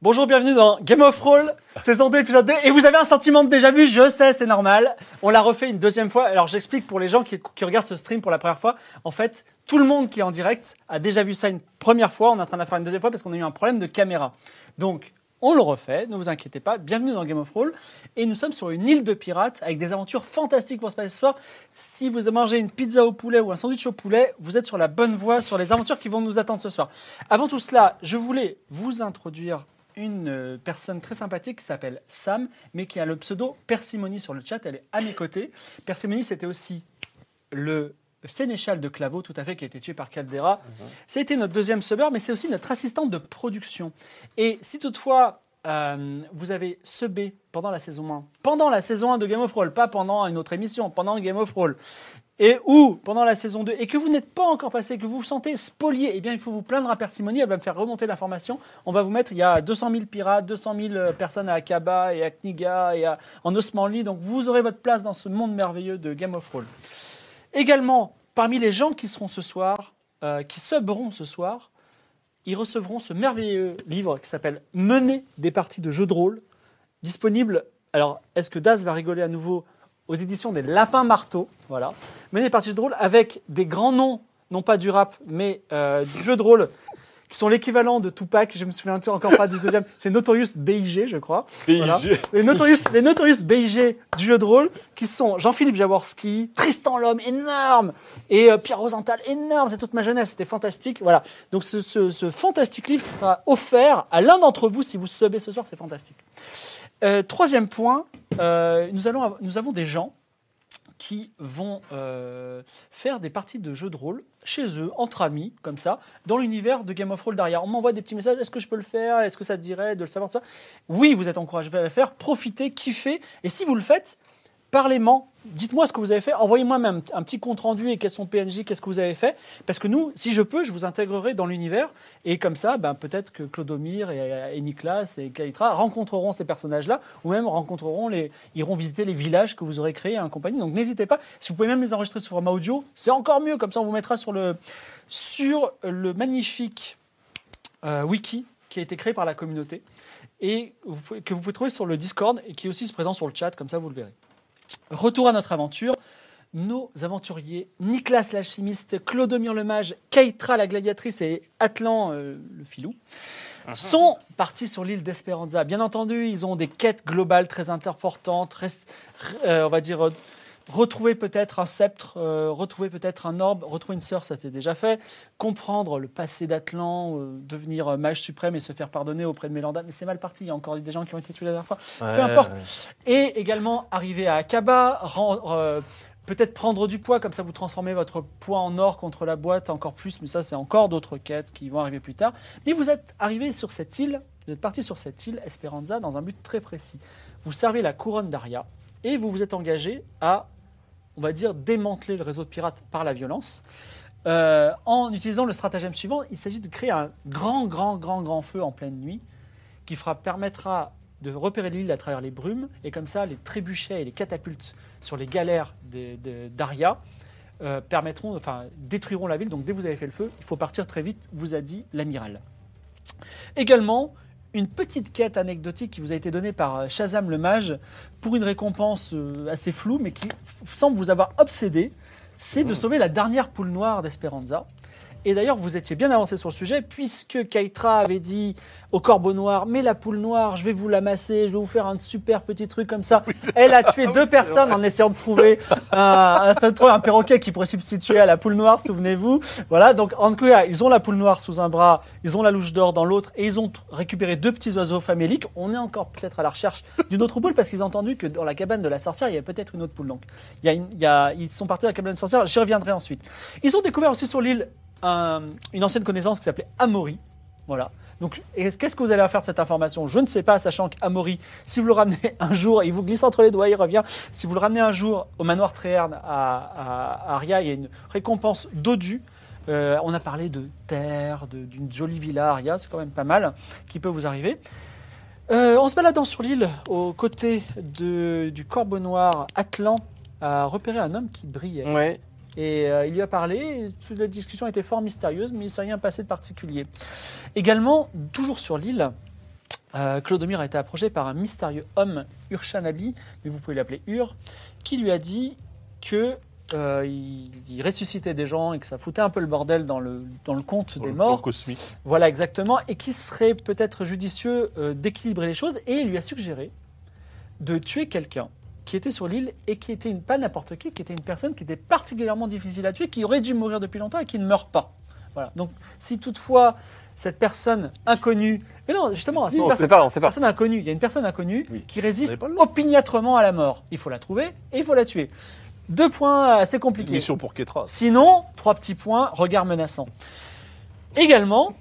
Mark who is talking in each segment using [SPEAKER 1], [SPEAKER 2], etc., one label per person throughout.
[SPEAKER 1] Bonjour, bienvenue dans Game of Roll, saison 2, épisode 2. Et vous avez un sentiment de déjà vu, je sais, c'est normal. On l'a refait une deuxième fois. Alors j'explique pour les gens qui, qui regardent ce stream pour la première fois. En fait, tout le monde qui est en direct a déjà vu ça une première fois. On est en train de la faire une deuxième fois parce qu'on a eu un problème de caméra. Donc, on le refait, ne vous inquiétez pas. Bienvenue dans Game of Roll. Et nous sommes sur une île de pirates avec des aventures fantastiques pour se passer ce soir. Si vous mangez une pizza au poulet ou un sandwich au poulet, vous êtes sur la bonne voie sur les aventures qui vont nous attendre ce soir. Avant tout cela, je voulais vous introduire une euh, personne très sympathique qui s'appelle Sam, mais qui a le pseudo Persimony sur le chat. Elle est à mes côtés. Persimony, c'était aussi le sénéchal de Claveau, tout à fait, qui a été tué par Caldera. C'était notre deuxième subeur, mais c'est aussi notre assistante de production. Et si toutefois euh, vous avez subé pendant la saison 1, pendant la saison 1 de Game of Roll, pas pendant une autre émission, pendant Game of Roll, et ou pendant la saison 2, et que vous n'êtes pas encore passé, que vous vous sentez spolié, eh bien il faut vous plaindre à Persimony, elle va me faire remonter l'information. On va vous mettre, il y a 200 000 pirates, 200 000 euh, personnes à Akaba et à Kniga et à- en Osmanli, donc vous aurez votre place dans ce monde merveilleux de Game of Roll. Également, parmi les gens qui seront ce soir, euh, qui suberont ce soir, ils recevront ce merveilleux livre qui s'appelle Mener des parties de jeux de rôle, disponible. Alors, est-ce que Das va rigoler à nouveau aux éditions des Lapins Marteaux Voilà. Mener des parties de jeux de rôle avec des grands noms, non pas du rap, mais euh, du jeu de rôle, qui sont l'équivalent de Tupac. Je me souviens encore pas du deuxième. C'est Notorious B.I.G., je crois. Voilà. Les Notorious, les Notorious BIG du jeu de rôle, qui sont Jean-Philippe Jaworski, Tristan Lhomme, énorme, et euh, Pierre Rosenthal, énorme, c'est toute ma jeunesse, c'était fantastique. Voilà. Donc ce, ce- ce fantastique livre sera offert à l'un d'entre vous si vous subez ce soir, c'est fantastique. Euh, troisième point, euh, nous, allons, av- nous avons des gens qui vont euh, faire des parties de jeux de rôle chez eux, entre amis, comme ça, dans l'univers de Game of Roll derrière. On m'envoie des petits messages, est-ce que je peux le faire Est-ce que ça te dirait de le savoir de ça Oui, vous êtes encouragé à le faire, profitez, kiffez, et si vous le faites, parlez-moi, dites-moi ce que vous avez fait, envoyez-moi même un petit compte-rendu et quels sont PNJ, qu'est-ce que vous avez fait, parce que nous, si je peux, je vous intégrerai dans l'univers, et comme ça, ben, peut-être que Clodomir et, et Nicolas et Kalitra rencontreront ces personnages-là, ou même rencontreront les, iront visiter les villages que vous aurez créés en compagnie, donc n'hésitez pas, si vous pouvez même les enregistrer sous format audio, c'est encore mieux, comme ça on vous mettra sur le, sur le magnifique euh, wiki qui a été créé par la communauté et vous pouvez- que vous pouvez trouver sur le Discord et qui est aussi présent sur le chat, comme ça vous le verrez. Retour à notre aventure. Nos aventuriers, Nicolas l'alchimiste, Clodomir le mage, Keitra la gladiatrice et Atlan euh, le filou, sont partis sur l'île d'Esperanza. Bien entendu, ils ont des quêtes globales très importantes, rest- euh, on va dire euh, retrouver peut-être un sceptre, euh, retrouver peut-être un orbe, retrouver une sœur, ça s'est déjà fait, comprendre le passé d'Atlan, euh, devenir euh, mage suprême et se faire pardonner auprès de Mélanda. Mais c'est mal parti, il y a encore des gens qui ont été tués la dernière fois. Peu importe. Et également arriver à Akaba, ren- euh, peut-être prendre du poids, comme ça vous transformez votre poids en or contre la boîte encore plus, mais ça c'est encore d'autres quêtes qui vont arriver plus tard. Mais vous êtes arrivé sur cette île, vous êtes parti sur cette île Esperanza dans un but très précis. Vous servez la couronne d'Aria et vous vous êtes engagé à, on va dire, démanteler le réseau de pirates par la violence. Euh, en utilisant le stratagème suivant, il s'agit de créer un grand, grand, grand, grand feu en pleine nuit qui fera, permettra de repérer l'île à travers les brumes, et comme ça, les trébuchets et les catapultes sur les galères des- de- d'Aria euh, permettront, enfin, détruiront la ville. Donc, dès que vous avez fait le feu, il faut partir très vite, vous a dit l'amiral. Également, une petite quête anecdotique qui vous a été donnée par euh, Shazam le mage pour une récompense euh, assez floue, mais qui f- semble vous avoir obsédé. C'est de sauver la dernière poule noire d'Esperanza. Et d'ailleurs, vous étiez bien avancé sur le sujet, puisque Kaitra avait dit au corbeau noir Mais la poule noire, je vais vous l'amasser, je vais vous faire un super petit truc comme ça. Elle a tué deux personnes en essayant de trouver un, un, un perroquet qui pourrait substituer à la poule noire, souvenez-vous. Voilà, donc en tout cas, ils ont la poule noire sous un bras, ils ont la louche d'or dans l'autre, et ils ont t- récupéré deux petits oiseaux faméliques. On est encore peut-être à la recherche d'une autre poule, parce qu'ils ont entendu que dans la cabane de la sorcière, il y avait peut-être une autre poule. Donc, il y a une- il y a- ils sont partis de la cabane de la sorcière, j'y reviendrai ensuite. Ils ont découvert aussi sur l'île un- une ancienne connaissance qui s'appelait Amaury. Voilà. Donc, et qu'est-ce que vous allez faire de cette information Je ne sais pas, sachant qu'Amaury, si vous le ramenez un jour, il vous glisse entre les doigts, il revient. Si vous le ramenez un jour au manoir Tréherne à, à, à Aria, il y a une récompense d'Odu. Euh, on a parlé de terre, de- d'une jolie villa à Aria, c'est quand même pas mal, qui peut vous arriver. Euh, en se baladant sur l'île, aux côtés de- du corbeau noir, Atlan a repéré un homme qui brillait.
[SPEAKER 2] Ouais.
[SPEAKER 1] Et euh, il lui a parlé, et toute la discussion était fort mystérieuse, mais il ne s'est rien passé de particulier. Également, toujours sur l'île, euh, Clodomir a été approché par un mystérieux homme, Urshanabi, mais vous pouvez l'appeler Ur, qui lui a dit que euh, il, il ressuscitait des gens et que ça foutait un peu le bordel dans le, dans le conte des morts.
[SPEAKER 3] cosmique.
[SPEAKER 1] Voilà, exactement. Et qui serait peut-être judicieux euh, d'équilibrer les choses. Et il lui a suggéré de tuer quelqu'un qui était sur l'île et qui était une, pas n'importe qui, qui était une personne qui était particulièrement difficile à tuer, qui aurait dû mourir depuis longtemps et qui ne meurt pas. Voilà. Donc, si toutefois cette personne inconnue. Mais non, justement, c'est une
[SPEAKER 2] on ne
[SPEAKER 1] personne,
[SPEAKER 2] sait pas, on sait pas.
[SPEAKER 1] personne inconnue. Il y a une personne inconnue
[SPEAKER 3] Oui.
[SPEAKER 1] qui résiste
[SPEAKER 3] n'avez pas le nom.
[SPEAKER 1] opiniâtrement à la mort. Il faut la trouver et il faut la tuer. Deux points assez compliqués.
[SPEAKER 3] Mission pour Ketra.
[SPEAKER 1] Sinon, trois petits points, regard menaçant. Également,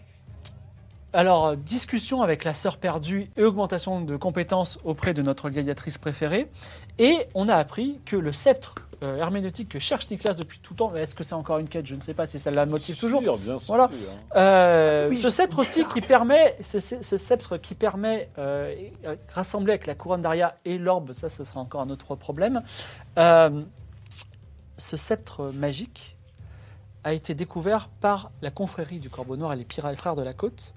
[SPEAKER 1] alors euh, discussion avec la sœur perdue et augmentation de compétences auprès de notre gladiatrice préférée, et on a appris que le sceptre euh, herméneutique que cherche Nicolas depuis tout le temps, est-ce que c'est encore une quête Je ne sais pas si ça la motive toujours.
[SPEAKER 3] bien sûr.
[SPEAKER 1] Voilà. Euh, ce sceptre aussi qui permet, ce, ce- ce sceptre qui permet, euh, euh, rassemblé avec la couronne d'Aria et l'orbe, ça ce sera encore un autre problème, euh, ce sceptre magique a été découvert par la confrérie du Corbeau Noir et les Pirates Frères de la Côte.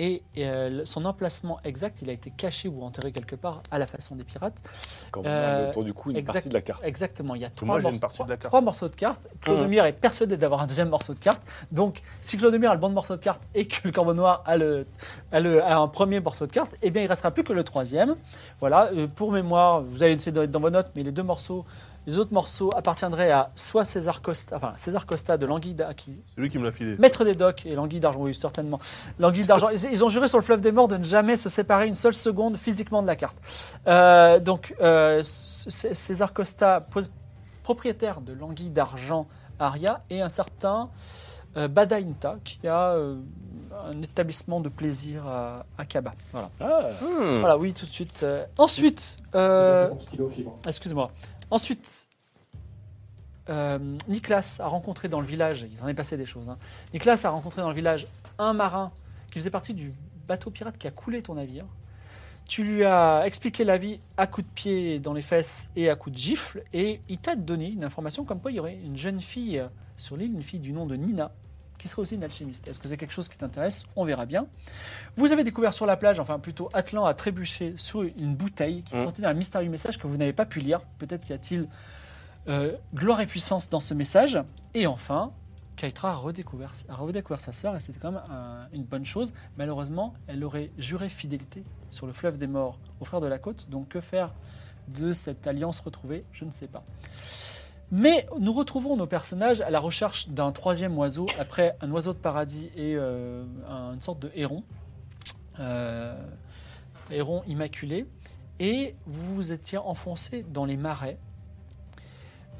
[SPEAKER 1] Et euh, le- son emplacement exact, il a été caché ou enterré quelque part à la façon des pirates.
[SPEAKER 3] Quand
[SPEAKER 1] Euh,
[SPEAKER 3] on a autour du coup une
[SPEAKER 1] exact-
[SPEAKER 3] partie de la carte.
[SPEAKER 1] Exactement, il y a trois,
[SPEAKER 3] Moi, j'ai une
[SPEAKER 1] morceaux-
[SPEAKER 3] partie
[SPEAKER 1] trois-
[SPEAKER 3] de la carte. Hum.
[SPEAKER 1] trois morceaux de carte. Clodomir est persuadé d'avoir un deuxième morceau de carte. Donc, si Clodomir a le bon morceau de carte et que le Corbeau Noir a, le, a le- a un premier morceau de carte, eh bien, il ne restera plus que le troisième. Voilà, euh, pour mémoire, vous allez essayer d'être dans vos notes, mais les deux morceaux, les autres morceaux appartiendraient à soit César Costa, enfin César Costa de Languille, qui
[SPEAKER 3] C'est lui qui me l'a filé.
[SPEAKER 1] Maître des docks et Languille d'argent, oui, certainement. Languille d'argent, ils, ils ont juré sur le fleuve des morts de ne jamais se séparer une seule seconde physiquement de la carte. Euh, donc, euh, C- C- César Costa, po- propriétaire de Languille d'argent Aria, et un certain euh, Badainta, qui a euh, un établissement de plaisir à, à Kaba. Voilà.
[SPEAKER 2] Hmm.
[SPEAKER 1] Voilà, oui, tout de suite. euh. ensuite, euh, excuse-moi. Ensuite, euh, Niklas a rencontré dans le village, il en est passé des choses, hein. Niklas a rencontré dans le village un marin qui faisait partie du bateau pirate qui a coulé ton navire. Tu lui as expliqué la vie à coups de pied dans les fesses et à coups de gifle, et il t'a donné une information comme quoi il y aurait une jeune fille euh, sur l'île, une fille du nom de Nina, qui serait aussi une alchimiste. Est-ce que c'est quelque chose qui t'intéresse On verra bien. Vous avez découvert sur la plage, enfin plutôt Atlan a trébuché sur une bouteille qui
[SPEAKER 2] Mm.
[SPEAKER 1] contenait un mystérieux message que vous n'avez pas pu lire. Peut-être y a-t-il euh, gloire et puissance dans ce message. Et enfin, Kaitra a redécouvert, a redécouvert sa sœur et c'était quand même un- une bonne chose. Malheureusement, elle aurait juré fidélité sur le fleuve des morts aux frères de la côte. Donc que faire de cette alliance retrouvée Je ne sais pas. Mais nous retrouvons nos personnages à la recherche d'un troisième oiseau, après un oiseau de paradis et euh, un- une sorte de héron, euh, héron immaculé. Et vous vous étiez enfoncé dans les marais.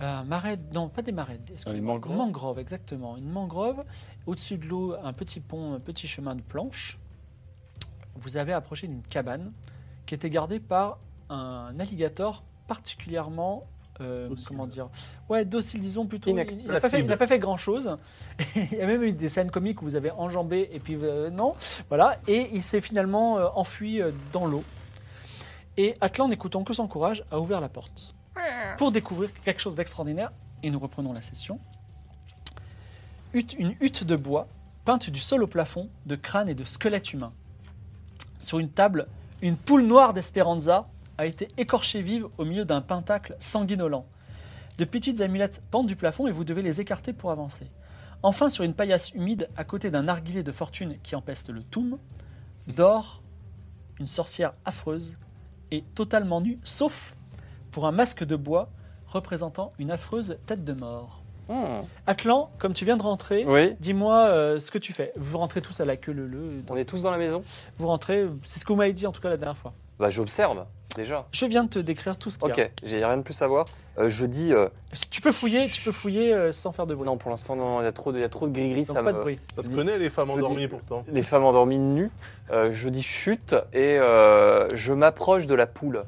[SPEAKER 1] Euh, marais, non, pas des marais. excusez-moi,
[SPEAKER 2] les mangroves
[SPEAKER 1] Mangrove, exactement. Une mangrove. Au-dessus de l'eau, un petit pont, un petit chemin de planche. Vous avez approché d'une cabane qui était gardée par un alligator particulièrement. euh,
[SPEAKER 3] Docile.
[SPEAKER 1] comment dire Ouais, docile, disons plutôt.
[SPEAKER 2] Inactif.
[SPEAKER 1] Il n'a pas, fait- il
[SPEAKER 3] Cible.
[SPEAKER 1] a pas fait grand-chose. il y a même eu des scènes comiques où vous avez enjambé et puis euh, non. Voilà. Et il s'est finalement euh, enfui euh, dans l'eau. Et Atlan, n'écoutant que son courage, a ouvert la porte pour découvrir quelque chose d'extraordinaire. Et nous reprenons la session. Hutte- une hutte de bois peinte du sol au plafond de crânes et de squelettes humains. sur une table, une poule noire d'Espéranza a été écorchée vive au milieu d'un pentacle sanguinolent. De petites amulettes pendent du plafond et vous devez les écarter pour avancer. Enfin, sur une paillasse humide, à côté d'un narguilé de fortune qui empeste le toum, dort une sorcière affreuse et totalement nue, sauf pour un masque de bois représentant une affreuse tête de mort.
[SPEAKER 2] Hmm.
[SPEAKER 1] Atlan, comme tu viens de rentrer,
[SPEAKER 2] Oui.
[SPEAKER 1] dis-moi euh, ce que tu fais. Vous rentrez tous à la queue le le.
[SPEAKER 2] On est tous dans la maison
[SPEAKER 1] Vous rentrez, c'est ce que vous m'avez dit en tout cas la dernière fois.
[SPEAKER 2] Bah, j'observe, déjà.
[SPEAKER 1] Je viens de te décrire tout ce qu'il y a.
[SPEAKER 2] Ok, j'ai rien de plus à voir. Euh, je dis. euh, oh
[SPEAKER 1] Si tu peux fouiller, tu peux fouiller euh, sans faire de bruit.
[SPEAKER 2] non, pour l'instant, non, il y a trop de, il y a trop de gris-gris,
[SPEAKER 1] Donc
[SPEAKER 2] ça
[SPEAKER 1] pas
[SPEAKER 2] me-
[SPEAKER 1] de bruit.
[SPEAKER 3] Ça te
[SPEAKER 2] dis-
[SPEAKER 3] connaît les femmes
[SPEAKER 2] je dis-
[SPEAKER 3] endormies pourtant.
[SPEAKER 2] Les femmes endormies nues. Euh, je dis chute et euh, je m'approche de la poule.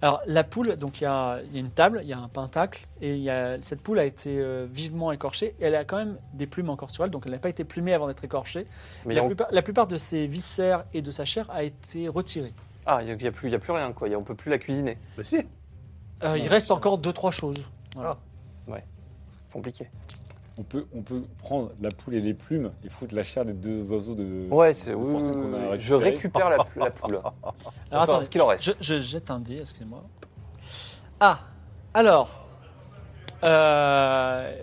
[SPEAKER 1] Alors la poule, donc il y, a il y a une table, il y a un pentacle, et il y a- cette poule a été euh, vivement écorchée, et elle a quand même des plumes encore sur elle, donc elle n'a pas été plumée avant d'être écorchée.
[SPEAKER 2] Mais
[SPEAKER 1] la,
[SPEAKER 2] il y a-
[SPEAKER 1] plupart, la plupart de ses viscères et de sa chair a été retirée.
[SPEAKER 2] Ah, il n'y a, il y a plus il y a plus rien, quoi. Il y a- on peut plus la cuisiner.
[SPEAKER 3] Bah si.
[SPEAKER 1] Euh, il
[SPEAKER 2] Ouais,
[SPEAKER 1] reste
[SPEAKER 2] ça-
[SPEAKER 1] encore deux trois choses. Voilà.
[SPEAKER 2] C'est compliqué.
[SPEAKER 4] On peut, on peut prendre la poule et les plumes et foutre la chair des deux oiseaux de,
[SPEAKER 2] Ouais, c'est.
[SPEAKER 4] de
[SPEAKER 2] oui,
[SPEAKER 4] fortune
[SPEAKER 2] oui,
[SPEAKER 4] qu'on
[SPEAKER 2] oui,
[SPEAKER 4] a
[SPEAKER 2] oui.
[SPEAKER 4] récupérés.
[SPEAKER 2] Je récupère la, la poule.
[SPEAKER 1] Alors
[SPEAKER 2] Enfin,
[SPEAKER 1] attendez,
[SPEAKER 2] ce qu'il en reste.
[SPEAKER 1] je, je jette un dé, excusez-moi. Ah, alors, euh,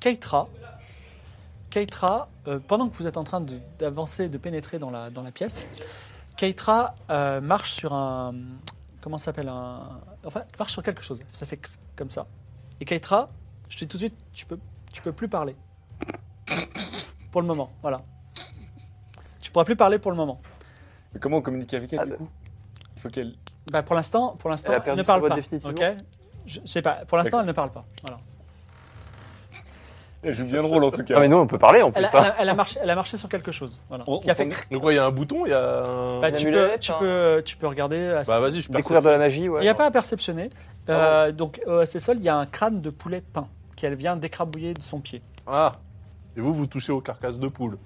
[SPEAKER 1] Keitra, Keitra, euh, pendant que vous êtes en train de- d'avancer, de, pénétrer dans la, dans la pièce, Keitra euh, marche sur un, comment ça s'appelle un, enfin marche sur quelque chose. Ça fait cr- comme ça. Et Keitra, je te dis tout de suite, tu peux, tu peux plus parler. Pour le moment, voilà. Tu pourras plus parler pour le moment.
[SPEAKER 4] Mais comment on communique avec elle
[SPEAKER 2] Ah,
[SPEAKER 4] du
[SPEAKER 2] bah.
[SPEAKER 4] coup Il faut qu'elle.
[SPEAKER 1] Bah, pour l'instant, pour l'instant,
[SPEAKER 2] Elle a perdu
[SPEAKER 1] ne
[SPEAKER 2] sa
[SPEAKER 1] parle
[SPEAKER 2] voix
[SPEAKER 1] pas.
[SPEAKER 2] définitivement
[SPEAKER 1] ok je je sais pas. Pour l'instant,
[SPEAKER 4] D'accord.
[SPEAKER 1] elle ne parle pas. Voilà.
[SPEAKER 4] Elle joue bien le rôle en tout cas.
[SPEAKER 2] Ah, mais nous, on peut parler en
[SPEAKER 1] Elle,
[SPEAKER 2] plus.
[SPEAKER 1] a,
[SPEAKER 2] hein.
[SPEAKER 1] elle a- elle a marché, elle a marché sur quelque chose. Voilà.
[SPEAKER 4] On-
[SPEAKER 1] Qui a
[SPEAKER 4] Oh, on
[SPEAKER 1] fait
[SPEAKER 4] s'en-
[SPEAKER 1] cric.
[SPEAKER 3] Donc ouais, il y a un bouton, il y a un.
[SPEAKER 1] Bah,
[SPEAKER 2] une
[SPEAKER 1] tu, peux,
[SPEAKER 2] amulette,
[SPEAKER 1] tu,
[SPEAKER 2] hein.
[SPEAKER 1] peux, tu peux regarder. à-
[SPEAKER 3] Bah vas-y, je perds.
[SPEAKER 2] Découvrir de la magie, ouais.
[SPEAKER 1] il n'y a pas à perceptionner.
[SPEAKER 2] Ah
[SPEAKER 1] Euh, donc, euh, c'est seul, il y a un crâne de poulet peint qu'elle vient d'écrabouiller de son pied.
[SPEAKER 3] Ah. Et vous, vous touchez aux carcasses de poules.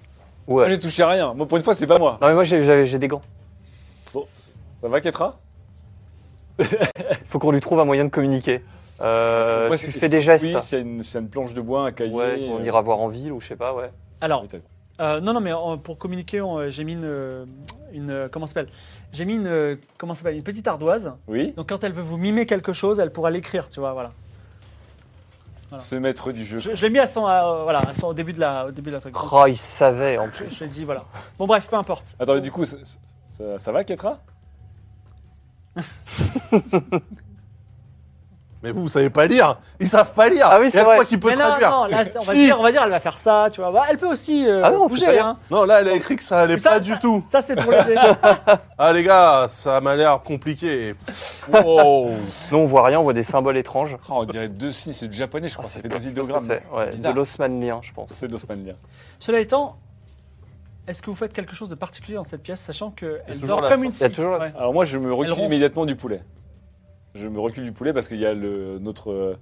[SPEAKER 4] Moi
[SPEAKER 2] Ouais.
[SPEAKER 4] j'ai touché à rien. Moi pour une fois c'est pas moi.
[SPEAKER 2] Non, mais moi, j'ai- j'ai j'ai des gants.
[SPEAKER 4] Bon, ça va Ketra
[SPEAKER 2] Faut qu'on lui trouve un moyen de communiquer. Euh,
[SPEAKER 4] Moi,
[SPEAKER 2] tu
[SPEAKER 4] c'est-
[SPEAKER 2] fais des gestes.
[SPEAKER 4] Oui, c'est une, c'est une planche de bois, un cahier.
[SPEAKER 2] Ouais, on
[SPEAKER 4] euh,
[SPEAKER 2] ira voir en ville ou je sais pas, ouais.
[SPEAKER 1] Alors,
[SPEAKER 4] peut-être.
[SPEAKER 1] euh, non, non, mais euh, pour communiquer, on, euh, j'ai mis une, euh, une euh, comment ça s'appelle J'ai mis une, euh, comment ça s'appelle Une petite ardoise.
[SPEAKER 4] Oui,
[SPEAKER 1] Donc, quand elle veut vous mimer quelque chose, elle pourra l'écrire, tu vois, voilà.
[SPEAKER 2] Ah.
[SPEAKER 1] Voilà.
[SPEAKER 4] ce maître du jeu.
[SPEAKER 1] Je, je l'ai mis à son, à, euh, voilà, à son- au début de la, au début de la truc. Donc,
[SPEAKER 2] Oh, il savait en plus.
[SPEAKER 1] Je l'ai dit, voilà. Bon, bref, peu importe.
[SPEAKER 4] Attends, mais du coup, ça, ça- ça- ça va Ketra
[SPEAKER 3] Mais vous, vous savez pas lire. Ils savent pas lire.
[SPEAKER 2] Ah oui, c'est
[SPEAKER 3] Il y a
[SPEAKER 2] vrai.
[SPEAKER 3] quoi qui peut
[SPEAKER 1] Mais là,
[SPEAKER 3] traduire
[SPEAKER 1] non, là, on va,
[SPEAKER 3] Si.
[SPEAKER 1] dire, on va dire, elle va faire ça, tu vois. Bah, elle peut aussi euh,
[SPEAKER 2] Ah non, c'est pas
[SPEAKER 1] bouger,
[SPEAKER 2] grave.
[SPEAKER 1] hein.
[SPEAKER 3] Non, là, elle a écrit que ça allait
[SPEAKER 1] Mais ça,
[SPEAKER 3] pas
[SPEAKER 1] ça-
[SPEAKER 3] du tout.
[SPEAKER 1] Ça, c'est pour les.
[SPEAKER 3] Ah, les gars, ça m'a l'air compliqué. Wow.
[SPEAKER 2] Nous, on voit rien, on voit des symboles étranges.
[SPEAKER 4] Ah, On dirait deux signes, c'est du japonais, je crois. ça fait deux
[SPEAKER 2] Je pense que
[SPEAKER 4] idéogrammes.
[SPEAKER 2] Ah, c'est ouais, de
[SPEAKER 4] bizarre.
[SPEAKER 2] l'osmanlien, je pense.
[SPEAKER 4] C'est d'Osmanlien.
[SPEAKER 1] Cela étant, est-ce que vous faites quelque chose de particulier dans cette pièce, sachant qu'elle dort
[SPEAKER 3] toujours la
[SPEAKER 1] comme
[SPEAKER 3] sorte.
[SPEAKER 1] une
[SPEAKER 2] Il y a
[SPEAKER 1] scie
[SPEAKER 2] toujours la
[SPEAKER 1] Ouais.
[SPEAKER 4] Alors moi, je me recule
[SPEAKER 1] ronfle.
[SPEAKER 4] immédiatement du poulet. Je me recule du poulet parce qu'il y a le, notre, euh,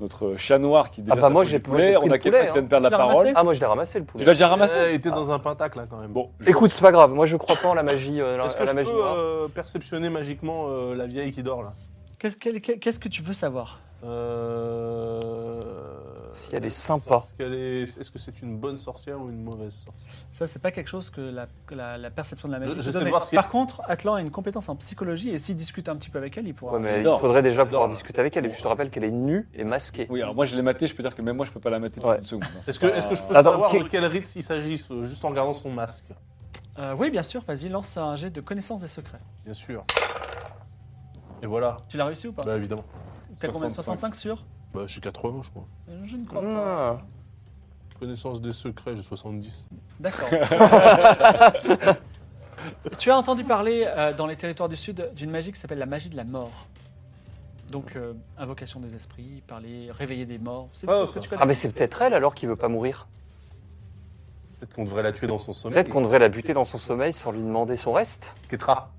[SPEAKER 4] notre chat noir qui déjà
[SPEAKER 2] bah, moi,
[SPEAKER 4] s'approche
[SPEAKER 2] j'ai-
[SPEAKER 4] du
[SPEAKER 2] moi, j'ai
[SPEAKER 4] poulet.
[SPEAKER 2] pris
[SPEAKER 4] On a
[SPEAKER 2] le
[SPEAKER 4] quelqu'un
[SPEAKER 2] poulet,
[SPEAKER 4] qui
[SPEAKER 2] hein.
[SPEAKER 4] vient de perdre
[SPEAKER 1] Tu
[SPEAKER 4] la
[SPEAKER 1] l'as
[SPEAKER 4] parole.
[SPEAKER 1] ramassé
[SPEAKER 2] Ah, moi, je l'ai ramassé le
[SPEAKER 4] Tu
[SPEAKER 2] poulet.
[SPEAKER 4] l'as déjà ramassé
[SPEAKER 3] Elle était dans un pentacle, là, quand même.
[SPEAKER 4] Bon, je-
[SPEAKER 2] Écoute, c'est pas grave, moi, je crois pas en la magie. euh,
[SPEAKER 3] Est-ce
[SPEAKER 2] à
[SPEAKER 3] que
[SPEAKER 2] la
[SPEAKER 3] je
[SPEAKER 2] magie
[SPEAKER 3] peux
[SPEAKER 2] noire.
[SPEAKER 3] euh, perceptionner magiquement euh, la vieille qui dort, là
[SPEAKER 1] Qu'est-ce qu'elle- Qu'est-ce que tu veux savoir
[SPEAKER 3] Euh,
[SPEAKER 2] Si elle est sympa.
[SPEAKER 3] Est-ce qu'elle est- est-ce que c'est une bonne sorcière ou une mauvaise sorcière
[SPEAKER 1] Ça, c'est pas quelque chose que la, que la- la perception de la magie.
[SPEAKER 3] Je-
[SPEAKER 1] peut
[SPEAKER 3] j'essaie de
[SPEAKER 1] donner.
[SPEAKER 3] voir si-
[SPEAKER 1] Par contre, Atlan a une compétence en psychologie et s'il discute un petit peu avec elle, il pourra.
[SPEAKER 2] Ouais, mais il
[SPEAKER 4] J'adore.
[SPEAKER 2] faudrait déjà pouvoir
[SPEAKER 3] J'adore.
[SPEAKER 2] discuter avec elle. Et puis, je te rappelle qu'elle est nue et masquée.
[SPEAKER 4] Oui, alors moi, je l'ai maté. Je peux dire que même moi, je peux pas la mater
[SPEAKER 2] Ouais.
[SPEAKER 4] une seconde. hein.
[SPEAKER 3] Est-ce que, est-ce que je peux
[SPEAKER 2] Euh, Attends,
[SPEAKER 3] savoir
[SPEAKER 2] qui-
[SPEAKER 3] de quel rite il s'agit, ce- juste en regardant son masque
[SPEAKER 1] Euh, oui, bien sûr, vas-y, lance un jet de connaissance des secrets.
[SPEAKER 3] Bien sûr. Et voilà.
[SPEAKER 1] Tu l'as réussi ou pas
[SPEAKER 3] Bah, évidemment.
[SPEAKER 1] T'as combien 65
[SPEAKER 4] 65.
[SPEAKER 1] sur
[SPEAKER 3] Bah, je suis 80, je crois.
[SPEAKER 1] Je ne
[SPEAKER 4] Oh.
[SPEAKER 1] crois pas.
[SPEAKER 2] Ah.
[SPEAKER 3] Connaissance des secrets, j'ai 70.
[SPEAKER 1] D'accord. tu as entendu parler euh, dans les territoires du Sud d'une magie qui s'appelle la magie de la mort. Donc, euh, invocation des esprits, parler, réveiller des morts. C'est tout
[SPEAKER 3] Ah,
[SPEAKER 1] ce Oh, que
[SPEAKER 3] ça.
[SPEAKER 1] tu connais.
[SPEAKER 2] Ah, mais c'est peut-être elle alors qui veut pas mourir.
[SPEAKER 3] Peut-être qu'on devrait la tuer dans son sommeil.
[SPEAKER 2] Peut-être qu'on devrait la buter dans son sommeil sans lui demander son reste.
[SPEAKER 3] Ketra,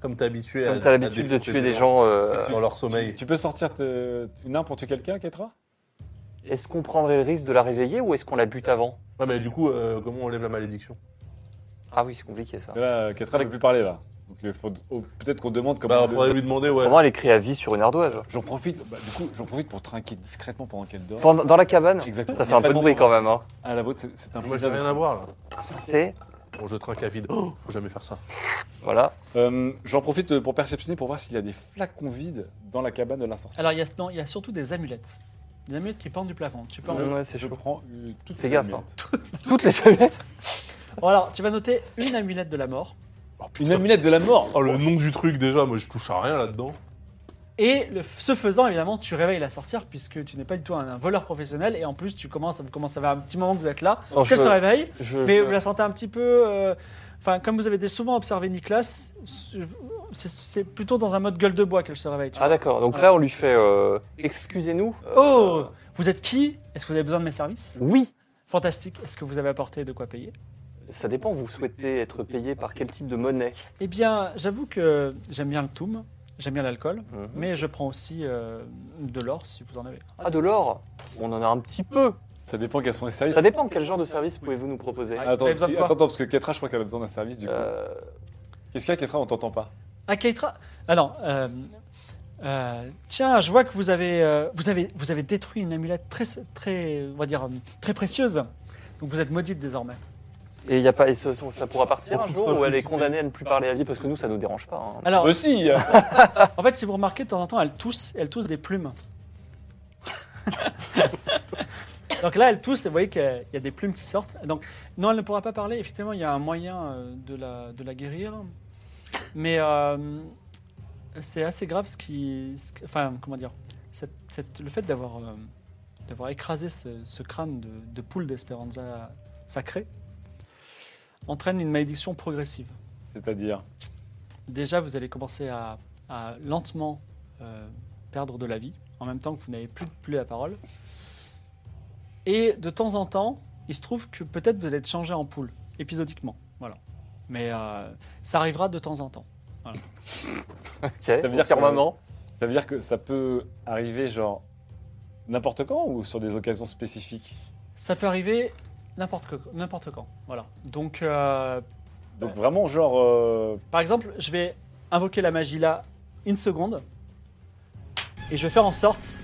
[SPEAKER 3] comme t'es habitué à.
[SPEAKER 2] Comme t'as
[SPEAKER 3] à
[SPEAKER 2] l'habitude de
[SPEAKER 3] défoncer
[SPEAKER 2] tuer des
[SPEAKER 3] gens
[SPEAKER 2] gens. euh,
[SPEAKER 3] dans leur sommeil.
[SPEAKER 4] Tu peux sortir te- une arme pour tuer quelqu'un, Ketra
[SPEAKER 2] Est-ce qu'on prendrait le risque de la réveiller ou est-ce qu'on la bute avant
[SPEAKER 3] Ouais, mais du coup, euh, comment on lève la malédiction
[SPEAKER 2] Ah oui, c'est compliqué ça.
[SPEAKER 4] Là, Ketra, elle ne peut plus parler là. Donc, il faut- oh, peut-être qu'on demande comment.
[SPEAKER 3] Bah,
[SPEAKER 4] on le-
[SPEAKER 3] faudrait lui demander, ouais.
[SPEAKER 2] Comment elle écrit à vie sur une ardoise
[SPEAKER 4] J'en profite. bah, du coup, j'en profite pour trinquer discrètement pendant qu'elle dort.
[SPEAKER 2] Pendant- Dans la cabane
[SPEAKER 4] Exactement.
[SPEAKER 2] Ça fait
[SPEAKER 4] Y a
[SPEAKER 2] un
[SPEAKER 4] pas
[SPEAKER 2] peu
[SPEAKER 4] de
[SPEAKER 2] bruit
[SPEAKER 4] bruit.
[SPEAKER 2] quand même. Hein.
[SPEAKER 4] Ah, la vôtre, c'est c'est un
[SPEAKER 3] Moi, j'ai
[SPEAKER 4] plaisir.
[SPEAKER 3] rien à voir, là.
[SPEAKER 2] Santé.
[SPEAKER 3] Bon, je trinque à vide. Oh, faut jamais faire ça.
[SPEAKER 2] Voilà.
[SPEAKER 4] Euh, J'en profite pour perceptionner pour voir s'il y a des flacons vides dans la cabane de l'incendie.
[SPEAKER 1] Alors, il y, a, non, il y a surtout des amulettes. Des amulettes qui pendent du plafond. Tu peux en-
[SPEAKER 2] Ouais, c'est
[SPEAKER 4] je
[SPEAKER 2] chaud.
[SPEAKER 4] prends euh, toutes
[SPEAKER 2] Fais
[SPEAKER 4] les
[SPEAKER 2] gaffe,
[SPEAKER 4] lunettes.
[SPEAKER 2] Toutes les amulettes
[SPEAKER 1] Bon, alors, tu vas noter une amulette de la mort
[SPEAKER 3] Oh, putain.
[SPEAKER 4] Une amulette de la mort
[SPEAKER 3] Oh, le nom du truc déjà, moi je touche à rien là-dedans.
[SPEAKER 1] Et le- ce faisant, évidemment, tu réveilles la sorcière puisque tu n'es pas du tout un, un voleur professionnel et en plus, tu commences, vous commencez à faire un petit moment que vous êtes là.
[SPEAKER 2] Alors,
[SPEAKER 1] Qu'elle
[SPEAKER 2] je-
[SPEAKER 1] se réveille,
[SPEAKER 2] je-
[SPEAKER 4] Mm.
[SPEAKER 1] mais
[SPEAKER 2] je-
[SPEAKER 1] vous la sentez un petit peu. euh, Enfin, comme vous avez dé- souvent observé Nicolas, c'est c'est plutôt dans un mode gueule de bois qu'elle se réveille. tu
[SPEAKER 2] Ah
[SPEAKER 1] vois.
[SPEAKER 2] d'accord, donc
[SPEAKER 1] Ouais.
[SPEAKER 2] là on lui fait euh, excusez-nous.
[SPEAKER 1] Oh Vous êtes qui Est-ce que vous avez besoin de mes services
[SPEAKER 2] Oui,
[SPEAKER 1] Fantastique. Est-ce que vous avez apporté de quoi payer
[SPEAKER 2] ça dépend, vous souhaitez être payé par quel type de monnaie
[SPEAKER 1] Eh bien, j'avoue que j'aime bien le toum, j'aime bien l'alcool,
[SPEAKER 2] Mhm.
[SPEAKER 1] mais je prends aussi euh, de l'or si vous en avez.
[SPEAKER 2] Ah de l'or On en a un petit peu.
[SPEAKER 4] Ça dépend quels sont les services. Ah,
[SPEAKER 2] Ça dépend quel genre de service pouvez-vous nous proposer
[SPEAKER 4] Attends,
[SPEAKER 1] Vous avez besoin de
[SPEAKER 4] attends,
[SPEAKER 1] quoi
[SPEAKER 4] attends, parce que Ketra, je crois qu'elle a besoin d'un service du coup.
[SPEAKER 2] Euh,
[SPEAKER 4] Qu'est-ce qu'il y a, Ketra On t'entend pas.
[SPEAKER 1] Ah, Keitra Ah non. euh, euh, tiens, je vois que vous avez, euh, vous avez, vous avez détruit une amulette très, très, on va dire, euh, très précieuse. Donc vous êtes maudite désormais.
[SPEAKER 2] Et il y a pas, et ça, ça pourra partir un
[SPEAKER 3] Tout
[SPEAKER 2] jour
[SPEAKER 3] ça,
[SPEAKER 2] où elle est
[SPEAKER 3] tout ça.
[SPEAKER 2] condamnée à ne plus parler à vie parce que nous ça nous dérange pas. hein.
[SPEAKER 4] Ah,
[SPEAKER 1] Alors,
[SPEAKER 4] Aussi
[SPEAKER 1] en fait, si vous remarquez, de temps en temps, elle tousse, elle tousse des plumes. Donc là, elle tousse et vous voyez qu'il y a des plumes qui sortent. Donc, non, elle ne pourra pas parler. Effectivement, il y a un moyen euh, de la, de la guérir. Mais euh, c'est assez grave ce qui. ce qui- enfin, comment dire cette- cette- Le fait d'avoir euh, d'avoir écrasé ce, ce crâne de, de poule d'Esperanza sacrée entraîne une malédiction progressive.
[SPEAKER 4] C'est-à-dire.
[SPEAKER 1] Déjà, vous allez commencer à, à lentement euh, perdre de la vie, en même temps que vous n'avez plus, plus la parole. Et de temps en temps, il se trouve que peut-être vous allez être changé en poule, épisodiquement. Voilà. Mais euh, ça arrivera de temps en temps.
[SPEAKER 2] Ok,
[SPEAKER 4] ça veut
[SPEAKER 2] Pierre
[SPEAKER 4] dire que- euh,
[SPEAKER 2] maman.
[SPEAKER 4] Ça veut dire que ça peut arriver, genre, n'importe quand ou sur des occasions spécifiques
[SPEAKER 1] Ça peut arriver n'importe que- n'importe quand. Voilà. Donc, euh,
[SPEAKER 4] Donc vraiment, genre. euh,
[SPEAKER 1] par exemple, je vais invoquer la magie là une seconde. Et je vais faire en sorte.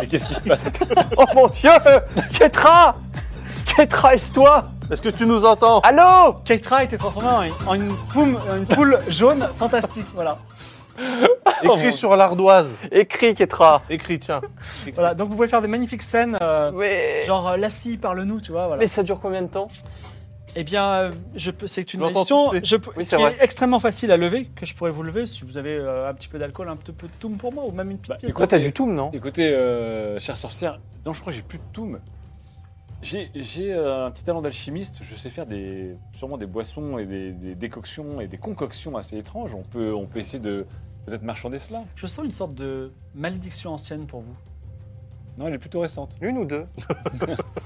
[SPEAKER 4] Mais qu'est-ce qui se passe
[SPEAKER 2] Oh mon dieu Ketra Ketra, est-ce toi
[SPEAKER 3] Est-ce que tu nous entends
[SPEAKER 2] Allô
[SPEAKER 1] Keitra a été transformée en une, en une poum- en une poule jaune fantastique. Voilà.
[SPEAKER 3] Écris sur l'ardoise.
[SPEAKER 2] Écris Ketra
[SPEAKER 3] Ah, Écris, tiens.
[SPEAKER 1] Voilà, donc vous pouvez faire des magnifiques scènes, euh,
[SPEAKER 2] mais...
[SPEAKER 1] genre euh, Lassie, parle-nous, tu vois. Voilà.
[SPEAKER 2] mais ça dure combien de temps
[SPEAKER 1] Eh bien, euh, je peux, c'est une
[SPEAKER 3] Je l'entends
[SPEAKER 1] addiction
[SPEAKER 3] tousser.
[SPEAKER 1] je, peux-
[SPEAKER 2] Oui,
[SPEAKER 1] qui
[SPEAKER 2] c'est vrai.
[SPEAKER 1] est extrêmement facile à lever, que je pourrais vous lever si vous avez euh, un petit peu d'alcool, un petit peu de toum pour moi, ou même une petite
[SPEAKER 4] Bah,
[SPEAKER 1] pièce.
[SPEAKER 2] Toi
[SPEAKER 4] écoute,
[SPEAKER 2] t'as du tout, non
[SPEAKER 4] Écoutez, euh, chère sorcière, non, je crois que j'ai plus de toum. J'ai j'ai, euh, un petit talent d'alchimiste, je sais faire des, sûrement des boissons et des, des décoctions et des concoctions assez étranges. On peut, on peut essayer de peut-être marchander cela.
[SPEAKER 1] Je sens une sorte de malédiction ancienne pour vous.
[SPEAKER 4] Non, elle est plutôt récente.
[SPEAKER 2] L'une ou deux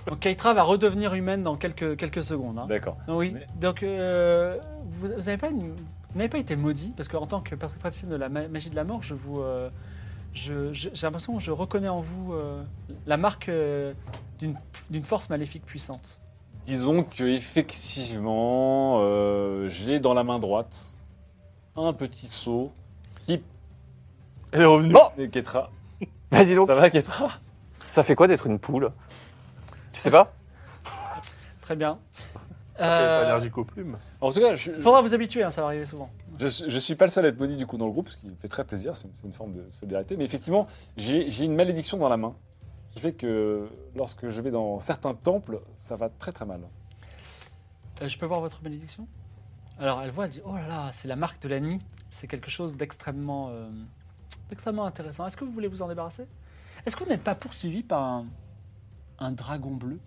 [SPEAKER 1] Donc Keitra va redevenir humaine dans quelques, quelques secondes. hein.
[SPEAKER 4] D'accord.
[SPEAKER 1] Donc, oui.
[SPEAKER 4] Mais-
[SPEAKER 1] Donc, euh, vous n'avez pas, une- vous n'avez pas été maudit, parce qu'en tant que prat- praticienne de la ma- magie de la mort, je vous, euh, je- je- j'ai l'impression que je reconnais en vous euh, la marque euh, d'une d'une force maléfique puissante.
[SPEAKER 4] Disons que effectivement, euh, j'ai dans la main droite un petit seau qui
[SPEAKER 3] Elle est revenue.
[SPEAKER 4] Oh
[SPEAKER 2] Bon.
[SPEAKER 4] Ketra.
[SPEAKER 2] Bah dis donc,
[SPEAKER 4] Ça va Ketra
[SPEAKER 2] ça fait quoi d'être une poule Tu sais pas
[SPEAKER 1] Très bien.
[SPEAKER 3] Elle est
[SPEAKER 1] Euh,
[SPEAKER 3] pas allergique aux plumes.
[SPEAKER 4] En tout cas, je,
[SPEAKER 1] faudra vous habituer, hein, ça va arriver souvent.
[SPEAKER 4] Je, suis- je suis pas le seul à être maudit du coup dans le groupe, ce qui me fait très plaisir, c'est une, c'est une forme de solidarité. Mais effectivement, j'ai j'ai une malédiction dans la main, qui fait que lorsque je vais dans certains temples, ça va très très mal.
[SPEAKER 1] Euh, je peux voir votre malédiction Alors elle voit, elle dit Oh là là, c'est la marque de l'ennemi. C'est quelque chose d'extrêmement euh, d'extrêmement intéressant. Est-ce que vous voulez vous en débarrasser Est-ce que vous n'êtes pas poursuivi par un, un dragon bleu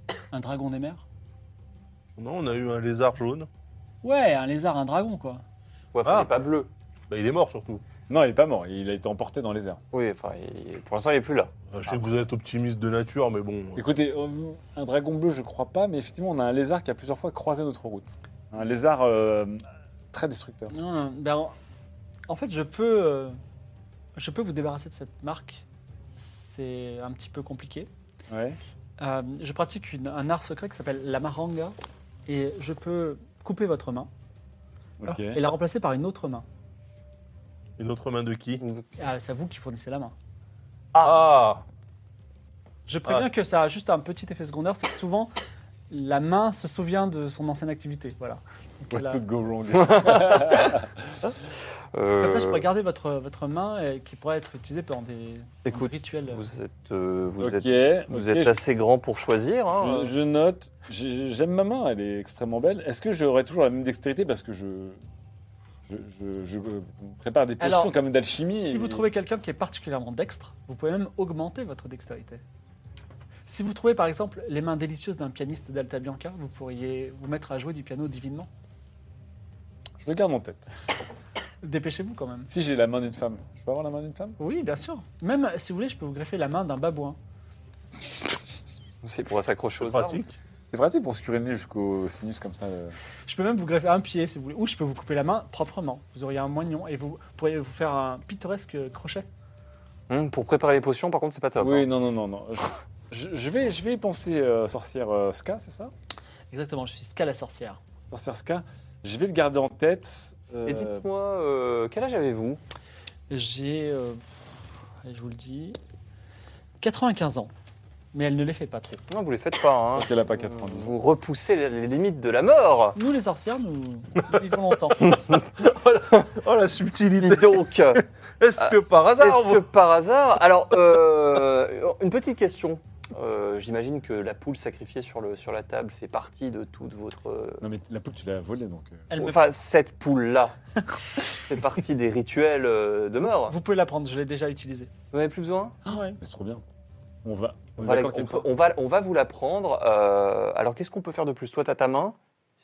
[SPEAKER 1] Un dragon des mers
[SPEAKER 3] Non, on a eu un lézard jaune.
[SPEAKER 1] Ouais, un lézard, un dragon quoi.
[SPEAKER 2] Ouais, enfin,
[SPEAKER 3] Ah.
[SPEAKER 2] il est pas bleu.
[SPEAKER 3] Bah, il est mort surtout.
[SPEAKER 4] Non, il est pas mort, il a été emporté dans les airs.
[SPEAKER 2] Oui, enfin, il- pour l'instant il est plus là.
[SPEAKER 3] Euh, je sais que vous êtes optimiste de nature, mais bon.
[SPEAKER 4] Écoutez, euh, un dragon bleu, je crois pas, mais effectivement, on a un lézard qui a plusieurs fois croisé notre route. Un lézard euh, très destructeur.
[SPEAKER 1] Non, non, ben, en- en fait, je peux, euh, je peux vous débarrasser de cette marque. C'est un petit peu compliqué.
[SPEAKER 4] Ouais.
[SPEAKER 1] Euh, je pratique une- un art secret qui s'appelle la maranga et je peux couper votre main
[SPEAKER 4] Ok.
[SPEAKER 1] Ah, et la remplacer par une autre main.
[SPEAKER 3] Une autre main de qui
[SPEAKER 1] Ah, c'est à vous qui fournissez la main.
[SPEAKER 3] Ah
[SPEAKER 1] Je préviens que ça a juste un petit effet secondaire, c'est que souvent, la main se souvient de son ancienne activité. Voilà. Donc,
[SPEAKER 4] What
[SPEAKER 1] elle a-
[SPEAKER 4] could go wrong
[SPEAKER 2] Euh,
[SPEAKER 1] Comme ça, je pourrais garder votre, votre main euh, qui pourrait être utilisée pendant des, dans
[SPEAKER 2] Écoute,
[SPEAKER 1] des rituels.
[SPEAKER 2] vous êtes, euh, vous
[SPEAKER 4] Ok.
[SPEAKER 2] êtes, vous
[SPEAKER 4] ok,
[SPEAKER 2] êtes
[SPEAKER 4] je-
[SPEAKER 2] assez grand pour choisir. hein.
[SPEAKER 4] Je, je note, J'ai- j'aime ma main, elle est extrêmement belle. Est-ce que j'aurai toujours la même dextérité parce que je, je, je- je prépare des potions
[SPEAKER 1] Alors,
[SPEAKER 4] comme d'alchimie
[SPEAKER 1] Si
[SPEAKER 4] et-
[SPEAKER 1] vous trouvez quelqu'un qui est particulièrement dextre, vous pouvez même augmenter votre dextérité. Si vous trouvez par exemple les mains délicieuses d'un pianiste d'Alta Bianca, vous pourriez vous mettre à jouer du piano divinement.
[SPEAKER 4] Je le garde en tête.
[SPEAKER 1] Dépêchez-vous quand même.
[SPEAKER 4] Si j'ai la main d'une femme, je peux avoir la main d'une femme
[SPEAKER 1] Oui, bien sûr. Même si vous voulez, je peux vous greffer la main d'un babouin.
[SPEAKER 2] C'est pour s'accrocher aux arbres.
[SPEAKER 3] Pratique.
[SPEAKER 4] C'est pratique pour se curer le nez jusqu'au sinus comme ça. euh.
[SPEAKER 1] Je peux même vous greffer un pied si vous voulez, ou je peux vous couper la main proprement. Vous auriez un moignon et vous pourriez vous faire un pittoresque crochet.
[SPEAKER 2] Hum, pour préparer les potions, par contre, c'est pas top.
[SPEAKER 4] Oui,
[SPEAKER 2] hein.
[SPEAKER 4] non, non, non, non. Je, je vais, je vais y penser euh, sorcière euh, Ska, c'est ça
[SPEAKER 1] Exactement, je suis Ska la sorcière.
[SPEAKER 4] Sorcière Ska. Je vais le garder en tête. euh,
[SPEAKER 2] Et dites-moi, euh, quel âge avez-vous
[SPEAKER 1] J'ai, euh, je vous le dis, 95 ans. Mais elle ne les fait pas trop.
[SPEAKER 2] Non, vous les faites pas. hein.
[SPEAKER 4] Tant qu'elle a pas 92 ans.
[SPEAKER 2] Vous repoussez les- les limites de la mort.
[SPEAKER 1] Nous, les sorcières, nous vivons longtemps.
[SPEAKER 3] Oh la subtilité.
[SPEAKER 2] Dites donc.
[SPEAKER 3] Ah, Est-ce que par hasard
[SPEAKER 2] Est-ce
[SPEAKER 3] vous-
[SPEAKER 2] que par hasard Alors, euh, une petite question. Euh, J'imagine que la poule sacrifiée sur, le, sur la table fait partie de toute votre. euh,
[SPEAKER 4] Non, mais la poule, tu l'as volée donc. euh.
[SPEAKER 1] Elle me-
[SPEAKER 2] Enfin, cette poule-là fait partie des rituels euh, de mort.
[SPEAKER 1] Vous pouvez la prendre, je l'ai déjà utilisée.
[SPEAKER 2] Vous n'en avez plus besoin
[SPEAKER 4] Mais c'est trop bien. On va.
[SPEAKER 2] on
[SPEAKER 4] on est
[SPEAKER 2] va, la-
[SPEAKER 4] d'accord
[SPEAKER 2] on,
[SPEAKER 4] qu'elle
[SPEAKER 2] peut- on va, on va vous la prendre. euh, alors, qu'est-ce qu'on peut faire de plus Toi, t'as ta main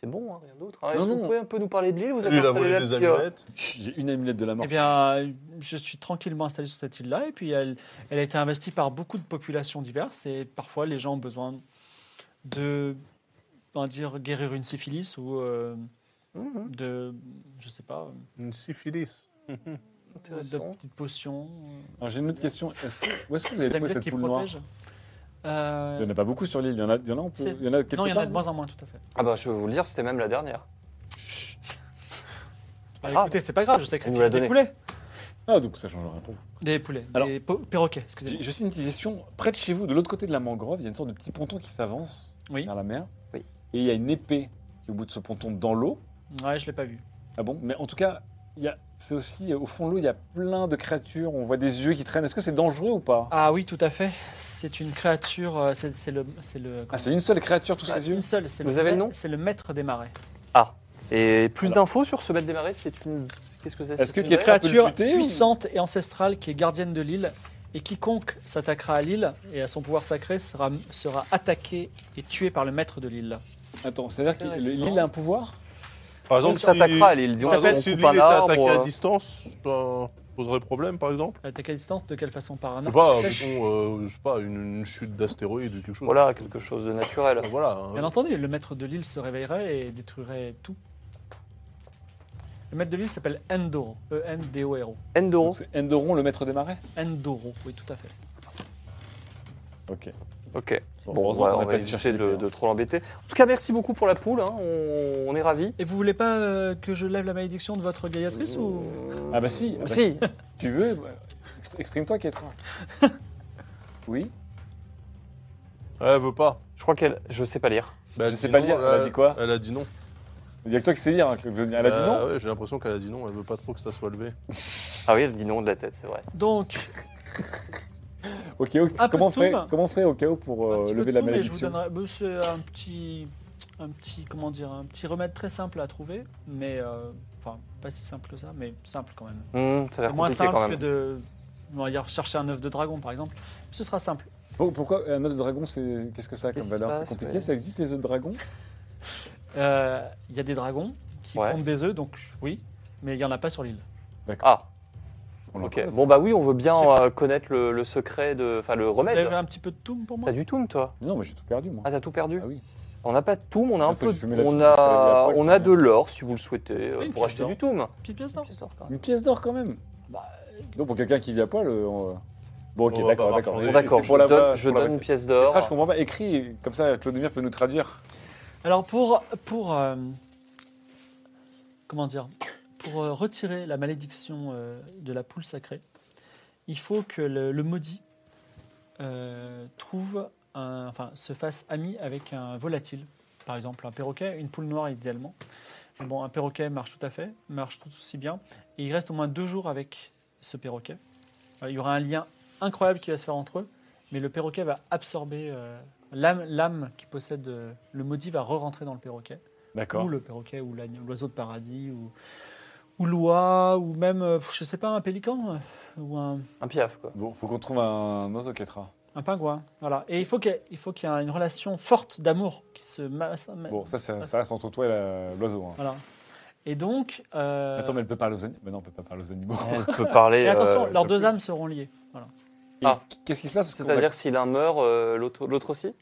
[SPEAKER 2] C'est bon, hein, rien d'autre. hein. Est-ce
[SPEAKER 4] Non,
[SPEAKER 2] que vous
[SPEAKER 4] non.
[SPEAKER 2] pouvez un peu nous parler de l'île Vous avez
[SPEAKER 3] Lui, il a
[SPEAKER 2] installé
[SPEAKER 3] volé
[SPEAKER 2] la
[SPEAKER 3] des
[SPEAKER 2] petite-
[SPEAKER 3] amulettes.
[SPEAKER 4] J'ai une amulette de la mort.
[SPEAKER 1] Eh bien, je suis tranquillement installé sur cette île-là, et puis elle, elle a été investie par beaucoup de populations diverses, et parfois les gens ont besoin de, on va dire, guérir une syphilis ou euh,
[SPEAKER 2] Mhm,
[SPEAKER 1] de, je sais pas,
[SPEAKER 3] Une syphilis.
[SPEAKER 1] de
[SPEAKER 2] intéressant.
[SPEAKER 1] petites potions, euh,
[SPEAKER 4] Alors, j'ai une autre question. Est-ce que, où est-ce que vous avez
[SPEAKER 1] des
[SPEAKER 4] trouvé
[SPEAKER 1] amulettes
[SPEAKER 4] cette
[SPEAKER 1] qui
[SPEAKER 4] poule noire
[SPEAKER 1] protègent.
[SPEAKER 4] Il n'y
[SPEAKER 1] Euh,
[SPEAKER 4] en a pas beaucoup sur l'île. Il y en a, il y en a, on peut-
[SPEAKER 1] C'est-
[SPEAKER 4] il y en a quelque
[SPEAKER 1] non, il y en a
[SPEAKER 4] part,
[SPEAKER 1] de
[SPEAKER 4] non
[SPEAKER 1] moins en moins, tout à fait.
[SPEAKER 2] Ah, bah, je vais vous le dire, c'était même la dernière.
[SPEAKER 1] Bah,
[SPEAKER 2] grave.
[SPEAKER 1] écoutez, c'est pas grave, je
[SPEAKER 2] vous l'a
[SPEAKER 1] sacrifie des
[SPEAKER 2] donnée.
[SPEAKER 1] poulets.
[SPEAKER 4] Ah, donc ça change rien pour vous.
[SPEAKER 1] Des poulets,
[SPEAKER 4] Alors-
[SPEAKER 1] des po- perroquets, excusez-moi.
[SPEAKER 4] J'ai j'ai aussi une petite question. Près de chez vous, de l'autre côté de la mangrove, il y a une sorte de petit ponton qui s'avance
[SPEAKER 1] Oui.
[SPEAKER 4] vers la mer.
[SPEAKER 2] Oui.
[SPEAKER 4] Et il y a une épée qui est au bout de ce ponton dans l'eau.
[SPEAKER 1] Ouais, je l'ai pas vu.
[SPEAKER 4] Ah bon Mais en tout cas, il y a- c'est aussi euh, au fond de l'eau, il y a plein de créatures. On voit des yeux qui traînent. Est-ce que c'est dangereux ou pas
[SPEAKER 1] Ah oui, tout à fait. C'est une créature. euh, C'est c'est le. C'est le.
[SPEAKER 4] Ah, c'est une seule créature, tous
[SPEAKER 1] Ah,
[SPEAKER 4] ces yeux
[SPEAKER 1] une seule. c'est
[SPEAKER 2] Vous avez le nom
[SPEAKER 1] C'est le maître des marais.
[SPEAKER 2] Et plus d'infos sur ce bête démarré C'est une. Qu'est-ce que c'est
[SPEAKER 4] Est-ce
[SPEAKER 2] c'est
[SPEAKER 4] que-
[SPEAKER 2] une
[SPEAKER 1] Une
[SPEAKER 4] D'ailleurs, on peut le
[SPEAKER 1] créature
[SPEAKER 4] buter, ou-
[SPEAKER 1] puissante et ancestrale qui est gardienne de l'île. Et quiconque s'attaquera à l'île et à son pouvoir sacré sera, sera attaqué et tué par le maître de l'île.
[SPEAKER 4] Attends, c'est-à-dire que
[SPEAKER 2] Intéressant.
[SPEAKER 4] l'île a un pouvoir
[SPEAKER 3] Par
[SPEAKER 2] On
[SPEAKER 3] exemple,
[SPEAKER 2] s'attaquera à
[SPEAKER 3] si,
[SPEAKER 2] l'île. Disons,
[SPEAKER 3] par exemple,
[SPEAKER 2] on
[SPEAKER 3] si
[SPEAKER 2] coupe
[SPEAKER 3] lui, il
[SPEAKER 2] un
[SPEAKER 3] était
[SPEAKER 2] arbre,
[SPEAKER 3] attaqué
[SPEAKER 2] euh,
[SPEAKER 3] à distance, ça poserait problème, par exemple
[SPEAKER 1] Attaqué à distance, de quelle façon Par un
[SPEAKER 3] Je sais pas,
[SPEAKER 1] arc-
[SPEAKER 3] mettons, euh, je sais pas, une, une chute d'astéroïde ou quelque chose.
[SPEAKER 2] Voilà, quelque chose de naturel.
[SPEAKER 3] Euh, Voilà. hein.
[SPEAKER 1] Bien entendu, le maître de l'île se réveillerait et détruirait tout. Le maître de l'île s'appelle Endoro. E E-N-D-O-R-O.
[SPEAKER 2] Endoro.
[SPEAKER 4] Donc, c'est Endoron, le maître des marais
[SPEAKER 1] Endoro, oui, tout à fait.
[SPEAKER 4] Ok.
[SPEAKER 2] Ok.
[SPEAKER 4] Bon,
[SPEAKER 2] Bon,
[SPEAKER 4] heureusement
[SPEAKER 2] voilà,
[SPEAKER 4] qu'on
[SPEAKER 2] on
[SPEAKER 4] n'a
[SPEAKER 2] va
[SPEAKER 4] pas été chercher
[SPEAKER 2] éviter de,
[SPEAKER 4] l'épée,
[SPEAKER 2] de
[SPEAKER 4] hein.
[SPEAKER 2] trop l'embêter. En tout cas, merci beaucoup pour la poule. hein, On, on est ravis.
[SPEAKER 1] Et vous voulez pas euh, que je lève la malédiction de votre gaïatrice ou
[SPEAKER 4] Ah bah si, ah bah
[SPEAKER 2] Si,
[SPEAKER 4] Tu veux bah, expr- Exprime-toi, Kétra. oui
[SPEAKER 3] Elle veut pas.
[SPEAKER 2] je crois qu'elle. Je sais pas lire.
[SPEAKER 3] Bah,
[SPEAKER 4] Je
[SPEAKER 3] elle
[SPEAKER 4] sais
[SPEAKER 3] dit
[SPEAKER 4] pas
[SPEAKER 3] non,
[SPEAKER 4] lire, elle a dit quoi
[SPEAKER 3] Elle a dit non.
[SPEAKER 4] Il n'y a que toi qui sais lire, hein, Claude. Elle a dit non
[SPEAKER 3] Euh, ouais, J'ai l'impression qu'elle a dit non, elle veut pas trop que ça soit levé.
[SPEAKER 2] Ah oui, elle dit non de la tête, c'est vrai.
[SPEAKER 1] Donc,
[SPEAKER 4] Ok, ok.
[SPEAKER 1] Un peu
[SPEAKER 4] Comment on,
[SPEAKER 1] de
[SPEAKER 4] ferait,
[SPEAKER 1] toum.
[SPEAKER 4] comment on ferait au cas où pour
[SPEAKER 1] un
[SPEAKER 4] euh,
[SPEAKER 1] petit peu
[SPEAKER 4] lever
[SPEAKER 1] de
[SPEAKER 4] la
[SPEAKER 1] tout, mais je vous
[SPEAKER 4] malédiction
[SPEAKER 1] donnerai bah, c'est un petit, un petit, comment dire, un petit remède très simple à trouver, mais euh, enfin pas si simple que ça, mais simple quand même.
[SPEAKER 2] Hum, ça a
[SPEAKER 1] C'est
[SPEAKER 2] l'air
[SPEAKER 1] moins
[SPEAKER 2] compliqué quand
[SPEAKER 1] simple que
[SPEAKER 2] même.
[SPEAKER 1] de, on va dire, chercher un œuf de dragon par exemple. Ce sera simple.
[SPEAKER 4] Pour- Oh, Pourquoi un œuf de dragon, c'est qu'est-ce que ça a comme
[SPEAKER 2] Qu'est-ce qui se
[SPEAKER 4] valeur C'est
[SPEAKER 2] passe,
[SPEAKER 4] compliqué
[SPEAKER 2] ouais.
[SPEAKER 4] Ça existe les œufs de dragon
[SPEAKER 1] Euh, Il y a des dragons qui
[SPEAKER 2] Ouais.
[SPEAKER 1] pondent des œufs, donc oui, mais il y en a pas sur l'île.
[SPEAKER 2] Ah,
[SPEAKER 4] On l'a
[SPEAKER 2] ok.
[SPEAKER 4] pas.
[SPEAKER 2] Bon, bah oui, on veut bien
[SPEAKER 1] Je sais
[SPEAKER 2] euh, connaître le, le secret de. Enfin, le
[SPEAKER 1] Vous avez
[SPEAKER 2] remède.
[SPEAKER 1] un petit peu de tout pour moi
[SPEAKER 2] T'as du toum, toi
[SPEAKER 4] Non, mais j'ai tout perdu, moi.
[SPEAKER 2] Ah, t'as tout perdu
[SPEAKER 4] Ah oui.
[SPEAKER 2] On n'a pas de toum, on a
[SPEAKER 4] La
[SPEAKER 2] un
[SPEAKER 4] fois
[SPEAKER 2] peu.
[SPEAKER 4] que j'ai fumé la
[SPEAKER 2] On
[SPEAKER 4] toum, ça l'a mis
[SPEAKER 2] a,
[SPEAKER 4] après,
[SPEAKER 2] on
[SPEAKER 4] ça
[SPEAKER 2] a
[SPEAKER 4] l'a
[SPEAKER 2] de
[SPEAKER 4] mis.
[SPEAKER 2] l'or si vous le souhaitez euh,
[SPEAKER 1] Une
[SPEAKER 2] pour
[SPEAKER 1] pièce
[SPEAKER 2] acheter
[SPEAKER 1] d'or.
[SPEAKER 2] du toum.
[SPEAKER 1] Petite pièce d'or.
[SPEAKER 4] Une pièce d'or quand même
[SPEAKER 1] Bah,
[SPEAKER 4] Donc pour quelqu'un qui vit à poil, euh, on- bon ok,
[SPEAKER 2] bah,
[SPEAKER 3] On va
[SPEAKER 4] d'accord,
[SPEAKER 3] pas
[SPEAKER 4] d'accord.
[SPEAKER 3] marchander.
[SPEAKER 4] Et-
[SPEAKER 3] Bon,
[SPEAKER 4] et
[SPEAKER 2] D'accord,
[SPEAKER 4] c'est
[SPEAKER 2] je
[SPEAKER 4] pour la voix,
[SPEAKER 2] donne, je
[SPEAKER 4] pour la
[SPEAKER 2] donne
[SPEAKER 4] voix.
[SPEAKER 2] une pièce
[SPEAKER 4] Kétra,
[SPEAKER 2] d'or.
[SPEAKER 4] je comprends pas. Écris, comme ça, Claude Demir peut nous traduire.
[SPEAKER 1] Alors pour pour euh, comment dire pour euh, retirer la malédiction euh, de la poule sacrée, il faut que le, le maudit euh, trouve un- enfin, se fasse ami avec un volatile, par exemple un perroquet, une poule noire idéalement. Mais Bon, un perroquet marche tout à fait, marche tout aussi bien, et il reste au moins deux jours avec ce perroquet. Euh, Il y aura un lien incroyable qui va se faire entre eux, mais le perroquet va absorber euh, l'âme, l'âme qui possède euh, le maudit va re-rentrer dans le perroquet
[SPEAKER 4] D'accord.
[SPEAKER 1] ou le perroquet, ou l'agneau- l'oiseau de paradis, ou, ou l'oie, ou même, euh, je sais pas, un pélican, euh, ou un,
[SPEAKER 2] Un piaf, quoi.
[SPEAKER 4] Bon, faut qu'on trouve un oiseau quêtera.
[SPEAKER 1] un pingouin. Voilà. Et il faut qu'il il faut qu'il y ait une relation forte d'amour qui se masse. ma-
[SPEAKER 4] Bon, ça, ça, ça reste entre toi et la- l'oiseau. hein.
[SPEAKER 1] Voilà. Et donc. euh,
[SPEAKER 4] Attends, mais elle peut parler aux animaux. Mais non, elle peut pas parler aux animaux.
[SPEAKER 2] On peut parler.
[SPEAKER 1] et attention,
[SPEAKER 2] euh,
[SPEAKER 1] leurs deux âmes seront liées. Voilà.
[SPEAKER 4] Et
[SPEAKER 2] Ah.
[SPEAKER 4] Qu'est-ce qui se passe parce qu'on va-
[SPEAKER 2] C'est-à-dire, si l'un meurt, euh, l'autre l'autre aussi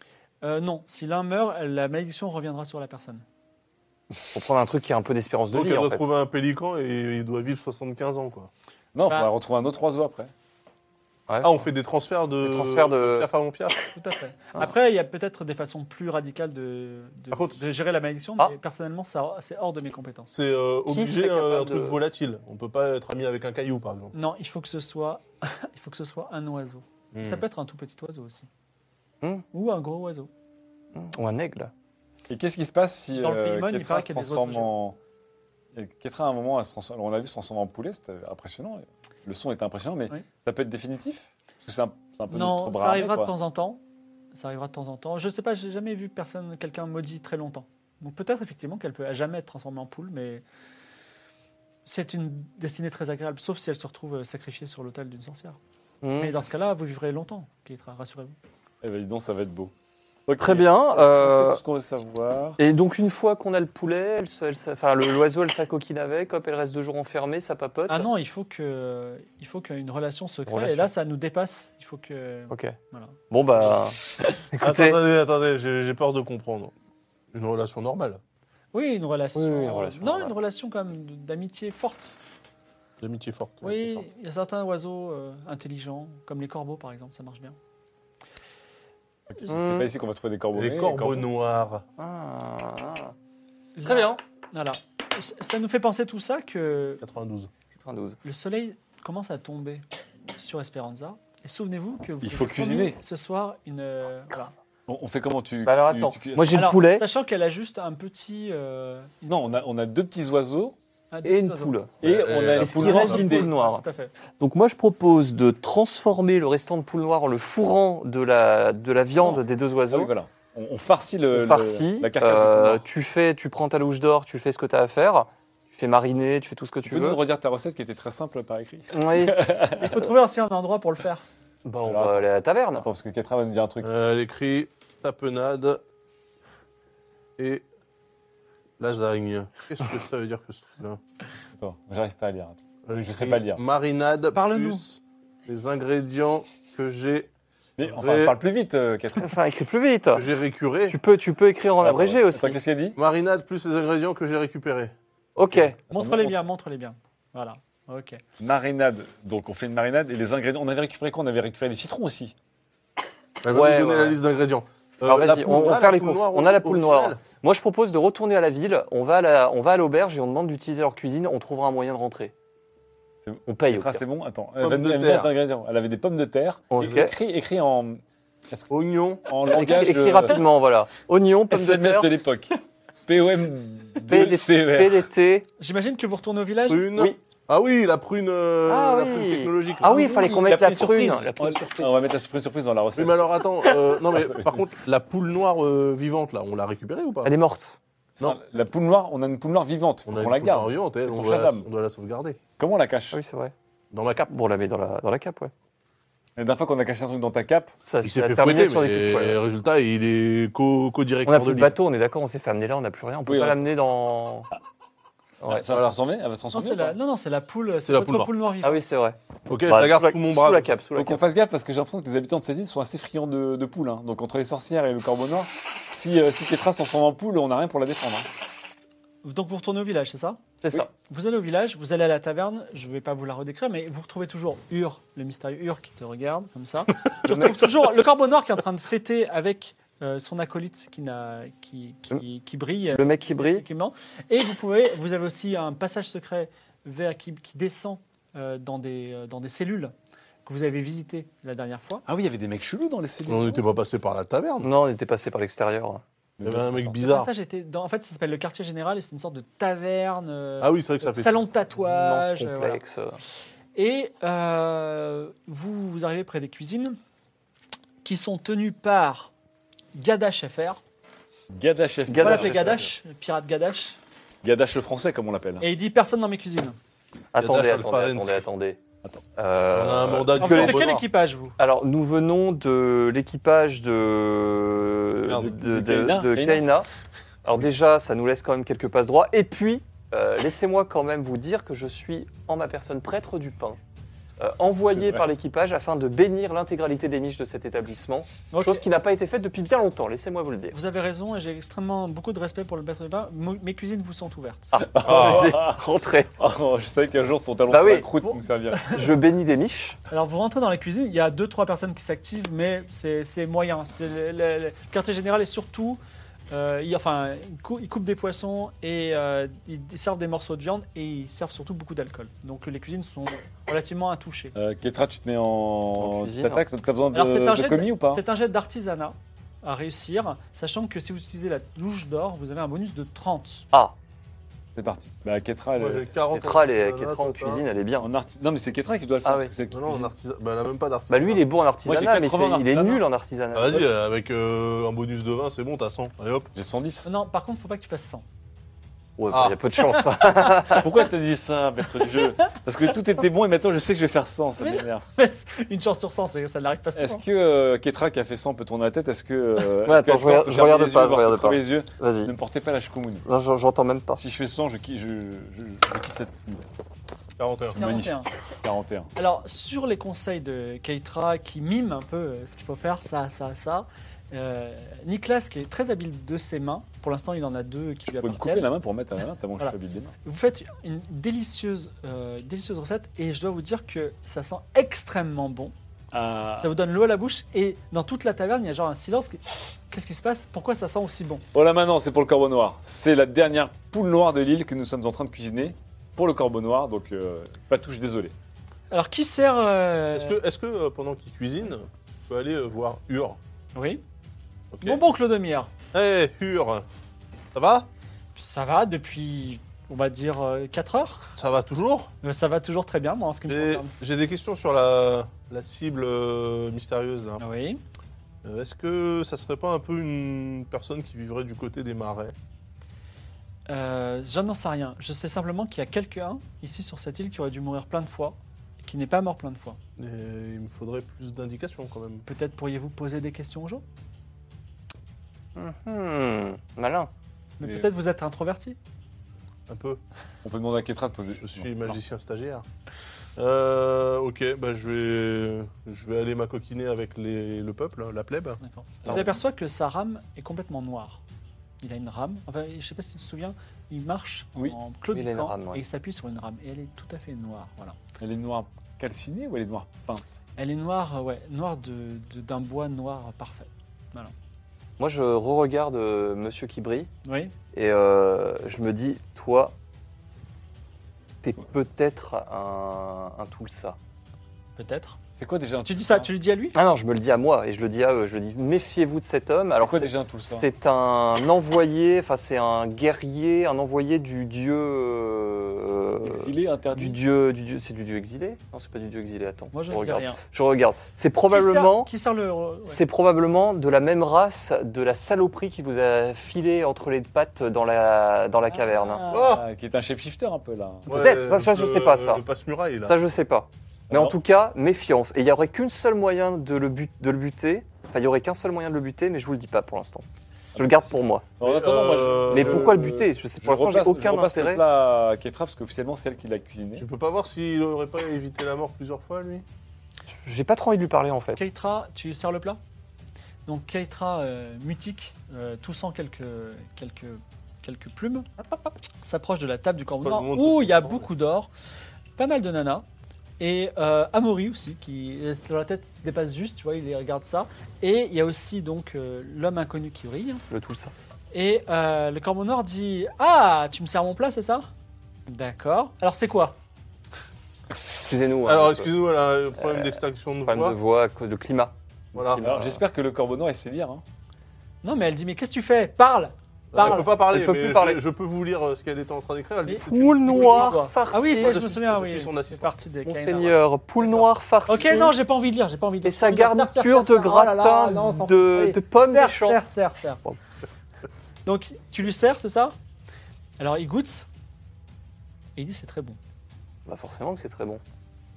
[SPEAKER 1] Euh, non, si l'un meurt, la malédiction reviendra sur la personne.
[SPEAKER 2] Pour prendre un truc qui a un peu d'espérance de
[SPEAKER 3] Donc
[SPEAKER 2] vie,
[SPEAKER 3] elle
[SPEAKER 2] en
[SPEAKER 3] doit
[SPEAKER 2] fait.
[SPEAKER 3] trouver un pélican et il doit vivre 75 ans, quoi.
[SPEAKER 4] Non,
[SPEAKER 1] Bah.
[SPEAKER 4] faudra retrouver un autre oiseau après.
[SPEAKER 2] Ouais,
[SPEAKER 3] Ah, on fait des transferts de.
[SPEAKER 2] Des transferts de-
[SPEAKER 3] Pierre Faron Pierre
[SPEAKER 1] Tout à fait.
[SPEAKER 4] Ah.
[SPEAKER 1] Après, il y a peut-être des façons plus radicales de, de-
[SPEAKER 3] Par contre-
[SPEAKER 1] de gérer la malédiction,
[SPEAKER 2] Ah.
[SPEAKER 1] mais personnellement, ça- c'est hors de mes compétences.
[SPEAKER 3] C'est euh,
[SPEAKER 2] Qui
[SPEAKER 3] obligé
[SPEAKER 2] serait
[SPEAKER 3] un,
[SPEAKER 2] capable
[SPEAKER 3] truc
[SPEAKER 2] de-
[SPEAKER 3] volatile. On peut pas être ami avec un caillou, par exemple.
[SPEAKER 1] Non, il faut que ce soit, il faut que ce soit un oiseau.
[SPEAKER 3] Hmm.
[SPEAKER 1] Ça peut être un tout petit oiseau aussi.
[SPEAKER 2] Hmm.
[SPEAKER 1] Ou un gros oiseau.
[SPEAKER 2] Mmh. Ou un aigle.
[SPEAKER 4] Et qu'est-ce qui se passe si
[SPEAKER 1] Dans le Paymon, il
[SPEAKER 4] Ketra
[SPEAKER 1] paraît
[SPEAKER 4] se
[SPEAKER 1] qu'il y a des
[SPEAKER 4] transforme
[SPEAKER 1] oiseaux
[SPEAKER 4] en. Et Ketra, à un moment, elle se transforme- alors, on l'a vu se transformer en poulet, c'était impressionnant. Le son était impressionnant, mais
[SPEAKER 1] Oui.
[SPEAKER 4] ça peut être définitif Parce que c'est un, c'est un peu notre
[SPEAKER 1] Non,
[SPEAKER 4] bras
[SPEAKER 1] ça arrivera
[SPEAKER 4] armé,
[SPEAKER 1] de
[SPEAKER 4] quoi.
[SPEAKER 1] temps en temps. Ça arrivera de temps en temps. Je sais pas, j'ai jamais vu personne, quelqu'un maudit très longtemps. Donc peut-être effectivement qu'elle peut à jamais être transformée en poule, mais c'est une destinée très agréable, sauf si elle se retrouve euh, sacrifiée sur l'autel d'une sorcière.
[SPEAKER 2] Mmh. Hmm.
[SPEAKER 1] Mais dans ce cas-là, vous vivrez longtemps, Keitra, rassurez-vous.
[SPEAKER 4] Eh ben, dis donc, ça va être beau.
[SPEAKER 2] Très bien.
[SPEAKER 4] C'est
[SPEAKER 2] euh,
[SPEAKER 4] tout ce qu'on veut savoir.
[SPEAKER 2] Et donc une fois qu'on a le poulet, elle se- elle se- enfin le- l'oiseau, elle s'acoquine avec, hop, elle reste deux jours enfermée, ça papote.
[SPEAKER 1] Ah non, il faut que, il faut qu'une relation se crée.
[SPEAKER 2] Relation.
[SPEAKER 1] Et là, ça nous dépasse. Il faut que,
[SPEAKER 2] Ok.
[SPEAKER 1] voilà.
[SPEAKER 2] Bon bah,
[SPEAKER 3] Attends,
[SPEAKER 2] écoutez,
[SPEAKER 3] attendez, attendez, j'ai j'ai peur de comprendre. Une relation normale,
[SPEAKER 1] Oui, une relation.
[SPEAKER 2] Oui, oui, une relation,
[SPEAKER 1] non,
[SPEAKER 2] voilà.
[SPEAKER 1] une relation quand même de- d'amitié forte.
[SPEAKER 3] d'amitié forte.
[SPEAKER 1] Oui,
[SPEAKER 3] Forte.
[SPEAKER 1] il y a certains oiseaux euh, intelligents, comme les corbeaux par exemple, ça marche bien.
[SPEAKER 2] hmm.
[SPEAKER 4] C'est pas ici qu'on va trouver des corbeaux. mais
[SPEAKER 3] Les corbeaux noirs.
[SPEAKER 2] Ah, ah.
[SPEAKER 1] Là-
[SPEAKER 2] très bien.
[SPEAKER 1] Voilà. Ça- Ça nous fait penser tout ça que
[SPEAKER 3] 92.
[SPEAKER 2] 92.
[SPEAKER 1] le soleil commence à tomber sur Esperanza. Et souvenez-vous que vous
[SPEAKER 4] Il faut
[SPEAKER 1] avez promis
[SPEAKER 4] cuisiner.
[SPEAKER 1] ce soir une. euh, voilà.
[SPEAKER 4] On, on fait comment tu.
[SPEAKER 2] Bah alors
[SPEAKER 4] tu-
[SPEAKER 2] attends,
[SPEAKER 4] tu-
[SPEAKER 2] moi j'ai le
[SPEAKER 1] Alors,
[SPEAKER 2] poulet
[SPEAKER 1] Sachant qu'elle a juste un petit. euh,
[SPEAKER 4] Non, on a, on a deux petits oiseaux
[SPEAKER 1] un petit
[SPEAKER 2] et une
[SPEAKER 1] oiseau.
[SPEAKER 2] poule.
[SPEAKER 4] et
[SPEAKER 3] Euh,
[SPEAKER 4] on a
[SPEAKER 3] la
[SPEAKER 4] la
[SPEAKER 3] Est-ce
[SPEAKER 4] poule
[SPEAKER 2] qu'il
[SPEAKER 4] noire.
[SPEAKER 2] reste une
[SPEAKER 4] Des-
[SPEAKER 2] poule noire
[SPEAKER 1] Tout à fait.
[SPEAKER 2] Donc moi je propose de transformer le restant de poule noire en le fourrant de la de la viande
[SPEAKER 1] Oh.
[SPEAKER 2] des deux
[SPEAKER 4] Ah oui,
[SPEAKER 2] oiseaux.
[SPEAKER 4] voilà. On, on farcit
[SPEAKER 2] On
[SPEAKER 4] le, le-
[SPEAKER 2] farci,
[SPEAKER 4] la carcasse. de
[SPEAKER 2] euh,
[SPEAKER 4] poule noire.
[SPEAKER 2] tu fais, tu prends ta louche d'or, tu fais ce que tu as à faire, tu fais mariner, tu fais tout ce que
[SPEAKER 4] Tu
[SPEAKER 2] tu
[SPEAKER 4] peux nous
[SPEAKER 2] veux.
[SPEAKER 4] redire ta recette qui était très simple par écrit
[SPEAKER 2] Oui.
[SPEAKER 1] Il faut trouver aussi un endroit pour le faire.
[SPEAKER 2] Bah, on
[SPEAKER 4] Alors,
[SPEAKER 2] va aller à la taverne.
[SPEAKER 4] Attends, parce que Ketra va nous dire un truc.
[SPEAKER 3] Euh, elle écrit tapenade et lasagne. Qu'est-ce que ça veut dire que ce truc-là
[SPEAKER 4] Attends, j'arrive pas à lire.
[SPEAKER 2] Euh,
[SPEAKER 3] Elle
[SPEAKER 4] Je
[SPEAKER 3] écrit
[SPEAKER 4] sais pas lire.
[SPEAKER 3] Marinade
[SPEAKER 1] Parle-nous.
[SPEAKER 3] plus les ingrédients que j'ai
[SPEAKER 4] Mais enfin,
[SPEAKER 3] Et-
[SPEAKER 4] parle plus vite, euh, Catherine.
[SPEAKER 2] Enfin, écris plus vite.
[SPEAKER 3] que j'ai récurés.
[SPEAKER 2] Tu peux, tu peux écrire en abrégé
[SPEAKER 4] Attends,
[SPEAKER 2] aussi.
[SPEAKER 4] Qu'est-ce qu'elle dit
[SPEAKER 3] Marinade plus les ingrédients que j'ai récupérés.
[SPEAKER 2] Ok.
[SPEAKER 1] Montre-les
[SPEAKER 4] montre.
[SPEAKER 1] bien, montre-les bien. Voilà. Ok.
[SPEAKER 4] Marinade. Donc, on fait une marinade et les ingrédients. On avait récupéré quoi On avait récupéré des citrons aussi.
[SPEAKER 3] Elle
[SPEAKER 2] Ouais,
[SPEAKER 3] va nous donner
[SPEAKER 2] ouais,
[SPEAKER 3] la
[SPEAKER 2] ouais.
[SPEAKER 3] liste d'ingrédients. Euh,
[SPEAKER 2] Alors,
[SPEAKER 3] la
[SPEAKER 2] vas-y,
[SPEAKER 3] poule-
[SPEAKER 2] on- on
[SPEAKER 3] ah,
[SPEAKER 2] fait les
[SPEAKER 3] poule
[SPEAKER 2] courses.
[SPEAKER 3] noire
[SPEAKER 2] On a la poule noire.
[SPEAKER 3] originale.
[SPEAKER 2] Moi, je propose de retourner à la ville. On va à la- on va à l'auberge et on demande d'utiliser leur cuisine. On trouvera un moyen de rentrer.
[SPEAKER 4] C'est bon.
[SPEAKER 2] On paye. au
[SPEAKER 4] Ketra,
[SPEAKER 2] pire.
[SPEAKER 4] c'est bon. Attends,
[SPEAKER 3] Pommes
[SPEAKER 4] elle va nous
[SPEAKER 3] de
[SPEAKER 4] elle nous donne
[SPEAKER 3] terre.
[SPEAKER 4] des ingrédients. Elle avait des pommes de terre.
[SPEAKER 2] Ok.
[SPEAKER 4] Et- Écrit, écrit en,
[SPEAKER 3] Oignon,
[SPEAKER 4] en
[SPEAKER 2] Écris,
[SPEAKER 4] langage.
[SPEAKER 2] écris
[SPEAKER 4] euh,
[SPEAKER 2] rapidement, voilà. Oignons, pommes de
[SPEAKER 4] SMS
[SPEAKER 2] terre,
[SPEAKER 4] de l'époque. POM. E
[SPEAKER 2] PD- PDT.
[SPEAKER 1] J'imagine que vous retournez au village.
[SPEAKER 3] prune.
[SPEAKER 2] Oui.
[SPEAKER 3] Ah oui, la prune, euh,
[SPEAKER 2] Ah
[SPEAKER 3] la
[SPEAKER 2] oui.
[SPEAKER 3] prune technologique. là.
[SPEAKER 2] Ah oui, il fallait qu'on mette la, prune. La
[SPEAKER 4] On
[SPEAKER 2] prune surprise.
[SPEAKER 4] on va mettre la surprise, surprise dans la
[SPEAKER 3] Oui,
[SPEAKER 2] Ah,
[SPEAKER 4] recette.
[SPEAKER 3] mais alors attends, euh, non mais
[SPEAKER 4] Ah, ça va être
[SPEAKER 3] par contre, la poule noire euh, vivante là, on l'a récupérée ou pas
[SPEAKER 2] Elle est morte.
[SPEAKER 3] non.
[SPEAKER 4] La poule noire, on a une poule noire vivante. Faut
[SPEAKER 3] On a une
[SPEAKER 4] qu'on la
[SPEAKER 3] poule noire
[SPEAKER 4] garde.
[SPEAKER 3] vivante, elle,
[SPEAKER 4] Faut
[SPEAKER 3] on,
[SPEAKER 4] qu'on
[SPEAKER 3] doit la,
[SPEAKER 4] chasame.
[SPEAKER 3] on doit la sauvegarder.
[SPEAKER 4] Comment on la cache
[SPEAKER 2] Ah oui, c'est vrai.
[SPEAKER 3] Dans ma cape.
[SPEAKER 2] Bon, on la met dans la, dans la cape, ouais.
[SPEAKER 4] La dernière fois qu'on a caché un truc dans ta cape,
[SPEAKER 2] Ça
[SPEAKER 3] Il s'est
[SPEAKER 2] ça a
[SPEAKER 3] fait
[SPEAKER 2] terminé
[SPEAKER 3] fouetter,
[SPEAKER 2] sur
[SPEAKER 3] mais
[SPEAKER 2] des coups de poing.
[SPEAKER 3] résultat, il est co-
[SPEAKER 2] On n'a
[SPEAKER 3] co-directeur de
[SPEAKER 2] plus de
[SPEAKER 3] l'île.
[SPEAKER 2] bateau, on est d'accord, on s'est fait amener là, on n'a plus rien. On peut
[SPEAKER 4] Oui,
[SPEAKER 2] pas
[SPEAKER 4] ouais.
[SPEAKER 2] l'amener dans.
[SPEAKER 3] Ah.
[SPEAKER 2] Ouais.
[SPEAKER 4] ça va se transformer Elle
[SPEAKER 1] Non,
[SPEAKER 4] va se transformer
[SPEAKER 1] c'est
[SPEAKER 4] ou pas
[SPEAKER 1] la, non, non, c'est la poule.
[SPEAKER 3] C'est la
[SPEAKER 1] votre
[SPEAKER 3] poule noire.
[SPEAKER 1] noire
[SPEAKER 2] Ah
[SPEAKER 1] vivante.
[SPEAKER 2] oui, c'est vrai.
[SPEAKER 3] Ok,
[SPEAKER 2] Bah,
[SPEAKER 3] je la garde
[SPEAKER 2] la-
[SPEAKER 3] sous mon bras.
[SPEAKER 2] Sous la cape, sous la
[SPEAKER 4] Donc on
[SPEAKER 2] cape.
[SPEAKER 4] fasse gaffe parce que j'ai l'impression que les habitants de cette île sont assez friands de, de poules. hein. Donc entre les sorcières et le corbeau noir, si, euh, si Ketra s'en transforme en poule, on n'a rien pour la défendre. hein.
[SPEAKER 1] Donc vous retournez au village, c'est ça
[SPEAKER 2] C'est ça.
[SPEAKER 1] Vous allez au village, vous allez à la taverne, je ne vais pas vous la redécrire, mais vous retrouvez toujours Ur, le mystérieux Ur qui te regarde comme ça. tu retrouves toujours le corbeau noir qui est en train de fêter avec euh, son acolyte qui, n'a- qui, qui, qui brille. euh,
[SPEAKER 2] Le mec qui brille.
[SPEAKER 1] effectivement. Et vous, pouvez, vous avez aussi un passage secret vers, qui, qui descend euh, dans, des, euh, dans des cellules que vous avez visité la dernière fois.
[SPEAKER 4] Ah oui, il y avait des mecs chelous dans les cellules.
[SPEAKER 3] On n'était pas passé par la taverne.
[SPEAKER 2] Non, on était passé par l'extérieur.
[SPEAKER 3] Il y avait un mec
[SPEAKER 1] Ah,
[SPEAKER 3] bizarre.
[SPEAKER 1] ça, j'étais dans- En fait, ça s'appelle le quartier général et c'est une sorte de taverne. euh,
[SPEAKER 3] Ah oui, c'est vrai que ça fait.
[SPEAKER 1] Salon de
[SPEAKER 2] Immense
[SPEAKER 1] tatouage. euh, voilà.
[SPEAKER 2] complexe.
[SPEAKER 1] Et euh, vous, vous arrivez près des cuisines qui sont tenues par Gadache FR.
[SPEAKER 4] Gadache F.
[SPEAKER 1] On va
[SPEAKER 2] Gadache
[SPEAKER 1] l'appeler
[SPEAKER 2] FR.
[SPEAKER 1] Gadache, pirate Gadache.
[SPEAKER 4] Gadache le français, comme on l'appelle.
[SPEAKER 1] Et il dit personne dans mes cuisines.
[SPEAKER 2] Attendez, attendez,
[SPEAKER 3] Dash Alpharens.
[SPEAKER 2] attendez, attendez.
[SPEAKER 4] Attends.
[SPEAKER 2] Euh,
[SPEAKER 3] On a un mandat du
[SPEAKER 1] En fait, de quel
[SPEAKER 3] Carbonara.
[SPEAKER 1] équipage vous
[SPEAKER 2] Alors, nous venons de l'équipage de,
[SPEAKER 3] Merde.
[SPEAKER 2] de, de-
[SPEAKER 4] De Kaina.
[SPEAKER 2] de
[SPEAKER 4] Kaina.
[SPEAKER 2] Kaina. Alors déjà, ça nous laisse quand même quelques passes droits. Et puis, euh, laissez-moi quand même vous dire que je suis, en ma personne, prêtre du pain, euh,
[SPEAKER 4] C'est
[SPEAKER 2] envoyé
[SPEAKER 4] vrai.
[SPEAKER 2] par l'équipage afin de bénir l'intégralité des miches de cet établissement.
[SPEAKER 1] Ok.
[SPEAKER 2] Chose qui n'a pas été faite depuis bien longtemps, laissez-moi vous le dire.
[SPEAKER 1] Vous avez raison et j'ai extrêmement beaucoup de respect pour le maître de bain. Mo- Mes cuisines vous sont ouvertes.
[SPEAKER 4] Ah.
[SPEAKER 2] J'ai rentré.
[SPEAKER 4] Oh, je savais qu'un jour ton talent
[SPEAKER 2] Bah
[SPEAKER 4] pour la
[SPEAKER 2] oui.
[SPEAKER 4] croûte nous servirait.
[SPEAKER 2] Je bénis des miches.
[SPEAKER 1] Alors vous rentrez dans la cuisine, il y a deux trois personnes qui s'activent, mais c'est c'est moyen. C'est le, le- le quartier général est surtout, euh, il, enfin, ils cou- ils coupent des poissons et euh, ils servent des morceaux de viande et ils servent surtout beaucoup d'alcool. Donc les cuisines sont relativement intouchées.
[SPEAKER 4] Euh, Ketra, tu te mets
[SPEAKER 2] En
[SPEAKER 4] en.
[SPEAKER 2] cuisine.
[SPEAKER 4] T'attaques T'as besoin de,
[SPEAKER 1] Alors c'est un
[SPEAKER 4] Euh, de
[SPEAKER 1] jet
[SPEAKER 4] commis ou pas
[SPEAKER 1] C'est un jet d'artisanat à réussir, sachant que si vous utilisez la louche d'or, vous avez un bonus de 30.
[SPEAKER 2] Ah,
[SPEAKER 4] C'est parti. Bah, Ketra, elle.
[SPEAKER 3] Moi, j'ai 40
[SPEAKER 2] Ketra, elle est-
[SPEAKER 3] artisanat,
[SPEAKER 2] Ketra en
[SPEAKER 3] tata.
[SPEAKER 2] cuisine, elle est bien.
[SPEAKER 4] en arti- Non, mais c'est Ketra qui doit le faire.
[SPEAKER 2] Ah oui.
[SPEAKER 4] parce que c'est-
[SPEAKER 3] Non, non, en artisan- bah, elle a même pas d'artisanat.
[SPEAKER 2] Bah lui, il est bon en
[SPEAKER 4] Moi,
[SPEAKER 2] artisanat,
[SPEAKER 4] j'ai
[SPEAKER 2] mais c'est-
[SPEAKER 4] 80 en
[SPEAKER 2] il est
[SPEAKER 4] artisanat.
[SPEAKER 2] nul en artisanat.
[SPEAKER 3] Ah, Vas-y, euh, avec euh, un bonus de 20, c'est bon, t'as 100. Allez hop.
[SPEAKER 4] J'ai 110.
[SPEAKER 1] Non, par contre, faut pas que tu fasses 100.
[SPEAKER 2] Ouais, bah, il y a peu de chance.
[SPEAKER 4] Pourquoi t'as dit ça, maître du jeu Parce que tout était bon et maintenant je sais que je vais faire 100, ça
[SPEAKER 1] Mais non.
[SPEAKER 4] m'énerve.
[SPEAKER 1] Une chance sur 100, c'est- ça n'arrive pas
[SPEAKER 4] Est-ce
[SPEAKER 1] souvent.
[SPEAKER 4] que euh, Ketra qui a fait 100 peut tourner la tête Est-ce que. euh,
[SPEAKER 2] Ouais,
[SPEAKER 4] est-ce que
[SPEAKER 2] attends, je regarde-
[SPEAKER 4] peut
[SPEAKER 2] je
[SPEAKER 4] fermer
[SPEAKER 2] regarde pas,
[SPEAKER 4] les yeux,
[SPEAKER 2] je
[SPEAKER 4] voir si
[SPEAKER 2] regarde
[SPEAKER 4] je trouve
[SPEAKER 2] pas.
[SPEAKER 4] les yeux
[SPEAKER 2] Vas-y.
[SPEAKER 4] Ne me portez pas la choukomouni.
[SPEAKER 2] Non, j'en- J'entends même pas.
[SPEAKER 4] Si je fais 100, je, qui- je, je, je quitte cette île.
[SPEAKER 3] 41.
[SPEAKER 1] 41.
[SPEAKER 4] 41.
[SPEAKER 1] Alors, sur les conseils de Keitra, qui mime un peu euh, ce qu'il faut faire, ça, ça, ça, euh, Nicolas, qui est très habile de ses mains, pour l'instant il en a deux qui lui
[SPEAKER 4] Tu peux me
[SPEAKER 1] appartiennent,
[SPEAKER 4] couper la main pour mettre à la main, t'as bon,
[SPEAKER 1] Voilà.
[SPEAKER 4] je suis habile des mains.
[SPEAKER 1] vous faites une délicieuse, euh, délicieuse recette et je dois vous dire que ça sent extrêmement bon.
[SPEAKER 4] Ah,
[SPEAKER 1] Ça vous donne l'eau à la bouche et dans toute la taverne, il y a genre un silence. qui- Qu'est-ce qui se passe Pourquoi ça sent aussi bon
[SPEAKER 4] Oh là maintenant, c'est pour le corbeau noir. C'est la dernière poule noire de l'île que nous sommes en train de cuisiner pour le corbeau noir, donc euh, pas touche, désolé.
[SPEAKER 1] Alors, qui sert euh,
[SPEAKER 3] Est-ce que, est-ce que euh, pendant qu'il cuisine, tu peux aller euh, voir Hur
[SPEAKER 1] Oui.
[SPEAKER 3] Ok.
[SPEAKER 1] Mon bon Clodomir,
[SPEAKER 3] Hé, Hur Ça va
[SPEAKER 1] ça va depuis, on va dire, 4 heures
[SPEAKER 3] Ça va toujours
[SPEAKER 1] Euh, Ça va toujours très bien, moi, en ce qui me
[SPEAKER 3] J'ai
[SPEAKER 1] concerne.
[SPEAKER 3] j'ai des questions sur la, la cible euh, mystérieuse là.
[SPEAKER 1] Oui.
[SPEAKER 3] Euh, Est-ce que ça serait pas un peu une personne qui vivrait du côté des marais
[SPEAKER 1] Euh, je n'en sais rien. Je sais simplement qu'il y a quelqu'un ici sur cette île qui aurait dû mourir plein de fois et qui n'est pas mort plein de fois.
[SPEAKER 3] Et Il me faudrait plus d'indications quand même.
[SPEAKER 1] Peut-être pourriez-vous poser des questions aux gens
[SPEAKER 2] Mhm, malin.
[SPEAKER 1] Mais
[SPEAKER 4] Mais-
[SPEAKER 1] peut-être vous êtes introverti.
[SPEAKER 3] Un peu.
[SPEAKER 4] On peut demander à Ketra de poser.
[SPEAKER 3] Je suis magicien stagiaire. Euh, ok, bah je vais, je vais aller m'acoquiner avec les, le peuple, la plèbe.
[SPEAKER 1] D'accord. Tu
[SPEAKER 3] Alors-
[SPEAKER 1] t'aperçois que sa rame est complètement noire. Il a une rame. Enfin, je ne sais pas si tu te souviens, il marche
[SPEAKER 4] Oui.
[SPEAKER 1] en
[SPEAKER 2] Il a une
[SPEAKER 1] claudiquant
[SPEAKER 2] rame, ouais.
[SPEAKER 1] et il s'appuie sur une rame. Et elle est tout à fait noire. Voilà.
[SPEAKER 4] Elle est noire calcinée ou elle est noire peinte
[SPEAKER 1] Elle est noire, euh, ouais, noire de- de- d'un bois noir parfait.
[SPEAKER 2] Moi, je re-regarde euh, Monsieur qui brille
[SPEAKER 1] Oui.
[SPEAKER 2] et euh, je me dis, toi, t'es peut-être un, un tout ça.
[SPEAKER 1] Peut-être.
[SPEAKER 4] C'est quoi déjà un
[SPEAKER 1] Tu
[SPEAKER 4] tout
[SPEAKER 1] dis ça, tu le dis à lui
[SPEAKER 2] Ah non, je me le dis à moi et je le dis à eux. Je le dis, méfiez-vous de cet homme.
[SPEAKER 4] C'est
[SPEAKER 2] Alors,
[SPEAKER 4] quoi
[SPEAKER 2] c'est
[SPEAKER 4] déjà un tout ça
[SPEAKER 2] c'est un envoyé, enfin, c'est un guerrier, un envoyé du dieu. euh,
[SPEAKER 4] Exilé, interdit.
[SPEAKER 2] du dieu, du dieu, c'est du dieu exilé Non, c'est pas du dieu exilé. Attends,
[SPEAKER 1] Moi, je
[SPEAKER 2] je
[SPEAKER 1] ne dis
[SPEAKER 2] regarde.
[SPEAKER 1] rien.
[SPEAKER 2] Je regarde. C'est
[SPEAKER 1] Qui sert-
[SPEAKER 2] probablement.
[SPEAKER 1] Qui sert, le. ouais.
[SPEAKER 2] C'est probablement de la même race de la saloperie qui vous a filé entre les pattes dans la, dans la caverne.
[SPEAKER 4] Ah,
[SPEAKER 3] Oh
[SPEAKER 4] Qui est un shapeshifter un peu là.
[SPEAKER 2] Peut-être, ça, ça, je
[SPEAKER 3] le-
[SPEAKER 2] sais pas, ça.
[SPEAKER 3] euh, Le passe-muraille là.
[SPEAKER 2] Ça, je sais pas. Mais en
[SPEAKER 4] Alors
[SPEAKER 2] tout cas, méfiance. Et il n'y aurait qu'une seule moyen de le, but, de le buter. Enfin, il n'y aurait qu'un seul moyen de le buter, mais je vous le dis pas pour l'instant. Je le garde pour moi.
[SPEAKER 4] En attendant, moi, je-
[SPEAKER 2] Mais
[SPEAKER 3] Euh,
[SPEAKER 2] pourquoi le buter je sais, Pour l'instant, j'ai
[SPEAKER 4] repasse-
[SPEAKER 2] aucun
[SPEAKER 4] je repasse le
[SPEAKER 2] intérêt.
[SPEAKER 4] plat à Ketra parce qu'officiellement c'est elle qui l'a cuisiné.
[SPEAKER 3] Tu peux pas voir s'il aurait pas évité la mort plusieurs fois lui
[SPEAKER 2] J'ai pas trop envie de lui parler, en fait.
[SPEAKER 1] Keitra, tu sers le plat Donc Keitra euh, mutique, euh, toussant quelques, quelques, quelques plumes, s'approche de la table du corbeau
[SPEAKER 3] pas le
[SPEAKER 1] noir
[SPEAKER 3] moment de se
[SPEAKER 1] où il y a
[SPEAKER 3] comprendre,
[SPEAKER 1] beaucoup d'or, pas mal de nanas, et euh, Amaury aussi, qui est- dont la tête dépasse juste, tu vois, il regarde ça. Et il y a aussi donc euh, l'homme inconnu qui brille.
[SPEAKER 2] Le tout ça.
[SPEAKER 1] Et euh, le corbeau noir dit Ah, tu me sers mon plat, c'est ça D'accord. Alors c'est quoi
[SPEAKER 2] Excusez-nous. hein,
[SPEAKER 3] Alors,
[SPEAKER 2] le-
[SPEAKER 3] excusez-nous, elle a un problème d'extraction de
[SPEAKER 2] le Euh, Problème
[SPEAKER 3] voix.
[SPEAKER 2] de voix, à cause de climat.
[SPEAKER 3] Voilà.
[SPEAKER 4] Alors, J'espère que le corbeau noir, il sait lire. hein.
[SPEAKER 1] Non, mais elle dit, mais qu'est-ce que tu fais Parle
[SPEAKER 3] Elle
[SPEAKER 1] Parle.
[SPEAKER 3] peut pas parler,
[SPEAKER 2] Elle peut
[SPEAKER 3] mais
[SPEAKER 2] plus
[SPEAKER 3] je-
[SPEAKER 2] parler.
[SPEAKER 3] Je, peux vous lire euh, ce qu'elle était en train d'écrire. Elle dit
[SPEAKER 1] Mais-
[SPEAKER 3] que c'est une-
[SPEAKER 2] Poule noire
[SPEAKER 1] Toi.
[SPEAKER 2] farcie.
[SPEAKER 1] Ah oui, ça,
[SPEAKER 3] Moi,
[SPEAKER 1] je,
[SPEAKER 3] je
[SPEAKER 1] me
[SPEAKER 3] suis-
[SPEAKER 1] souviens,
[SPEAKER 3] je
[SPEAKER 1] oui.
[SPEAKER 3] suis son
[SPEAKER 1] C'est
[SPEAKER 3] assistant.
[SPEAKER 1] parti des Kaina, ouais.
[SPEAKER 2] Monseigneur, poule noire farcie.
[SPEAKER 1] Ok, non, j'ai pas envie de lire, j'ai pas envie de
[SPEAKER 2] Et
[SPEAKER 1] lire.
[SPEAKER 2] sa
[SPEAKER 1] Serre, serre,
[SPEAKER 2] garniture
[SPEAKER 1] serre,
[SPEAKER 2] de
[SPEAKER 1] serre. Oh là là,
[SPEAKER 2] gratin
[SPEAKER 1] non, on s'en fout.
[SPEAKER 2] de,
[SPEAKER 1] Allez.
[SPEAKER 2] de pommes des
[SPEAKER 1] Serre,
[SPEAKER 2] champs.
[SPEAKER 1] serre, serre, serre.
[SPEAKER 2] Pardon.
[SPEAKER 1] Donc, tu lui sers, c'est ça Alors, il goûte. Et il dit, c'est très bon.
[SPEAKER 2] Bah forcément que c'est très bon.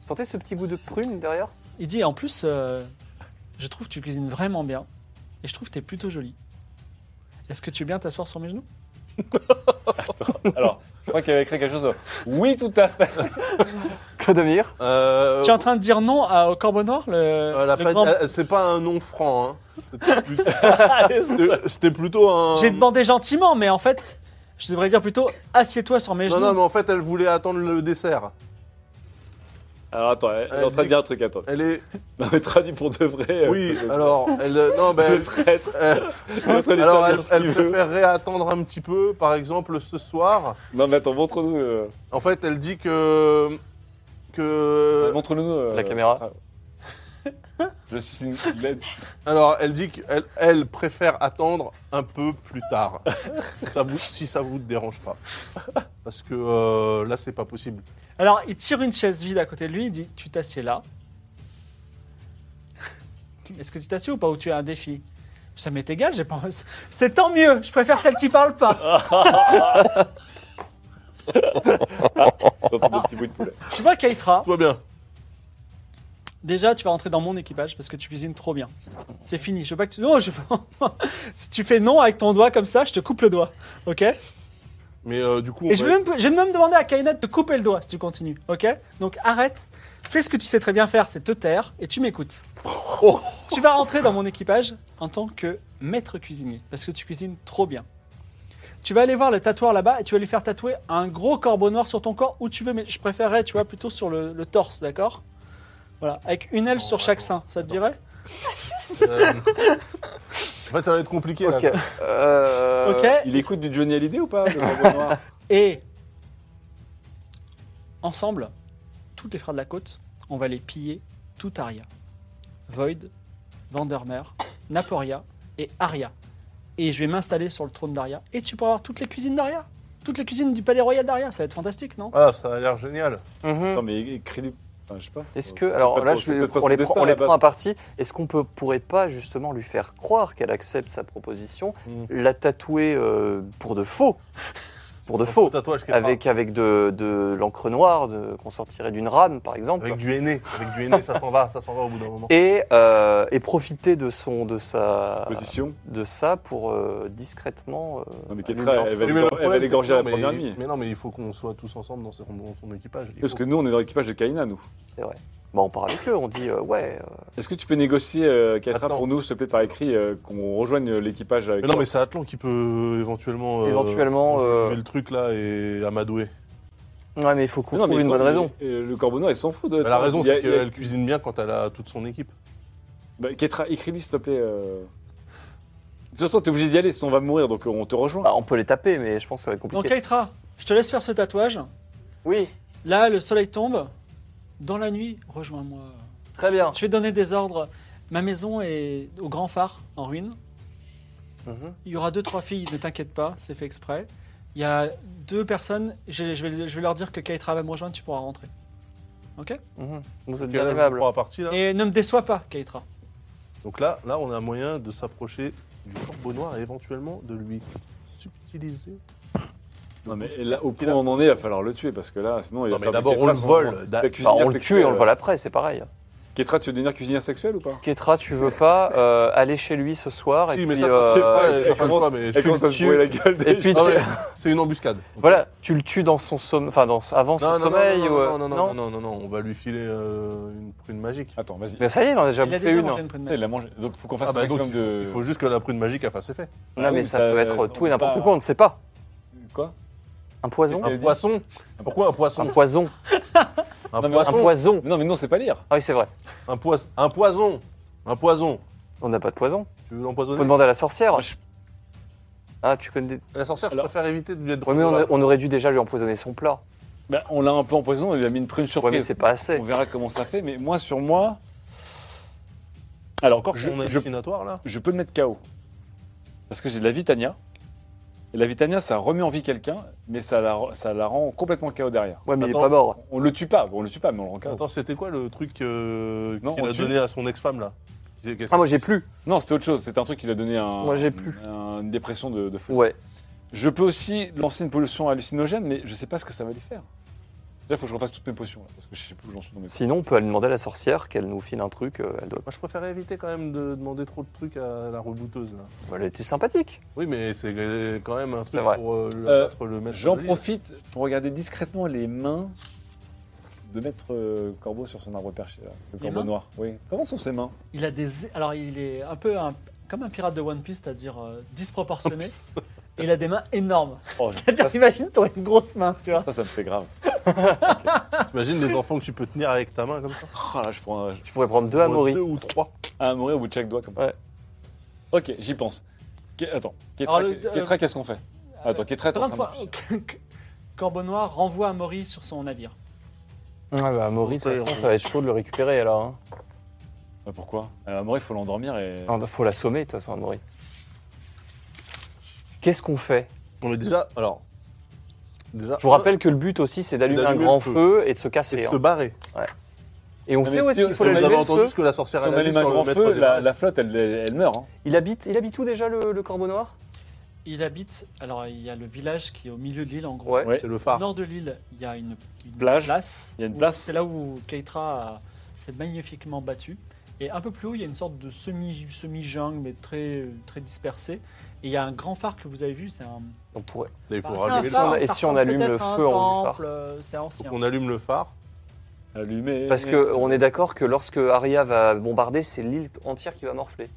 [SPEAKER 2] Sentez ce petit goût de prune derrière
[SPEAKER 1] Il dit, en plus, euh, je trouve que tu cuisines vraiment bien. Et je trouve que t'es plutôt jolie. Est-ce que tu veux bien t'asseoir sur mes genoux
[SPEAKER 4] Alors, je crois qu'il avait écrit quelque chose. Oui, tout à fait.
[SPEAKER 2] Clodomir
[SPEAKER 3] Euh,
[SPEAKER 1] Tu es en train de dire non à, au corbeau noir le,
[SPEAKER 2] euh,
[SPEAKER 3] elle a
[SPEAKER 1] le
[SPEAKER 3] pas-
[SPEAKER 1] grand-
[SPEAKER 3] elle- euh, C'est pas un nom franc. hein. C'était plutôt- C'était- C'était plutôt un.
[SPEAKER 1] J'ai demandé gentiment, mais en fait, je devrais dire plutôt assieds-toi sur mes
[SPEAKER 3] Non,
[SPEAKER 1] genoux.
[SPEAKER 3] non, mais en fait, elle voulait attendre le dessert.
[SPEAKER 4] Alors, attends, elle est en train de dire un truc, attends.
[SPEAKER 3] Elle est.
[SPEAKER 4] Non, mais traduit pour de vrai. euh,
[SPEAKER 3] Oui,
[SPEAKER 4] le-
[SPEAKER 3] alors. Elle... Non, ben.
[SPEAKER 4] Le traître.
[SPEAKER 3] euh,
[SPEAKER 4] L'autre, elle est
[SPEAKER 3] Alors,
[SPEAKER 4] pas
[SPEAKER 3] elle,
[SPEAKER 4] bien ce
[SPEAKER 3] elle
[SPEAKER 4] qu'il veut.
[SPEAKER 3] préférerait attendre un petit peu, par exemple, ce soir.
[SPEAKER 4] Non, mais attends, montre-nous. euh,
[SPEAKER 3] En fait, elle dit que.
[SPEAKER 1] Ah
[SPEAKER 3] que
[SPEAKER 4] Montre-nous. euh,
[SPEAKER 2] La caméra.
[SPEAKER 4] ah. Je suis une laide.
[SPEAKER 3] alors, elle dit qu'elle elle préfère attendre un peu plus tard. ça vous, si ça vous dérange pas. Parce que euh, là, c'est pas possible.
[SPEAKER 1] Alors, il tire une chaise vide à côté de lui, il dit Tu t'assieds là. Est-ce que tu t'assieds ou pas Ou tu as un défi Ça m'est égal, j'ai pas. C'est tant mieux, je préfère celle qui parle pas.
[SPEAKER 4] J'entends des petits bruits de poulet.
[SPEAKER 1] tu vois, Keitra,
[SPEAKER 3] Tout va bien.
[SPEAKER 1] déjà, tu vas rentrer dans mon équipage parce que tu cuisines trop bien. C'est fini, je veux pas que tu. Non, je... si tu fais non avec ton doigt comme ça, je te coupe le doigt. Ok
[SPEAKER 3] Mais euh, du coup, on
[SPEAKER 1] Et je
[SPEAKER 3] va-
[SPEAKER 1] vais, même, je vais même demander à Kaina de te couper le doigt si tu continues, ok Donc arrête, fais ce que tu sais très bien faire, c'est te taire et tu m'écoutes. tu vas rentrer dans mon équipage en tant que maître cuisinier, parce que tu cuisines trop bien. Tu vas aller voir le tatoueur là-bas et tu vas lui faire tatouer un gros corbeau noir sur ton corps où tu veux, mais je préférerais, tu vois, plutôt sur le, le torse, d'accord Voilà, avec une aile sur chaque sein, ça te dirait
[SPEAKER 3] euh, En fait, ça va être compliqué.
[SPEAKER 2] Ok.
[SPEAKER 3] Là.
[SPEAKER 2] Euh,
[SPEAKER 1] Ok
[SPEAKER 4] Il écoute du Johnny Hallyday ou pas le corbeau noir
[SPEAKER 1] Et ensemble, toutes les frères de la côte, on va les piller tout Aria. Void, Vandermeer, Naporia et Aria. Et je vais m'installer sur le trône d'Aria. Et tu pourras avoir toutes les cuisines d'Aria. Toutes les cuisines du palais royal d'Aria. Ça va être fantastique, non
[SPEAKER 3] Ah, ça a l'air génial.
[SPEAKER 2] mhm.
[SPEAKER 4] Non, mais écris-lui. Enfin, je sais pas. Euh,
[SPEAKER 2] Est-ce que,
[SPEAKER 4] C'est
[SPEAKER 2] alors
[SPEAKER 4] peut-être-
[SPEAKER 2] là, je,
[SPEAKER 4] c'est peut-être pas
[SPEAKER 2] on
[SPEAKER 4] son
[SPEAKER 2] les,
[SPEAKER 4] destin,
[SPEAKER 2] prend, on
[SPEAKER 4] à la
[SPEAKER 2] les
[SPEAKER 4] base.
[SPEAKER 2] prend à partie. Est-ce qu'on peut, pourrait pas justement lui faire croire qu'elle accepte sa proposition,
[SPEAKER 3] Mm.
[SPEAKER 2] la tatouer euh, pour de faux Pour de
[SPEAKER 3] Faux
[SPEAKER 2] faux
[SPEAKER 3] tatouage qui est pas-
[SPEAKER 2] Avec, avec de, de l'encre noire de- qu'on sortirait d'une rame, par exemple.
[SPEAKER 3] Avec du aîné, avec du aîné, ça s'en va, ça s'en va au bout d'un moment.
[SPEAKER 2] Et, euh, et profiter de, son, de, sa,
[SPEAKER 4] Position.
[SPEAKER 2] de ça pour euh, discrètement. euh,
[SPEAKER 4] Non, mais
[SPEAKER 2] annuler
[SPEAKER 4] Ketra,
[SPEAKER 2] leur
[SPEAKER 4] elle
[SPEAKER 2] feu.
[SPEAKER 4] va-
[SPEAKER 3] Oui, mais le
[SPEAKER 4] Elle
[SPEAKER 3] problème, c'est
[SPEAKER 4] l'égorger
[SPEAKER 3] que-
[SPEAKER 4] à la
[SPEAKER 3] non,
[SPEAKER 4] première
[SPEAKER 3] mais-
[SPEAKER 4] nuit.
[SPEAKER 3] Mais non, mais il faut qu'on soit tous ensemble dans son, dans son équipage. Il
[SPEAKER 4] Parce
[SPEAKER 3] faut-
[SPEAKER 4] que nous, on est dans l'équipage de Kaina, nous.
[SPEAKER 2] C'est vrai. Bah, on parle avec eux, on dit euh, ouais. euh,
[SPEAKER 4] Est-ce que tu peux négocier, euh, Keitra,
[SPEAKER 3] Attends.
[SPEAKER 4] pour nous, s'il te plaît, par écrit, euh, qu'on rejoigne l'équipage euh, avec
[SPEAKER 3] Mais non,
[SPEAKER 4] toi
[SPEAKER 3] mais c'est Atlan qui peut éventuellement. euh,
[SPEAKER 2] Éventuellement,
[SPEAKER 3] enlever
[SPEAKER 2] euh,
[SPEAKER 3] le truc là et amadouer.
[SPEAKER 2] Ouais, mais il faut qu'on
[SPEAKER 4] Mais non,
[SPEAKER 2] trouve
[SPEAKER 4] mais
[SPEAKER 2] une
[SPEAKER 4] ils
[SPEAKER 2] bonne
[SPEAKER 4] s'en-
[SPEAKER 2] raison.
[SPEAKER 4] euh, Le corbeau noir, il s'en fout de.
[SPEAKER 3] Bah, la raison,
[SPEAKER 4] Il y a-
[SPEAKER 3] c'est
[SPEAKER 4] il y a-
[SPEAKER 3] qu'elle cuisine bien quand elle a toute son équipe.
[SPEAKER 4] Bah, Keitra, écris-lui, s'il te plaît. euh. De toute façon, t'es obligé d'y aller, sinon on va mourir, donc euh, on te rejoint.
[SPEAKER 2] Bah, on peut les taper, mais je pense que ça va être
[SPEAKER 1] Donc,
[SPEAKER 2] compliqué.
[SPEAKER 1] Kaitra, je te laisse faire ce tatouage.
[SPEAKER 2] Oui,
[SPEAKER 1] Là, le soleil tombe. Dans la nuit, rejoins-moi.
[SPEAKER 2] très bien.
[SPEAKER 1] Je vais donner des ordres. Ma maison est au grand phare, en ruine.
[SPEAKER 2] Mhm.
[SPEAKER 1] Il y aura deux, trois filles, ne t'inquiète pas, c'est fait exprès. Il y a deux personnes, je, je vais, je vais leur dire que Kaitra va me rejoindre, tu pourras rentrer. Ok
[SPEAKER 2] Mhm. Vous êtes
[SPEAKER 3] Donc
[SPEAKER 2] bien
[SPEAKER 3] là, je
[SPEAKER 2] aimable.
[SPEAKER 3] prends à partie, là.
[SPEAKER 1] Et ne me déçois pas, Kaitra.
[SPEAKER 3] Donc là, là, on a un moyen de s'approcher du corbeau noir et éventuellement de lui subtiliser.
[SPEAKER 4] Non, mais là, au point où on en est, il va falloir le tuer, parce que là, sinon, il
[SPEAKER 3] Non,
[SPEAKER 4] va
[SPEAKER 3] mais
[SPEAKER 4] falloir
[SPEAKER 3] d'abord,
[SPEAKER 4] que
[SPEAKER 3] on le
[SPEAKER 4] Keitra
[SPEAKER 3] vole.
[SPEAKER 4] s'en-
[SPEAKER 3] D'a-
[SPEAKER 4] sa
[SPEAKER 2] Bah,
[SPEAKER 4] cuisinière
[SPEAKER 2] on le
[SPEAKER 4] sexuelle.
[SPEAKER 2] tue et on
[SPEAKER 3] euh,
[SPEAKER 2] le vole après, c'est pareil.
[SPEAKER 4] Keitra, tu veux devenir cuisinière sexuelle ou pas
[SPEAKER 2] Ketra, tu veux pas euh, aller chez lui ce soir et
[SPEAKER 3] Si,
[SPEAKER 2] puis,
[SPEAKER 3] mais ça,
[SPEAKER 2] euh,
[SPEAKER 3] c'est vrai, ça
[SPEAKER 4] elle
[SPEAKER 3] fait le
[SPEAKER 4] commence-
[SPEAKER 3] choix, mais
[SPEAKER 4] Elle commence à se
[SPEAKER 2] tue.
[SPEAKER 4] trouver la gueule
[SPEAKER 2] et
[SPEAKER 4] déjà.
[SPEAKER 2] puis
[SPEAKER 3] Ah
[SPEAKER 2] tu-
[SPEAKER 3] ouais, c'est une embuscade.
[SPEAKER 2] voilà, tu le tues dans son sommeil, enfin dans avant son
[SPEAKER 3] Non, non, non,
[SPEAKER 2] sommeil
[SPEAKER 3] non,
[SPEAKER 2] ou euh,
[SPEAKER 3] non, non, non, non, non, non, non, on va lui filer euh, une prune magique.
[SPEAKER 4] Attends, vas-y.
[SPEAKER 2] Mais ça y est, il en a déjà
[SPEAKER 1] Il a
[SPEAKER 2] bouffé
[SPEAKER 1] déjà
[SPEAKER 2] une. hein.
[SPEAKER 1] mangé une prune
[SPEAKER 4] Ça,
[SPEAKER 1] magique.
[SPEAKER 4] Il l'a mangé. Donc, faut qu'on fasse
[SPEAKER 3] Ah
[SPEAKER 4] un
[SPEAKER 3] bah donc,
[SPEAKER 4] maximum
[SPEAKER 3] il faut,
[SPEAKER 4] de.
[SPEAKER 3] il faut juste que la prune magique a fait ses faits.
[SPEAKER 2] Non, mais
[SPEAKER 4] oui,
[SPEAKER 2] ça,
[SPEAKER 1] bah,
[SPEAKER 4] ça-
[SPEAKER 2] peut être
[SPEAKER 4] euh,
[SPEAKER 2] tout et
[SPEAKER 4] on
[SPEAKER 2] n'importe
[SPEAKER 4] va-
[SPEAKER 2] quoi, on ne sait pas.
[SPEAKER 4] Quoi
[SPEAKER 2] Un poison
[SPEAKER 4] Qu'est-ce
[SPEAKER 3] Un
[SPEAKER 4] dit
[SPEAKER 3] poisson Pourquoi un
[SPEAKER 2] Un
[SPEAKER 3] poisson
[SPEAKER 2] poison
[SPEAKER 3] Un
[SPEAKER 4] Non, mais-
[SPEAKER 2] Un
[SPEAKER 3] poisson
[SPEAKER 2] poison
[SPEAKER 4] Non, mais non, c'est pas lire.
[SPEAKER 2] Ah oui, c'est vrai.
[SPEAKER 3] Un poisson Un poison Un poison
[SPEAKER 2] On n'a pas de poison.
[SPEAKER 3] Tu veux
[SPEAKER 2] Faut
[SPEAKER 3] l'empoisonner
[SPEAKER 2] demander à la sorcière.
[SPEAKER 4] Moi, je-
[SPEAKER 2] Ah, tu connais.
[SPEAKER 3] La sorcière,
[SPEAKER 4] Alors-
[SPEAKER 3] je préfère éviter de lui être
[SPEAKER 2] Ouais, mais on,
[SPEAKER 3] droit.
[SPEAKER 2] on aurait dû déjà lui empoisonner son plat.
[SPEAKER 4] Bah, on l'a un peu empoisonné, on lui a mis une prune
[SPEAKER 2] Ouais, mais
[SPEAKER 4] surprise.
[SPEAKER 2] c'est pas assez.
[SPEAKER 4] on verra comment ça fait, mais moi, sur moi. Alors,
[SPEAKER 3] Encore
[SPEAKER 4] je,
[SPEAKER 3] qu'on a
[SPEAKER 4] je,
[SPEAKER 3] dessinatoire là
[SPEAKER 4] je peux le mettre KO. Parce que j'ai de la Vitania. Et la Vitania, ça remet en vie quelqu'un, mais ça la, ça la rend complètement KO derrière.
[SPEAKER 2] Ouais, mais il est
[SPEAKER 3] Attends.
[SPEAKER 2] pas mort.
[SPEAKER 4] On le tue pas, on le tue pas, mais on le rend KO.
[SPEAKER 3] Attends, c'était quoi le truc euh,
[SPEAKER 4] Non,
[SPEAKER 3] qu'il
[SPEAKER 4] on
[SPEAKER 3] a
[SPEAKER 4] tue.
[SPEAKER 3] donné à son ex-femme là Qu'est-ce que
[SPEAKER 2] Ah, moi j'ai
[SPEAKER 3] c'est
[SPEAKER 2] plus.
[SPEAKER 4] Non, c'était autre chose, c'était un truc qui lui a donné un,
[SPEAKER 2] Moi, j'ai plus.
[SPEAKER 4] un- une dépression de, de folie.
[SPEAKER 2] Ouais.
[SPEAKER 4] Je peux aussi lancer une pollution hallucinogène, mais je sais pas ce que ça va lui faire. Là, il faut que je refasse toutes mes potions, là, parce que je sais plus où j'en suis dans mes
[SPEAKER 2] Sinon, on peut aller demander à la sorcière qu'elle nous file un truc. euh, Elle doit.
[SPEAKER 3] Moi je préférais éviter quand même de demander trop de trucs à la rebooteuse là.
[SPEAKER 2] Bah, Elle était sympathique.
[SPEAKER 3] Oui, mais c'est quand même un
[SPEAKER 2] C'est
[SPEAKER 3] truc
[SPEAKER 2] vrai.
[SPEAKER 3] pour euh, le,
[SPEAKER 4] Euh,
[SPEAKER 3] battre le maître
[SPEAKER 4] J'en
[SPEAKER 3] de l'île.
[SPEAKER 4] profite pour regarder discrètement les mains de maître euh, Corbeau sur son arbre perché, là. le
[SPEAKER 1] Les
[SPEAKER 4] corbeau
[SPEAKER 1] mains
[SPEAKER 4] noir. Oui. Comment sont ses mains
[SPEAKER 1] Il a des. Alors, il est un peu un- comme un pirate de One Piece, c'est-à-dire euh, disproportionné. Et il a des mains énormes.
[SPEAKER 4] Oh,
[SPEAKER 1] C'est-à-dire,
[SPEAKER 4] ça,
[SPEAKER 1] imagine, t'aurais une grosse main, tu vois.
[SPEAKER 4] ça, ça me fait grave.
[SPEAKER 3] T'imagines les enfants que tu peux tenir avec ta main comme ça
[SPEAKER 4] Oh, là, je prends un,
[SPEAKER 2] Tu pourrais prendre deux à
[SPEAKER 3] Moi,
[SPEAKER 2] Maury.
[SPEAKER 3] Deux ou trois.
[SPEAKER 4] un à mourir au bout de chaque doigt comme ça.
[SPEAKER 2] Ouais.
[SPEAKER 4] Ok, j'y pense. Ke- attends, Ketra,
[SPEAKER 1] Alors, le-
[SPEAKER 4] Ke-
[SPEAKER 1] euh,
[SPEAKER 4] Ketra, qu'est-ce qu'on fait Attends, Ketra, est en
[SPEAKER 1] Pendant
[SPEAKER 4] train
[SPEAKER 1] que
[SPEAKER 4] de
[SPEAKER 1] moi-
[SPEAKER 4] marcher.
[SPEAKER 1] Corbeau Noir renvoie Amaury sur son navire.
[SPEAKER 2] Ouais, bah Maury, de toute façon, ça va être chaud de le récupérer alors. hein.
[SPEAKER 4] Bah, Pourquoi À mourir, il faut l'endormir et.
[SPEAKER 2] Non, faut l'assommer de toute façon, Amaury. Qu'est-ce qu'on fait
[SPEAKER 3] On est déjà. Alors. Déjà,
[SPEAKER 2] Je vous rappelle que le but aussi, c'est d'allumer un
[SPEAKER 3] d'allumer
[SPEAKER 2] grand
[SPEAKER 3] le
[SPEAKER 2] feu.
[SPEAKER 3] feu.
[SPEAKER 2] et de se
[SPEAKER 3] c'est
[SPEAKER 2] casser.
[SPEAKER 3] de se
[SPEAKER 2] hein.
[SPEAKER 3] barrer.
[SPEAKER 2] Et on
[SPEAKER 4] Non,
[SPEAKER 2] sait
[SPEAKER 4] mais
[SPEAKER 2] où est-ce
[SPEAKER 4] si-
[SPEAKER 2] qu'il
[SPEAKER 4] si
[SPEAKER 2] faut
[SPEAKER 4] on
[SPEAKER 3] Vous
[SPEAKER 2] l'allumer
[SPEAKER 3] avez
[SPEAKER 2] le
[SPEAKER 3] entendu
[SPEAKER 2] feu.
[SPEAKER 3] ce que la sorcière
[SPEAKER 4] Si on
[SPEAKER 3] elle a dit
[SPEAKER 4] allume un
[SPEAKER 3] sur le
[SPEAKER 4] grand
[SPEAKER 3] maître
[SPEAKER 4] feu,
[SPEAKER 3] des
[SPEAKER 4] la,
[SPEAKER 3] barres.
[SPEAKER 4] la flotte, elle, elle meurt. hein.
[SPEAKER 2] Il habite, il habite où déjà le, le corbeau noir
[SPEAKER 1] Il habite. Alors, il y a le village qui est au milieu de l'île, en gros.
[SPEAKER 2] Ouais.
[SPEAKER 4] Ouais.
[SPEAKER 3] C'est le
[SPEAKER 1] Au
[SPEAKER 3] phare.
[SPEAKER 1] nord de l'île, il y a une, une
[SPEAKER 4] Plage.
[SPEAKER 1] place.
[SPEAKER 4] Il y a une
[SPEAKER 1] où-
[SPEAKER 4] place.
[SPEAKER 1] C'est là où Keitra a- s'est magnifiquement battu. Et un peu plus haut, il y a une sorte de semi- semi-jungle, mais très, très dispersée. Et il y a un grand phare que vous avez vu. C'est un.
[SPEAKER 2] On pourrait.
[SPEAKER 3] Il faut
[SPEAKER 1] Bah,
[SPEAKER 3] rallumer
[SPEAKER 1] c'est
[SPEAKER 3] le
[SPEAKER 1] un
[SPEAKER 3] phare.
[SPEAKER 1] phare,
[SPEAKER 2] Et
[SPEAKER 1] ça
[SPEAKER 2] si on
[SPEAKER 1] ressemble
[SPEAKER 2] allume le
[SPEAKER 1] peut-être à un
[SPEAKER 2] feu en haut du
[SPEAKER 1] temple,
[SPEAKER 2] phare
[SPEAKER 1] euh, C'est
[SPEAKER 3] Faut
[SPEAKER 1] ancien.
[SPEAKER 3] qu'on allume le phare.
[SPEAKER 4] Allumé.
[SPEAKER 2] Parce que on est d'accord que lorsque Arya va bombarder, c'est l'île entière qui va morfler.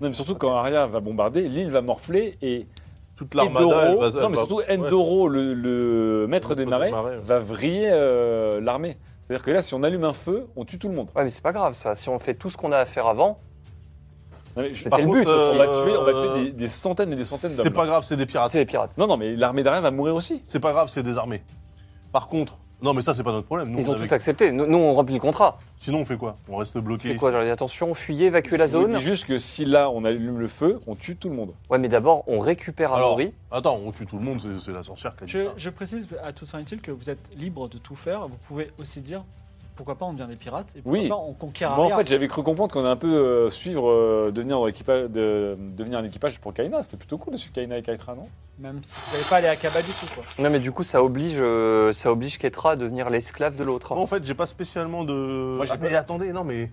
[SPEAKER 4] Non, mais surtout quand Arya va bombarder, l'île va morfler et
[SPEAKER 3] Toute
[SPEAKER 4] Endoro,
[SPEAKER 3] l'armada, elle va.
[SPEAKER 4] non, mais surtout Endoro, le, le maître
[SPEAKER 3] Le
[SPEAKER 4] des
[SPEAKER 3] maître
[SPEAKER 4] marais,
[SPEAKER 3] des marais, ouais.
[SPEAKER 4] va vriller euh, l'armée. C'est-à-dire que là, si on allume un feu, on tue tout le monde.
[SPEAKER 2] Ouais, mais c'est pas grave ça. Si on fait tout ce qu'on a à faire avant,
[SPEAKER 4] Non, mais je-
[SPEAKER 2] C'était le but,
[SPEAKER 4] on va
[SPEAKER 3] euh,
[SPEAKER 4] tuer, on va tuer des, des centaines et des centaines
[SPEAKER 3] C'est
[SPEAKER 4] d'hommes.
[SPEAKER 3] pas grave, c'est des pirates.
[SPEAKER 2] c'est les pirates.
[SPEAKER 4] Non, non, mais l'armée derrière va mourir aussi.
[SPEAKER 3] C'est pas grave, c'est des armées. Par contre, non, mais ça, c'est pas notre problème. Nous,
[SPEAKER 2] Ils
[SPEAKER 3] on
[SPEAKER 2] ont
[SPEAKER 3] avait-
[SPEAKER 2] tous accepté. Nous, nous, on remplit le contrat.
[SPEAKER 3] Sinon, on fait quoi On reste
[SPEAKER 2] Tu fais
[SPEAKER 3] bloqué.
[SPEAKER 2] quoi Genre, attention, fuyez, évacuez la
[SPEAKER 4] Je vous
[SPEAKER 2] zone.
[SPEAKER 4] dis juste que si là, on allume le feu, on tue tout le monde.
[SPEAKER 2] Ouais, mais d'abord, on récupère
[SPEAKER 3] Alors,
[SPEAKER 2] Amaury.
[SPEAKER 3] Attends, on tue tout le monde, c'est c'est la sorcière qui a dit
[SPEAKER 1] Je,
[SPEAKER 3] ça.
[SPEAKER 1] je précise à tout fin utile que vous êtes libre de tout faire. Vous pouvez aussi dire pourquoi pas on devient des pirates et pourquoi
[SPEAKER 4] Oui.
[SPEAKER 1] pas on conquiert
[SPEAKER 4] Moi, en
[SPEAKER 1] Aria.
[SPEAKER 4] fait, j'avais cru comprendre qu'on a un peu euh, suivre, euh, devenir, dans l'équipage- de- devenir un équipage pour Kaina. C'était plutôt cool de suivre Kaina et Kaitra, non
[SPEAKER 1] Même si vous n'allez pas aller à Kaba du tout. Quoi.
[SPEAKER 2] Non, mais du coup, ça oblige, euh, ça oblige Ketra à devenir l'esclave de l'autre.
[SPEAKER 3] Moi, en fait, j'ai pas spécialement de.
[SPEAKER 4] Moi, j'ai
[SPEAKER 3] ah, mais attendez, non, mais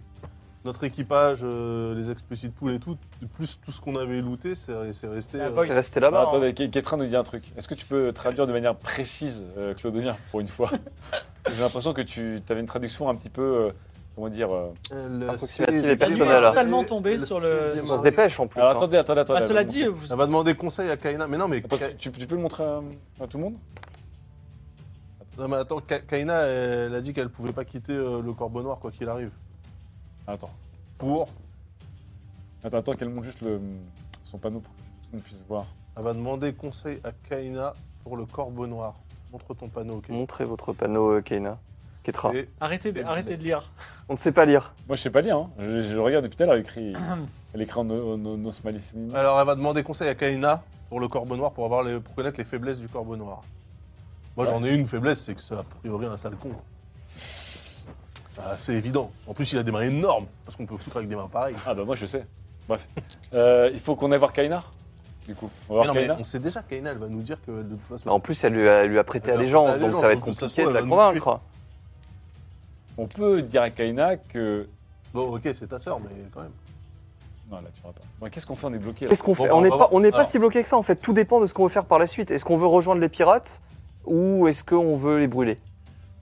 [SPEAKER 3] notre équipage, euh, les explicit poules et tout, plus tout ce qu'on avait looté, c'est c'est resté.
[SPEAKER 1] C'est un
[SPEAKER 3] euh,
[SPEAKER 1] bug.
[SPEAKER 2] C'est resté
[SPEAKER 4] Ah
[SPEAKER 2] là-bas. hein.
[SPEAKER 4] Attendez, Ke- Ketra nous dit un truc. Est-ce que tu peux traduire de manière précise, euh, Claudonia, pour une fois J'ai l'impression que tu avais une traduction un petit peu, euh, comment dire... euh,
[SPEAKER 3] elle,
[SPEAKER 2] Approximative
[SPEAKER 3] c'est
[SPEAKER 2] et
[SPEAKER 3] des
[SPEAKER 2] personnelle.
[SPEAKER 3] démarrer,
[SPEAKER 1] Totalement tombé
[SPEAKER 3] elle
[SPEAKER 1] sur
[SPEAKER 3] s'est
[SPEAKER 1] le-
[SPEAKER 3] démarrer.
[SPEAKER 2] On se dépêche en plus.
[SPEAKER 4] Alors
[SPEAKER 2] hein.
[SPEAKER 4] attendez, attendez, attendez.
[SPEAKER 1] Bah, cela
[SPEAKER 4] attendez.
[SPEAKER 1] dit, vous,
[SPEAKER 3] Elle va demander conseil à Kaina. Mais non, mais,
[SPEAKER 4] Attends,
[SPEAKER 3] Ka-
[SPEAKER 4] tu, tu- tu peux le montrer à, à tout le monde
[SPEAKER 3] non, mais attends, Ka- Kaina, elle a dit qu'elle pouvait pas quitter euh, le corbeau noir, quoi qu'il arrive.
[SPEAKER 4] Ah, Attends,
[SPEAKER 3] Pour.
[SPEAKER 4] attends, attends qu'elle monte juste le, son panneau pour qu'on puisse voir.
[SPEAKER 3] Elle va demander conseil à Kaina pour le corbeau noir. Montre ton panneau, ok
[SPEAKER 2] Montrez votre panneau, euh, Keina. Ketra.
[SPEAKER 3] Et-
[SPEAKER 1] arrêtez, de, arrêtez de lire.
[SPEAKER 2] On ne sait pas lire.
[SPEAKER 4] Moi, je sais pas lire. Hein. Je, je regarde depuis tout à l'heure. Elle écrit, elle écrit en no- no- nosmalis minima.
[SPEAKER 3] Alors, elle va demander conseil à Kaina pour le corbeau noir, pour, avoir les, pour connaître les faiblesses du corbeau noir. Moi, j'en ai une faiblesse, c'est que c'est a priori un sale con. Ah, c'est évident. En plus, il a des mains énormes, parce qu'on peut foutre avec des mains pareilles.
[SPEAKER 4] Ah bah moi, je sais. Bref, Euh, il faut qu'on aille voir Kaina. Du coup, on va
[SPEAKER 3] Mais
[SPEAKER 4] voir
[SPEAKER 3] non, mais
[SPEAKER 4] Kaina.
[SPEAKER 3] on sait déjà, Kaina, elle va nous dire que de toute façon.
[SPEAKER 2] Bah, en plus, elle lui a, elle lui a prêté
[SPEAKER 3] Elle a
[SPEAKER 2] allégeance,
[SPEAKER 3] prêté
[SPEAKER 2] donc ça va être
[SPEAKER 3] allégeance, donc ça
[SPEAKER 2] compliqué de
[SPEAKER 3] se trouve,
[SPEAKER 2] la
[SPEAKER 3] elle va nous
[SPEAKER 2] convaincre.
[SPEAKER 4] On peut dire à Kaina que
[SPEAKER 3] Bon, ok, c'est ta sœur, mais quand même.
[SPEAKER 4] non, là, tu verras pas. Bon, Qu'est-ce qu'on fait On est bloqué. là.
[SPEAKER 2] Qu'est-ce qu'on
[SPEAKER 3] Bon,
[SPEAKER 2] fait
[SPEAKER 3] bah,
[SPEAKER 2] On
[SPEAKER 3] on
[SPEAKER 2] n'est
[SPEAKER 3] va
[SPEAKER 2] pas,
[SPEAKER 3] voir.
[SPEAKER 2] on n'est pas
[SPEAKER 3] Alors.
[SPEAKER 2] si bloqué que ça, en fait. Tout dépend de ce qu'on veut faire par la suite. Est-ce qu'on veut rejoindre les pirates ou est-ce qu'on veut les brûler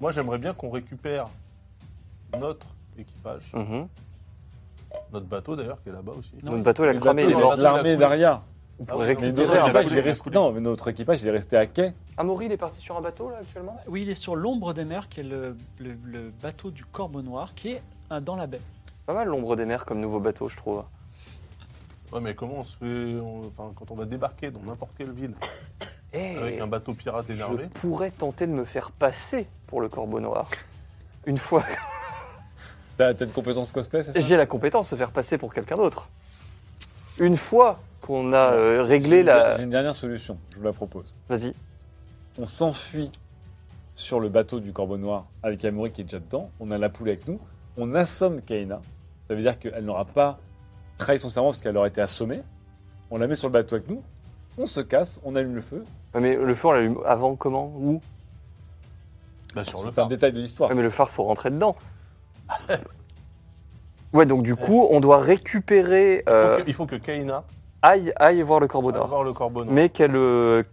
[SPEAKER 3] Moi, j'aimerais bien qu'on récupère notre équipage,
[SPEAKER 2] Mm.
[SPEAKER 3] notre bateau d'ailleurs, qui est là-bas aussi.
[SPEAKER 1] Non,
[SPEAKER 2] Notre
[SPEAKER 1] mais-
[SPEAKER 2] bateau, il a
[SPEAKER 4] Le
[SPEAKER 2] cramé, il est
[SPEAKER 4] bateau,
[SPEAKER 2] mort.
[SPEAKER 3] il a
[SPEAKER 4] L'armée
[SPEAKER 3] coulé.
[SPEAKER 4] d'Aria.
[SPEAKER 2] On
[SPEAKER 3] Ah ouais,
[SPEAKER 2] pourrait
[SPEAKER 3] non,
[SPEAKER 4] Mais
[SPEAKER 3] il a
[SPEAKER 4] notre
[SPEAKER 2] récupérer un
[SPEAKER 3] coulé, il a
[SPEAKER 4] équipage,
[SPEAKER 2] bateau.
[SPEAKER 4] il
[SPEAKER 3] coulé, il
[SPEAKER 4] est
[SPEAKER 3] a
[SPEAKER 4] Bah, resté.
[SPEAKER 3] coulé.
[SPEAKER 4] Non, mais notre équipage, il est resté à quai.
[SPEAKER 2] Amaury, il est parti sur un bateau, là, actuellement
[SPEAKER 1] Oui, il est sur l'ombre des mers, qui est le, le- le bateau du Corbeau Noir, qui est euh, dans la baie.
[SPEAKER 2] C'est pas mal l'ombre des mers comme nouveau bateau, je trouve.
[SPEAKER 3] Ouais, mais comment on se fait on- Enfin, quand on va débarquer dans n'importe quelle ville,
[SPEAKER 2] Eh,
[SPEAKER 3] avec un bateau pirate
[SPEAKER 2] je
[SPEAKER 3] énervé.
[SPEAKER 2] pourrais tenter de me faire passer pour le corbeau noir. Une fois que
[SPEAKER 4] T'as t'as une compétence cosplay, c'est ça
[SPEAKER 2] j'ai la compétence de faire passer pour quelqu'un d'autre. Une fois qu'on a euh, réglé la...
[SPEAKER 4] J'ai une dernière solution, je vous la propose.
[SPEAKER 2] Vas-y.
[SPEAKER 4] On s'enfuit sur le bateau du Corbeau Noir avec Amaury qui est déjà dedans. On a la poule avec nous. On assomme Kaina. Ça veut dire qu'elle n'aura pas trahi son serment parce qu'elle aurait été assommée. On la met sur le bateau avec nous. On se casse, on allume le feu.
[SPEAKER 2] Ouais, Ah, Mais le feu, on l'allume avant, comment, où
[SPEAKER 3] Bah, sur le
[SPEAKER 4] C'est un
[SPEAKER 3] phare.
[SPEAKER 4] détail de l'histoire.
[SPEAKER 2] Ouais, Ah, Mais le phare, faut rentrer dedans. Ouais, donc du coup, on doit récupérer...
[SPEAKER 3] Il
[SPEAKER 2] euh,
[SPEAKER 3] faut que- Il faut que Kaina
[SPEAKER 2] aille, aille voir le corbeau
[SPEAKER 3] aille
[SPEAKER 2] d'or.
[SPEAKER 3] voir le corbeau noir.
[SPEAKER 2] mais qu'elle euh,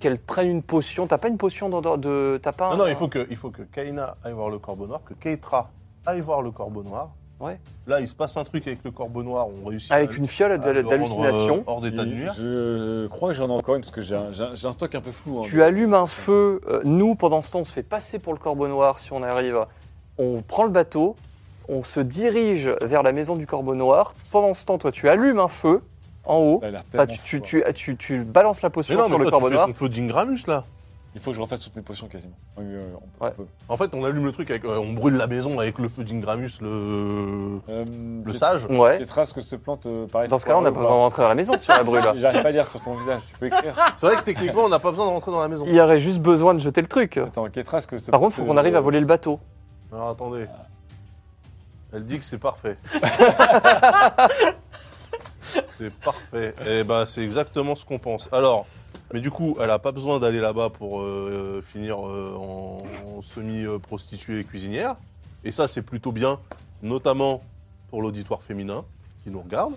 [SPEAKER 2] qu'elle traîne une potion. T'as pas une potion dans- dans- de. T'as pas.
[SPEAKER 3] Non,
[SPEAKER 2] un-
[SPEAKER 3] non, il faut que, il faut que Kaina aille voir le corbeau noir, que Keitra aille voir le corbeau noir.
[SPEAKER 2] Ouais.
[SPEAKER 3] Là, il se passe un truc avec le corbeau noir, on réussit à-
[SPEAKER 2] Avec une fiole
[SPEAKER 3] à le
[SPEAKER 2] d'hal-
[SPEAKER 3] rendre, euh,
[SPEAKER 2] d'hallucination.
[SPEAKER 3] Hors
[SPEAKER 4] Et
[SPEAKER 3] d'état de nuire.
[SPEAKER 4] Je crois que j'en ai encore une parce que j'ai un, j'ai un- j'ai un stock un peu flou. hein.
[SPEAKER 2] Tu allumes un feu. euh, nous, pendant ce temps, on se fait passer pour le corbeau noir si on arrive. On prend le bateau. On se dirige vers la maison du corbeau noir. Pendant ce temps, toi, tu allumes un feu en haut.
[SPEAKER 4] Ça a l'air
[SPEAKER 2] Enfin,
[SPEAKER 4] tellement
[SPEAKER 2] tu, tu,
[SPEAKER 4] fou,
[SPEAKER 2] tu, ah, tu- tu balances la potion
[SPEAKER 3] Mais non,
[SPEAKER 2] sur le
[SPEAKER 3] mais toi, tu
[SPEAKER 2] corbeau
[SPEAKER 3] fais
[SPEAKER 2] noir.
[SPEAKER 3] ton feu d'Ingramus, là.
[SPEAKER 4] hein. Il faut que je refasse toutes mes potions quasiment. Oui, oui, oui, on peut-
[SPEAKER 2] Ouais.
[SPEAKER 4] on peut.
[SPEAKER 3] En fait, on allume le truc, avec, euh, on brûle la maison avec le feu d'Ingramus, le,
[SPEAKER 4] Euh,
[SPEAKER 3] le
[SPEAKER 4] Tet-
[SPEAKER 3] sage.
[SPEAKER 2] Ouais.
[SPEAKER 4] Tétras, que ce plante euh, pareil.
[SPEAKER 2] Dans ce cas-là, on n'a pas besoin de rentrer à la maison si on la brûle.
[SPEAKER 4] J'arrive pas à lire sur ton visage, tu peux écrire.
[SPEAKER 3] C'est vrai que techniquement, on n'a pas besoin de rentrer dans la maison.
[SPEAKER 2] Il y aurait juste besoin de jeter le truc.
[SPEAKER 4] Attends, Tétras, que ce euh,
[SPEAKER 2] Par contre, faut qu'on arrive à voler le bateau.
[SPEAKER 3] Alors, attendez. Elle dit que c'est parfait. c'est parfait. Eh ben, c'est exactement ce qu'on pense. Alors, mais du coup, elle n'a pas besoin d'aller là-bas pour euh, finir euh, en, en semi-prostituée et cuisinière. Et ça, c'est plutôt bien, notamment pour l'auditoire féminin qui nous regarde.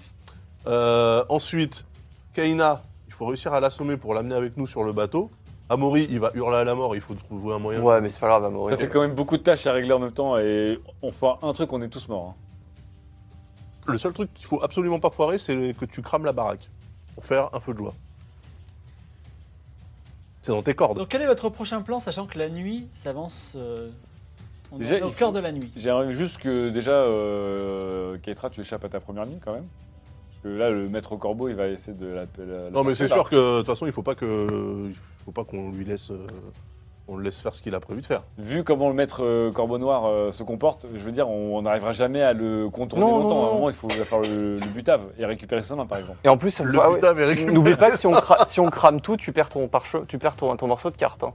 [SPEAKER 3] Euh, ensuite, Kaina, il faut réussir à l'assommer pour l'amener avec nous sur le bateau. Amaury, il va hurler à la mort, il faut trouver un moyen.
[SPEAKER 2] Ouais, mais c'est pas grave, Amaury.
[SPEAKER 4] Ça fait quand même beaucoup de tâches à régler en même temps et on fera un truc, on est tous morts. hein.
[SPEAKER 3] Le seul truc qu'il faut absolument pas foirer, c'est que tu crames la baraque pour faire un feu de joie. C'est dans tes cordes.
[SPEAKER 1] Donc quel est votre prochain plan, sachant que la nuit s'avance euh, on
[SPEAKER 4] Déjà,
[SPEAKER 1] est au
[SPEAKER 4] il
[SPEAKER 1] cœur
[SPEAKER 4] faut-
[SPEAKER 1] de la nuit.
[SPEAKER 4] J'aimerais juste que déjà, euh, Keitra, tu échappes à ta première ligne quand même. Parce que là, le maître au corbeau, il va essayer de la. la- la-
[SPEAKER 3] Non mais c'est
[SPEAKER 4] la-
[SPEAKER 3] sûr que de toute façon il faut pas que il faut pas qu'on lui laisse euh, on le laisse faire ce qu'il a prévu de faire.
[SPEAKER 4] Vu comment le maître euh, Corbeau Noir euh, se comporte, je veux dire, on on n'arrivera jamais à le contourner
[SPEAKER 2] Non, non,
[SPEAKER 4] longtemps. À
[SPEAKER 2] non.
[SPEAKER 4] un moment, il faut il va falloir le, le butave et récupérer sa main, par exemple.
[SPEAKER 2] Et en plus,
[SPEAKER 3] Le
[SPEAKER 2] ah ouais.
[SPEAKER 3] putain avait récupéré.
[SPEAKER 2] N'oublie pas que si on, cra- si on crame tout, tu perds ton parche- tu perds ton, ton morceau de carte. hein.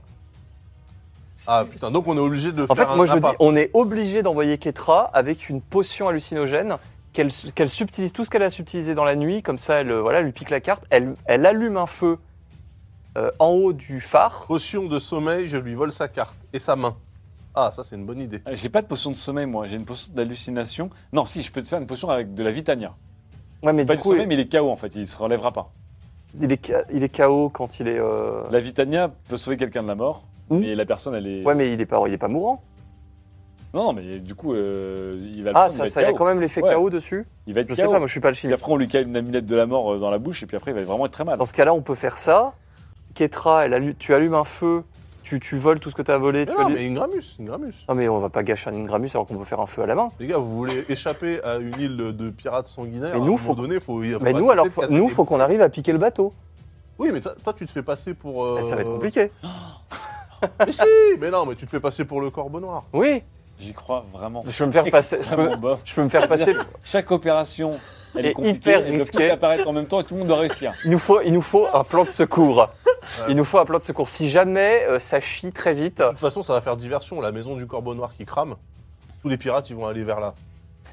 [SPEAKER 3] Ah putain donc on est obligé de
[SPEAKER 2] En
[SPEAKER 3] faire
[SPEAKER 2] fait,
[SPEAKER 3] un
[SPEAKER 2] moi je dis,
[SPEAKER 3] appât.
[SPEAKER 2] on est obligé d'envoyer Ketra avec une potion hallucinogène qu'elle qu'elle subtilise tout ce qu'elle a subtilisé dans la nuit, comme ça elle euh, voilà, elle lui pique la carte, elle, elle allume un feu euh, en haut du phare.
[SPEAKER 3] Potion de sommeil, je lui vole sa carte et sa main. Ah ça c'est une bonne idée.
[SPEAKER 4] Ah, J'ai pas de potion de sommeil, moi. J'ai une potion d'hallucination. Non, si, je peux te faire une potion avec de la vitania.
[SPEAKER 2] Ouais, mais
[SPEAKER 4] C'est pas
[SPEAKER 2] du
[SPEAKER 4] du
[SPEAKER 2] coup,
[SPEAKER 4] sommeil, mais il est KO en fait. Il se relèvera pas.
[SPEAKER 2] il, est, ca- il est KO quand il est. euh,
[SPEAKER 4] La vitania peut sauver quelqu'un de la mort,
[SPEAKER 2] Mmh.
[SPEAKER 4] mais la personne, elle est.
[SPEAKER 2] Ouais, mais il est pas, il est pas mourant.
[SPEAKER 4] Non, non, mais du coup, euh, il va. le
[SPEAKER 2] Ah,
[SPEAKER 4] prendre,
[SPEAKER 2] ça,
[SPEAKER 4] il va
[SPEAKER 2] ça,
[SPEAKER 4] être
[SPEAKER 2] il y a
[SPEAKER 4] KO.
[SPEAKER 2] quand même l'effet
[SPEAKER 4] Ouais.
[SPEAKER 2] KO dessus.
[SPEAKER 4] Il va être
[SPEAKER 2] Je
[SPEAKER 4] KO.
[SPEAKER 2] sais pas, moi je suis pas le
[SPEAKER 4] Puis
[SPEAKER 2] chimiste.
[SPEAKER 4] après, on lui cale une amulette de la mort euh, dans la bouche, et puis après, il va vraiment être très mal.
[SPEAKER 2] Ah, Dans ce cas-là, on peut faire ça. Ketra, elle allu- tu allumes un feu, tu, tu voles tout ce que tu as volé.
[SPEAKER 3] Mais
[SPEAKER 2] tu
[SPEAKER 3] non
[SPEAKER 2] allu-
[SPEAKER 3] mais Ingramus, Ingramus.
[SPEAKER 2] Non mais on va pas gâcher un Ingramus alors qu'on peut faire un feu à la main.
[SPEAKER 3] Les gars, vous voulez échapper à une île de- de pirates sanguinaires
[SPEAKER 2] Mais
[SPEAKER 3] à
[SPEAKER 2] nous,
[SPEAKER 3] un
[SPEAKER 2] faut-
[SPEAKER 3] moment donné, faut, il faut
[SPEAKER 2] mais nous
[SPEAKER 3] accepter
[SPEAKER 2] alors,
[SPEAKER 3] de casser
[SPEAKER 2] nous
[SPEAKER 3] des-
[SPEAKER 2] faut qu'on arrive à piquer le bateau.
[SPEAKER 3] Oui, mais toi, toi, tu te fais passer pour
[SPEAKER 2] Eh, Ça va être
[SPEAKER 3] euh,
[SPEAKER 2] compliqué.
[SPEAKER 3] Mais si Mais non, mais tu te fais passer pour le corbeau noir.
[SPEAKER 2] Oui,
[SPEAKER 4] J'y crois vraiment.
[SPEAKER 2] je peux me faire passer. Je peux,
[SPEAKER 4] Vraiment bof.
[SPEAKER 2] je peux me faire passer.
[SPEAKER 4] Chaque opération, elle est,
[SPEAKER 2] Est
[SPEAKER 4] compliquée.
[SPEAKER 2] hyper
[SPEAKER 4] Elles doivent
[SPEAKER 2] risquée.
[SPEAKER 4] toutes apparaître en même temps et tout le monde doit réussir.
[SPEAKER 2] Il nous faut, il nous faut un plan de secours. Il nous faut un plan de secours. Si jamais euh, ça chie très vite,
[SPEAKER 3] De toute façon, ça va faire diversion. La maison du corbeau noir qui crame, tous les pirates, ils vont aller vers là.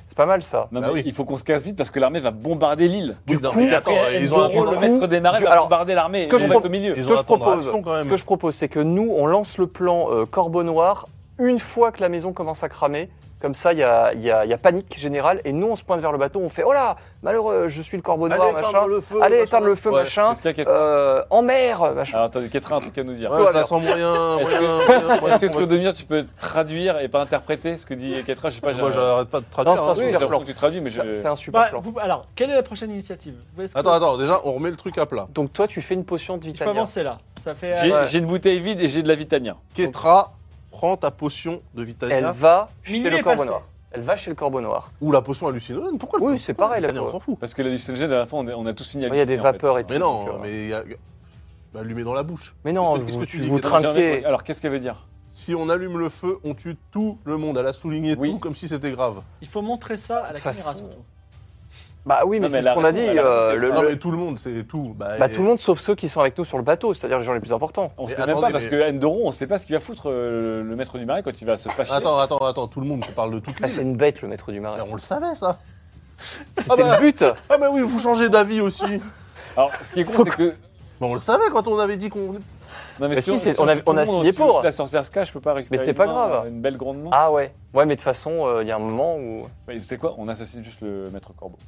[SPEAKER 2] c'est pas mal ça.
[SPEAKER 4] Non,
[SPEAKER 3] Bah
[SPEAKER 4] mais
[SPEAKER 3] oui.
[SPEAKER 4] il faut qu'on se casse vite parce que l'armée va bombarder l'île.
[SPEAKER 3] Du
[SPEAKER 2] coup,
[SPEAKER 3] mais attends,
[SPEAKER 4] Après,
[SPEAKER 3] ils ont un
[SPEAKER 4] Endoro,
[SPEAKER 3] tour-
[SPEAKER 4] le maître des narets
[SPEAKER 2] du-
[SPEAKER 4] va
[SPEAKER 2] alors,
[SPEAKER 4] bombarder l'armée.
[SPEAKER 2] ce
[SPEAKER 4] Ce
[SPEAKER 2] que
[SPEAKER 4] que
[SPEAKER 2] je
[SPEAKER 4] je
[SPEAKER 2] trouve-
[SPEAKER 4] au milieu.
[SPEAKER 3] ils
[SPEAKER 2] ce
[SPEAKER 3] ont
[SPEAKER 2] que
[SPEAKER 3] un
[SPEAKER 2] je
[SPEAKER 3] temps de
[SPEAKER 2] propose,
[SPEAKER 3] réaction, quand
[SPEAKER 2] Ce
[SPEAKER 3] même.
[SPEAKER 2] que je propose, c'est que nous, on lance le plan euh, Corbeau Noir une fois que la maison commence à cramer. Comme ça, il y a, il y a- il y a panique générale. Et nous, on se pointe vers le bateau, on fait Oh là, malheureux, je suis le Corbeau Noir,
[SPEAKER 3] Allez
[SPEAKER 2] machin.
[SPEAKER 3] éteindre le feu.
[SPEAKER 2] Allez
[SPEAKER 3] machin.
[SPEAKER 2] éteindre le feu,
[SPEAKER 3] Ouais.
[SPEAKER 2] machin.
[SPEAKER 4] Qu'est-ce qu'il y a, Ketra
[SPEAKER 2] Euh, en mer, machin.
[SPEAKER 4] Alors, attendez, Ketra a un truc à nous dire.
[SPEAKER 3] Ouais, je la sens moyen,
[SPEAKER 4] Est-ce
[SPEAKER 3] moyen, moyen,
[SPEAKER 4] que-
[SPEAKER 3] moyen
[SPEAKER 4] Est-ce que
[SPEAKER 3] combattant.
[SPEAKER 4] Claude Demir, tu peux traduire et pas interpréter ce que dit Ketra Je sais pas.
[SPEAKER 3] Moi,
[SPEAKER 4] j'ai-
[SPEAKER 3] j'arrête pas de
[SPEAKER 2] Non, c'est
[SPEAKER 3] traduire.
[SPEAKER 2] un
[SPEAKER 3] hein.
[SPEAKER 4] Oui,
[SPEAKER 2] super
[SPEAKER 4] j'ai l'impression
[SPEAKER 2] plan.
[SPEAKER 4] que tu traduis, mais je.
[SPEAKER 2] Ça- C'est un super
[SPEAKER 1] Bah,
[SPEAKER 2] plan.
[SPEAKER 1] vous- alors, quelle est la prochaine initiative Est-ce que-
[SPEAKER 3] Attends, attends, déjà, on remet le truc à plat.
[SPEAKER 2] Donc toi, tu fais une potion de
[SPEAKER 1] Il faut
[SPEAKER 2] vitania.
[SPEAKER 1] avancer là. Ça fait. euh,
[SPEAKER 4] J'ai
[SPEAKER 2] Ouais.
[SPEAKER 4] j'ai une bouteille vide et j'ai de la vitania.
[SPEAKER 3] Ketra, prends ta potion de
[SPEAKER 2] Elle
[SPEAKER 3] Vitania
[SPEAKER 2] va chez
[SPEAKER 1] Minuit
[SPEAKER 2] le
[SPEAKER 1] est
[SPEAKER 2] corbeau
[SPEAKER 1] passé.
[SPEAKER 2] noir. Elle va chez le corbeau noir.
[SPEAKER 3] ou la potion hallucinogène. Pourquoi le-
[SPEAKER 2] Oui, c'est
[SPEAKER 3] pourquoi
[SPEAKER 2] pareil,
[SPEAKER 3] le
[SPEAKER 2] la
[SPEAKER 3] Vitania, on
[SPEAKER 2] peau.
[SPEAKER 3] s'en fout.
[SPEAKER 4] Parce que la hallucinogène, à la fin, on, est- on a tous fini à
[SPEAKER 2] Il y a des
[SPEAKER 4] halluciner, en fait.
[SPEAKER 2] vapeurs et tout.
[SPEAKER 3] Mais
[SPEAKER 2] Donc, euh,
[SPEAKER 3] non, mais il y a- Bah, allumez dans la bouche.
[SPEAKER 2] Mais non,
[SPEAKER 3] Qu'est-ce que- qu'est-ce
[SPEAKER 2] vous,
[SPEAKER 3] que tu dis
[SPEAKER 2] vous
[SPEAKER 3] que t'as
[SPEAKER 2] trinquez.
[SPEAKER 4] Alors, qu'est-ce qu'elle veut dire
[SPEAKER 3] Si on allume le feu, on tue tout le monde. Elle a souligné
[SPEAKER 4] Oui.
[SPEAKER 3] tout comme si c'était grave.
[SPEAKER 1] Il faut montrer ça à la
[SPEAKER 2] De toute
[SPEAKER 1] caméra
[SPEAKER 2] façon,
[SPEAKER 1] surtout.
[SPEAKER 2] Bah oui, mais,
[SPEAKER 4] Non, mais
[SPEAKER 2] c'est
[SPEAKER 4] la
[SPEAKER 2] ce qu'on a dit.
[SPEAKER 4] raison- elle a raison,
[SPEAKER 2] euh,
[SPEAKER 4] c'est
[SPEAKER 2] le-
[SPEAKER 3] Non,
[SPEAKER 2] le-
[SPEAKER 3] mais tout le monde, c'est tout. Bah,
[SPEAKER 2] bah,
[SPEAKER 3] et-
[SPEAKER 2] tout le monde sauf ceux qui sont avec nous sur le bateau, c'est-à-dire les gens les plus importants.
[SPEAKER 4] On
[SPEAKER 3] Mais
[SPEAKER 4] sait même pas,
[SPEAKER 3] attendez,
[SPEAKER 4] parce
[SPEAKER 3] mais-
[SPEAKER 4] que Endoron, on sait pas ce qu'il va foutre euh, le maître du marais quand il va se fâcher.
[SPEAKER 3] Attends, attends, attends, tout le monde, on parle de toute
[SPEAKER 2] Ah, c'est
[SPEAKER 3] l'île.
[SPEAKER 2] une bête, le maître du marais.
[SPEAKER 3] Mais on le savait, ça. Ah
[SPEAKER 2] C'était
[SPEAKER 3] bah,
[SPEAKER 2] le but.
[SPEAKER 3] ah bah oui, vous changez d'avis aussi.
[SPEAKER 4] Alors, ce qui est con, c'est que.
[SPEAKER 3] Mais on le savait quand on avait dit qu'on.
[SPEAKER 4] Non,
[SPEAKER 2] Mais si, c'est- on a- on a
[SPEAKER 4] tout le
[SPEAKER 2] signé
[SPEAKER 4] monde,
[SPEAKER 2] pour.
[SPEAKER 4] si La sorcière se cache, je peux pas récupérer.
[SPEAKER 2] Mais c'est
[SPEAKER 4] une
[SPEAKER 2] pas
[SPEAKER 4] main,
[SPEAKER 2] grave.
[SPEAKER 4] euh, Une belle grande main.
[SPEAKER 2] Ah ouais. Ouais, mais de toute façon, euh, il y a un moment où.
[SPEAKER 4] Mais C'est quoi On assassine juste le maître corbeau.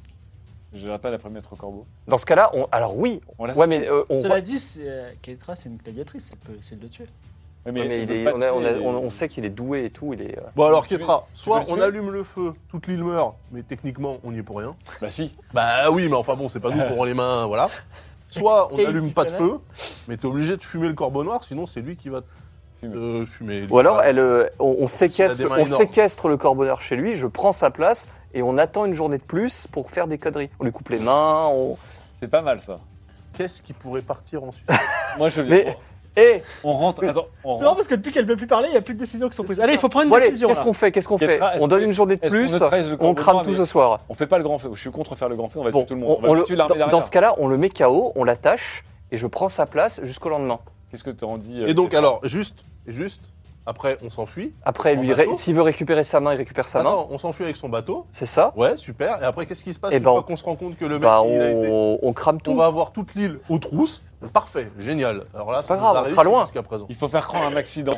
[SPEAKER 4] Je rappelle après maître corbeau.
[SPEAKER 2] Dans ce cas-là, on... alors oui.
[SPEAKER 4] On l'assassine.
[SPEAKER 2] Ouais, mais euh, on.
[SPEAKER 1] Cela dit, c'est- euh, Keitra, c'est une gladiatrice, elle peut essayer de le tuer.
[SPEAKER 4] Ouais,
[SPEAKER 2] Ouais, mais
[SPEAKER 4] on
[SPEAKER 2] il
[SPEAKER 4] peut
[SPEAKER 2] est-
[SPEAKER 4] pas
[SPEAKER 2] on, a- on a-
[SPEAKER 4] tuer les-
[SPEAKER 2] on- on sait qu'il est doué et tout. Il est. euh,
[SPEAKER 3] Bon, alors,
[SPEAKER 4] Tu peux le
[SPEAKER 3] Ketra, soit
[SPEAKER 4] le
[SPEAKER 3] on
[SPEAKER 4] tuer
[SPEAKER 3] allume le feu, toute l'île meurt, mais techniquement, on n'y est pour rien.
[SPEAKER 4] Bah si.
[SPEAKER 3] Bah oui, mais enfin bon, c'est pas nous qui aurons les mains, voilà. Soit on
[SPEAKER 1] Et
[SPEAKER 3] n'allume
[SPEAKER 1] ici,
[SPEAKER 3] pas de
[SPEAKER 1] quand même.
[SPEAKER 3] feu, mais t'es obligé de fumer le corbeau noir, sinon c'est lui qui va
[SPEAKER 4] Fumer.
[SPEAKER 3] te fumer.
[SPEAKER 2] Ou alors, elle, euh, on, on séquestre,
[SPEAKER 3] des mains
[SPEAKER 2] on
[SPEAKER 3] énormes.
[SPEAKER 2] séquestre le corbonneur chez lui, je prends sa place et on attend une journée de plus pour faire des conneries. On lui coupe les mains, on...
[SPEAKER 4] C'est pas mal ça.
[SPEAKER 3] Qu'est-ce qui pourrait partir en Suisse
[SPEAKER 4] Moi je
[SPEAKER 2] Mais- Et
[SPEAKER 4] on, on rentre. Attends, on
[SPEAKER 1] C'est marrant
[SPEAKER 4] rentre.
[SPEAKER 1] parce que depuis qu'elle ne peut plus parler, il n'y a plus de décision qui sont prises.
[SPEAKER 2] C'est
[SPEAKER 1] Allez, il
[SPEAKER 2] ça.
[SPEAKER 1] faut prendre une
[SPEAKER 2] bon, allez,
[SPEAKER 1] décision.
[SPEAKER 2] qu'est-ce
[SPEAKER 1] là.
[SPEAKER 2] qu'on fait Qu'est-ce qu'on fait
[SPEAKER 4] Est-ce
[SPEAKER 2] On donne
[SPEAKER 4] que-
[SPEAKER 2] une journée de
[SPEAKER 4] est-ce qu'on
[SPEAKER 2] plus,
[SPEAKER 4] neutralise le
[SPEAKER 2] on
[SPEAKER 4] corbeau
[SPEAKER 2] crame
[SPEAKER 4] noir,
[SPEAKER 2] tout
[SPEAKER 4] mais-
[SPEAKER 2] ce soir.
[SPEAKER 4] On fait pas le grand feu. Je suis contre faire le grand feu. On va
[SPEAKER 2] Bon,
[SPEAKER 4] tuer tout le
[SPEAKER 2] on-
[SPEAKER 4] monde. On,
[SPEAKER 2] on
[SPEAKER 4] va
[SPEAKER 2] le-
[SPEAKER 4] tuer l'armée
[SPEAKER 2] dans,
[SPEAKER 4] derrière.
[SPEAKER 2] dans ce cas-là, on le met KO, on l'attache et je prends sa place jusqu'au lendemain.
[SPEAKER 4] Qu'est-ce que t'en dis euh,
[SPEAKER 3] Et donc,
[SPEAKER 4] Kétra
[SPEAKER 3] alors, juste, juste, après, on s'enfuit.
[SPEAKER 2] Après,
[SPEAKER 3] En
[SPEAKER 2] lui, ré-
[SPEAKER 3] bateau
[SPEAKER 2] s'il veut récupérer sa main, il récupère sa main.
[SPEAKER 3] Attends, on s'enfuit avec son bateau.
[SPEAKER 2] C'est ça
[SPEAKER 3] Ouais, super. Et après, qu'est-ce qui se passe
[SPEAKER 2] Eh
[SPEAKER 3] une
[SPEAKER 2] ben,
[SPEAKER 3] fois qu'on se rend compte que le mec,
[SPEAKER 2] Bah,
[SPEAKER 3] il a été.
[SPEAKER 2] on, on crame tout.
[SPEAKER 3] On va avoir toute l'île aux trousses. Parfait, génial. Alors là,
[SPEAKER 2] C'est
[SPEAKER 3] ça
[SPEAKER 2] pas
[SPEAKER 3] nous
[SPEAKER 2] grave, on
[SPEAKER 3] arrive
[SPEAKER 2] sera loin.
[SPEAKER 3] Jusqu'à présent.
[SPEAKER 4] Il faut faire croire un accident.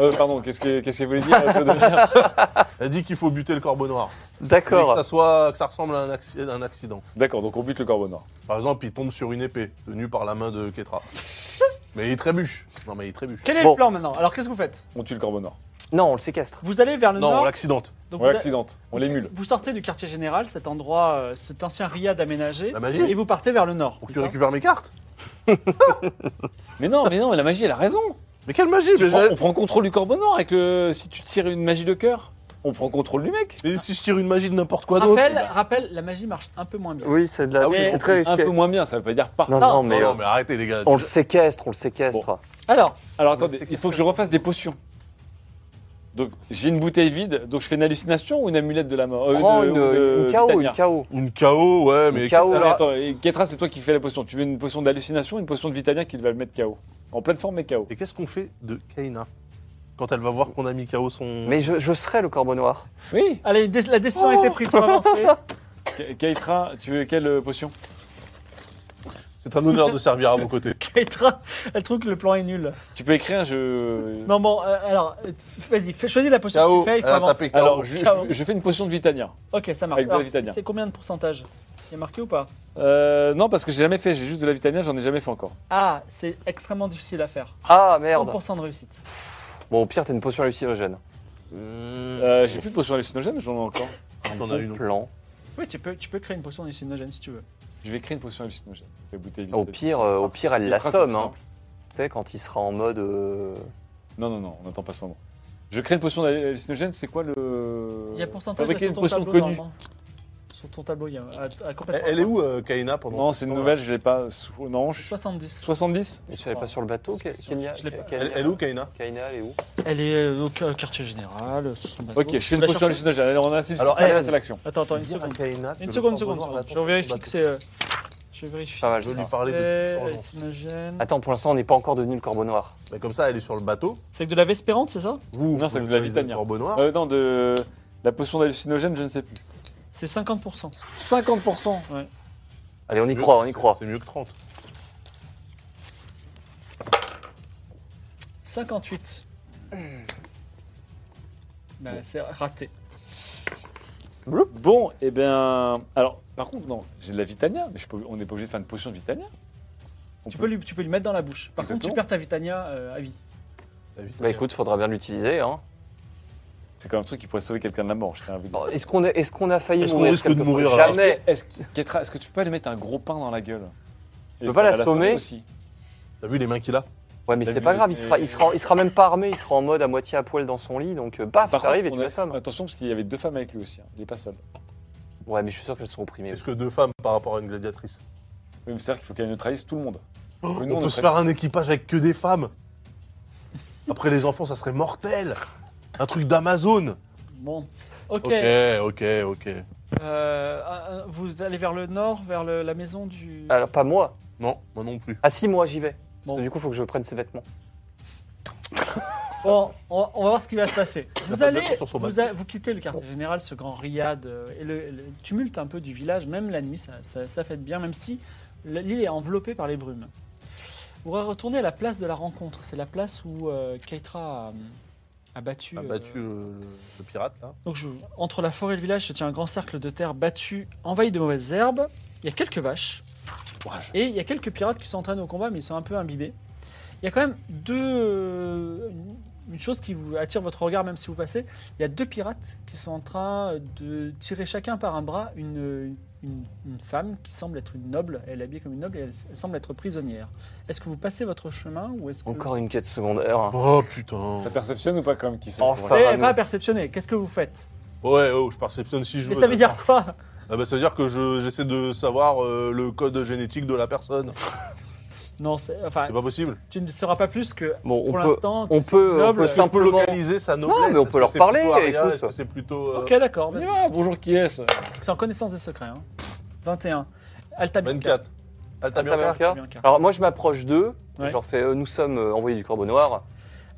[SPEAKER 4] Euh, pardon, qu'est-ce que qu'est-ce qu'elle voulait dire euh, Claude
[SPEAKER 3] Elle dit qu'il faut buter le corbeau noir. Mais que
[SPEAKER 2] D'accord.
[SPEAKER 3] ça soit, que ça ressemble à un, acci- un accident.
[SPEAKER 4] D'accord, donc on bute le corbeau noir.
[SPEAKER 3] Par exemple, il tombe sur une épée tenue par la main de Ketra. mais il trébuche. Non, mais il trébuche.
[SPEAKER 1] Quel est
[SPEAKER 2] Bon.
[SPEAKER 1] le plan maintenant Alors, qu'est-ce que vous faites
[SPEAKER 4] On tue le corbeau noir.
[SPEAKER 2] Non, on le séquestre.
[SPEAKER 1] Vous allez vers le
[SPEAKER 3] Non, on
[SPEAKER 1] nord.
[SPEAKER 3] l'accidente.
[SPEAKER 1] donc
[SPEAKER 4] On
[SPEAKER 1] vous a-
[SPEAKER 4] l'accidente. On l'émule.
[SPEAKER 1] Vous sortez du quartier général, cet endroit, euh, cet ancien riad aménagé,
[SPEAKER 3] La magie.
[SPEAKER 1] et vous partez vers le nord.
[SPEAKER 3] Pour que
[SPEAKER 1] c'est
[SPEAKER 3] tu
[SPEAKER 1] ça
[SPEAKER 3] récupères mes cartes.
[SPEAKER 4] Mais non, mais non, mais la magie, elle a raison.
[SPEAKER 3] Mais quelle magie
[SPEAKER 4] Tu
[SPEAKER 3] mais,
[SPEAKER 4] prends-
[SPEAKER 3] j'ai-
[SPEAKER 4] on prend contrôle du corbeau noir avec le. Si tu tires une magie de cœur, on prend contrôle du mec.
[SPEAKER 3] mais si je tire une magie de n'importe quoi d'autre.
[SPEAKER 1] Rappel, rappel, la magie marche un peu moins bien.
[SPEAKER 2] Oui, c'est de la...
[SPEAKER 3] Ah oui,
[SPEAKER 2] c'est
[SPEAKER 3] on-
[SPEAKER 2] très
[SPEAKER 4] Un
[SPEAKER 2] risqué.
[SPEAKER 4] peu moins bien, ça veut pas dire pas.
[SPEAKER 2] Non, non,
[SPEAKER 1] Non,
[SPEAKER 3] Non,
[SPEAKER 2] mais,
[SPEAKER 3] non,
[SPEAKER 2] euh,
[SPEAKER 3] mais arrêtez, les gars.
[SPEAKER 2] on le séquestre, on le séquestre.
[SPEAKER 1] Alors,
[SPEAKER 4] Alors
[SPEAKER 3] On
[SPEAKER 4] attendez,
[SPEAKER 3] sait
[SPEAKER 4] il faut que je refasse des potions. Donc j'ai une bouteille vide, donc je fais une hallucination ou une amulette de la mort Euh,
[SPEAKER 2] Prends
[SPEAKER 4] de-
[SPEAKER 2] une,
[SPEAKER 4] de-
[SPEAKER 2] une KO,
[SPEAKER 4] Titania.
[SPEAKER 2] une KO.
[SPEAKER 3] Une KO, ouais,
[SPEAKER 2] KO,
[SPEAKER 3] mais. qu'est-ce-
[SPEAKER 4] Mais
[SPEAKER 3] alors,
[SPEAKER 4] Attends, et Ketra, c'est toi qui fais la potion. Tu veux une potion d'hallucination ou une potion de Vitania qui va le mettre KO En pleine forme, mais KO.
[SPEAKER 3] Et qu'est-ce qu'on fait de Kaina quand elle va voir qu'on a mis KO son.
[SPEAKER 2] Mais je, je serai le corbeau noir.
[SPEAKER 4] Oui
[SPEAKER 1] allez, dé- la décision a été prise
[SPEAKER 3] Oh.
[SPEAKER 1] pour avancer.
[SPEAKER 4] Ke- Keitra, tu veux quelle euh, potion
[SPEAKER 3] C'est un honneur de servir à vos côtés.
[SPEAKER 1] Keitra, elle trouve que le plan est nul.
[SPEAKER 4] Tu peux écrire un jeu.
[SPEAKER 1] Non, bon, euh, alors, euh, vas-y, fais- choisis la potion que
[SPEAKER 3] KO,
[SPEAKER 1] tu fais, il
[SPEAKER 3] elle
[SPEAKER 1] faut
[SPEAKER 3] a
[SPEAKER 1] avancer.
[SPEAKER 3] tapé KO.
[SPEAKER 4] Alors, je,
[SPEAKER 1] KO.
[SPEAKER 4] je- je fais une potion de Vitania.
[SPEAKER 1] Ok, ça marche.
[SPEAKER 4] Avec de la
[SPEAKER 1] Alors,
[SPEAKER 4] vitamine.
[SPEAKER 1] C'est combien de pourcentage C'est marqué ou pas
[SPEAKER 4] Euh, non, parce que j'ai jamais fait, j'ai juste de la Vitania, j'en ai jamais fait encore.
[SPEAKER 1] Ah, c'est extrêmement difficile à faire.
[SPEAKER 2] Ah merde.
[SPEAKER 1] 30% de réussite.
[SPEAKER 2] Bon, au pire, t'as une potion hallucinogène.
[SPEAKER 4] Euh, j'ai plus de potion hallucinogène, j'en ai encore.
[SPEAKER 3] T'en as
[SPEAKER 1] Euh,
[SPEAKER 3] une.
[SPEAKER 2] Plan.
[SPEAKER 1] Oui, tu peux, tu peux créer une potion hallucinogène si tu veux.
[SPEAKER 4] Je vais écrire une potion hallucinogène. La bouteille vide.
[SPEAKER 2] Au pire, euh, au pire, elle
[SPEAKER 4] Keitra, c'est
[SPEAKER 2] l'assomme.
[SPEAKER 4] plus
[SPEAKER 2] Hein.
[SPEAKER 4] simple.
[SPEAKER 2] Tu sais, quand il sera en mode. euh,
[SPEAKER 4] Non, non, non, on n'attend pas ce moment. Je crée une potion hallucinogène, c'est quoi le.
[SPEAKER 1] Il y a pourcentage là,
[SPEAKER 4] Euh, Fabriquer
[SPEAKER 1] sur
[SPEAKER 4] une
[SPEAKER 1] ton
[SPEAKER 4] potion
[SPEAKER 1] tableau,
[SPEAKER 4] connue.
[SPEAKER 1] normalement. Sur ton tableau, il y a à- à
[SPEAKER 3] Elle,
[SPEAKER 1] complètement-
[SPEAKER 3] elle est où, euh, Kaina, pendant
[SPEAKER 4] Non,
[SPEAKER 3] ce
[SPEAKER 4] c'est une
[SPEAKER 3] temps-là
[SPEAKER 4] nouvelle, je l'ai pas. sous- Non, je suis.
[SPEAKER 1] 70.
[SPEAKER 4] 70
[SPEAKER 2] Mais tu n'allais pas sur le bateau Ke- Kenya
[SPEAKER 1] Je l'ai pas.
[SPEAKER 3] Elle, elle est où, Kaina
[SPEAKER 2] Kenya, elle est où
[SPEAKER 1] Elle est euh, au qu- quartier général, sous son bateau.
[SPEAKER 4] Ok, je fais
[SPEAKER 1] Tu
[SPEAKER 4] une
[SPEAKER 1] vas
[SPEAKER 4] potion
[SPEAKER 1] chercher.
[SPEAKER 4] hallucinogène. Allez, on assiste.
[SPEAKER 3] Alors,
[SPEAKER 4] Alors, allez,
[SPEAKER 3] elle-
[SPEAKER 4] c'est l'action.
[SPEAKER 1] Attends, attends, une
[SPEAKER 3] Dire à
[SPEAKER 1] seconde.
[SPEAKER 3] Kaina que
[SPEAKER 1] Une
[SPEAKER 3] le
[SPEAKER 1] seconde, une
[SPEAKER 3] corbeau
[SPEAKER 1] seconde.
[SPEAKER 3] noir
[SPEAKER 1] seconde.
[SPEAKER 3] l'attend
[SPEAKER 1] Je vérifie
[SPEAKER 3] sur
[SPEAKER 1] que
[SPEAKER 3] le
[SPEAKER 1] c'est. euh, Je vérifie.
[SPEAKER 2] Pas mal.
[SPEAKER 3] bateau. Je veux
[SPEAKER 2] ça.
[SPEAKER 3] lui parler de
[SPEAKER 1] Euh,
[SPEAKER 3] urgence.
[SPEAKER 1] hallucinogène.
[SPEAKER 4] Ah.
[SPEAKER 2] Attends, pour l'instant, on n'est pas encore devenu le corbeau noir.
[SPEAKER 3] Bah, comme ça, elle est sur le bateau.
[SPEAKER 1] C'est que de la vespérante, c'est ça
[SPEAKER 3] Vous,
[SPEAKER 4] Non, c'est
[SPEAKER 3] vous
[SPEAKER 4] de la
[SPEAKER 3] utilisez
[SPEAKER 4] Vitania.
[SPEAKER 3] le corbeau noir.
[SPEAKER 4] Euh, non, de la potion d'hallucinogène, je ne sais plus.
[SPEAKER 1] C'est 50%.
[SPEAKER 4] 50%
[SPEAKER 2] Allez, on y
[SPEAKER 3] Mieux-
[SPEAKER 2] croit, on y croit.
[SPEAKER 3] C'est mieux que 30.
[SPEAKER 1] 58. Bah, c'est raté.
[SPEAKER 4] Bon, et eh bien. Alors, par contre, non, j'ai de la Vitania, mais je peux- on n'est pas obligé de faire une potion de Vitania. On
[SPEAKER 1] Tu
[SPEAKER 4] peut-
[SPEAKER 1] peux, lui, tu peux lui mettre dans la bouche. Par contre, tu
[SPEAKER 4] Exactement.
[SPEAKER 1] perds ta Vitania euh, à vie.
[SPEAKER 3] La Vitania.
[SPEAKER 2] Bah écoute, faudra bien l'utiliser. Hein.
[SPEAKER 4] C'est quand même un truc qui pourrait sauver quelqu'un de la mort, je tiens à vous dire.
[SPEAKER 3] Oh,
[SPEAKER 2] Bon, Est-ce qu'on a, est qu'on a failli
[SPEAKER 3] Est-ce qu'on
[SPEAKER 2] mourir
[SPEAKER 3] risque de
[SPEAKER 2] quelque fois
[SPEAKER 3] mourir, alors
[SPEAKER 2] Jamais.
[SPEAKER 4] Est-ce Ketra, est-ce que tu peux lui mettre un gros pain dans la gueule Je
[SPEAKER 2] peux pas l'assommer
[SPEAKER 4] aussi.
[SPEAKER 3] T'as vu les mains qu'il a
[SPEAKER 2] Ouais, mais
[SPEAKER 4] T'as
[SPEAKER 2] c'est
[SPEAKER 4] vu
[SPEAKER 2] pas
[SPEAKER 4] les-
[SPEAKER 2] grave. Il sera, il sera, il sera même pas armé. Il sera en mode à moitié à poil dans son lit. Donc, euh, baf,
[SPEAKER 4] Par
[SPEAKER 2] t'arrives et tu
[SPEAKER 4] contre, on a-
[SPEAKER 2] l'assommes.
[SPEAKER 4] Attention, parce qu'il y avait deux femmes avec lui aussi. hein. Il est pas seul.
[SPEAKER 2] Ouais, mais je suis sûr qu'elles sont opprimées.
[SPEAKER 3] Est-ce que deux femmes par rapport à une gladiatrice
[SPEAKER 4] Oui, mais c'est-à-dire qu'il faut qu'elle neutralise tout le monde. Que nous,
[SPEAKER 3] Oh, On
[SPEAKER 4] on
[SPEAKER 3] peut
[SPEAKER 4] est
[SPEAKER 3] se
[SPEAKER 4] prêts.
[SPEAKER 3] faire un équipage avec que des femmes. Après les enfants, ça serait mortel. Un truc d'Amazon.
[SPEAKER 1] Bon. Ok.
[SPEAKER 3] Ok, ok, ok.
[SPEAKER 1] Euh, un- un- vous allez vers le nord, vers le- la maison du.
[SPEAKER 2] Alors, pas moi.
[SPEAKER 3] Non, moi non plus.
[SPEAKER 2] Ah si, moi, j'y vais. Parce
[SPEAKER 1] Bon.
[SPEAKER 2] que du coup, il faut que je prenne ses vêtements.
[SPEAKER 1] Bon, on, on va voir ce qui va se passer. Vous
[SPEAKER 3] pas
[SPEAKER 1] allez,
[SPEAKER 3] d'être sur son
[SPEAKER 1] vous,
[SPEAKER 3] bateau.
[SPEAKER 1] a- vous quittez le quartier général, ce grand riad euh, et le, le tumulte un peu du village, même la nuit, ça, ça, ça fait bien, même si l'île est enveloppée par les brumes. Vous retournez à la place de la rencontre. C'est la place où euh, Keitra a, a battu.
[SPEAKER 3] A
[SPEAKER 1] euh,
[SPEAKER 3] battu le, le- le pirate là.
[SPEAKER 2] Ah.
[SPEAKER 1] donc je- entre la forêt et le village se tient un grand cercle de terre battu, envahi de mauvaises herbes. Il y a quelques vaches. Et il y a quelques pirates qui s'entraînent au combat, mais ils sont un peu imbibés. Il y a quand même deux. euh, Une chose qui vous attire votre regard, même si vous passez, il y a deux pirates qui sont en train de tirer chacun par un bras une, une, une femme qui semble être une noble. Elle est habillée comme une noble et elle, elle semble être prisonnière. Est-ce que vous passez votre chemin ou est-ce que.
[SPEAKER 2] Encore une quête secondaire. hein.
[SPEAKER 3] Oh putain.
[SPEAKER 4] Ça perceptionne ou pas quand même qui c'est
[SPEAKER 2] Oh,
[SPEAKER 4] pour
[SPEAKER 2] ça
[SPEAKER 4] elle
[SPEAKER 1] Eh,
[SPEAKER 2] va, nous.
[SPEAKER 1] pas perceptionné. Qu'est-ce que vous faites
[SPEAKER 3] Ouais, oh, je perceptionne si je
[SPEAKER 1] Mais
[SPEAKER 3] veux.
[SPEAKER 1] ça veut dire quoi
[SPEAKER 3] Ah bah, Ça veut dire que je- j'essaie de savoir euh, le code génétique de la personne.
[SPEAKER 1] Non, c'est- enfin,
[SPEAKER 3] C'est pas possible.
[SPEAKER 1] Tu ne sauras pas plus que
[SPEAKER 2] Bon,
[SPEAKER 1] pour
[SPEAKER 2] on peut,
[SPEAKER 1] l'instant. que
[SPEAKER 2] on
[SPEAKER 1] c'est
[SPEAKER 2] peut, on
[SPEAKER 1] noble.
[SPEAKER 2] peut
[SPEAKER 3] Est-ce que je peux
[SPEAKER 2] simplement.
[SPEAKER 3] localiser sa noblesse
[SPEAKER 2] mais on
[SPEAKER 3] Est-ce
[SPEAKER 2] peut
[SPEAKER 3] que
[SPEAKER 2] leur
[SPEAKER 3] c'est
[SPEAKER 2] parler,
[SPEAKER 3] plutôt Arya
[SPEAKER 2] écoute.
[SPEAKER 3] Est-ce que c'est plutôt. euh,
[SPEAKER 1] Ok, d'accord.
[SPEAKER 4] On y
[SPEAKER 1] vas-y.
[SPEAKER 4] va, bonjour, qui est-ce
[SPEAKER 1] C'est en connaissance des secrets. hein. 21. Altabianca.
[SPEAKER 3] 24. Altabianca
[SPEAKER 2] Altabianca. Alors, moi, je m'approche d'eux.
[SPEAKER 1] Ouais.
[SPEAKER 2] Je leur fais euh, Nous sommes euh, envoyés du Corbeau Noir.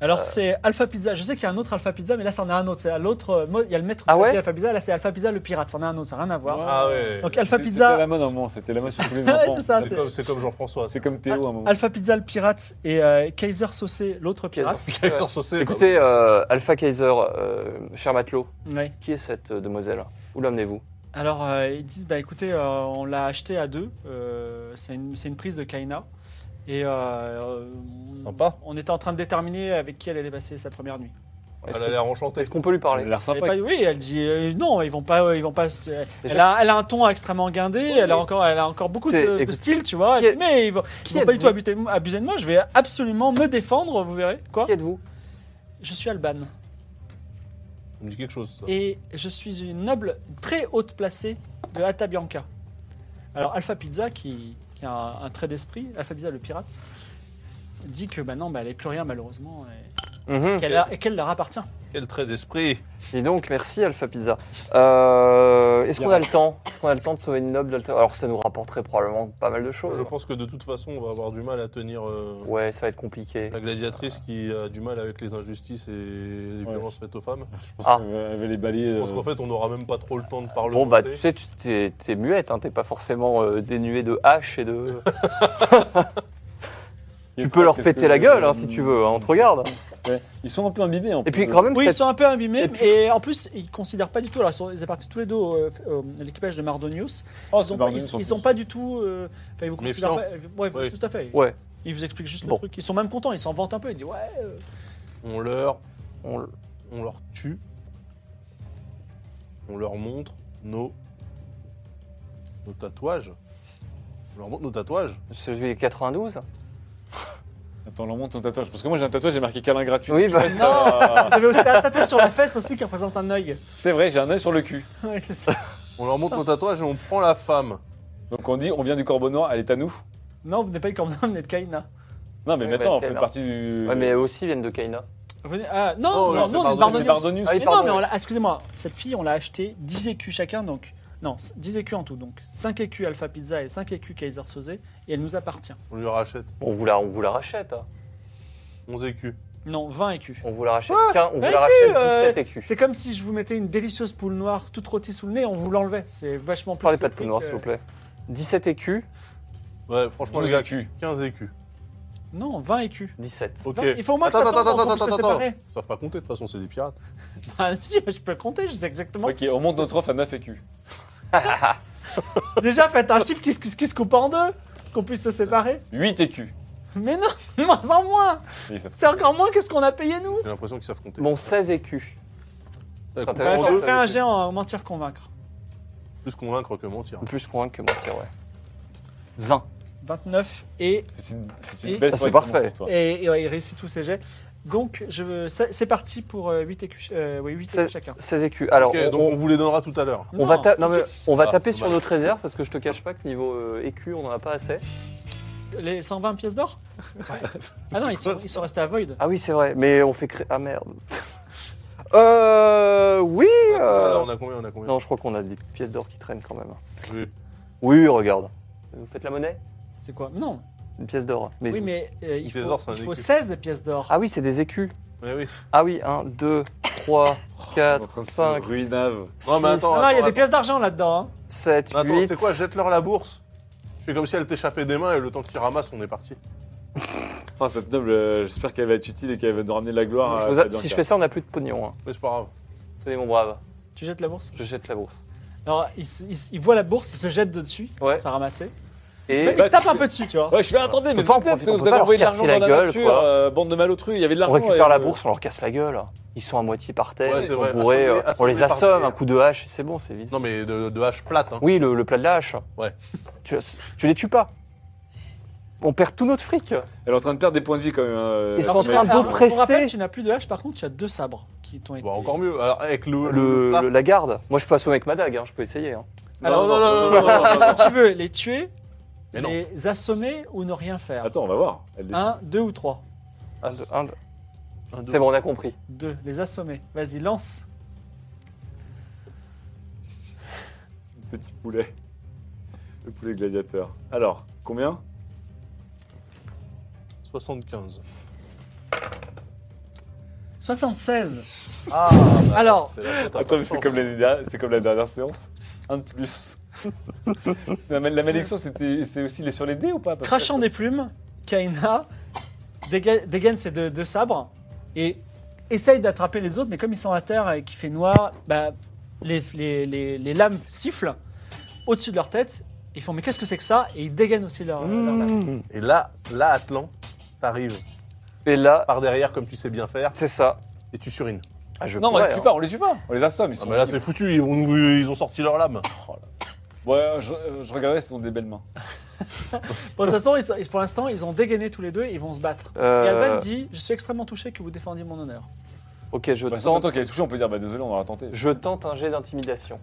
[SPEAKER 1] Alors, c'est Alpha Pizza. Je sais qu'il y a un autre Alpha Pizza, mais là, c'en a un autre. C'est à l'autre. euh, mode- Il y a le maître
[SPEAKER 2] Ah
[SPEAKER 1] de
[SPEAKER 2] ouais
[SPEAKER 1] Alpha Pizza. Là, c'est Alpha Pizza le pirate. C'en a un autre. Ça n'a rien à voir.
[SPEAKER 4] Ouais.
[SPEAKER 3] Ah ouais.
[SPEAKER 1] Donc, Alpha
[SPEAKER 4] C'est-
[SPEAKER 1] Pizza.
[SPEAKER 4] C'était la mode à un moment, c'était la mode sur tous les
[SPEAKER 1] Ouais,
[SPEAKER 4] enfants.
[SPEAKER 1] Ah, c'est ça,
[SPEAKER 3] C'est comme- C'est comme Jean-François.
[SPEAKER 4] C'est comme Théo à un moment.
[SPEAKER 1] Alpha Pizza le pirate et euh, Kaiser Saucé l'autre pirate.
[SPEAKER 3] C'est comme Saucé.
[SPEAKER 2] Écoutez, euh, Alpha Kaiser, euh, cher matelot,
[SPEAKER 1] Ouais.
[SPEAKER 2] qui est cette euh, demoiselle Où l'amenez-vous
[SPEAKER 1] Alors, euh, ils disent bah écoutez, euh, on l'a acheté à deux. Euh, c'est une, c'est une prise de Kaina. Et euh, on-
[SPEAKER 3] Sympa.
[SPEAKER 1] on était en train de déterminer avec qui elle allait passer sa première nuit.
[SPEAKER 2] Est-ce
[SPEAKER 3] Elle
[SPEAKER 2] que-
[SPEAKER 3] a l'air enchantée.
[SPEAKER 2] est-ce qu'on peut lui
[SPEAKER 4] Elle a
[SPEAKER 2] parler
[SPEAKER 4] l'air
[SPEAKER 1] Elle est
[SPEAKER 4] sympa.
[SPEAKER 1] pas- oui, elle dit euh, non, ils vont pas, euh, ils vont pas. se- elle,
[SPEAKER 2] Déjà-
[SPEAKER 1] a, elle a un ton extrêmement guindé, elle a encore, elle a encore beaucoup de,
[SPEAKER 2] C'est-
[SPEAKER 1] de
[SPEAKER 2] écoute,
[SPEAKER 1] style, tu vois.
[SPEAKER 2] qui
[SPEAKER 1] elle
[SPEAKER 2] est-
[SPEAKER 1] dit, mais ils vont,
[SPEAKER 2] qui
[SPEAKER 1] ils vont pas du
[SPEAKER 2] êtes-vous
[SPEAKER 1] tout abuser, abuser de moi. Je vais absolument me défendre, vous verrez. Quoi
[SPEAKER 2] Qui êtes-vous
[SPEAKER 1] Je suis Alban
[SPEAKER 3] Ça me dit quelque chose. ça.
[SPEAKER 1] et je suis une noble très haute placée de Atabianca. Alors Alpha Pizza, qui, qui a un, un trait d'esprit, Alpha Pizza le pirate, dit que bah non, bah, elle est plus rien malheureusement et
[SPEAKER 2] Mhm.
[SPEAKER 1] qu'elle a- et qu'elle leur appartient.
[SPEAKER 3] Quel trait d'esprit.
[SPEAKER 2] Dis donc, merci Alpha Pizza. Euh, Est-ce qu'on
[SPEAKER 4] Bien.
[SPEAKER 2] a le temps Est-ce qu'on a le temps de sauver une noble d'Alta Alors ça nous rapporterait probablement pas mal de choses. hein.
[SPEAKER 3] Je pense que de toute façon, on va avoir du mal à tenir euh,
[SPEAKER 2] Ouais, ça va être compliqué.
[SPEAKER 3] la gladiatrice qui a du mal avec les injustices et les
[SPEAKER 4] Ouais.
[SPEAKER 3] violences faites aux femmes.
[SPEAKER 2] Ah.
[SPEAKER 4] Elle avait les balais.
[SPEAKER 3] Je pense
[SPEAKER 4] euh,
[SPEAKER 3] qu'en fait, on n'aura même pas trop le temps de parler.
[SPEAKER 2] Bon bah tu sais, tu t'es t'es muette, hein, t'es pas forcément euh, dénuée de hache et de... tu peux leur
[SPEAKER 4] qu'est-ce
[SPEAKER 2] péter
[SPEAKER 4] que-
[SPEAKER 2] la gueule hein, si tu veux, hein, on te regarde.
[SPEAKER 4] Ouais. Ils sont un peu imbibés hein, en
[SPEAKER 2] Et
[SPEAKER 4] plus.
[SPEAKER 2] puis quand même,
[SPEAKER 1] Oui, ils
[SPEAKER 2] cette-
[SPEAKER 1] sont un peu imbibés. Et, en plus, ils considèrent pas du tout. Alors, ils, sont, ils appartiennent tous les deux au- euh, au- à l'équipage de Mardonius.
[SPEAKER 4] Oh,
[SPEAKER 1] Ils
[SPEAKER 4] c'est
[SPEAKER 1] ont,
[SPEAKER 4] Barbie,
[SPEAKER 1] ils,
[SPEAKER 4] ils sont
[SPEAKER 1] ils
[SPEAKER 4] tous-
[SPEAKER 1] ont pas du tout. euh, Enfin, ils vous considèrent
[SPEAKER 3] Méfiant.
[SPEAKER 1] pas. ouais,
[SPEAKER 3] Oui.
[SPEAKER 1] tout à fait.
[SPEAKER 2] Ouais,
[SPEAKER 1] Ils vous expliquent juste
[SPEAKER 2] Bon.
[SPEAKER 1] le truc. Ils sont même contents. Ils s'en vantent un peu. Ils disent ouais. euh,
[SPEAKER 3] On leur,
[SPEAKER 2] on le-
[SPEAKER 3] on leur tue. On leur montre nos, nos tatouages. On leur montre nos tatouages.
[SPEAKER 2] celui de 92
[SPEAKER 4] Attends, leur montre ton tatouage. Parce que moi j'ai un tatouage, j'ai marqué câlin gratuit.
[SPEAKER 2] Oui, bah...
[SPEAKER 4] Ah,
[SPEAKER 1] Vous avez aussi un tatouage sur la fesse aussi qui représente un œil.
[SPEAKER 4] c'est vrai, j'ai un œil sur le cul.
[SPEAKER 1] Ouais, c'est ça.
[SPEAKER 3] On leur montre nos tatouages et on prend la femme.
[SPEAKER 4] Donc on dit, on vient du Corbeau Noir, elle est à nous.
[SPEAKER 1] Non, vous n'êtes pas comme ça. Vous n'êtes Kaina.
[SPEAKER 4] Non, mais
[SPEAKER 2] Ouais,
[SPEAKER 4] attends, on
[SPEAKER 2] mais
[SPEAKER 4] fait
[SPEAKER 2] t'es
[SPEAKER 4] partie du.
[SPEAKER 2] bah, Ouais, mais eux aussi viennent de Kaina.
[SPEAKER 1] Venez- ah,
[SPEAKER 3] Oh,
[SPEAKER 1] non,
[SPEAKER 3] oui,
[SPEAKER 1] non,
[SPEAKER 3] c'est
[SPEAKER 1] non, on est
[SPEAKER 3] Mardonius.
[SPEAKER 4] C'est
[SPEAKER 1] Bardonius.
[SPEAKER 4] Bardonius.
[SPEAKER 2] Ah oui,
[SPEAKER 1] Mais
[SPEAKER 2] pardon,
[SPEAKER 1] non, mais
[SPEAKER 2] ouais.
[SPEAKER 1] on l'a- excusez-moi, cette fille, on l'a acheté 10 écus chacun, donc non, 10 écus en tout, donc 5 écus Alpha Pizza et 5 écus Kaiser Soze, et elle nous appartient.
[SPEAKER 3] On lui rachète
[SPEAKER 2] On vous la, on vous la rachète. hein.
[SPEAKER 3] 11 écus.
[SPEAKER 1] Non, 20 écus.
[SPEAKER 2] On vous la rachète. quin- on vous
[SPEAKER 1] Ouais,
[SPEAKER 2] la rachète
[SPEAKER 1] euh,
[SPEAKER 2] 17 écus.
[SPEAKER 1] C'est comme si je vous mettais une délicieuse poule noire toute rôtie sous le nez, on vous l'enlevait. C'est vachement plus.
[SPEAKER 2] Parlez pas de poule
[SPEAKER 1] compliqué
[SPEAKER 2] noire,
[SPEAKER 1] que-
[SPEAKER 2] s'il vous plaît. 17 écus,
[SPEAKER 3] Ouais, franchement, les
[SPEAKER 4] 12
[SPEAKER 3] gars,
[SPEAKER 4] écus.
[SPEAKER 3] 15 écus.
[SPEAKER 1] Non, 20 écus.
[SPEAKER 2] 17.
[SPEAKER 3] Ok.
[SPEAKER 1] Il faut au moins que
[SPEAKER 3] attends,
[SPEAKER 1] ça
[SPEAKER 3] attends,
[SPEAKER 1] tombe,
[SPEAKER 3] attends,
[SPEAKER 1] qu'on
[SPEAKER 3] attends,
[SPEAKER 1] puisse
[SPEAKER 3] attends,
[SPEAKER 1] se
[SPEAKER 3] attends.
[SPEAKER 1] séparer.
[SPEAKER 3] Ils savent pas compter, de toute façon, c'est des pirates.
[SPEAKER 1] Ah, si, je peux compter, je sais exactement.
[SPEAKER 4] Ok, on monte notre offre à 9 écus.
[SPEAKER 1] Déjà, faites un chiffre qui se, qui se coupe en deux, qu'on puisse se séparer.
[SPEAKER 4] 8 écus.
[SPEAKER 1] Mais non, moins en moins
[SPEAKER 4] Et ça fait-
[SPEAKER 1] C'est encore moins que ce qu'on a payé nous
[SPEAKER 3] J'ai l'impression qu'ils savent compter.
[SPEAKER 2] Bon, 16 écus. t'intéresse
[SPEAKER 3] Ouais,
[SPEAKER 1] Bah,
[SPEAKER 3] comprendre
[SPEAKER 1] Ça
[SPEAKER 2] ça
[SPEAKER 3] deux,
[SPEAKER 1] fait un
[SPEAKER 2] fait-
[SPEAKER 1] géant en mentir convaincre.
[SPEAKER 3] plus convaincre que mentir.
[SPEAKER 2] Plus convaincu que mentir, ouais. 20.
[SPEAKER 1] 29 et
[SPEAKER 4] C'est une, Ah, c'est
[SPEAKER 1] Et-
[SPEAKER 4] une belle
[SPEAKER 2] Ça,
[SPEAKER 4] soirée
[SPEAKER 2] c'est
[SPEAKER 4] que tu montes
[SPEAKER 2] parfait.
[SPEAKER 4] pour toi.
[SPEAKER 1] Et, et ouais, il réussit tous ses jets. Donc, je veux- c'est c'est parti pour 8 écus, euh, oui, huit
[SPEAKER 2] Ça-
[SPEAKER 1] écus chacun.
[SPEAKER 2] 16 écus. Alors,
[SPEAKER 3] Ok,
[SPEAKER 2] on,
[SPEAKER 3] donc
[SPEAKER 2] on-
[SPEAKER 3] on vous les donnera tout à l'heure.
[SPEAKER 2] on va,
[SPEAKER 1] Non,
[SPEAKER 2] ta- non,
[SPEAKER 1] tout de
[SPEAKER 2] mais on va
[SPEAKER 3] Ah,
[SPEAKER 2] taper sur
[SPEAKER 3] dommage.
[SPEAKER 2] notre réserve parce que je te cache pas que niveau euh, écus, on en a pas assez.
[SPEAKER 1] les 120 pièces d'or Ah non, ils sont, ils sont restés à Void.
[SPEAKER 2] Ah oui, c'est vrai, mais on fait créer. Ah merde. euh. Oui euh,
[SPEAKER 3] Ah, On a combien On a combien
[SPEAKER 2] Non, je crois qu'on a des pièces d'or qui traînent quand même.
[SPEAKER 3] Oui.
[SPEAKER 2] Oui, regarde. Vous faites la monnaie
[SPEAKER 1] C'est quoi Non.
[SPEAKER 2] C'est une pièce d'or. Mais...
[SPEAKER 1] Oui, mais euh, il,
[SPEAKER 3] Pièces
[SPEAKER 1] faut,
[SPEAKER 3] d'or, c'est un
[SPEAKER 1] il faut
[SPEAKER 3] écu.
[SPEAKER 1] 16 pièces d'or.
[SPEAKER 2] Ah oui, c'est des écus.
[SPEAKER 3] Mais Eh oui.
[SPEAKER 2] Ah oui, 1, 2, 3, 4, 5,
[SPEAKER 4] Ruinave.
[SPEAKER 3] Non, mais
[SPEAKER 2] 6,
[SPEAKER 3] attends,
[SPEAKER 1] Ah non, il y a
[SPEAKER 3] attends,
[SPEAKER 1] des pièces d'argent là-dedans. hein.
[SPEAKER 2] 7,
[SPEAKER 3] attends, tu
[SPEAKER 2] 8.
[SPEAKER 3] sais quoi Jette-leur la bourse. Fais comme si elle t'échappait des mains et le temps que tu ramasses, on est parti.
[SPEAKER 4] Enfin, cette noble, euh, j'espère qu'elle va être utile et qu'elle va nous ramener de la gloire. euh,
[SPEAKER 2] Je
[SPEAKER 4] à
[SPEAKER 2] vous a-
[SPEAKER 4] Fabianca.
[SPEAKER 2] Si je fais ça, on n'a plus de pognon. hein.
[SPEAKER 3] Mais c'est pas grave.
[SPEAKER 2] Tenez mon brave,
[SPEAKER 1] Tu jettes la bourse
[SPEAKER 2] je jette la bourse.
[SPEAKER 1] Alors, il, se- il se- il voit la bourse, il se jette de dessus.
[SPEAKER 2] Ouais.
[SPEAKER 1] Ça ramassé.
[SPEAKER 2] Et bah,
[SPEAKER 1] il se tape un peu dessus, tu vois.
[SPEAKER 4] Ouais, je vais attendez, mais
[SPEAKER 2] peut pas en
[SPEAKER 4] vous, êtes,
[SPEAKER 2] profiter, on
[SPEAKER 4] vous
[SPEAKER 2] peut
[SPEAKER 4] avez
[SPEAKER 2] pas
[SPEAKER 4] envoyé de
[SPEAKER 2] leur
[SPEAKER 4] l'argent
[SPEAKER 2] casser
[SPEAKER 4] dans
[SPEAKER 2] la
[SPEAKER 4] la
[SPEAKER 2] gueule,
[SPEAKER 4] nature,
[SPEAKER 2] quoi.
[SPEAKER 4] euh, bande de malautrus, il y avait de
[SPEAKER 2] on
[SPEAKER 4] l'argent.
[SPEAKER 2] récupère
[SPEAKER 4] et,
[SPEAKER 2] la
[SPEAKER 4] euh,
[SPEAKER 2] bourse, on leur casse la gueule. Ils sont à moitié par terre,
[SPEAKER 3] Ouais,
[SPEAKER 2] ils
[SPEAKER 3] c'est
[SPEAKER 2] sont
[SPEAKER 3] vrai.
[SPEAKER 2] bourrés.
[SPEAKER 3] Assommés-
[SPEAKER 2] euh, on les
[SPEAKER 3] assommés par
[SPEAKER 2] assomme,
[SPEAKER 3] terre.
[SPEAKER 2] un coup de hache, et c'est bon, c'est vite.
[SPEAKER 3] Non, mais de, de hache plate. Hein.
[SPEAKER 2] Oui, le, le plat de la hache.
[SPEAKER 3] Ouais.
[SPEAKER 2] Tu, tu les tues pas. On perd tout notre fric.
[SPEAKER 4] Elle est en train de perdre des points de vie quand même. hein,
[SPEAKER 2] Ils
[SPEAKER 4] euh,
[SPEAKER 2] sont en
[SPEAKER 4] mais-
[SPEAKER 2] train de-
[SPEAKER 1] Alors,
[SPEAKER 2] d'oppresser.
[SPEAKER 1] Pour rappel, tu n'as plus de hache, par contre, tu as deux sabres qui t'ont été.
[SPEAKER 3] Bon, Bah, encore mieux. Alors, avec le.
[SPEAKER 2] Le,
[SPEAKER 3] plat-
[SPEAKER 2] le- la garde. Moi, je peux assommer avec ma dague, hein, je peux essayer. hein.
[SPEAKER 3] Non,
[SPEAKER 1] Alors,
[SPEAKER 3] non, non, non, non, non, non, non.
[SPEAKER 1] Est-ce que tu veux les tuer,
[SPEAKER 3] Mais non.
[SPEAKER 1] les assommer ou ne rien faire
[SPEAKER 4] Attends, on va voir. Elle décide.
[SPEAKER 1] Un, deux ou trois
[SPEAKER 3] Ah,
[SPEAKER 2] Un, deux, un, deux.
[SPEAKER 3] un, deux.
[SPEAKER 2] C'est bon, on a compris.
[SPEAKER 1] Deux, les assommer. Vas-y, lance.
[SPEAKER 2] Hein
[SPEAKER 4] Petit poulet. Le poulet gladiateur. Alors, combien
[SPEAKER 3] 75.
[SPEAKER 1] 76
[SPEAKER 3] Ah bah,
[SPEAKER 1] Alors,
[SPEAKER 3] c'est la faute à
[SPEAKER 4] Ah, Attends, mais
[SPEAKER 3] personne.
[SPEAKER 4] c'est comme, l'année dernière- c'est comme la dernière séance. Un de plus. la, ma- la malédiction, c'était- c'est aussi les sur les dés ou pas Parce que-
[SPEAKER 1] crachant des plumes, Kaina déga- dégaine ses deux, deux sabres et essaye d'attraper les autres, mais comme ils sont à terre et qu'il fait noir, bah, les, les- les- les lames sifflent au-dessus de leur tête. Ils font, mais qu'est-ce que c'est que ça Et ils dégainent aussi leur, leur
[SPEAKER 3] Mmh.
[SPEAKER 1] lame.
[SPEAKER 3] Et là, là, Atlan, t'arrives
[SPEAKER 2] Et là,
[SPEAKER 3] par derrière comme tu sais bien faire
[SPEAKER 2] c'est ça.
[SPEAKER 3] et tu surines.
[SPEAKER 2] Ah, je
[SPEAKER 4] Non, on
[SPEAKER 2] pourrais,
[SPEAKER 4] les tue
[SPEAKER 2] hein.
[SPEAKER 4] pas, on les tue pas. On les assomme. Ils
[SPEAKER 3] Ah,
[SPEAKER 4] sont
[SPEAKER 3] mais là, c'est foutu. Ils ont, ils ont sorti leur lame.
[SPEAKER 4] Ouais, je, euh, je regardais, ce sont des belles mains.
[SPEAKER 1] Bon, de toute façon, ils sont- ils- pour l'instant, ils ont dégainé tous les deux et ils vont se battre. Et
[SPEAKER 2] Euh,
[SPEAKER 1] Alban dit Je suis extrêmement touché que vous défendiez mon honneur.
[SPEAKER 2] Ok, je
[SPEAKER 4] Bah,
[SPEAKER 2] tente.
[SPEAKER 4] tant qu'elle est touchée, on peut dire, bah désolé, on aura tenté.
[SPEAKER 2] Je tente un jet d'intimidation.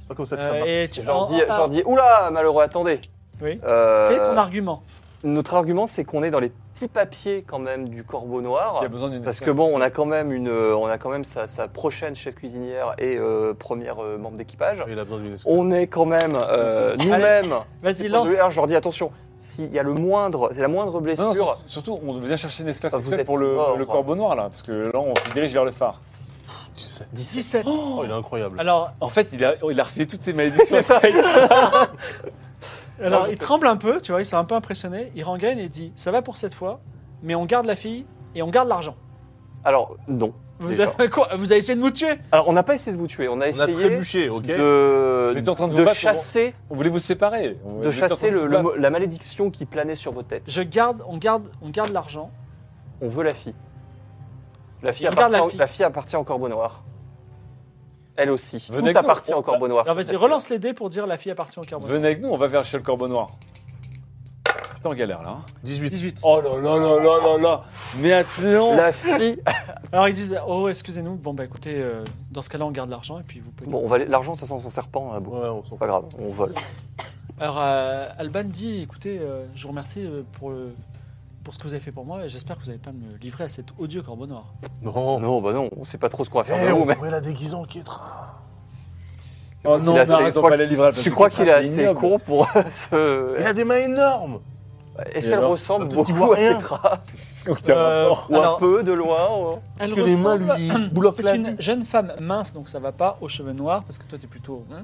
[SPEAKER 3] C'est pas comme ça que ça
[SPEAKER 1] Euh,
[SPEAKER 3] marche.
[SPEAKER 1] et
[SPEAKER 2] Je
[SPEAKER 1] tu
[SPEAKER 2] leur
[SPEAKER 1] en-
[SPEAKER 2] dis,
[SPEAKER 1] en-
[SPEAKER 2] je leur dis, oula, malheureux, attendez.
[SPEAKER 1] Oui.
[SPEAKER 2] Euh,
[SPEAKER 1] Quel est ton argument
[SPEAKER 2] notre argument, c'est qu'on est dans les petits papiers quand même du Corbeau Noir.
[SPEAKER 4] Il y a besoin d'une
[SPEAKER 2] Parce que
[SPEAKER 4] espèce-
[SPEAKER 2] bon, on a quand même une, euh, on a quand même sa, sa prochaine chef cuisinière et euh, première euh, membre
[SPEAKER 1] Oh.
[SPEAKER 2] d'équipage.
[SPEAKER 3] Il a besoin d'une escouade.
[SPEAKER 2] On est quand même euh,
[SPEAKER 4] Allez.
[SPEAKER 2] nous-mêmes.
[SPEAKER 1] Vas-y,
[SPEAKER 2] Point
[SPEAKER 1] lance.
[SPEAKER 2] de vue, alors, Je leur dis attention. S'il y a le moindre, c'est la moindre
[SPEAKER 4] Non, non,
[SPEAKER 2] blessure.
[SPEAKER 4] surtout- surtout, on vient chercher une esclave
[SPEAKER 2] Ah, vous
[SPEAKER 4] sexuelle
[SPEAKER 2] êtes
[SPEAKER 4] pour le,
[SPEAKER 2] mort.
[SPEAKER 4] le corbeau noir, là. Parce que là, on se dirige vers le phare.
[SPEAKER 3] 17.
[SPEAKER 1] 17.
[SPEAKER 3] Oh, il est incroyable.
[SPEAKER 1] Alors,
[SPEAKER 4] En fait, il a, il a refilé toutes ses malédictions.
[SPEAKER 2] c'est ça.
[SPEAKER 1] alors
[SPEAKER 2] je
[SPEAKER 1] ils tremblent un peu, tu vois, ils sont un peu impressionnés. Ils rengaine et dit Ça va pour cette fois, mais on garde la fille et on garde l'argent.
[SPEAKER 2] Alors non.
[SPEAKER 1] Vous
[SPEAKER 2] Déjà.
[SPEAKER 1] avez, quoi Vous avez essayé de nous tuer
[SPEAKER 2] Alors on n'a pas essayé de vous tuer. On a
[SPEAKER 3] On a
[SPEAKER 2] essayé
[SPEAKER 3] trébuché, ok
[SPEAKER 2] de,
[SPEAKER 4] Vous étiez en train de vous
[SPEAKER 2] de
[SPEAKER 4] battre,
[SPEAKER 2] chasser,
[SPEAKER 4] on voulait vous séparer. On
[SPEAKER 2] de
[SPEAKER 4] était en train
[SPEAKER 2] chasser
[SPEAKER 4] de
[SPEAKER 2] le-
[SPEAKER 4] vous
[SPEAKER 2] le
[SPEAKER 4] battre.
[SPEAKER 2] mo- la malédiction qui planait sur vos têtes.
[SPEAKER 1] Je garde, on garde, on garde l'argent.
[SPEAKER 2] On veut la fille. La fille,
[SPEAKER 1] On garde
[SPEAKER 2] appartient,
[SPEAKER 1] la
[SPEAKER 2] au-
[SPEAKER 1] fille.
[SPEAKER 2] appartient au Corbeau Noir. Elle aussi.
[SPEAKER 4] Venez
[SPEAKER 2] Tout
[SPEAKER 4] avec nous.
[SPEAKER 2] appartient au Corbeau Noir.
[SPEAKER 1] Alors vas-y, relance les dés pour dire la fille appartient au carbone.
[SPEAKER 4] Venez avec nous, on va vers chez le corbeau noir. Putain, on galère là. hein.
[SPEAKER 3] 18.
[SPEAKER 1] 18.
[SPEAKER 4] Oh là là là là là là Mais Atlan
[SPEAKER 2] La fille.
[SPEAKER 1] Alors ils disent Oh, excusez-nous, bon bah écoutez, euh, dans ce cas-là, on garde l'argent et puis vous pouvez.
[SPEAKER 2] Bon, on va aller- l'argent, ça sent son serpent. hein, bon.
[SPEAKER 3] Ouais, on
[SPEAKER 2] C'est
[SPEAKER 3] s'en fout.
[SPEAKER 2] pas grave, on vole.
[SPEAKER 1] Alors euh, Alban dit écoutez, euh, je vous remercie euh, pour, le- pour ce que vous avez fait pour moi et j'espère que vous n'allez pas me livrer à cet odieux corbeau noir.
[SPEAKER 3] Non.
[SPEAKER 2] Non, bah non, on sait pas trop ce qu'on va
[SPEAKER 3] Eh,
[SPEAKER 2] faire de nous,
[SPEAKER 3] on
[SPEAKER 2] mais
[SPEAKER 3] pourrait la déguiser en kétra.
[SPEAKER 2] Il a
[SPEAKER 4] Oh non, non,
[SPEAKER 2] assez-
[SPEAKER 4] arrête,
[SPEAKER 2] je
[SPEAKER 4] on
[SPEAKER 2] crois
[SPEAKER 4] va la livrer à la place
[SPEAKER 2] tu
[SPEAKER 4] de
[SPEAKER 2] crois
[SPEAKER 4] ce
[SPEAKER 2] qu'il est
[SPEAKER 4] crâne,
[SPEAKER 2] assez
[SPEAKER 4] ignoble.
[SPEAKER 2] con pour se.
[SPEAKER 3] Il a des mains énormes.
[SPEAKER 2] Est-ce
[SPEAKER 4] Et
[SPEAKER 2] qu'elle
[SPEAKER 4] alors
[SPEAKER 2] ressemble
[SPEAKER 3] Peut-être qu'il
[SPEAKER 2] beaucoup
[SPEAKER 3] voit
[SPEAKER 2] à
[SPEAKER 3] rien.
[SPEAKER 2] Cetra
[SPEAKER 4] Aucun
[SPEAKER 1] Euh,
[SPEAKER 4] rapport.
[SPEAKER 2] Ou un
[SPEAKER 1] alors,
[SPEAKER 2] peu de loin
[SPEAKER 1] elle
[SPEAKER 3] Que les mains
[SPEAKER 1] ressemble-
[SPEAKER 3] lui bloquent
[SPEAKER 1] C'est
[SPEAKER 3] la
[SPEAKER 1] une
[SPEAKER 3] vue.
[SPEAKER 1] jeune femme mince, donc ça va pas, aux cheveux noirs, parce que toi, t'es plutôt... hein.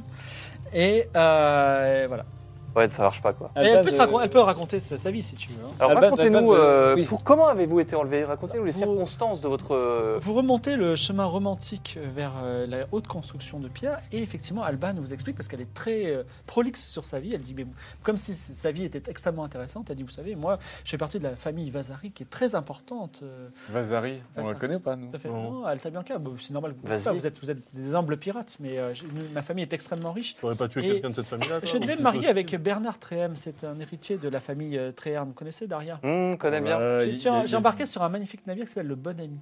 [SPEAKER 1] Et euh, voilà.
[SPEAKER 2] ou- Ouais, ça marche pas quoi.
[SPEAKER 1] Et elle, peut
[SPEAKER 4] Alban,
[SPEAKER 1] te racon-
[SPEAKER 4] euh,
[SPEAKER 1] elle peut raconter sa, sa vie, si tu veux. hein.
[SPEAKER 2] Alors
[SPEAKER 4] Alban-
[SPEAKER 2] racontez-nous,
[SPEAKER 4] Alban,
[SPEAKER 2] euh,
[SPEAKER 4] oui.
[SPEAKER 2] pour- comment avez-vous été enlevé Racontez-nous les
[SPEAKER 1] Vous-
[SPEAKER 2] circonstances de votre. euh,
[SPEAKER 1] Vous remontez le chemin romantique vers euh, la haute construction de pierre, et effectivement, Alban vous explique, parce qu'elle est très euh, prolixe sur sa vie, elle dit, mais comme si c- sa vie était extrêmement intéressante, elle dit, vous savez, moi, je fais partie de la famille Vasari, qui est très importante. euh,
[SPEAKER 4] Vasari, on la
[SPEAKER 1] Vasari.
[SPEAKER 4] connaît ou pas, nous
[SPEAKER 1] Tout à fait.
[SPEAKER 3] Non.
[SPEAKER 1] Non, Altabianca, bah, c'est normal que vous,
[SPEAKER 2] Vas-y.
[SPEAKER 1] pas, vous, êtes, vous êtes des humbles pirates, mais euh, j'ai- nous, ma famille est extrêmement riche.
[SPEAKER 3] Tu aurais pas tué
[SPEAKER 1] Et
[SPEAKER 3] quelqu'un de cette famille-là toi,
[SPEAKER 1] Je
[SPEAKER 3] ou
[SPEAKER 1] devais me
[SPEAKER 3] quelque
[SPEAKER 1] marier
[SPEAKER 3] chose
[SPEAKER 1] avec Bernard Tréhem, c'est un héritier de la famille euh, Tréhem. Vous connaissez Daria
[SPEAKER 2] hmm, connais bien.
[SPEAKER 4] Euh,
[SPEAKER 1] J'ai
[SPEAKER 4] il-
[SPEAKER 1] j'ai-
[SPEAKER 4] il-
[SPEAKER 1] j'ai embarqué sur un magnifique navire qui s'appelle le Bon Ami.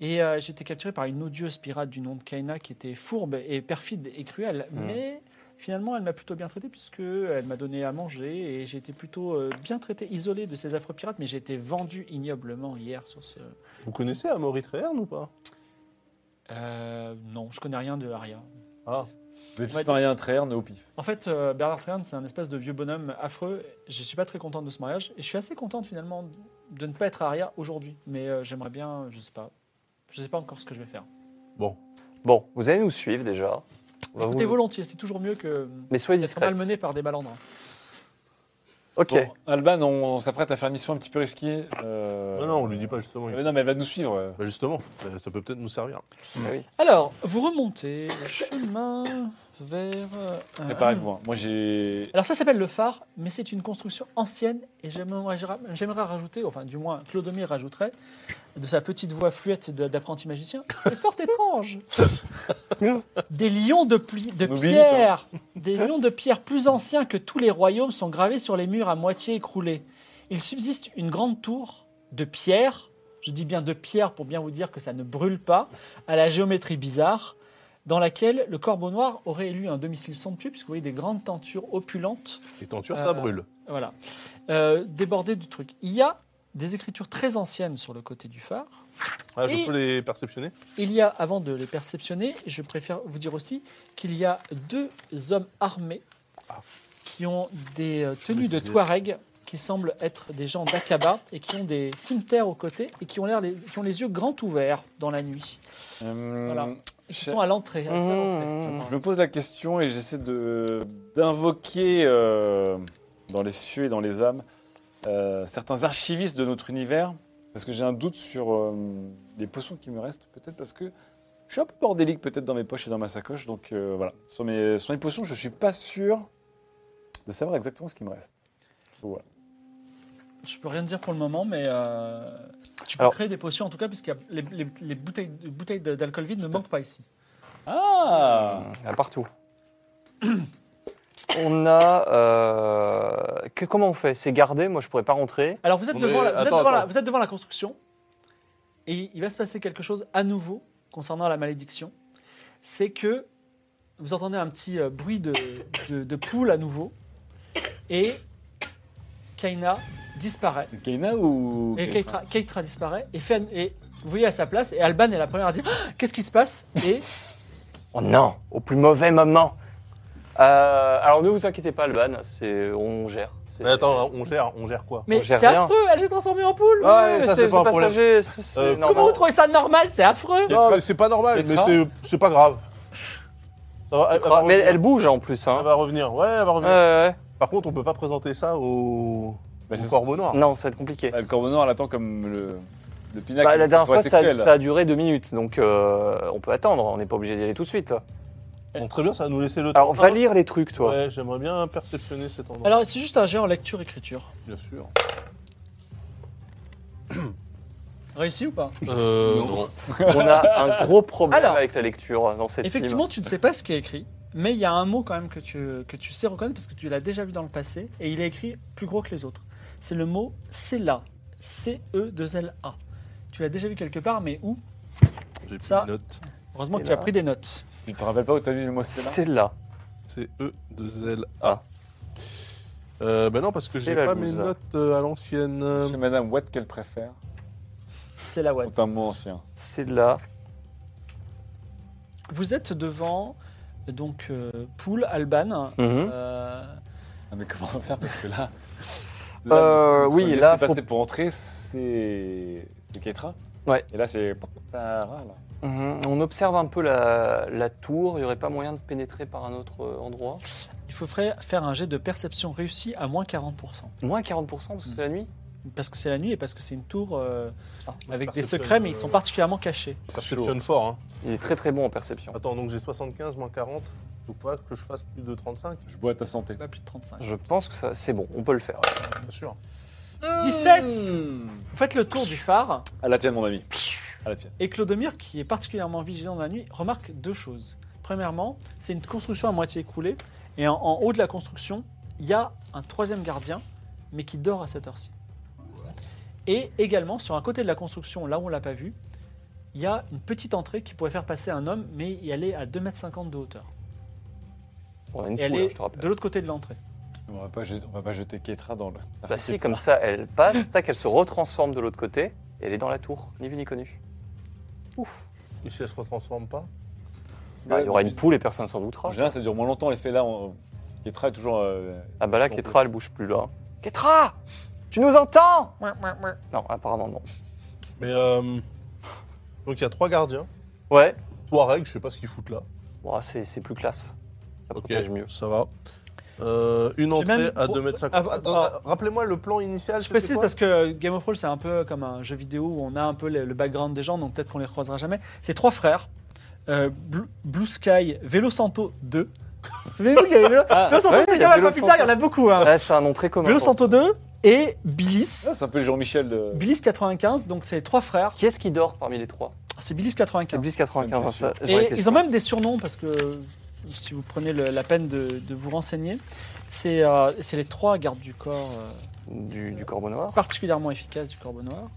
[SPEAKER 1] Et euh,
[SPEAKER 4] Mm.
[SPEAKER 1] j'ai été capturé par une odieuse pirate du nom de Kaina qui était fourbe et perfide et cruelle.
[SPEAKER 2] Mhm.
[SPEAKER 1] Mais Finalement, elle m'a plutôt bien traité puisque elle m'a donné à manger et j'ai été plutôt euh, bien traité, isolé de ces affreux pirates, mais j'ai été vendu ignoblement hier sur ce.
[SPEAKER 3] Vous connaissez Amaury Treherne ou pas
[SPEAKER 1] Euh, non, je connais rien de Aria.
[SPEAKER 3] Ah,
[SPEAKER 4] Vous êtes tous mariés à un traîne au pif.
[SPEAKER 1] En fait, euh, Bernard Tréhan, c'est un espèce de vieux bonhomme affreux. Je suis pas très contente de ce mariage et je suis assez contente finalement de ne pas être Aria aujourd'hui. Mais euh, j'aimerais bien, je sais pas, je sais pas encore ce que je vais faire.
[SPEAKER 3] bon.
[SPEAKER 2] Bon, vous allez nous suivre déjà. On va
[SPEAKER 1] Écoutez
[SPEAKER 2] vous-
[SPEAKER 1] volontiers, c'est toujours mieux que
[SPEAKER 2] Mais soyez
[SPEAKER 1] d'être
[SPEAKER 2] discrets.
[SPEAKER 1] malmené par des malandrins.
[SPEAKER 2] Ok.
[SPEAKER 4] Bon, Alban, on, on s'apprête à faire une mission un petit peu risquée. euh,
[SPEAKER 3] Non, non, on lui dit pas justement. il-
[SPEAKER 4] mais non, mais elle va nous suivre. euh.
[SPEAKER 3] Bah, justement, euh, ça peut peut-être nous servir.
[SPEAKER 2] Ah oui.
[SPEAKER 1] Alors, vous remontez le chemin vers. euh,
[SPEAKER 4] Préparez-vous. hein. Moi, j'ai.
[SPEAKER 1] Alors ça s'appelle le phare, mais c'est une construction ancienne et j'aimerais j'aimerais rajouter, enfin du moins Clodomir rajouterait, de sa petite voix fluette de- d'apprenti magicien, c'est fort étrange. des lions de, pli- de
[SPEAKER 4] N'oublie
[SPEAKER 1] pierre, des lions de pierre plus anciens que tous les royaumes sont gravés sur les murs à moitié écroulés. Il subsiste une grande tour de pierre, je dis bien de pierre pour bien vous dire que ça ne brûle pas, à la géométrie bizarre dans laquelle le corbeau noir aurait élu un domicile somptueux, puisque vous voyez des grandes tentures opulentes
[SPEAKER 3] Les tentures,
[SPEAKER 1] Euh,
[SPEAKER 3] ça brûle.
[SPEAKER 1] voilà. Euh, déborder du truc. Il y a des écritures très anciennes sur le côté du phare.
[SPEAKER 3] Ah, je
[SPEAKER 1] et-
[SPEAKER 3] peux les perceptionner
[SPEAKER 1] Il y a, avant de les perceptionner, je préfère vous dire aussi qu'il y a deux hommes armés
[SPEAKER 3] Ah.
[SPEAKER 1] qui ont des euh,
[SPEAKER 3] me
[SPEAKER 1] tenues de
[SPEAKER 3] disais.
[SPEAKER 1] Touareg qui semblent être des gens d'Akaba et qui ont des cimetières aux côtés et qui ont, l'air les, qui ont les yeux grands ouverts dans la nuit.
[SPEAKER 4] Hum,
[SPEAKER 1] Voilà. Ils
[SPEAKER 4] Je-
[SPEAKER 1] sont à l'entrée. à la seule entrée.
[SPEAKER 2] Mmh.
[SPEAKER 4] Je me pose la question et j'essaie de d'invoquer euh, dans les cieux et dans les âmes euh, certains archivistes de notre univers parce que j'ai un doute sur euh, les potions qui me restent peut-être parce que je suis un peu bordélique peut-être dans mes poches et dans ma sacoche donc euh, voilà sur mes sur mes potions je suis pas sûr de savoir exactement ce qui me reste.
[SPEAKER 1] Je peux rien te dire pour le moment, mais euh, tu peux
[SPEAKER 2] Alors-
[SPEAKER 1] créer des potions en tout cas, puisque les, les- les bouteilles, bouteilles de- d'alcool vide ne manquent pas ici.
[SPEAKER 4] Ah
[SPEAKER 2] À partout. on a. euh, que, comment on fait C'est gardé, moi je pourrais pas rentrer.
[SPEAKER 1] Alors vous êtes,
[SPEAKER 3] Non,
[SPEAKER 1] devant, la,
[SPEAKER 3] mais
[SPEAKER 1] vous êtes
[SPEAKER 3] attends,
[SPEAKER 1] devant la-
[SPEAKER 3] attends.
[SPEAKER 1] vous êtes devant la construction et il va se passer quelque chose à nouveau concernant la malédiction. C'est que vous entendez un petit euh, bruit de, de, de poule à nouveau et Kaina disparaît.
[SPEAKER 4] Keina ou
[SPEAKER 1] Et Keitra, Keitra disparaît et, fait, et vous voyez à sa place et Alban est la première à dire Ah, qu'est-ce qui se passe et
[SPEAKER 2] Oh non Au plus mauvais moment Euh, Alors ne vous inquiétez pas, Alban, c'est, on gère. C'est-
[SPEAKER 3] Mais attends, on gère, on gère quoi
[SPEAKER 1] mais
[SPEAKER 2] gère
[SPEAKER 1] c'est
[SPEAKER 2] rien.
[SPEAKER 1] affreux elle s'est transformée en poule
[SPEAKER 3] Ah, ouais,
[SPEAKER 2] mais
[SPEAKER 3] ça, c'est pas un problème.
[SPEAKER 2] passager, c'est- c'est
[SPEAKER 3] Euh,
[SPEAKER 2] normal.
[SPEAKER 1] comment vous trouvez ça normal c'est affreux
[SPEAKER 3] Non, mais c'est pas normal, mais
[SPEAKER 2] Petra
[SPEAKER 3] c'est- c'est pas grave. Ça va, elle, elle va
[SPEAKER 2] Mais elle,
[SPEAKER 3] revenir.
[SPEAKER 2] elle bouge en plus. Hein.
[SPEAKER 3] Elle va revenir, ouais, elle va
[SPEAKER 2] Ouais,
[SPEAKER 3] revenir.
[SPEAKER 2] ouais,
[SPEAKER 3] Par contre, on peut pas présenter ça au,
[SPEAKER 4] Bah,
[SPEAKER 3] au
[SPEAKER 4] c'est-
[SPEAKER 3] corbeau
[SPEAKER 2] ouais.
[SPEAKER 3] noir.
[SPEAKER 2] Non, ça va être compliqué.
[SPEAKER 4] Bah, le corbeau noir l'attend comme le le pinacle.
[SPEAKER 2] Bah, la
[SPEAKER 4] que ce
[SPEAKER 2] dernière
[SPEAKER 4] soit
[SPEAKER 2] fois, ça,
[SPEAKER 4] sexuel.
[SPEAKER 2] ça a duré deux minutes, donc euh, on peut attendre, on n'est pas obligé d'y aller tout de suite.
[SPEAKER 3] Bon, très bien, ça va nous laisser le
[SPEAKER 2] Alors,
[SPEAKER 3] temps.
[SPEAKER 2] va lire les trucs, toi.
[SPEAKER 3] Ouais, j'aimerais bien perceptionner cet endroit.
[SPEAKER 1] alors c'est juste un jet en lecture écriture
[SPEAKER 3] Bien sûr.
[SPEAKER 1] réussi ou pas
[SPEAKER 3] Euh,
[SPEAKER 4] Non.
[SPEAKER 3] non.
[SPEAKER 2] On a un gros problème
[SPEAKER 1] Alors,
[SPEAKER 2] avec la lecture dans cette
[SPEAKER 1] Effectivement, tu ne sais pas ce qui est écrit, mais il y a un mot quand même que tu, que tu sais reconnaître parce que tu l'as déjà vu dans le passé et il est écrit plus gros que les autres. C'est le mot E Cela. C-E-2-L-A. Tu l'as déjà vu quelque part, mais où
[SPEAKER 3] J'ai plus
[SPEAKER 1] Ça.
[SPEAKER 3] de notes.
[SPEAKER 1] Heureusement que tu as
[SPEAKER 2] Stella.
[SPEAKER 1] pris des notes.
[SPEAKER 4] Tu te rappelles pas où t'as vu le mot Stella
[SPEAKER 2] C'est là.
[SPEAKER 3] C'est E de L
[SPEAKER 2] Ah.
[SPEAKER 3] A. Euh, ben non, parce que
[SPEAKER 2] C'est
[SPEAKER 3] j'ai
[SPEAKER 2] la
[SPEAKER 3] pas mes
[SPEAKER 2] loose. hein.
[SPEAKER 3] notes euh, à l'ancienne.
[SPEAKER 4] Chez Madame Watt qu'elle préfère.
[SPEAKER 1] C'est la
[SPEAKER 4] C'est un mot ancien.
[SPEAKER 2] C'est là.
[SPEAKER 1] Vous êtes devant donc euh, Poul Alban.
[SPEAKER 2] Mhm.
[SPEAKER 1] euh,
[SPEAKER 4] Ah, mais comment on va faire Parce que là.
[SPEAKER 2] Euh, oui,
[SPEAKER 4] notre
[SPEAKER 2] là,
[SPEAKER 4] laisse
[SPEAKER 2] faut-
[SPEAKER 4] passer pour entrer, c'est. C'est Keitra.
[SPEAKER 2] Ouais.
[SPEAKER 4] Et là, c'est. Tara, là.
[SPEAKER 2] Mhm. On observe un peu la, la tour, il n'y aurait pas moyen de pénétrer par un autre euh, endroit.
[SPEAKER 1] il faut fra- faire un jet de perception réussi à moins 40%.
[SPEAKER 2] Moins 40% parce que c'est la nuit
[SPEAKER 1] Parce que c'est la nuit et parce que c'est une tour euh,
[SPEAKER 3] Ah, Moi, je
[SPEAKER 1] avec des
[SPEAKER 3] perceptionne,
[SPEAKER 1] secrets, mais ils
[SPEAKER 3] euh,
[SPEAKER 1] sont particulièrement cachés.
[SPEAKER 3] Je perceptionne fort. Hein.
[SPEAKER 2] Il est très très bon en perception.
[SPEAKER 3] Attends, donc j'ai 75 moins 40. Donc faudra que je fasse plus de 35.
[SPEAKER 4] Je bois à ta santé.
[SPEAKER 1] Pas plus de 35.
[SPEAKER 2] Je pense que ça, c'est bon, on peut le faire.
[SPEAKER 3] Bien sûr.
[SPEAKER 1] 17 Vous faites le tour du phare.
[SPEAKER 4] À la tienne, mon ami. À la tienne.
[SPEAKER 1] Et Clodomir, qui est particulièrement vigilant dans la nuit, remarque deux choses. Premièrement, c'est une construction à moitié écoulée, et en, en haut de la construction, il y a un troisième gardien, mais qui dort à cette heure-ci. Et également, sur un côté de la construction, là où on l'a pas vu, il y a une petite entrée qui pourrait faire passer un homme, mais elle est à 2,50 m de hauteur.
[SPEAKER 2] On a une
[SPEAKER 1] Et elle
[SPEAKER 2] poule, hein,
[SPEAKER 1] est
[SPEAKER 2] je te rappelle.
[SPEAKER 1] de l'autre côté de l'entrée.
[SPEAKER 4] On va pas jeter, on va pas jeter Keitra dans le.
[SPEAKER 2] Bah si, comme ça, elle passe, tac, elle se retransforme de l'autre côté, et elle est dans la tour, ni vu ni connu. Ouf.
[SPEAKER 3] Et si elle se retransforme pas
[SPEAKER 2] Bah, il y aura une poule et personne s'en doutera.
[SPEAKER 4] En général, ça dure moins longtemps, l'effet là. On... Keitra est toujours. euh,
[SPEAKER 2] Ah bah là, Ketra, elle bouge plus là. Ketra Tu nous entends Non, apparemment non.
[SPEAKER 3] Mais euh, donc il y a trois gardiens.
[SPEAKER 2] Ouais.
[SPEAKER 3] Touareg, je sais pas ce qu'ils foutent là.
[SPEAKER 2] Bon, c'est c'est plus classe. Ça
[SPEAKER 3] Ok,
[SPEAKER 2] protège mieux.
[SPEAKER 3] ça va. Euh, une entrée
[SPEAKER 1] même-
[SPEAKER 3] à
[SPEAKER 1] pour-
[SPEAKER 3] 2m50.
[SPEAKER 1] avant- ah.
[SPEAKER 3] Rappelez-moi le plan initial.
[SPEAKER 1] Je précise parce que Game of Thrones, c'est un peu comme un jeu vidéo où on a un peu le, le background des gens, donc peut-être qu'on les recroisera jamais. C'est trois frères. euh, Blue, Blue Sky, Vélo Santo 2. Souvenez-vous qu'il y avait Vélo,
[SPEAKER 2] Ah,
[SPEAKER 1] Vélo Santo,
[SPEAKER 2] ouais,
[SPEAKER 1] c'est
[SPEAKER 2] il y a
[SPEAKER 1] quand même
[SPEAKER 2] Vélo
[SPEAKER 1] pas plus tard, il y en
[SPEAKER 2] Santo.
[SPEAKER 1] a beaucoup. hein.
[SPEAKER 2] Ah Ouais, c'est un nom très commun.
[SPEAKER 1] Vélo
[SPEAKER 2] pour ça.
[SPEAKER 1] Santo 2 et Bilis.
[SPEAKER 4] Ah, c'est un peu le Jean-Michel de.
[SPEAKER 1] Bilis 95, donc c'est trois frères.
[SPEAKER 2] Qui est-ce qui dort parmi les trois
[SPEAKER 1] C'est Bilis
[SPEAKER 2] C'est
[SPEAKER 1] 95.
[SPEAKER 2] Bliss 95. hein, ça, j'aurais
[SPEAKER 1] Et
[SPEAKER 2] été
[SPEAKER 1] ils
[SPEAKER 2] sûr.
[SPEAKER 1] ont même des surnoms parce que si vous prenez le- la peine de, de vous renseigner, c'est euh, c'est les trois gardes du corps euh,
[SPEAKER 2] Du, du corbeau noir.
[SPEAKER 1] particulièrement efficaces du Corbeau Noir.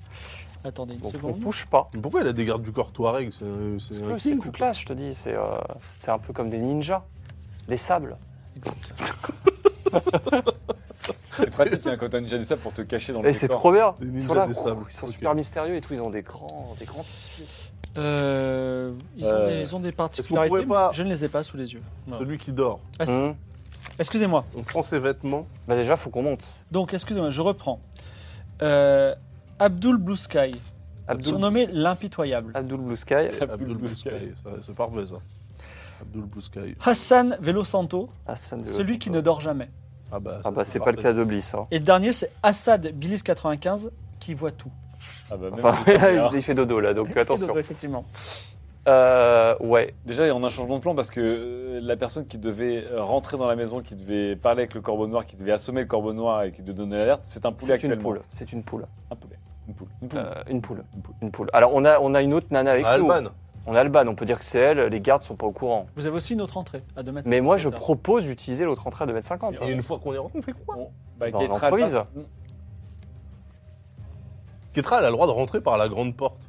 [SPEAKER 1] Attendez une
[SPEAKER 2] Donc on
[SPEAKER 1] seconde.
[SPEAKER 2] touche pas.
[SPEAKER 3] Mais Pourquoi il a des gardes du corps Touareg C'est un- c'est
[SPEAKER 2] C'est
[SPEAKER 3] un
[SPEAKER 2] plus
[SPEAKER 3] king
[SPEAKER 2] plus classe, je te dis. C'est euh, c'est un peu comme des ninjas. Des sables.
[SPEAKER 4] C'est pratique hein, quand t'as déjà dit ça pour te cacher dans le.
[SPEAKER 2] Et Eh, c'est
[SPEAKER 4] décor.
[SPEAKER 2] trop bien.
[SPEAKER 3] Des
[SPEAKER 2] Ils
[SPEAKER 3] ninjas
[SPEAKER 2] sont là,
[SPEAKER 3] des sables.
[SPEAKER 2] ils sont
[SPEAKER 3] Ok.
[SPEAKER 2] super mystérieux et tout. Ils ont des grands, des grands tissus.
[SPEAKER 1] Euh, ils, ont
[SPEAKER 4] Euh,
[SPEAKER 1] des, ils ont des
[SPEAKER 3] pourrez
[SPEAKER 1] particularités.
[SPEAKER 3] pas-
[SPEAKER 1] Je ne les ai pas sous les yeux. Non.
[SPEAKER 3] Celui qui dort.
[SPEAKER 1] Ah, si.
[SPEAKER 2] Hmm.
[SPEAKER 1] Excusez-moi.
[SPEAKER 3] On prend ses vêtements.
[SPEAKER 2] Bah déjà, faut qu'on monte.
[SPEAKER 1] Donc, excusez-moi, je reprends. Euh, Abdul Blue Sky,
[SPEAKER 2] Abdul,
[SPEAKER 1] surnommé l'impitoyable.
[SPEAKER 2] Abdul Blue Sky,
[SPEAKER 3] Abdul Blue Sky. Ça- C'est parfait ça. Abdul Blue Sky.
[SPEAKER 1] Hassan Velo Santo,
[SPEAKER 2] Hassan de-
[SPEAKER 1] celui qui ne dort jamais.
[SPEAKER 3] Ah bah, ça,
[SPEAKER 2] Ah bah c'est pas le
[SPEAKER 3] parfait.
[SPEAKER 2] cas de Bliss. hein.
[SPEAKER 1] Et le dernier, c'est Assad Bilis 95, qui voit tout.
[SPEAKER 4] Ah bah, même
[SPEAKER 2] Enfin,
[SPEAKER 4] le décor.
[SPEAKER 2] il fait dodo là, donc attention.
[SPEAKER 1] Effectivement.
[SPEAKER 2] Euh, ouais,
[SPEAKER 4] Déjà, on a un changement de plan parce que euh, la personne qui devait euh, rentrer dans la maison, qui devait parler avec le corbeau noir, qui devait assommer le corbeau noir et qui devait donner l'alerte, c'est un poulet
[SPEAKER 2] c'est une
[SPEAKER 4] actuellement.
[SPEAKER 2] poule. C'est une poule.
[SPEAKER 4] Un poulet. Une poule. Une poule.
[SPEAKER 2] Euh, une poule. Une poule. Alors on a, on a une autre nana avec
[SPEAKER 3] Ah,
[SPEAKER 2] nous.
[SPEAKER 3] Alban.
[SPEAKER 2] On a Alban, on peut dire que c'est elle, les gardes sont pas au courant.
[SPEAKER 1] Vous avez aussi une autre entrée à 2 mètres.
[SPEAKER 2] Mais moi je propose d'utiliser l'autre entrée à 2m50.
[SPEAKER 3] Et une fois qu'on est rentré, on fait quoi
[SPEAKER 4] On- bah,
[SPEAKER 2] Bah, on
[SPEAKER 4] Keitra, elle
[SPEAKER 2] improvise.
[SPEAKER 4] passe-
[SPEAKER 3] Ketra, elle a le droit de rentrer par la grande porte.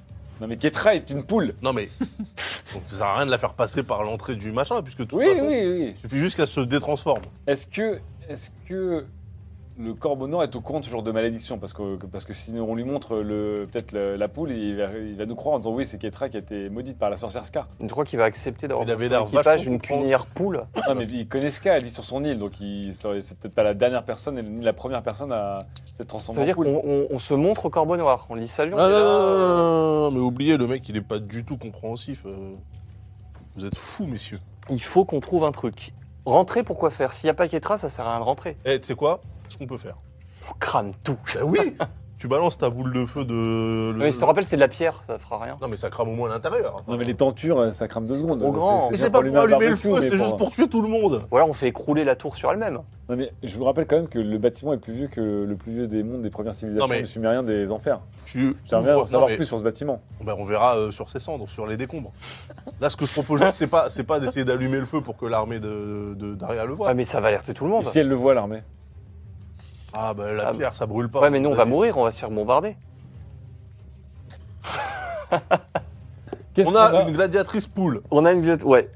[SPEAKER 4] Non mais Ketra est une poule.
[SPEAKER 3] Non mais. donc, ça sert à rien de la faire passer par l'entrée du machin, puisque de toute
[SPEAKER 4] Oui,
[SPEAKER 3] façon,
[SPEAKER 4] oui, oui.
[SPEAKER 3] Il suffit juste qu'elle se détransforme.
[SPEAKER 4] Est-ce que, est-ce que le corbeau noir est au courant de ce genre de malédiction parce que, parce que si on lui montre le, peut-être le- la poule, il va, il va nous croire en disant oui, c'est Ketra qui a été maudite par la sorcière Ska.
[SPEAKER 2] Je crois qu'il va accepter d'avoir
[SPEAKER 3] Il avait
[SPEAKER 2] dans
[SPEAKER 3] l'air
[SPEAKER 2] son équipage
[SPEAKER 3] vachement
[SPEAKER 2] une
[SPEAKER 3] comprendre.
[SPEAKER 2] cuisinière poule.
[SPEAKER 4] Non, Ah, mais il connaît Ska, elle vit sur son île, donc il, serait- c'est peut-être pas la dernière personne ni la première personne à s'être
[SPEAKER 2] Ça
[SPEAKER 4] transformée
[SPEAKER 2] veut
[SPEAKER 4] en
[SPEAKER 2] dire qu'on
[SPEAKER 4] poule.
[SPEAKER 2] on- on se montre au corbeau noir, on lui dit salut. on
[SPEAKER 3] Ah,
[SPEAKER 2] est
[SPEAKER 3] non,
[SPEAKER 2] là.
[SPEAKER 3] non, non, non, non, mais oubliez, le mec, il est pas du tout compréhensif. euh. Vous êtes fous, messieurs.
[SPEAKER 2] Il faut qu'on trouve un truc. Rentrer pour quoi faire S'il n'y a pas Ketra, ça sert à rien de rentrer.
[SPEAKER 3] Eh, tu sais quoi Ce qu'on peut faire.
[SPEAKER 2] On crame tout.
[SPEAKER 3] Bah oui Tu balances ta boule de feu de. le-
[SPEAKER 2] Mais si tu te rappelles, c'est de la pierre, ça fera rien.
[SPEAKER 3] Non, mais ça crame au moins l'intérieur. enfin.
[SPEAKER 4] Non mais les tentures, euh, ça crame deux secondes.
[SPEAKER 2] trop grand.
[SPEAKER 3] Mais
[SPEAKER 2] c'est
[SPEAKER 3] c'est
[SPEAKER 4] bien
[SPEAKER 3] pas pour
[SPEAKER 4] un
[SPEAKER 3] allumer le
[SPEAKER 4] barbecue,
[SPEAKER 3] feu,
[SPEAKER 4] mais
[SPEAKER 3] c'est juste pour tuer tout le monde.
[SPEAKER 2] Ou alors on fait écrouler la tour sur elle-même.
[SPEAKER 4] Non mais je vous rappelle quand même que le bâtiment est plus vieux que le plus vieux des mondes des premières civilisations
[SPEAKER 3] Non, mais-
[SPEAKER 4] des Sumériens des Enfers.
[SPEAKER 3] Tu.
[SPEAKER 4] J'aimerais en
[SPEAKER 3] ouvres-
[SPEAKER 4] savoir
[SPEAKER 3] non, mais-
[SPEAKER 4] plus sur ce bâtiment.
[SPEAKER 3] bah, on verra euh, sur ses cendres, sur les décombres. Là, ce que je propose juste, c'est pas, c'est pas d'essayer d'allumer le feu pour que l'armée de, de- d'Aria le voie.
[SPEAKER 2] Ah mais ça va alerter tout le
[SPEAKER 4] Et
[SPEAKER 2] monde.
[SPEAKER 4] si elle le voit l'armée
[SPEAKER 3] Ah, bah la
[SPEAKER 2] Ah,
[SPEAKER 3] pierre, ça brûle pas.
[SPEAKER 2] Ouais mais nous on
[SPEAKER 3] Vous
[SPEAKER 2] va
[SPEAKER 3] avez-
[SPEAKER 2] mourir, on va se faire bombarder.
[SPEAKER 4] Qu'est-ce
[SPEAKER 3] On
[SPEAKER 4] qu'on
[SPEAKER 3] a une gladiatrice poule.
[SPEAKER 2] On a une violette, ouais.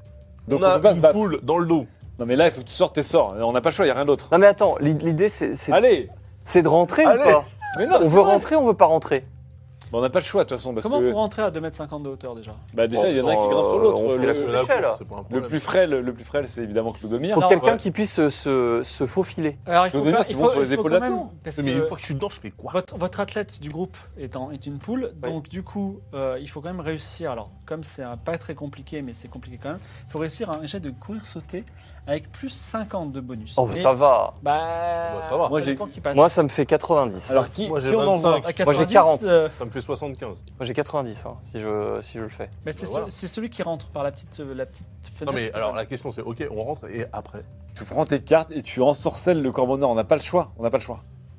[SPEAKER 4] Donc
[SPEAKER 3] on
[SPEAKER 4] on peut pas
[SPEAKER 3] a
[SPEAKER 4] se
[SPEAKER 3] une
[SPEAKER 4] battre.
[SPEAKER 3] poule dans le dos.
[SPEAKER 4] Non mais là il faut que tu sortes tes sorts. On n'a pas le choix, il n'y a rien d'autre.
[SPEAKER 2] Non mais attends, l'id- l'idée c'est c'est-
[SPEAKER 4] Allez
[SPEAKER 2] c'est de rentrer
[SPEAKER 3] Allez.
[SPEAKER 2] ou pas
[SPEAKER 4] Mais non,
[SPEAKER 2] On
[SPEAKER 4] c'est
[SPEAKER 2] veut
[SPEAKER 4] vrai.
[SPEAKER 2] rentrer, on veut pas rentrer.
[SPEAKER 4] Bah, on n'a pas le choix de toute façon parce
[SPEAKER 1] Comment
[SPEAKER 4] que
[SPEAKER 1] pour rentrer à 2 mètres 50 de hauteur déjà
[SPEAKER 4] bah, déjà il y en a
[SPEAKER 3] Oh,
[SPEAKER 4] un qui grimpe sur
[SPEAKER 2] On
[SPEAKER 4] l'autre.
[SPEAKER 2] fait la
[SPEAKER 4] Le,
[SPEAKER 2] fenêtre. l'échelle, là.
[SPEAKER 3] C'est pas un
[SPEAKER 4] le
[SPEAKER 3] problème.
[SPEAKER 4] plus frêle, le plus frêle c'est évidemment Clodomir.
[SPEAKER 2] Faut
[SPEAKER 1] Non,
[SPEAKER 2] quelqu'un
[SPEAKER 3] ouais.
[SPEAKER 2] qui puisse se, se, se faufiler.
[SPEAKER 1] Alors il faut,
[SPEAKER 4] Nos données
[SPEAKER 1] pas-
[SPEAKER 4] qui
[SPEAKER 1] il
[SPEAKER 4] vont
[SPEAKER 1] faut,
[SPEAKER 4] sur les
[SPEAKER 1] il faut
[SPEAKER 4] épaules
[SPEAKER 1] quand
[SPEAKER 4] là-dedans.
[SPEAKER 1] même parce
[SPEAKER 3] Mais
[SPEAKER 1] que
[SPEAKER 3] une fois que je suis dedans, je fais quoi
[SPEAKER 1] votre, votre athlète du groupe est, en- est une poule, donc du coup euh, il faut quand même réussir. Alors comme c'est un- pas très compliqué, mais c'est compliqué quand même, il faut réussir un jet de courir sauter avec plus 50 de bonus.
[SPEAKER 2] Oh bah,
[SPEAKER 1] Et-
[SPEAKER 2] ça va.
[SPEAKER 1] Bah,
[SPEAKER 3] Bah, ça va.
[SPEAKER 4] Moi,
[SPEAKER 1] Moi,
[SPEAKER 4] j'ai-
[SPEAKER 1] j'ai... qui passe.
[SPEAKER 2] Moi ça me fait 90.
[SPEAKER 4] Alors qui,
[SPEAKER 3] Moi, j'ai
[SPEAKER 4] qui on
[SPEAKER 3] 25.
[SPEAKER 4] envoie
[SPEAKER 3] Moi, j'ai
[SPEAKER 1] 90,
[SPEAKER 2] 40.
[SPEAKER 1] euh,
[SPEAKER 3] Ça me fait 75.
[SPEAKER 2] Moi j'ai 90 hein, si je si je le fais.
[SPEAKER 1] mais c'est,
[SPEAKER 3] Bah,
[SPEAKER 1] ce-
[SPEAKER 3] voilà.
[SPEAKER 1] c'est celui qui rentre par la petite, euh, la petite fenêtre.
[SPEAKER 3] Non mais alors la question c'est ok on rentre et après
[SPEAKER 4] Tu prends tes cartes et tu ensorcelles le corbeau noir. On n'a pas le choix. On n'a pas le choix.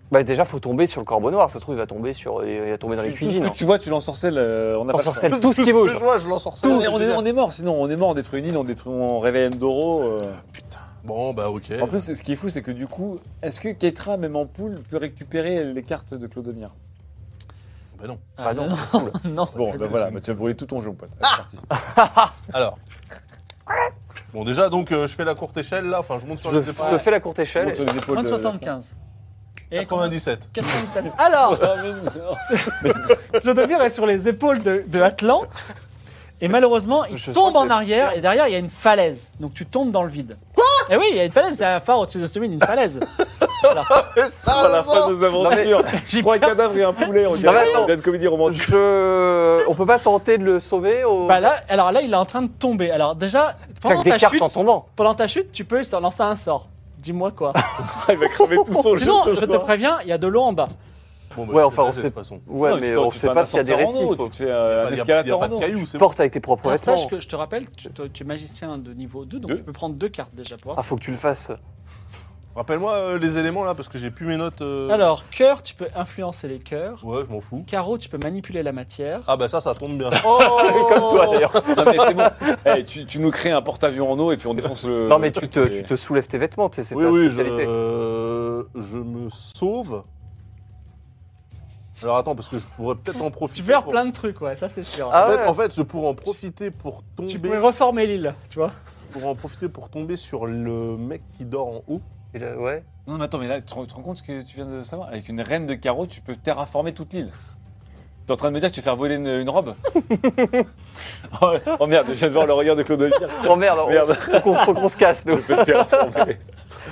[SPEAKER 2] Bah déjà faut tomber sur le corbeau noir, ça se trouve il va tomber sur il va tomber dans les
[SPEAKER 4] Tout ce
[SPEAKER 2] cuisines. hein.
[SPEAKER 4] que tu vois, tu l'ensorcelles. euh, On n'a pas le choix.
[SPEAKER 2] T'ensorcelles. Tout ce qui bouge.
[SPEAKER 3] Je vois, je lance
[SPEAKER 4] Tout, on, est, on est- on est mort, sinon on est mort, on détruit une île, on détruit, on réveille Endoro. euh.
[SPEAKER 3] Putain. Bon bah ok.
[SPEAKER 4] En plus, ce qui est fou, c'est que du coup, est-ce que Keitra, même en poule, peut récupérer les cartes de Clodomir
[SPEAKER 3] Bah non.
[SPEAKER 2] Ah non, c'est cool.
[SPEAKER 1] Euh, non.
[SPEAKER 4] Bon,
[SPEAKER 3] Ouais,
[SPEAKER 4] ben
[SPEAKER 3] bah,
[SPEAKER 4] voilà,
[SPEAKER 3] c'est-
[SPEAKER 2] Ah
[SPEAKER 4] bah, tu as brûlé tout ton jeu, mon pote. Allez, c'est parti.
[SPEAKER 3] Alors. Bon, déjà, donc, euh, je fais la courte échelle, là. Enfin, je monte sur
[SPEAKER 2] Je
[SPEAKER 3] les
[SPEAKER 2] te,
[SPEAKER 3] épaules.
[SPEAKER 2] je te fais la courte
[SPEAKER 4] Je
[SPEAKER 2] échelle.
[SPEAKER 4] monte sur les épaules
[SPEAKER 1] Moins
[SPEAKER 4] de-
[SPEAKER 1] de 75. Et
[SPEAKER 3] 97.
[SPEAKER 1] 97. Alors,
[SPEAKER 4] Ah, mais non.
[SPEAKER 1] Clodomir est sur les épaules de, de Atlan. Et malheureusement, il
[SPEAKER 2] Je sens
[SPEAKER 1] tombe
[SPEAKER 2] que
[SPEAKER 1] en
[SPEAKER 2] j'ai-
[SPEAKER 1] arrière et derrière, il y a une falaise. Donc tu tombes dans le vide. Quoi Eh oui, il y a une falaise, c'est un phare au-dessus de ce vide, une falaise.
[SPEAKER 3] C'est ça,
[SPEAKER 4] À la fin de nos aventures,
[SPEAKER 1] J'ai
[SPEAKER 4] trois cadavres et un poulet en
[SPEAKER 2] Non, mais
[SPEAKER 4] galère
[SPEAKER 2] attends.
[SPEAKER 4] d'une comédie romantique.
[SPEAKER 2] Je... On peut pas tenter de le sauver au...
[SPEAKER 1] Bah là, alors là, il est en train de tomber. Alors déjà, pendant
[SPEAKER 2] Claque des
[SPEAKER 1] ta,
[SPEAKER 2] cartes
[SPEAKER 1] chute,
[SPEAKER 2] en tombant.
[SPEAKER 1] pendant ta chute, tu peux se lancer un sort. Dis-moi quoi.
[SPEAKER 4] Il va crever tout son jeu.
[SPEAKER 1] Sinon,
[SPEAKER 4] ce
[SPEAKER 1] je te
[SPEAKER 4] soir.
[SPEAKER 1] préviens, il y a de l'eau en bas.
[SPEAKER 3] Bon, bah,
[SPEAKER 2] Ouais,
[SPEAKER 3] je
[SPEAKER 2] enfin, on
[SPEAKER 3] sais pas,
[SPEAKER 2] sait-
[SPEAKER 3] de toute façon.
[SPEAKER 2] Ouais,
[SPEAKER 4] tu
[SPEAKER 2] mais
[SPEAKER 4] te-
[SPEAKER 2] on
[SPEAKER 4] tu
[SPEAKER 2] sait
[SPEAKER 4] fais un
[SPEAKER 2] pas s'il y a des
[SPEAKER 4] ascenseur en
[SPEAKER 2] récifs.
[SPEAKER 4] eau, Tu fais euh,
[SPEAKER 3] Il
[SPEAKER 4] un
[SPEAKER 3] n'y a, y a
[SPEAKER 4] escalator
[SPEAKER 3] pas
[SPEAKER 4] en
[SPEAKER 3] de
[SPEAKER 4] eau.
[SPEAKER 3] cailloux, c'est bon.
[SPEAKER 2] Porte avec tes propres
[SPEAKER 1] Alors,
[SPEAKER 2] vêtements.
[SPEAKER 1] Ah, sache que je te rappelle, tu, toi, tu es magicien de niveau 2, donc
[SPEAKER 4] Deux.
[SPEAKER 1] tu peux prendre deux cartes déjà pour.
[SPEAKER 2] Ah, faut que tu le fasses.
[SPEAKER 3] Rappelle-moi euh, les éléments, là, parce que j'ai plus mes notes. euh,
[SPEAKER 1] Alors, cœur, tu peux influencer les cœurs.
[SPEAKER 3] Ouais, je m'en fous.
[SPEAKER 1] Carreau, tu peux manipuler la matière.
[SPEAKER 3] Ah, bah, ça, ça tombe bien.
[SPEAKER 4] Oh
[SPEAKER 2] Comme toi, d'ailleurs.
[SPEAKER 4] Ah, mais c'est bon. Eh, tu, tu nous crées un porte-avions en eau et puis on défonce le.
[SPEAKER 2] Non, mais tu te,
[SPEAKER 4] Et-
[SPEAKER 2] tu te soulèves tes vêtements, t'es- c'est
[SPEAKER 3] Oui,
[SPEAKER 2] ta
[SPEAKER 3] oui, je,
[SPEAKER 2] spécialité.
[SPEAKER 3] euh, je me sauve. Alors attends, parce que je pourrais peut-être en profiter.
[SPEAKER 1] Tu peux faire
[SPEAKER 3] pour-
[SPEAKER 1] plein de trucs, ouais, ça c'est sûr.
[SPEAKER 2] Ah
[SPEAKER 3] en, fait,
[SPEAKER 2] ouais.
[SPEAKER 3] en fait, je pourrais en profiter pour tomber,
[SPEAKER 1] tu pourrais reformer l'île, tu vois.
[SPEAKER 3] pour en profiter pour tomber sur le mec qui dort en haut.
[SPEAKER 2] Et là, ouais.
[SPEAKER 4] Non, mais attends, mais là, tu te tu te rends compte ce que tu viens de savoir Avec une reine de carreau, tu peux terraformer toute l'île. T'es en train de me dire que tu vas faire voler une, une robe oh, oh merde, je viens de voir le regard de Claude Olivier.
[SPEAKER 2] Oh merde, on-
[SPEAKER 4] Merde.
[SPEAKER 2] faut qu'on faut qu'on se casse, nous.
[SPEAKER 4] Je peux te terraformer.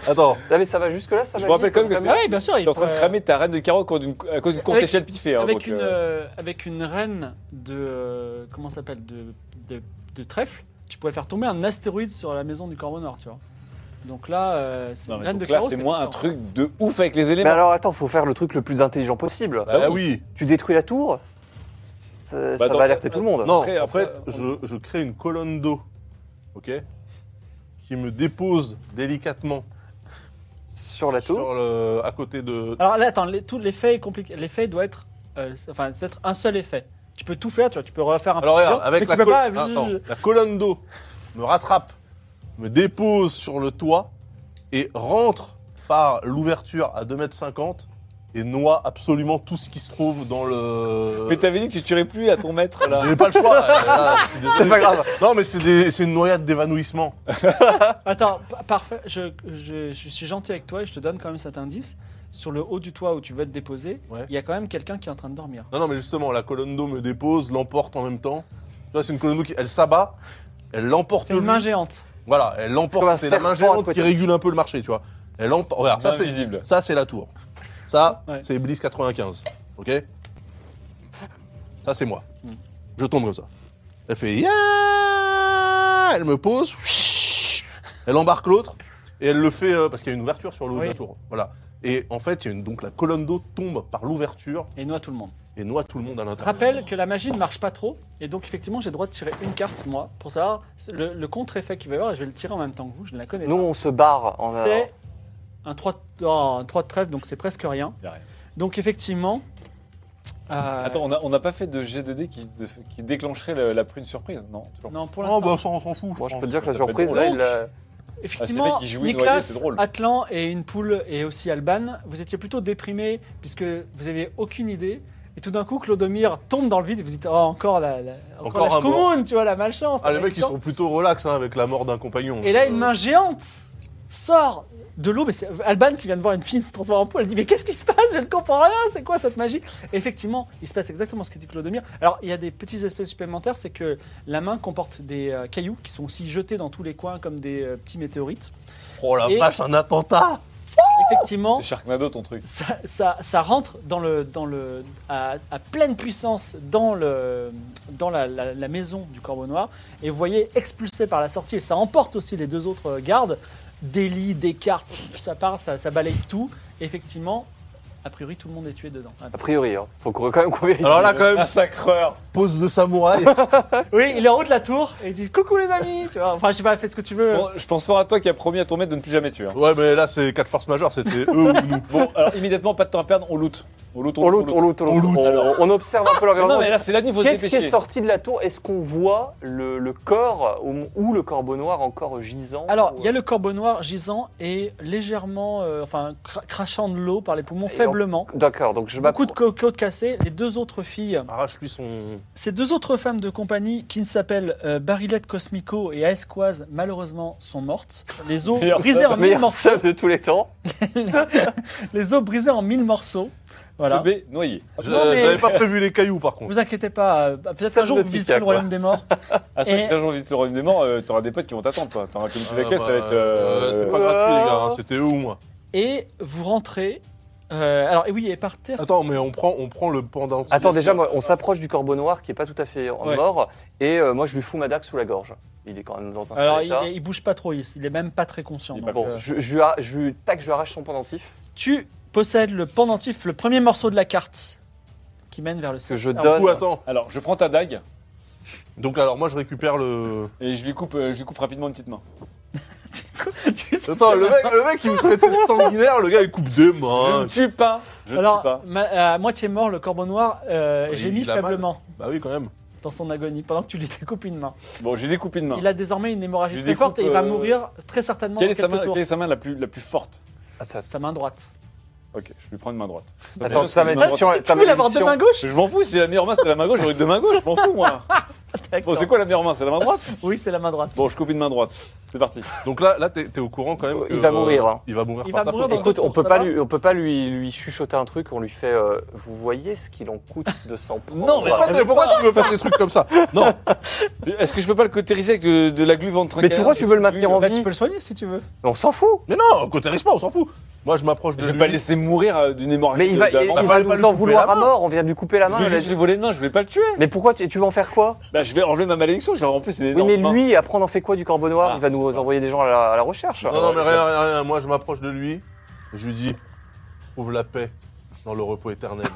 [SPEAKER 3] Attends,
[SPEAKER 2] Non, mais ça va jusque-là, ça
[SPEAKER 4] Je
[SPEAKER 2] va.
[SPEAKER 4] vous rappelle
[SPEAKER 2] vite,
[SPEAKER 4] quand même que
[SPEAKER 1] Ah
[SPEAKER 4] Ah
[SPEAKER 1] oui, bien sûr.
[SPEAKER 4] T'es en train de cramer ta reine de carreau à cause d'une à cause d'une courte
[SPEAKER 1] Avec-
[SPEAKER 4] échelle piffée. hein,
[SPEAKER 1] Avec
[SPEAKER 4] donc,
[SPEAKER 1] une,
[SPEAKER 4] euh,
[SPEAKER 1] euh, avec une reine de. euh, comment ça s'appelle de, de, de trèfle, tu pourrais faire tomber un astéroïde sur la maison du Corbeau Noir, tu vois. Donc là, euh, c'est
[SPEAKER 4] Non,
[SPEAKER 1] une
[SPEAKER 4] mais
[SPEAKER 1] reine de
[SPEAKER 4] donc là,
[SPEAKER 1] carreau.
[SPEAKER 4] c'est
[SPEAKER 1] c'est
[SPEAKER 4] moins un
[SPEAKER 1] puissant.
[SPEAKER 4] truc de ouf avec les
[SPEAKER 2] Mais
[SPEAKER 4] éléments.
[SPEAKER 2] alors attends, faut faire le truc le plus intelligent possible.
[SPEAKER 3] bah,
[SPEAKER 4] Bah
[SPEAKER 3] oui.
[SPEAKER 2] Tu détruis la tour, ça, ça
[SPEAKER 4] attends,
[SPEAKER 2] va alerter tout le monde.
[SPEAKER 3] Non,
[SPEAKER 4] Après,
[SPEAKER 3] en
[SPEAKER 4] après,
[SPEAKER 3] fait,
[SPEAKER 4] on-
[SPEAKER 3] je, je crée une colonne d'eau, ok, qui me dépose délicatement
[SPEAKER 2] Sur la tour.
[SPEAKER 3] sur le, à côté de.
[SPEAKER 1] Alors là, attends, les- tout l'effet est compliqué. L'effet doit être. euh, enfin, c'est être un seul effet. Tu peux tout faire, tu vois. Tu peux refaire un
[SPEAKER 3] Alors regarde,
[SPEAKER 1] papillon, Ah, mais
[SPEAKER 3] avec
[SPEAKER 1] tu
[SPEAKER 3] la,
[SPEAKER 1] peux
[SPEAKER 3] col- Ah,
[SPEAKER 1] pas-
[SPEAKER 4] Ah,
[SPEAKER 3] Attends, la colonne d'eau me rattrape, me dépose sur le toit et rentre par l'ouverture à 2m50 et noie absolument tout ce qui se trouve dans le...
[SPEAKER 4] Mais t'avais dit que tu tuerais plus à ton maître là.
[SPEAKER 3] J'avais pas le choix. là, je suis désolé.
[SPEAKER 2] C'est pas grave.
[SPEAKER 3] Non mais c'est des- c'est une noyade d'évanouissement.
[SPEAKER 1] Attends, pa- parfait. Je, je- je suis gentil avec toi et je te donne quand même cet indice. Sur le haut du toit où tu veux te déposer, il
[SPEAKER 3] Ouais.
[SPEAKER 1] y a quand même quelqu'un qui est en train de dormir.
[SPEAKER 3] Non non mais justement la colonne d'eau me dépose, l'emporte en même temps. Tu vois c'est une colonne d'eau qui elle s'abat, elle l'emporte.
[SPEAKER 1] C'est une
[SPEAKER 3] lui.
[SPEAKER 1] main géante.
[SPEAKER 3] Voilà, elle
[SPEAKER 2] C'est comme un
[SPEAKER 3] l'emporte. C'est la main
[SPEAKER 2] serpent à
[SPEAKER 3] géante qui
[SPEAKER 2] côté.
[SPEAKER 3] régule un peu le marché, tu vois. Elle l'emporte. Regarde ça c'est
[SPEAKER 4] Invisible.
[SPEAKER 3] Ça, c'est la tour. Ça,
[SPEAKER 1] Ouais.
[SPEAKER 3] c'est Iblis 95. OK Ça, c'est moi. Je tombe comme ça. Elle fait Yeah Elle me pose. Elle embarque l'autre. Et elle le fait euh, parce qu'il y a une ouverture sur le haut de
[SPEAKER 1] Oui.
[SPEAKER 3] la tour. Voilà. Et en fait, il y a une- donc la colonne d'eau tombe par l'ouverture
[SPEAKER 1] Et noie tout le monde.
[SPEAKER 3] et noie tout le monde à l'intérieur.
[SPEAKER 1] Rappelle que la magie ne marche pas trop. Et donc, effectivement, j'ai le droit de tirer une carte, moi, pour savoir le, le contre-effet qu'il va y avoir. Et je vais le tirer en même temps que vous. Je ne la connais
[SPEAKER 2] Nous, on se barre. en-
[SPEAKER 1] pas. C'est un 3, oh, un 3 de trèfle, donc c'est presque rien.
[SPEAKER 4] Y a rien.
[SPEAKER 1] Donc, effectivement. euh,
[SPEAKER 4] Attends, on a- on n'a pas fait de G2D qui, de- qui déclencherait le- la prune surprise, non toujours
[SPEAKER 1] Non, pour l'instant.
[SPEAKER 3] Oh, bah, ça, on s'en fout.
[SPEAKER 2] Moi, je
[SPEAKER 3] pense.
[SPEAKER 2] peux te dire que la
[SPEAKER 4] Ça peut être
[SPEAKER 2] surprise,
[SPEAKER 4] drôle.
[SPEAKER 2] là, il l'a-
[SPEAKER 4] Ah, c'est
[SPEAKER 1] Effectivement,
[SPEAKER 4] vrai qu'il jouait noyé,
[SPEAKER 1] Nicolas,
[SPEAKER 4] c'est drôle.
[SPEAKER 1] Atlan et une poule et aussi Alban, vous étiez plutôt déprimés puisque vous n'aviez aucune idée. Et tout d'un coup, Clodomir tombe dans le vide et vous dites Oh, encore la, la,
[SPEAKER 3] Encore
[SPEAKER 1] la
[SPEAKER 3] un mort.
[SPEAKER 1] Shkumun, tu vois, la malchance.
[SPEAKER 3] Ah, les
[SPEAKER 1] t'as
[SPEAKER 3] mecs, ils
[SPEAKER 1] raison.
[SPEAKER 3] sont plutôt relax hein, avec la mort d'un compagnon.
[SPEAKER 1] Et là,
[SPEAKER 3] Euh,
[SPEAKER 1] une main géante sort de l'eau. Mais c'est Alban qui vient de voir une fille se transformer en poule. Elle dit Mais qu'est-ce qui se passe Je ne comprends rien. C'est quoi cette magie Et Effectivement, il se passe exactement ce que dit Clodomir. Alors, il y a des petits aspects supplémentaires c'est que la main comporte des euh, cailloux qui sont aussi jetés dans tous les coins comme des euh, petits météorites.
[SPEAKER 3] Oh la
[SPEAKER 1] Et-
[SPEAKER 3] vache, un attentat
[SPEAKER 1] Effectivement.
[SPEAKER 4] C'est Sharknado ton truc.
[SPEAKER 1] ça, ça- ça rentre dans le, dans le, à, à pleine puissance dans, le, dans la, la- la maison du Corbeau Noir. Et vous voyez, expulsé par la sortie, et ça emporte aussi les deux autres gardes, des lits, des cartes, ça part, ça, ça balaye tout. Et effectivement, a priori, tout le monde est tué dedans. Ah,
[SPEAKER 2] a priori, hein. faut qu'on- quand même qu'on vérifie.
[SPEAKER 3] Alors là,
[SPEAKER 4] Euh,
[SPEAKER 3] quand
[SPEAKER 4] Ah,
[SPEAKER 3] même,
[SPEAKER 4] Massacreur
[SPEAKER 3] pose de samouraï.
[SPEAKER 1] Oui, il est en haut de la tour et il dit Coucou les amis tu vois, Enfin, je sais pas, fais ce que tu veux.
[SPEAKER 4] Bon, Je pense fort à toi qui a promis à ton maître de ne plus jamais tuer. hein.
[SPEAKER 3] Ouais, mais là, c'est quatre forces majeures, c'était eux ou nous.
[SPEAKER 4] Bon, alors immédiatement, pas de temps à perdre, on loot. On l'auto.
[SPEAKER 2] On loot, on loot, on loot.
[SPEAKER 3] On loot.
[SPEAKER 2] On- on observe un peu l'environnement.
[SPEAKER 4] Non, mais là, c'est la nuit, faut se
[SPEAKER 2] Qu'est-ce qui
[SPEAKER 4] dépêcher.
[SPEAKER 2] est sorti de la tour Est-ce qu'on voit le, le corps ou, ou le corbeau noir encore gisant
[SPEAKER 1] Alors,
[SPEAKER 2] ou-
[SPEAKER 1] il y a le corbeau noir gisant et légèrement, euh, enfin, cra- crachant de l'eau par les poumons
[SPEAKER 2] Et
[SPEAKER 1] faiblement.
[SPEAKER 2] D'accord, donc je
[SPEAKER 1] Beaucoup
[SPEAKER 2] m'approche.
[SPEAKER 1] de cocottes cassées. Les deux autres filles,
[SPEAKER 3] Arrache-lui son.
[SPEAKER 1] ces deux autres femmes de compagnie qui ne s'appellent euh, Barilette Cosmico et Aesquoise, malheureusement, sont mortes. Les os
[SPEAKER 4] Meilleur
[SPEAKER 1] brisés
[SPEAKER 4] sub,
[SPEAKER 1] en mille
[SPEAKER 2] Meilleur
[SPEAKER 1] morceaux.
[SPEAKER 2] sub de tous les temps.
[SPEAKER 1] Les os brisés en mille morceaux. Voilà.
[SPEAKER 4] Sebé, noyé.
[SPEAKER 3] Je-
[SPEAKER 1] Non, mais-
[SPEAKER 3] J'avais pas prévu les cailloux par contre.
[SPEAKER 1] Vous inquiétez pas, euh, peut-être
[SPEAKER 2] Somme
[SPEAKER 1] un jour
[SPEAKER 2] de
[SPEAKER 1] vous
[SPEAKER 2] tic-tac,
[SPEAKER 1] visiterez le
[SPEAKER 2] quoi.
[SPEAKER 1] royaume des morts.
[SPEAKER 4] Ah, c'est
[SPEAKER 1] Et-
[SPEAKER 4] vrai que si un jour, vite le royaume des morts, euh, t'auras des potes qui vont t'attendre, toi. T'auras communiqué avec eux,
[SPEAKER 3] Ah,
[SPEAKER 4] ça
[SPEAKER 3] bah,
[SPEAKER 4] va être.
[SPEAKER 3] euh,
[SPEAKER 4] euh,
[SPEAKER 3] C'est pas gratuit, les gars, hein,
[SPEAKER 2] euh,
[SPEAKER 3] c'était eux ou moi.
[SPEAKER 1] Et vous rentrez. euh, alors, et oui, et par terre.
[SPEAKER 3] Attends, mais on prend, on prend le pendant.
[SPEAKER 2] Attends, déjà, moi, on s'approche du corbeau noir qui est pas tout à fait en
[SPEAKER 1] Ouais.
[SPEAKER 2] mort. Et euh, moi, je lui fous ma dague sous la gorge. Il est quand même dans un
[SPEAKER 1] Alors,
[SPEAKER 2] sale
[SPEAKER 1] il,
[SPEAKER 2] état.
[SPEAKER 1] est- il bouge pas trop, il, il est même pas très conscient.
[SPEAKER 4] Il est
[SPEAKER 1] donc.
[SPEAKER 4] pas
[SPEAKER 2] Bon,
[SPEAKER 4] Euh.
[SPEAKER 2] je, je lui, a- je lui- tac, je lui arrache son pendentif
[SPEAKER 1] Tu possèdes le pendentif, le premier morceau de la carte qui mène vers le
[SPEAKER 2] que
[SPEAKER 1] cercle.
[SPEAKER 2] je
[SPEAKER 1] Alors,
[SPEAKER 2] donne.
[SPEAKER 3] Ou attends.
[SPEAKER 4] Alors, je prends ta dague
[SPEAKER 3] Donc alors moi je récupère le.
[SPEAKER 4] et je lui coupe, euh, je lui coupe rapidement une petite main.
[SPEAKER 1] tu sais-
[SPEAKER 3] Attends, le mec, le mec il me traitait de sanguinaire, le gars il coupe deux
[SPEAKER 4] je
[SPEAKER 3] mains.
[SPEAKER 4] ne tue pas. Je ne tue
[SPEAKER 1] Alors,
[SPEAKER 4] pas.
[SPEAKER 1] ma- à moitié mort, le corbeau noir euh,
[SPEAKER 3] Il-
[SPEAKER 1] gémit
[SPEAKER 3] il a mal.
[SPEAKER 1] faiblement
[SPEAKER 3] Bah oui quand même.
[SPEAKER 1] dans son agonie pendant que tu lui découpes une main.
[SPEAKER 4] Bon, j'ai découpé une main.
[SPEAKER 1] Il a désormais une hémorragie
[SPEAKER 4] Je lui
[SPEAKER 1] très
[SPEAKER 4] découpe,
[SPEAKER 1] forte et il va
[SPEAKER 4] euh,
[SPEAKER 1] mourir très certainement
[SPEAKER 4] Quelle
[SPEAKER 1] dans
[SPEAKER 4] est, sa main,
[SPEAKER 1] quelques tours.
[SPEAKER 4] quelle est sa main la plus, la plus forte
[SPEAKER 2] Attends,
[SPEAKER 1] Sa main droite.
[SPEAKER 4] Ok, je lui prends une main droite.
[SPEAKER 2] attends,
[SPEAKER 4] Ça fait
[SPEAKER 2] ta
[SPEAKER 4] deux, parce que
[SPEAKER 2] malédiction.
[SPEAKER 1] Tu
[SPEAKER 2] ta
[SPEAKER 1] veux l'avoir de
[SPEAKER 2] malédiction-
[SPEAKER 1] main gauche
[SPEAKER 4] Je m'en fous, si la meilleure main c'était la main gauche, j'aurais deux mains gauches, je m'en fous moi. Bon, c'est quoi la meilleure main C'est la main droite
[SPEAKER 1] Oui, c'est la main droite.
[SPEAKER 4] Bon, je coupe une main droite. C'est parti.
[SPEAKER 3] Donc là, là t'es t'es au courant quand même.
[SPEAKER 2] Il
[SPEAKER 3] que,
[SPEAKER 2] va mourir, hein.
[SPEAKER 3] Il va mourir
[SPEAKER 1] Il
[SPEAKER 3] par
[SPEAKER 1] va
[SPEAKER 3] ta
[SPEAKER 1] mourir
[SPEAKER 3] faute.
[SPEAKER 1] dans-
[SPEAKER 2] Écoute, on peut
[SPEAKER 1] Ça
[SPEAKER 2] pas
[SPEAKER 1] va
[SPEAKER 2] lui, on peut pas lui, lui chuchoter un truc. On lui fait, euh, vous voyez ce qu'il en coûte de s'en prendre.
[SPEAKER 4] Non, mais-
[SPEAKER 3] Pourquoi, t'es- pourquoi tu veux faire des trucs comme ça Non,
[SPEAKER 4] Est-ce que je peux pas le cautériser avec de, de la glu ventre
[SPEAKER 2] Mais tu vois, tu veux le maintenir
[SPEAKER 4] eh
[SPEAKER 2] en
[SPEAKER 4] ben,
[SPEAKER 1] Bah,
[SPEAKER 2] vie.
[SPEAKER 1] tu peux le soigner si tu veux.
[SPEAKER 2] On s'en fout.
[SPEAKER 3] mais non, cautérise pas, on s'en fout. Moi je m'approche de
[SPEAKER 4] Je vais
[SPEAKER 3] lui.
[SPEAKER 4] pas le laisser mourir euh, d'une hémorragie.
[SPEAKER 2] Mais il
[SPEAKER 4] de-
[SPEAKER 2] va, il,
[SPEAKER 4] d'avant.
[SPEAKER 2] il
[SPEAKER 3] Bah,
[SPEAKER 2] va
[SPEAKER 3] fallait pas
[SPEAKER 2] nous
[SPEAKER 3] lui
[SPEAKER 2] en
[SPEAKER 3] couper
[SPEAKER 2] vouloir
[SPEAKER 3] la
[SPEAKER 2] à
[SPEAKER 3] main.
[SPEAKER 2] mort. On vient de lui couper la main.
[SPEAKER 4] Je vais
[SPEAKER 2] elle a
[SPEAKER 4] juste
[SPEAKER 2] dit-
[SPEAKER 4] lui voler une main, je vais pas le tuer.
[SPEAKER 2] Mais pourquoi tu, tu vas en faire quoi
[SPEAKER 4] Bah, je vais enlever ma malédiction, je vais en plus une
[SPEAKER 2] Oui,
[SPEAKER 4] énorme
[SPEAKER 2] mais
[SPEAKER 4] main.
[SPEAKER 2] lui, après, on en fait quoi du corbeau noir
[SPEAKER 4] Ah.
[SPEAKER 2] Il va nous envoyer des gens à la, à la recherche.
[SPEAKER 3] Non, non, mais rien, rien, rien. Moi je m'approche de lui. Je lui dis, trouve la paix dans le repos éternel.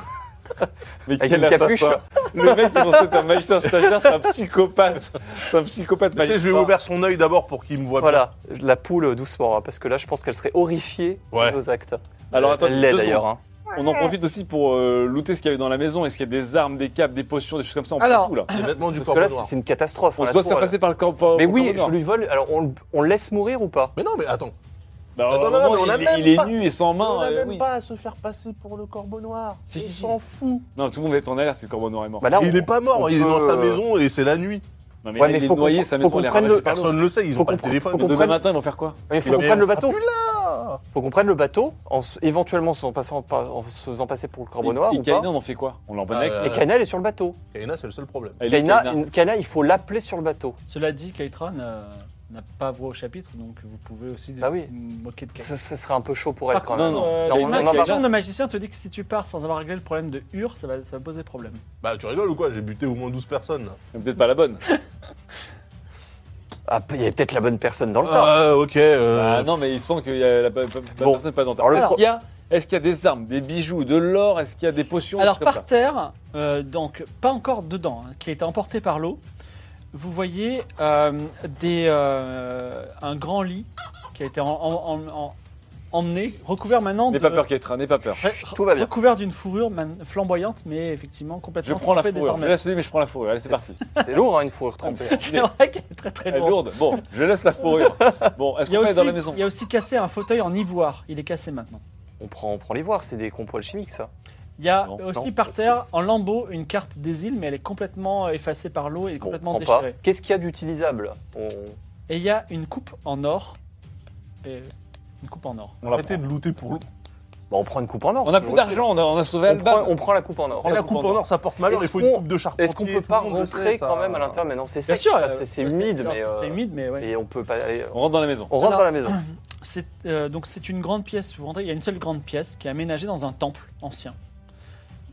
[SPEAKER 4] Mais
[SPEAKER 2] Avec
[SPEAKER 4] quel
[SPEAKER 2] une capuche.
[SPEAKER 4] assassin. Le mec qui est censé être un magicien stagiaire, c'est un psychopathe. C'est un psychopathe
[SPEAKER 3] Tu sais,
[SPEAKER 4] magicien.
[SPEAKER 3] je vais ouvrir son œil d'abord pour qu'il me voit bien.
[SPEAKER 2] Voilà, la poule euh, doucement, hein, parce que là, je pense qu'elle serait horrifiée
[SPEAKER 3] Ouais.
[SPEAKER 2] de nos actes.
[SPEAKER 4] Alors attends,
[SPEAKER 2] Elle l'est
[SPEAKER 4] deux
[SPEAKER 2] d'ailleurs.
[SPEAKER 4] secondes.
[SPEAKER 2] hein.
[SPEAKER 4] On en profite aussi pour euh, looter ce qu'il y avait dans la maison. Est-ce qu'il y a des armes, des capes, des potions, des choses comme ça On prend
[SPEAKER 1] Alors,
[SPEAKER 4] tout, là.
[SPEAKER 3] Les vêtements du
[SPEAKER 2] hein. Parce que là,
[SPEAKER 3] corbeau
[SPEAKER 2] c'est
[SPEAKER 3] noir.
[SPEAKER 2] c'est une catastrophe.
[SPEAKER 4] On
[SPEAKER 2] hein,
[SPEAKER 4] se
[SPEAKER 2] la
[SPEAKER 4] doit se
[SPEAKER 2] tour,
[SPEAKER 4] faire
[SPEAKER 2] elle-
[SPEAKER 4] passer par le corps. par-
[SPEAKER 2] Mais
[SPEAKER 4] par le
[SPEAKER 2] oui,
[SPEAKER 4] corps
[SPEAKER 2] je
[SPEAKER 4] noir.
[SPEAKER 2] lui vole. Alors, on, on le laisse mourir ou pas
[SPEAKER 3] Mais non, mais attends.
[SPEAKER 4] Bah,
[SPEAKER 3] Attends,
[SPEAKER 4] au
[SPEAKER 3] non, non,
[SPEAKER 4] moment,
[SPEAKER 3] mais on a
[SPEAKER 4] il,
[SPEAKER 3] même
[SPEAKER 4] il est
[SPEAKER 3] pas-
[SPEAKER 4] nu et sans main.
[SPEAKER 3] on n'a
[SPEAKER 4] euh,
[SPEAKER 3] même
[SPEAKER 4] oui.
[SPEAKER 3] pas à se faire passer pour le corbeau noir.
[SPEAKER 4] Si,
[SPEAKER 3] on
[SPEAKER 4] si, si.
[SPEAKER 3] s'en fout.
[SPEAKER 4] Non, tout le monde est en alerte si le corbeau noir est mort.
[SPEAKER 2] Bah là,
[SPEAKER 3] Ah, il
[SPEAKER 2] on-
[SPEAKER 3] n'est pas
[SPEAKER 2] on
[SPEAKER 3] mort, il est
[SPEAKER 2] peut,
[SPEAKER 3] dans sa
[SPEAKER 2] euh,
[SPEAKER 3] maison et c'est la nuit.
[SPEAKER 4] non, mais
[SPEAKER 2] ouais,
[SPEAKER 4] là,
[SPEAKER 2] mais
[SPEAKER 4] il est
[SPEAKER 2] faut qu'on-
[SPEAKER 4] noyé,
[SPEAKER 2] faut
[SPEAKER 4] sa maison,
[SPEAKER 2] qu'on
[SPEAKER 4] elle est
[SPEAKER 2] prenne le-
[SPEAKER 4] ravagée par l'eau.
[SPEAKER 3] Personne ne le sait, ils
[SPEAKER 2] Faut
[SPEAKER 3] ont pas le
[SPEAKER 2] qu'on-
[SPEAKER 3] téléphone.
[SPEAKER 2] faut qu'on
[SPEAKER 4] Demain
[SPEAKER 2] prenne-
[SPEAKER 4] matin, ils vont faire quoi
[SPEAKER 2] Il faut qu'on
[SPEAKER 3] Mais
[SPEAKER 2] prenne le
[SPEAKER 3] ça
[SPEAKER 2] bateau.
[SPEAKER 3] pue là
[SPEAKER 2] Faut qu'on prenne le bateau, en s- éventuellement en, passant par- en se faisant passer pour le corbeau noir
[SPEAKER 4] Et
[SPEAKER 2] ou pas.
[SPEAKER 4] Kaina, on en fait quoi On l'emmène avec
[SPEAKER 3] Euh,
[SPEAKER 2] Et Kaina, elle est sur le bateau.
[SPEAKER 3] Kaina, c'est le seul problème.
[SPEAKER 4] Elle est
[SPEAKER 2] Kaina,
[SPEAKER 4] Kaina.
[SPEAKER 2] une- Kaina, il faut l'appeler sur le bateau.
[SPEAKER 1] Cela dit, Keitra n'a n'a pas voix au chapitre, donc vous pouvez aussi
[SPEAKER 2] Bah oui.
[SPEAKER 1] moquer de Keitra.
[SPEAKER 2] Ça, ça serait un peu chaud pour elle
[SPEAKER 1] Par
[SPEAKER 2] quand
[SPEAKER 1] contre,
[SPEAKER 2] même.
[SPEAKER 4] non,
[SPEAKER 1] euh,
[SPEAKER 2] non,
[SPEAKER 1] la
[SPEAKER 2] on- on en
[SPEAKER 1] malédiction
[SPEAKER 2] parle.
[SPEAKER 1] de magicien te dit que si tu pars sans avoir réglé le problème de Ur, ça va, ça va poser problème.
[SPEAKER 3] Bah tu rigoles ou quoi J'ai buté au moins 12 personnes. là.
[SPEAKER 4] C'est Peut-être pas la bonne.
[SPEAKER 2] Ah, il y a peut-être la bonne personne dans le tas.
[SPEAKER 3] Ah ok.
[SPEAKER 2] Bah,
[SPEAKER 3] euh,
[SPEAKER 4] Ah non, mais il sent qu'il y a la, pa- pa- la
[SPEAKER 2] Bon.
[SPEAKER 4] personne est pas dans ta-
[SPEAKER 2] Alors, le
[SPEAKER 4] Est-ce
[SPEAKER 2] pro-
[SPEAKER 4] qu'il y a- est-ce qu'il y a des armes, des bijoux, de l'or Est-ce qu'il y a des potions
[SPEAKER 1] Alors
[SPEAKER 4] des choses
[SPEAKER 1] par
[SPEAKER 4] comme ça
[SPEAKER 1] terre, euh, donc pas encore dedans, hein, qui a été emporté par l'eau, vous voyez euh, des, euh, un grand lit qui a été en- en- en- en- emmené, recouvert maintenant
[SPEAKER 4] N'aie
[SPEAKER 1] de-
[SPEAKER 4] pas peur, Keitra, n'aie pas peur.
[SPEAKER 1] re-
[SPEAKER 2] Tout va bien.
[SPEAKER 1] recouvert d'une fourrure man- flamboyante, mais effectivement
[SPEAKER 4] Je
[SPEAKER 1] complètement
[SPEAKER 4] prends la
[SPEAKER 1] trempée
[SPEAKER 4] fourrure. Je
[SPEAKER 1] désormais.
[SPEAKER 4] laisse le lit, mais je prends la fourrure. Allez, c'est parti.
[SPEAKER 2] C'est lourd, hein, une fourrure
[SPEAKER 4] Ah, mais
[SPEAKER 2] trempée.
[SPEAKER 4] c'est
[SPEAKER 1] C'est vrai qu'elle est très très
[SPEAKER 4] Elle est
[SPEAKER 1] lourde.
[SPEAKER 4] lourde. Bon, je laisse la fourrure. Bon, est-ce
[SPEAKER 1] Il y, a
[SPEAKER 4] qu'on est
[SPEAKER 1] aussi,
[SPEAKER 4] dans la maison
[SPEAKER 1] il y a aussi cassé un fauteuil en ivoire, il est cassé maintenant.
[SPEAKER 2] On prend, on prend les voir, c'est des compos alchimiques ça.
[SPEAKER 1] Il y a
[SPEAKER 4] Non,
[SPEAKER 1] aussi
[SPEAKER 2] non.
[SPEAKER 1] par terre, en lambeaux, une carte des îles, mais elle est complètement effacée par l'eau et
[SPEAKER 2] Bon, on
[SPEAKER 1] complètement
[SPEAKER 2] prend pas.
[SPEAKER 1] déchirée.
[SPEAKER 2] Qu'est-ce qu'il y a d'utilisable On-
[SPEAKER 1] Et il y a une coupe en or. Et une coupe en or.
[SPEAKER 4] On la
[SPEAKER 3] Arrêtez de looter pour l'eau.
[SPEAKER 2] bah, on prend une coupe en or.
[SPEAKER 4] On a plus
[SPEAKER 2] Je-
[SPEAKER 4] d'argent, on a, on a sauvé
[SPEAKER 2] On prend,
[SPEAKER 4] Alban.
[SPEAKER 2] on prend la coupe en or.
[SPEAKER 4] On
[SPEAKER 3] La coupe en or, ça porte malheur,
[SPEAKER 2] Est-ce
[SPEAKER 3] il faut une
[SPEAKER 2] qu'on-
[SPEAKER 3] coupe de charpentier.
[SPEAKER 2] Est-ce qu'on peut
[SPEAKER 3] tout
[SPEAKER 2] pas
[SPEAKER 3] le monde le
[SPEAKER 2] rentrer
[SPEAKER 3] sait, ça.
[SPEAKER 2] quand même à l'intérieur Mais non, c'est sec. enfin, c'est- c'est humide, mais. euh,
[SPEAKER 1] euh, C'est humide, mais ouais.
[SPEAKER 2] Et on peut pas. aller- euh,
[SPEAKER 4] On rentre dans la maison.
[SPEAKER 2] On rentre
[SPEAKER 1] Alors-
[SPEAKER 2] dans la maison.
[SPEAKER 1] C'est, euh, donc c'est une grande pièce. Vous rentrez, il y a une seule grande pièce qui est aménagée dans un temple ancien.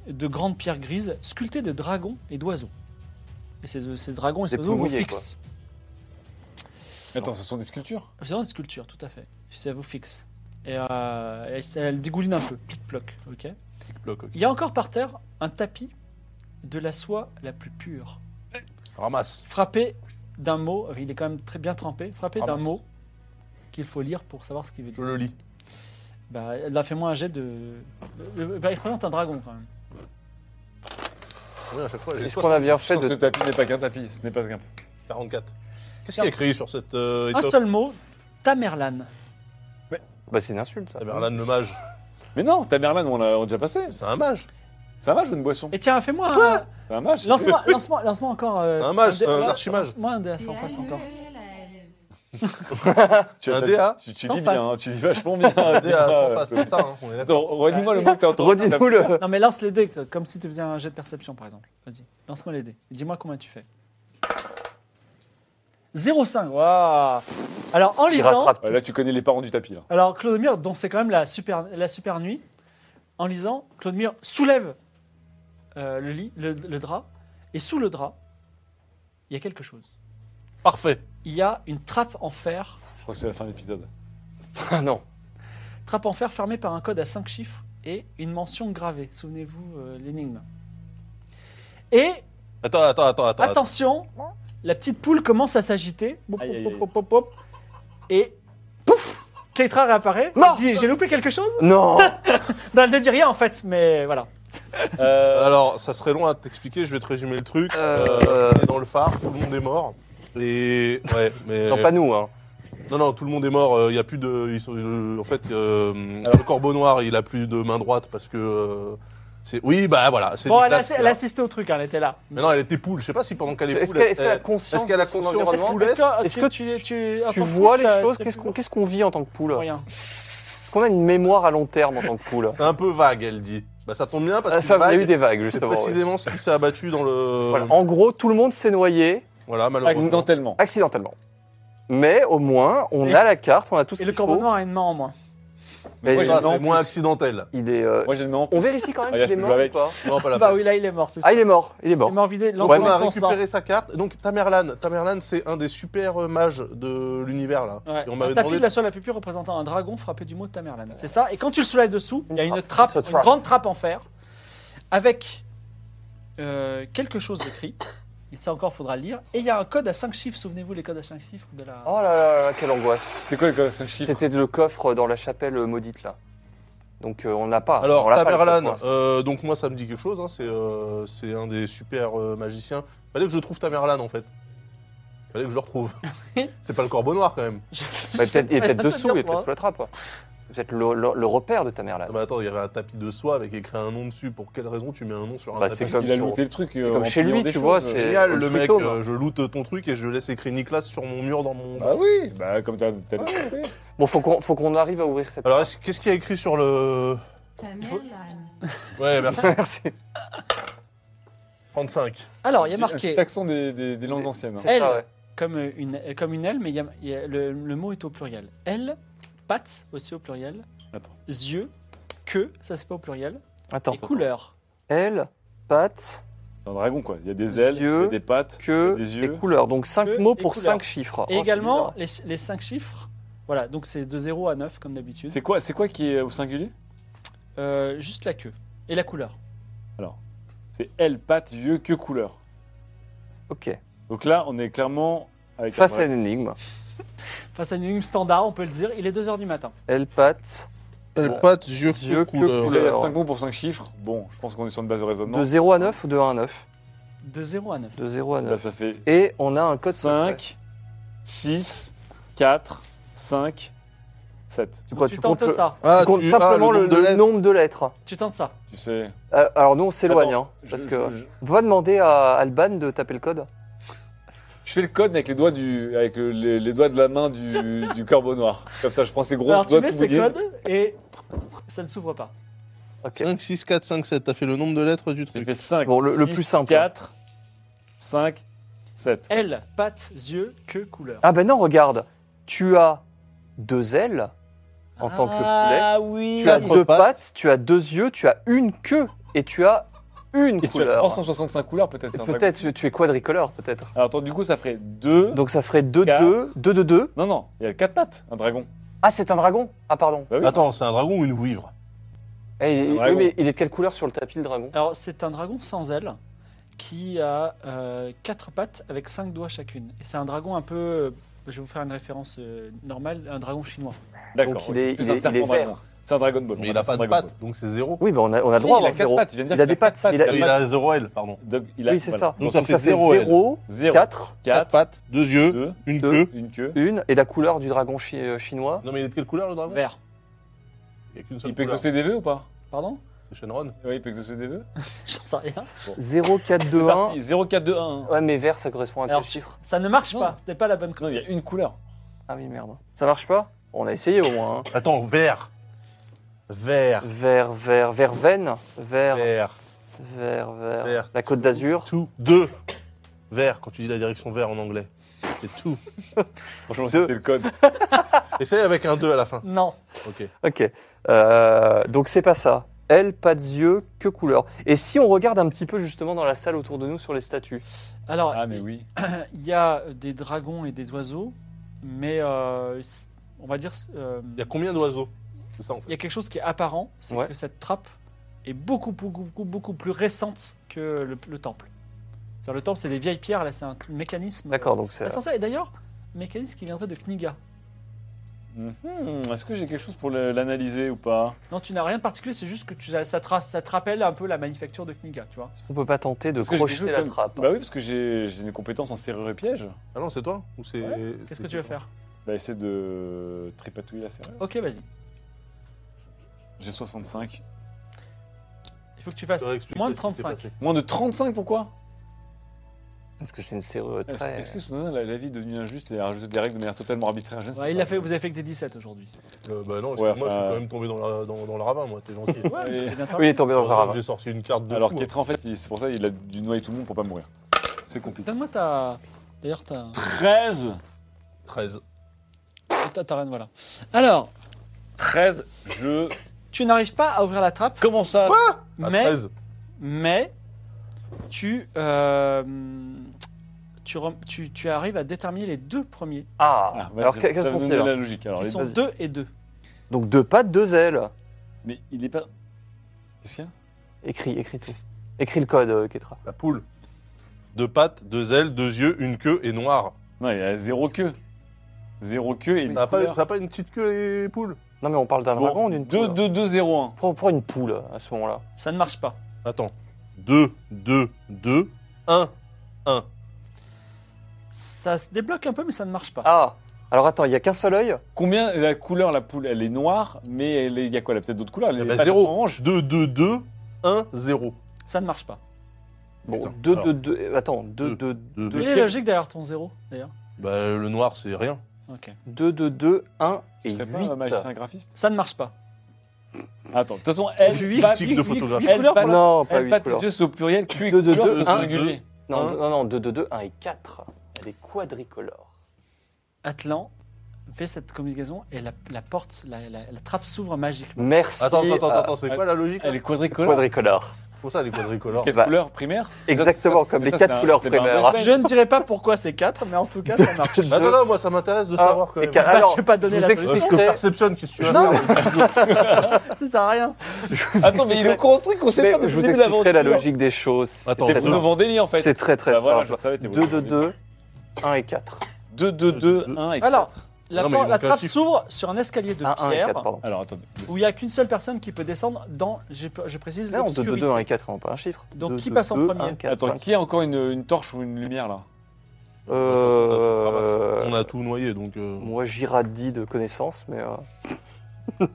[SPEAKER 1] De grandes pierres grises, sculptées de dragons et d'oiseaux. Et ces, ces dragons et ces
[SPEAKER 2] Des
[SPEAKER 1] oiseaux
[SPEAKER 2] poules
[SPEAKER 1] vous
[SPEAKER 2] mouillées,
[SPEAKER 1] fixent.
[SPEAKER 4] Attends, ce sont des sculptures
[SPEAKER 1] C'est dans des sculptures, tout à fait. Ça vous fixe. Et euh, elle, elle dégouline un peu, plic-ploc, ok
[SPEAKER 3] Bloc, ok.
[SPEAKER 1] Il y a encore par terre un tapis de la soie la plus pure.
[SPEAKER 3] Ramasse.
[SPEAKER 1] Frappé d'un mot, il est
[SPEAKER 3] Ah,
[SPEAKER 1] quand même très bien trempé, frappé d'un
[SPEAKER 3] Ramasse.
[SPEAKER 1] mot qu'il faut lire pour savoir ce qu'il veut
[SPEAKER 3] Je
[SPEAKER 1] dire.
[SPEAKER 3] le lis.
[SPEAKER 1] Bah, là, fais-moi un jet de. Euh, Bah, il représente un dragon quand même.
[SPEAKER 3] Oui, à chaque fois, j'ai
[SPEAKER 2] Est-ce qu'on a bien
[SPEAKER 4] Je
[SPEAKER 2] fait
[SPEAKER 4] pense que
[SPEAKER 2] de.
[SPEAKER 4] le tapis n'est pas qu'un tapis, ce n'est pas qu'un.
[SPEAKER 3] 44. Qu'est-ce qu'il y a écrit sur cette euh,
[SPEAKER 1] Un
[SPEAKER 3] étoffe
[SPEAKER 1] seul mot, Tamerlan.
[SPEAKER 2] Bah, c'est une insulte, ça.
[SPEAKER 3] Tamerlan le mage.
[SPEAKER 4] Mais non, Tamerlan, on l'a on l'a déjà passé.
[SPEAKER 3] ben, C'est un mage.
[SPEAKER 4] C'est un mage ou une boisson
[SPEAKER 1] Et tiens, fais-moi. un-
[SPEAKER 4] C'est un mage.
[SPEAKER 1] Lance-moi lance -moi, lance -moi encore. euh,
[SPEAKER 3] Un mage,
[SPEAKER 1] dé-
[SPEAKER 3] un
[SPEAKER 1] lance-
[SPEAKER 3] archimage.
[SPEAKER 1] Lance-moi un dé à 100 faces encore.
[SPEAKER 4] Tu
[SPEAKER 3] Un
[SPEAKER 4] as-
[SPEAKER 3] DA.
[SPEAKER 4] Tu, tu
[SPEAKER 1] Sans
[SPEAKER 4] lis
[SPEAKER 1] face.
[SPEAKER 4] bien, hein, tu lis vachement bien. euh,
[SPEAKER 3] Un dé à 100 faces, c'est ça, hein, on est d'accord.
[SPEAKER 4] Attends, redis-moi le mot que t'as entendu.
[SPEAKER 2] Redis-nous le.
[SPEAKER 1] Non, mais lance les dés, que- comme si tu faisais un jet de perception par exemple. Vas-y, lance-moi les dés. Et Dis-moi combien tu fais. 0,5. Waouh Alors, en
[SPEAKER 2] Il
[SPEAKER 1] lisant.
[SPEAKER 2] rattrape.
[SPEAKER 4] Ouais, Là, tu connais les parents du tapis. Là.
[SPEAKER 1] Alors, Claude Mure, dont c'est quand même la super, la super nuit, en lisant, Claude Mure soulève euh, le lit, le, le drap, et sous le drap, il y a quelque chose.
[SPEAKER 3] Parfait.
[SPEAKER 1] Il y a une trappe en fer,
[SPEAKER 4] Je crois que c'est la fin de l'épisode.
[SPEAKER 2] Ah non.
[SPEAKER 1] trappe en fer fermée par un code à 5 chiffres et une mention gravée. Souvenez-vous euh, l'énigme. Et
[SPEAKER 3] Attends, attends, attends, attends. attends.
[SPEAKER 1] attention, la petite poule commence à s'agiter. Boup,
[SPEAKER 4] Aïe, aïe,
[SPEAKER 1] boup,
[SPEAKER 4] aïe.
[SPEAKER 1] boup, boup, boup. Et pouf Keitra réapparaît.
[SPEAKER 2] Non.
[SPEAKER 1] dit, J'ai loupé quelque chose
[SPEAKER 2] Non
[SPEAKER 1] Non, elle ne dit rien en fait, mais voilà.
[SPEAKER 4] Euh,
[SPEAKER 3] Alors, ça serait long à t'expliquer, je vais te résumer le truc.
[SPEAKER 2] Euh,
[SPEAKER 3] Euh, on est dans le phare, tout le monde est mort. Et ouais, mais
[SPEAKER 2] Non, pas nous, hein.
[SPEAKER 3] non, non, tout le monde est mort. euh, Il y a plus de, ils sont- euh, en fait, euh, le corbeau noir, il a plus de main droite parce que euh, c'est, oui, bah voilà. c'est
[SPEAKER 1] Bon,
[SPEAKER 3] des
[SPEAKER 1] elle, a-
[SPEAKER 3] classes,
[SPEAKER 1] elle
[SPEAKER 3] là.
[SPEAKER 1] assistait au truc, hein, elle était là.
[SPEAKER 3] Mais non, elle était poule. Je sais pas si pendant qu'elle est
[SPEAKER 2] Est-ce
[SPEAKER 3] poule,
[SPEAKER 2] qu'elle est-ce qu'elle a
[SPEAKER 3] elle-
[SPEAKER 2] conscience
[SPEAKER 3] est-ce qu'elle a
[SPEAKER 2] de son
[SPEAKER 3] conscience
[SPEAKER 2] environnement
[SPEAKER 3] Est-ce
[SPEAKER 2] Est-ce que tu,
[SPEAKER 1] tu,
[SPEAKER 2] tu
[SPEAKER 1] en tant que
[SPEAKER 2] vois
[SPEAKER 1] poule,
[SPEAKER 2] les
[SPEAKER 1] t'as-
[SPEAKER 2] choses
[SPEAKER 1] t'as
[SPEAKER 2] Qu'est-ce qu'on
[SPEAKER 1] plus
[SPEAKER 2] qu'est-ce qu'on vit en tant que poule Est-ce
[SPEAKER 1] Rien.
[SPEAKER 2] qu'on a une mémoire à long terme en tant que poule
[SPEAKER 3] c'est un peu vague, elle dit. Bah ça tombe bien parce
[SPEAKER 2] Ah,
[SPEAKER 3] que
[SPEAKER 2] Ça, il y a eu des vagues,
[SPEAKER 3] c'est
[SPEAKER 2] justement. ouais.
[SPEAKER 3] précisément ce qui s'est abattu dans le.
[SPEAKER 2] Voilà. En gros, tout le monde s'est noyé
[SPEAKER 3] Voilà, malheureusement.
[SPEAKER 4] Euh, accidentellement.
[SPEAKER 2] accidentellement. Mais au moins, on
[SPEAKER 1] Et-
[SPEAKER 2] a la carte, on a tout ce
[SPEAKER 1] Et le
[SPEAKER 2] qu'il
[SPEAKER 1] corbeau
[SPEAKER 2] faut.
[SPEAKER 1] noir a une main en moins.
[SPEAKER 2] Mais
[SPEAKER 4] Moi, j'ai
[SPEAKER 3] Ça,
[SPEAKER 4] Non,
[SPEAKER 3] Ah, c'est
[SPEAKER 4] en
[SPEAKER 3] moins
[SPEAKER 4] plus.
[SPEAKER 3] accidentel.
[SPEAKER 2] il est, euh,
[SPEAKER 4] Moi, j'ai le nom.
[SPEAKER 2] On vérifie quand même
[SPEAKER 4] Ah,
[SPEAKER 2] qu'il
[SPEAKER 4] je
[SPEAKER 2] est
[SPEAKER 4] joue
[SPEAKER 2] mort ou
[SPEAKER 4] avec.
[SPEAKER 2] pas
[SPEAKER 3] Non, pas la
[SPEAKER 1] Bah
[SPEAKER 3] peine.
[SPEAKER 1] oui, là il est mort, c'est ça.
[SPEAKER 2] Ah, il est mort, il est mort.
[SPEAKER 1] Il m'a vidé
[SPEAKER 3] Donc
[SPEAKER 1] l'empreinte
[SPEAKER 3] on a
[SPEAKER 1] de son sang.
[SPEAKER 3] récupéré sa carte. Donc Tamerlan, Tamerlan c'est un des super euh, mages de l'univers là.
[SPEAKER 1] Ouais.
[SPEAKER 3] Et on
[SPEAKER 1] Un
[SPEAKER 3] m'avait
[SPEAKER 1] tapis
[SPEAKER 3] demandé
[SPEAKER 1] de la seule à pupille représentant un dragon frappé du mot de Tamerlan. C'est ça. Et quand tu le soulèves dessous, il y a
[SPEAKER 2] Une
[SPEAKER 1] une trappe,
[SPEAKER 2] trappe, it's a
[SPEAKER 1] une
[SPEAKER 2] trap.
[SPEAKER 1] grande trappe en fer, avec euh, quelque chose d'écrit. Et ça encore, faudra le lire. Et il y a un code à 5 chiffres. Souvenez-vous les codes à 5 chiffres de la.
[SPEAKER 2] Oh là là là, quelle angoisse.
[SPEAKER 4] C'est quoi le 5 chiffres
[SPEAKER 2] C'était le coffre dans la chapelle euh, maudite, là. Donc euh, on l'a pas.
[SPEAKER 3] Alors
[SPEAKER 2] on l'a pas, le
[SPEAKER 3] Tamerlan,
[SPEAKER 2] coffre.
[SPEAKER 3] euh, donc moi ça me dit quelque chose, hein, c'est euh, c'est un des super euh, magiciens. Fallait que je trouve Tamerlan en fait. Fallait que je le retrouve.
[SPEAKER 1] Ah
[SPEAKER 3] c'est pas le corbeau noir quand même.
[SPEAKER 2] Mais peut-être- il est peut-être
[SPEAKER 1] Je
[SPEAKER 2] dessous,
[SPEAKER 1] sais
[SPEAKER 2] il est
[SPEAKER 1] pas.
[SPEAKER 2] peut-être sous la trappe. C'est peut-être le, le- le repère de Tamerlan.
[SPEAKER 3] Non, mais Ah, bah, attends, il y avait un tapis de soie avec écrit un nom dessus. Pour quelle raison tu mets un nom sur un
[SPEAKER 2] Bah,
[SPEAKER 3] tapis
[SPEAKER 2] c'est
[SPEAKER 4] Il a looté le truc. euh,
[SPEAKER 2] comme chez lui, tu vois, c'est-
[SPEAKER 3] Génial,
[SPEAKER 2] comme
[SPEAKER 3] le
[SPEAKER 2] le
[SPEAKER 3] mec,
[SPEAKER 2] fantôme.
[SPEAKER 3] euh, je loot ton truc et je laisse écrit Nicolas sur mon mur dans mon.
[SPEAKER 4] Bah oui, bah comme t'as
[SPEAKER 2] Ah
[SPEAKER 4] t'as-
[SPEAKER 2] Bon, faut qu'on faut qu'on arrive à ouvrir cette.
[SPEAKER 3] Alors est-ce- qu'est-ce qu'il y a écrit sur le. Ouais, merci.
[SPEAKER 2] Merci.
[SPEAKER 3] 35.
[SPEAKER 1] Alors, il y a
[SPEAKER 4] Un
[SPEAKER 1] marqué
[SPEAKER 4] petit accent des, des- des langues anciennes. hein.
[SPEAKER 2] C'est ça,
[SPEAKER 1] Elle.
[SPEAKER 2] ouais.
[SPEAKER 1] comme euh, une, comme une aile, mais il y a- il y a- le, le mot est au pluriel. Elle, pattes aussi au pluriel.
[SPEAKER 4] Attends.
[SPEAKER 1] Yeux, queue, ça c'est pas au pluriel.
[SPEAKER 2] Attends.
[SPEAKER 1] et couleurs.
[SPEAKER 2] Elle, pattes,
[SPEAKER 4] C'est un dragon, quoi. Il y a des ailes,
[SPEAKER 2] Yeux,
[SPEAKER 4] il y a des pattes,
[SPEAKER 2] queue
[SPEAKER 4] il y a des
[SPEAKER 2] et
[SPEAKER 4] yeux.
[SPEAKER 2] couleurs. Donc 5
[SPEAKER 1] Queue
[SPEAKER 2] mots
[SPEAKER 1] et
[SPEAKER 2] pour
[SPEAKER 1] couleurs.
[SPEAKER 2] 5 chiffres. Oh,
[SPEAKER 1] Et
[SPEAKER 2] c'est
[SPEAKER 1] également
[SPEAKER 2] bizarre.
[SPEAKER 1] les, les cinq chiffres. Voilà, donc c'est de 0 à 9 comme d'habitude.
[SPEAKER 4] C'est quoi, c'est quoi qui est au singulier
[SPEAKER 1] Euh, juste la queue et la couleur.
[SPEAKER 4] C'est ailes, pattes, yeux, queue, couleur.
[SPEAKER 2] Ok.
[SPEAKER 4] Donc là, on est clairement avec.
[SPEAKER 2] Face à
[SPEAKER 4] un-
[SPEAKER 2] une énigme.
[SPEAKER 1] Face à une énigme standard, on peut le dire, il est 2h du matin.
[SPEAKER 2] Elle, pattes,
[SPEAKER 3] Elle
[SPEAKER 2] Bon.
[SPEAKER 3] patte, yeux,
[SPEAKER 2] Yeux, queue,
[SPEAKER 3] couleur.
[SPEAKER 4] Il y a
[SPEAKER 2] couleur.
[SPEAKER 4] 5 mots pour 5 chiffres. Bon, je pense qu'on est sur une base de raisonnement.
[SPEAKER 2] de 0 à 9 ou de 1 à 9
[SPEAKER 1] De 0 à 9.
[SPEAKER 2] De 0 à
[SPEAKER 4] Là,
[SPEAKER 2] 9.
[SPEAKER 4] ça fait
[SPEAKER 3] Bah,
[SPEAKER 2] Et on a un code secret.
[SPEAKER 4] 5, 6, 4, 5, 7.
[SPEAKER 2] Tu, quoi,
[SPEAKER 1] tu,
[SPEAKER 2] tu
[SPEAKER 1] tentes
[SPEAKER 2] comptes le-
[SPEAKER 1] ça.
[SPEAKER 3] Ah,
[SPEAKER 2] tu comptes
[SPEAKER 3] tu- ah,
[SPEAKER 2] simplement le,
[SPEAKER 3] nombre de
[SPEAKER 2] le
[SPEAKER 3] lettres.
[SPEAKER 2] nombre de lettres.
[SPEAKER 1] Tu tentes ça.
[SPEAKER 4] Tu sais.
[SPEAKER 2] Euh, Alors nous on s'éloigne,
[SPEAKER 4] Attends,
[SPEAKER 2] hein,
[SPEAKER 4] je-
[SPEAKER 2] parce
[SPEAKER 4] je-
[SPEAKER 2] que
[SPEAKER 4] je-
[SPEAKER 2] on peut pas demander à Alban de taper le code.
[SPEAKER 4] Je fais le code avec les doigts du, avec le- les, les doigts de la main du, du corbeau noir. Comme ça, je prends ces gros
[SPEAKER 1] Alors tu
[SPEAKER 4] doigts
[SPEAKER 1] mets
[SPEAKER 4] tout
[SPEAKER 1] ces
[SPEAKER 4] mouillés.
[SPEAKER 1] codes et ça ne s'ouvre pas.
[SPEAKER 2] Ok.
[SPEAKER 3] 5, 6, 4, 5, 7. T'as fait le nombre de lettres du
[SPEAKER 4] J'ai
[SPEAKER 3] truc.
[SPEAKER 4] fait 5.
[SPEAKER 2] Bon, le- le plus simple.
[SPEAKER 4] 4, 5, 7.
[SPEAKER 1] Elle, pattes, yeux, queue, couleur.
[SPEAKER 2] Ah ben non, regarde, tu as deux ailes en tant que poulet,
[SPEAKER 4] Ah oui.
[SPEAKER 2] tu as
[SPEAKER 3] Quatre
[SPEAKER 2] deux
[SPEAKER 3] pattes.
[SPEAKER 2] pattes, tu as deux yeux, tu as une queue et tu as une
[SPEAKER 4] Et tu as
[SPEAKER 2] couleur.
[SPEAKER 4] 365 couleurs peut-être. c'est un truc.
[SPEAKER 2] Peut-être tu es quadricolore peut-être.
[SPEAKER 4] Alors attends, du coup, ça ferait 2.
[SPEAKER 2] Donc ça ferait 2
[SPEAKER 4] Quatre.
[SPEAKER 2] 2 2 2 2.
[SPEAKER 4] Non, non, il y a 4 pattes, un dragon.
[SPEAKER 2] Ah, c'est un dragon. Ah pardon.
[SPEAKER 4] Bah oui.
[SPEAKER 3] Attends, c'est un dragon ou une vouivre
[SPEAKER 2] Eh, il-
[SPEAKER 4] Un
[SPEAKER 2] oui,
[SPEAKER 4] dragon.
[SPEAKER 2] mais il est de quelle couleur sur le tapis le dragon
[SPEAKER 1] Alors c'est un dragon sans ailes qui a euh, quatre pattes avec cinq doigts chacune. Et c'est un dragon un peu... euh, Je vais vous faire une référence euh, normale, un dragon chinois.
[SPEAKER 4] D'accord.
[SPEAKER 2] il est-
[SPEAKER 4] plus
[SPEAKER 2] il
[SPEAKER 4] un
[SPEAKER 2] est- il est
[SPEAKER 4] serpent
[SPEAKER 2] vert.
[SPEAKER 4] dragon. C'est un Dragon Ball.
[SPEAKER 3] Mais
[SPEAKER 4] on
[SPEAKER 3] il a
[SPEAKER 4] appelle ça
[SPEAKER 3] pas de
[SPEAKER 4] Dragon Ball.
[SPEAKER 3] pattes, donc c'est zéro.
[SPEAKER 2] Oui, bah on a, on a
[SPEAKER 4] Si,
[SPEAKER 2] droit à
[SPEAKER 4] il
[SPEAKER 2] avoir
[SPEAKER 4] a quatre
[SPEAKER 2] zéro.
[SPEAKER 4] pattes, il vient de dire
[SPEAKER 2] il a
[SPEAKER 4] qu'il
[SPEAKER 2] des
[SPEAKER 4] a quatre
[SPEAKER 2] pattes.
[SPEAKER 4] pattes,
[SPEAKER 2] il a-
[SPEAKER 4] quatre
[SPEAKER 3] Et il a zéro L, pardon.
[SPEAKER 4] Donc, il a-
[SPEAKER 2] Oui, c'est
[SPEAKER 4] voilà.
[SPEAKER 2] ça.
[SPEAKER 3] Donc ça
[SPEAKER 2] Donc ça
[SPEAKER 3] fait
[SPEAKER 2] fait
[SPEAKER 3] zéro L.
[SPEAKER 2] 0,
[SPEAKER 4] Zéro.
[SPEAKER 2] 4,
[SPEAKER 3] Quatre
[SPEAKER 4] 4,
[SPEAKER 3] pattes, deux yeux,
[SPEAKER 4] 2,
[SPEAKER 3] une
[SPEAKER 2] deux.
[SPEAKER 3] queue.
[SPEAKER 4] 1 queue.
[SPEAKER 2] 1 et la couleur du dragon chi- euh, chinois.
[SPEAKER 3] Non mais il est de quelle couleur le
[SPEAKER 4] Ah
[SPEAKER 3] dragon
[SPEAKER 1] Vert.
[SPEAKER 3] Il y a qu'une seule
[SPEAKER 4] Il peut
[SPEAKER 3] couleur.
[SPEAKER 4] exaucer des vœux ou pas
[SPEAKER 1] Pardon
[SPEAKER 3] C'est Shenron.
[SPEAKER 4] Oui, il peut exaucer des vœux.
[SPEAKER 1] J'en sais rien.
[SPEAKER 2] 0, 4, 2,
[SPEAKER 4] C'est
[SPEAKER 2] 1.
[SPEAKER 4] parti, 0, 4, 2, 1.
[SPEAKER 2] Ouais, mais vert, ça correspond à quel
[SPEAKER 1] Alors-
[SPEAKER 2] chiffre
[SPEAKER 1] Ça ne marche
[SPEAKER 4] Non.
[SPEAKER 1] pas. Ce n'est pas la bonne
[SPEAKER 4] Non, il y a une couleur.
[SPEAKER 2] Ah oui, merde. Ça marche pas On a essayé au moins. hein.
[SPEAKER 3] Attends, vert. Vert.
[SPEAKER 2] Vert, vert, vert, veine. Vert,
[SPEAKER 3] Vert.
[SPEAKER 2] vert, vert.
[SPEAKER 3] Vert.
[SPEAKER 2] La côte d'Azur.
[SPEAKER 3] Tout. Deux. Vert, quand tu dis la direction vert en anglais. C'est tout.
[SPEAKER 4] Franchement,
[SPEAKER 2] Deux.
[SPEAKER 4] c'est le code.
[SPEAKER 3] Essaye avec un 2 à la fin.
[SPEAKER 1] Non.
[SPEAKER 3] Ok.
[SPEAKER 2] Ok. Euh, donc c'est pas ça. Elle, pas de yeux, que couleur. Et si on regarde un petit peu justement dans la salle autour de nous sur les statues
[SPEAKER 1] Alors, euh,
[SPEAKER 4] Ah, mais oui.
[SPEAKER 1] il y a des dragons et des oiseaux, mais euh, c- on va dire. euh,
[SPEAKER 3] Il y a combien d'oiseaux C'est ça en
[SPEAKER 1] il y
[SPEAKER 3] fait.
[SPEAKER 1] a quelque chose qui est apparent, c'est
[SPEAKER 2] Ouais.
[SPEAKER 1] que cette trappe est beaucoup, beaucoup, beaucoup, beaucoup plus récente que le, le temple. C'est-à-dire, le temple, c'est des vieilles pierres, là, c'est un mécanisme.
[SPEAKER 2] D'accord, donc c'est.
[SPEAKER 1] Ah, c'est ça, et d'ailleurs, mécanisme qui viendrait de Kniga.
[SPEAKER 4] Mhm. Est-ce que j'ai quelque chose pour le- l'analyser ou pas
[SPEAKER 1] Non, tu n'as rien de particulier, c'est juste que tu, as- ça, te, ra- ça te rappelle un peu la manufacture de Kniga, tu vois.
[SPEAKER 2] On peut pas tenter de
[SPEAKER 4] Est-ce que j'ai quelque
[SPEAKER 2] crocheter
[SPEAKER 4] chose
[SPEAKER 2] la
[SPEAKER 4] comme-
[SPEAKER 2] trappe.
[SPEAKER 4] Bah oui, parce que j'ai j'ai une compétence en serrure et piège.
[SPEAKER 3] Ah non, c'est toi Ou c'est.
[SPEAKER 1] Qu'est-ce
[SPEAKER 3] c'est
[SPEAKER 1] que tu veux
[SPEAKER 3] quelqu'un
[SPEAKER 1] faire
[SPEAKER 4] Bah, essayer de tripatouiller la serrure.
[SPEAKER 1] Ok, vas-y.
[SPEAKER 4] J'ai 65.
[SPEAKER 1] Il faut que tu fasses
[SPEAKER 3] Tu vas expliquer
[SPEAKER 1] moins de
[SPEAKER 3] ce qui s'est
[SPEAKER 1] 35.
[SPEAKER 3] passé.
[SPEAKER 4] Moins de 35, pourquoi
[SPEAKER 2] Parce que c'est une serrure
[SPEAKER 4] Est-ce
[SPEAKER 2] très.
[SPEAKER 4] est-ce que soudain, la, la vie est devenue injuste et a rajouté des règles de manière totalement arbitraire Je ne sais
[SPEAKER 1] Ouais, il
[SPEAKER 4] pas.
[SPEAKER 1] l'a fait, vous avez fait que des 17 aujourd'hui.
[SPEAKER 3] Euh, bah non,
[SPEAKER 4] Ouais,
[SPEAKER 3] moi je
[SPEAKER 4] enfin,
[SPEAKER 3] suis quand même tombé dans, la- dans, dans le ravin, moi, t'es gentil.
[SPEAKER 1] Ouais,
[SPEAKER 4] Oui.
[SPEAKER 1] c'est bien
[SPEAKER 2] Oui, il
[SPEAKER 1] travaillé.
[SPEAKER 2] est tombé dans le
[SPEAKER 4] Ah,
[SPEAKER 3] Heureusement que
[SPEAKER 2] ravin.
[SPEAKER 3] J'ai sorti une carte de
[SPEAKER 4] Alors,
[SPEAKER 3] fou, hein.
[SPEAKER 4] Ketra, en fait, il- c'est pour ça qu'il a dû noyer tout le monde pour pas mourir. C'est compliqué.
[SPEAKER 1] Donne-moi ta. D'ailleurs, ta.
[SPEAKER 4] 13
[SPEAKER 3] 13.
[SPEAKER 1] ta, ta reine, voilà. Alors,
[SPEAKER 4] 13, je.
[SPEAKER 1] tu n'arrives pas à ouvrir la trappe,
[SPEAKER 4] Comment ça
[SPEAKER 3] Ah,
[SPEAKER 1] mais.
[SPEAKER 3] 13.
[SPEAKER 1] mais tu, euh, tu, rem- tu, tu arrives à déterminer les deux premiers.
[SPEAKER 2] Ah,
[SPEAKER 4] Ah, vas-y,
[SPEAKER 2] Alors
[SPEAKER 4] ça
[SPEAKER 2] que- quels
[SPEAKER 4] va
[SPEAKER 2] sont
[SPEAKER 4] donner
[SPEAKER 2] ces là
[SPEAKER 4] la logique. Alors,
[SPEAKER 1] Ils
[SPEAKER 4] les-
[SPEAKER 1] sont
[SPEAKER 2] vas-y.
[SPEAKER 1] deux et deux.
[SPEAKER 2] Donc deux pattes, deux ailes.
[SPEAKER 4] Mais il est pas. Qu'est-ce qu'il y a
[SPEAKER 2] Écris, écris tout. Écris le code, euh, Ketra.
[SPEAKER 3] La poule. Deux pattes, deux ailes, deux yeux, une queue et noir.
[SPEAKER 4] Non, il a zéro queue. Zéro queue et
[SPEAKER 3] Ça
[SPEAKER 4] une
[SPEAKER 3] n'a pas,
[SPEAKER 4] couleur.
[SPEAKER 3] ça a pas une petite queue, les poules
[SPEAKER 2] Non mais on parle d'un
[SPEAKER 4] Bon,
[SPEAKER 2] dragon, d'une
[SPEAKER 4] deux,
[SPEAKER 2] poule.
[SPEAKER 4] deux, deux, zéro, un.
[SPEAKER 2] Prends, prends une poule à ce moment-là.
[SPEAKER 1] Ça ne marche pas.
[SPEAKER 3] Attends. 2, 2, 2, 1, 1.
[SPEAKER 1] Ça se débloque un peu, mais ça ne marche pas.
[SPEAKER 2] Ah Alors attends, il y a qu'un seul œil
[SPEAKER 4] Combien la couleur, la poule, elle est noire, mais elle est- il y a quoi Elle a peut-être d'autres couleurs. Elle est
[SPEAKER 3] Eh ben,
[SPEAKER 4] pas
[SPEAKER 3] zéro.
[SPEAKER 4] orange.
[SPEAKER 3] 2, 2, 2, 1, 0.
[SPEAKER 1] Ça ne marche pas.
[SPEAKER 2] Bon,
[SPEAKER 3] Putain.
[SPEAKER 2] 2,
[SPEAKER 3] Alors.
[SPEAKER 2] 2, 2... euh, Attends, 2,
[SPEAKER 3] Deux,
[SPEAKER 2] 2,
[SPEAKER 1] Quelle
[SPEAKER 3] deux, deux.
[SPEAKER 2] 2,
[SPEAKER 1] est la logique derrière ton zéro, d'ailleurs
[SPEAKER 3] Bah, le noir, c'est rien.
[SPEAKER 1] Ok.
[SPEAKER 2] 2, 2, 2, 1 et
[SPEAKER 4] Je
[SPEAKER 2] 8.
[SPEAKER 4] serais pas un magicien graphiste.
[SPEAKER 1] Ça ne marche pas.
[SPEAKER 4] Attends, de toute façon, elle.
[SPEAKER 1] Huit.
[SPEAKER 4] pas-
[SPEAKER 3] Tic de photographe.
[SPEAKER 4] Elle
[SPEAKER 1] couleurs,
[SPEAKER 4] pas-
[SPEAKER 1] voilà.
[SPEAKER 2] Non, pas
[SPEAKER 4] Elle
[SPEAKER 2] 8
[SPEAKER 4] pas tes
[SPEAKER 2] couleurs.
[SPEAKER 4] yeux, c'est au pluriel. Cuit,
[SPEAKER 2] Deux, deux,
[SPEAKER 4] couleur,
[SPEAKER 2] deux,
[SPEAKER 4] c'est
[SPEAKER 3] un,
[SPEAKER 4] singulier.
[SPEAKER 2] Non,
[SPEAKER 3] Hein
[SPEAKER 2] non, non, 2, 2, 2, 1 et 4. Elle est quadricolore.
[SPEAKER 1] Atlan fait cette communication et la, la porte, la, la- la trappe s'ouvre magiquement.
[SPEAKER 2] Merci.
[SPEAKER 3] Attends, attends,
[SPEAKER 2] à-
[SPEAKER 3] attends, attends, c'est quoi la logique là
[SPEAKER 4] Elle est quadricolore.
[SPEAKER 2] Quadricolore.
[SPEAKER 3] Pour ça, les quadricolores.
[SPEAKER 4] Quelle
[SPEAKER 2] Bah,
[SPEAKER 4] couleur primaire
[SPEAKER 2] Exactement,
[SPEAKER 4] Ça,
[SPEAKER 2] comme
[SPEAKER 4] ça,
[SPEAKER 2] les
[SPEAKER 4] ça,
[SPEAKER 2] quatre
[SPEAKER 4] c'est un-
[SPEAKER 2] couleurs
[SPEAKER 4] c'est pas un
[SPEAKER 2] primaires.
[SPEAKER 4] vrai
[SPEAKER 1] Ah, Je ne dirais pas pourquoi c'est 4, mais en tout cas, ça marche.
[SPEAKER 3] Bah, Attends, attends, moi, ça m'intéresse de savoir quand
[SPEAKER 2] Ah, et
[SPEAKER 3] même.
[SPEAKER 2] quatre- alors,
[SPEAKER 1] je vais pas donner
[SPEAKER 2] je vous
[SPEAKER 1] la
[SPEAKER 3] Parce
[SPEAKER 2] expliquerai-
[SPEAKER 3] que Perception, qu'est-ce que tu as fait
[SPEAKER 1] ça sert à rien.
[SPEAKER 2] je vous
[SPEAKER 4] Attends, mais il est au
[SPEAKER 2] expliquerai-
[SPEAKER 4] courant de truc qu'on sait pas
[SPEAKER 2] mais Je
[SPEAKER 4] depuis le
[SPEAKER 2] vous
[SPEAKER 4] début de
[SPEAKER 2] expliquerai la
[SPEAKER 4] l'aventure.
[SPEAKER 2] logique des choses. C'est
[SPEAKER 3] Attends,
[SPEAKER 2] très
[SPEAKER 3] deux
[SPEAKER 4] C'est
[SPEAKER 2] simple.
[SPEAKER 4] nos Vendéli, en fait.
[SPEAKER 2] C'est très très
[SPEAKER 4] Bah voilà, je
[SPEAKER 2] simple.
[SPEAKER 4] savais, t'es
[SPEAKER 2] 2, 2,
[SPEAKER 4] Vendéli.
[SPEAKER 2] 2, 1 et 4.
[SPEAKER 4] 2, 2, 2, 1 et
[SPEAKER 1] Alors,
[SPEAKER 4] 4.
[SPEAKER 1] La,
[SPEAKER 3] Non, mais il
[SPEAKER 1] por- la
[SPEAKER 3] manque un
[SPEAKER 1] trappe
[SPEAKER 3] chiffre.
[SPEAKER 1] s'ouvre sur Ah, un escalier de
[SPEAKER 2] 1, 1 Ah, et
[SPEAKER 1] pierre
[SPEAKER 2] 4, pardon.
[SPEAKER 4] Alors, attendez.
[SPEAKER 1] où il n'y a qu'une seule personne qui peut descendre dans, je, je précise,
[SPEAKER 2] Là, on se 2,
[SPEAKER 1] l'obscurité.
[SPEAKER 2] 2, 1 et 4, on pas un chiffre.
[SPEAKER 1] Donc,
[SPEAKER 2] Deux,
[SPEAKER 1] qui
[SPEAKER 2] deux,
[SPEAKER 1] passe en
[SPEAKER 2] deux,
[SPEAKER 1] premier
[SPEAKER 2] un, quatre,
[SPEAKER 4] Attends,
[SPEAKER 2] cinq.
[SPEAKER 4] qui a encore une, une torche ou une lumière là
[SPEAKER 2] Euh,
[SPEAKER 3] On a tout noyé, donc. euh,
[SPEAKER 2] Moi, j'iradie de connaissances, mais. euh,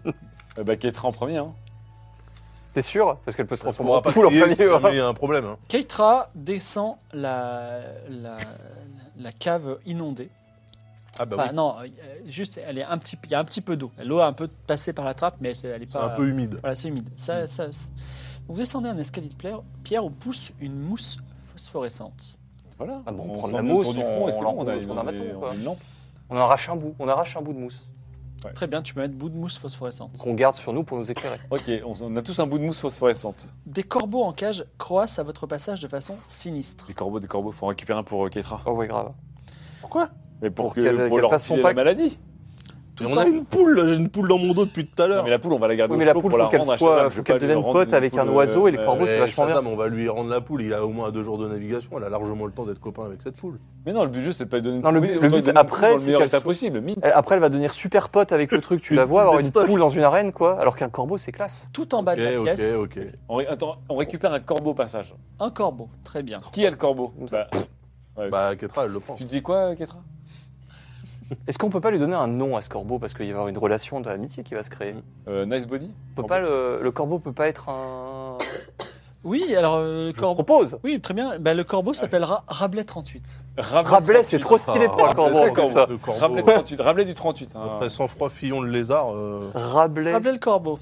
[SPEAKER 4] euh, Bah, Ketra en premier. Hein.
[SPEAKER 2] T'es sûr Parce qu'elle peut se
[SPEAKER 3] Ça se
[SPEAKER 2] transformer en
[SPEAKER 3] pourra pas
[SPEAKER 2] poule en
[SPEAKER 3] crier si
[SPEAKER 2] premier.
[SPEAKER 3] jamais
[SPEAKER 2] ouais.
[SPEAKER 3] il y a un problème. hein.
[SPEAKER 1] Keitra descend la, la, la cave inondée.
[SPEAKER 3] Ah bah
[SPEAKER 1] Enfin,
[SPEAKER 3] oui,
[SPEAKER 1] non, euh, juste, elle est un petit, il y a un petit peu d'eau. L'eau a un peu passé par la trappe, mais c'est- elle est
[SPEAKER 3] c'est
[SPEAKER 1] pas.
[SPEAKER 3] un peu humide. Mm.
[SPEAKER 1] Voilà, c'est humide. Ça, ça- c'est- vous descendez un escalier de pierre, pierre où pousse une mousse phosphorescente.
[SPEAKER 4] Voilà.
[SPEAKER 2] Ah bon, on prend de
[SPEAKER 4] s'en
[SPEAKER 2] la
[SPEAKER 4] met autour
[SPEAKER 2] mousse,
[SPEAKER 4] du
[SPEAKER 2] on-
[SPEAKER 4] front et
[SPEAKER 2] on
[SPEAKER 4] c'est
[SPEAKER 2] l'en-
[SPEAKER 4] bon, on a
[SPEAKER 2] on tourne un
[SPEAKER 4] on a des-
[SPEAKER 2] bâton,
[SPEAKER 4] on a
[SPEAKER 2] quoi.
[SPEAKER 4] une lampe.
[SPEAKER 2] On arrache un bout, on arrache un bout de mousse
[SPEAKER 1] Très bien, tu peux mettre bout de mousse phosphorescente.
[SPEAKER 2] qu'on garde sur nous pour nous éclairer.
[SPEAKER 4] Ok, on s- on a tous un bout de mousse phosphorescente.
[SPEAKER 1] Des corbeaux en cage croassent à votre passage de façon sinistre.
[SPEAKER 4] Des corbeaux, des corbeaux, faut en récupérer un pour euh, Keitra.
[SPEAKER 2] Oh ouais, grave.
[SPEAKER 3] Pourquoi
[SPEAKER 4] Mais pour,
[SPEAKER 2] qu'elle-
[SPEAKER 4] que, pour
[SPEAKER 2] qu'elle
[SPEAKER 4] leur
[SPEAKER 2] fasse son
[SPEAKER 4] filer la
[SPEAKER 2] pacte.
[SPEAKER 4] maladie.
[SPEAKER 3] Mais on a une poule, j'ai une poule dans mon dos depuis tout à
[SPEAKER 4] Non,
[SPEAKER 3] l'heure.
[SPEAKER 4] mais la poule, on va la garder
[SPEAKER 2] Oui,
[SPEAKER 4] au
[SPEAKER 2] mais la
[SPEAKER 4] chaud
[SPEAKER 2] poule,
[SPEAKER 4] pour la
[SPEAKER 2] faut qu'elle
[SPEAKER 4] rendre à
[SPEAKER 2] soit-
[SPEAKER 4] Shazam.
[SPEAKER 2] faut
[SPEAKER 4] Je vais
[SPEAKER 2] qu'elle
[SPEAKER 4] pas lui
[SPEAKER 2] devienne
[SPEAKER 4] rendre une
[SPEAKER 2] pote avec
[SPEAKER 4] poule,
[SPEAKER 2] un oiseau et les
[SPEAKER 4] euh,
[SPEAKER 2] corbeaux,
[SPEAKER 4] euh,
[SPEAKER 2] c'est vachement
[SPEAKER 3] Shazam, on va lui rendre la poule, il a au moins deux jours de navigation, elle a largement le temps d'être copain avec cette poule.
[SPEAKER 4] Mais non, le but juste, c'est de pas lui donner une
[SPEAKER 2] Non, le
[SPEAKER 4] poule,
[SPEAKER 2] but-
[SPEAKER 4] mais
[SPEAKER 2] le
[SPEAKER 4] autant lui
[SPEAKER 2] but
[SPEAKER 4] donner une poule
[SPEAKER 2] après,
[SPEAKER 4] dans le
[SPEAKER 2] c'est
[SPEAKER 4] meilleur
[SPEAKER 2] qu'elle
[SPEAKER 4] état
[SPEAKER 2] soit-
[SPEAKER 4] possible. Mine.
[SPEAKER 2] Elle- Après, elle va devenir super pote avec le truc. Tu
[SPEAKER 3] Une
[SPEAKER 2] la vois avoir
[SPEAKER 3] poule
[SPEAKER 2] une
[SPEAKER 3] d'estoc.
[SPEAKER 2] poule dans une arène, quoi. Alors qu'un corbeau, c'est classe.
[SPEAKER 1] Tout en bas
[SPEAKER 3] Ok,
[SPEAKER 1] de la
[SPEAKER 3] ok,
[SPEAKER 1] pièce,
[SPEAKER 3] ok.
[SPEAKER 4] On, ré- attends, on récupère un corbeau au passage.
[SPEAKER 1] un corbeau. Très bien.
[SPEAKER 4] Qui a le corbeau
[SPEAKER 2] Comme ça.
[SPEAKER 4] Bah, ouais.
[SPEAKER 3] Bah, Ketra, elle le prend.
[SPEAKER 4] Tu dis quoi, Ketra
[SPEAKER 2] Est-ce qu'on peut pas lui donner un nom à ce corbeau Parce qu'il va y avoir une relation d'amitié qui va se créer.
[SPEAKER 4] Euh, Nice body
[SPEAKER 2] On peut pas le, le corbeau peut pas être un.
[SPEAKER 1] Oui, alors euh, le
[SPEAKER 2] Je
[SPEAKER 1] corbeau.
[SPEAKER 2] propose.
[SPEAKER 1] Oui, très bien. Bah, le
[SPEAKER 3] Ah
[SPEAKER 1] corbeau s'appellera Rabelais 38.
[SPEAKER 2] Rabelais, c'est trop stylé pour un
[SPEAKER 3] Ah,
[SPEAKER 2] corbeau.
[SPEAKER 3] Rabelais,
[SPEAKER 2] on fait ça.
[SPEAKER 3] Le
[SPEAKER 4] Rabelais
[SPEAKER 3] corbeau.
[SPEAKER 4] 38, Rabelais du 38. hein.
[SPEAKER 3] Après sang-froid, fillon, le lézard. euh,
[SPEAKER 2] Rabelais.
[SPEAKER 1] Rabelais le corbeau.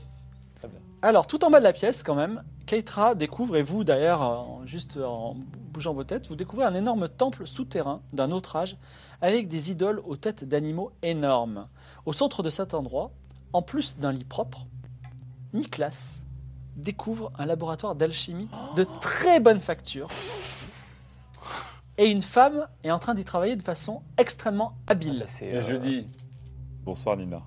[SPEAKER 4] Très bien.
[SPEAKER 1] Alors, tout en bas de la pièce, quand même, Keitra découvre, et vous d'ailleurs, en- juste en bougeant vos têtes, vous découvrez un énorme temple souterrain d'un autre âge, avec des idoles aux têtes d'animaux énormes. Au centre de cet endroit, en plus d'un lit propre, Niklas découvre un laboratoire d'alchimie de très bonne facture. Et une femme est en train d'y travailler de façon extrêmement habile.
[SPEAKER 2] C'est.
[SPEAKER 4] Et
[SPEAKER 2] euh,
[SPEAKER 4] je dis bonsoir Nina.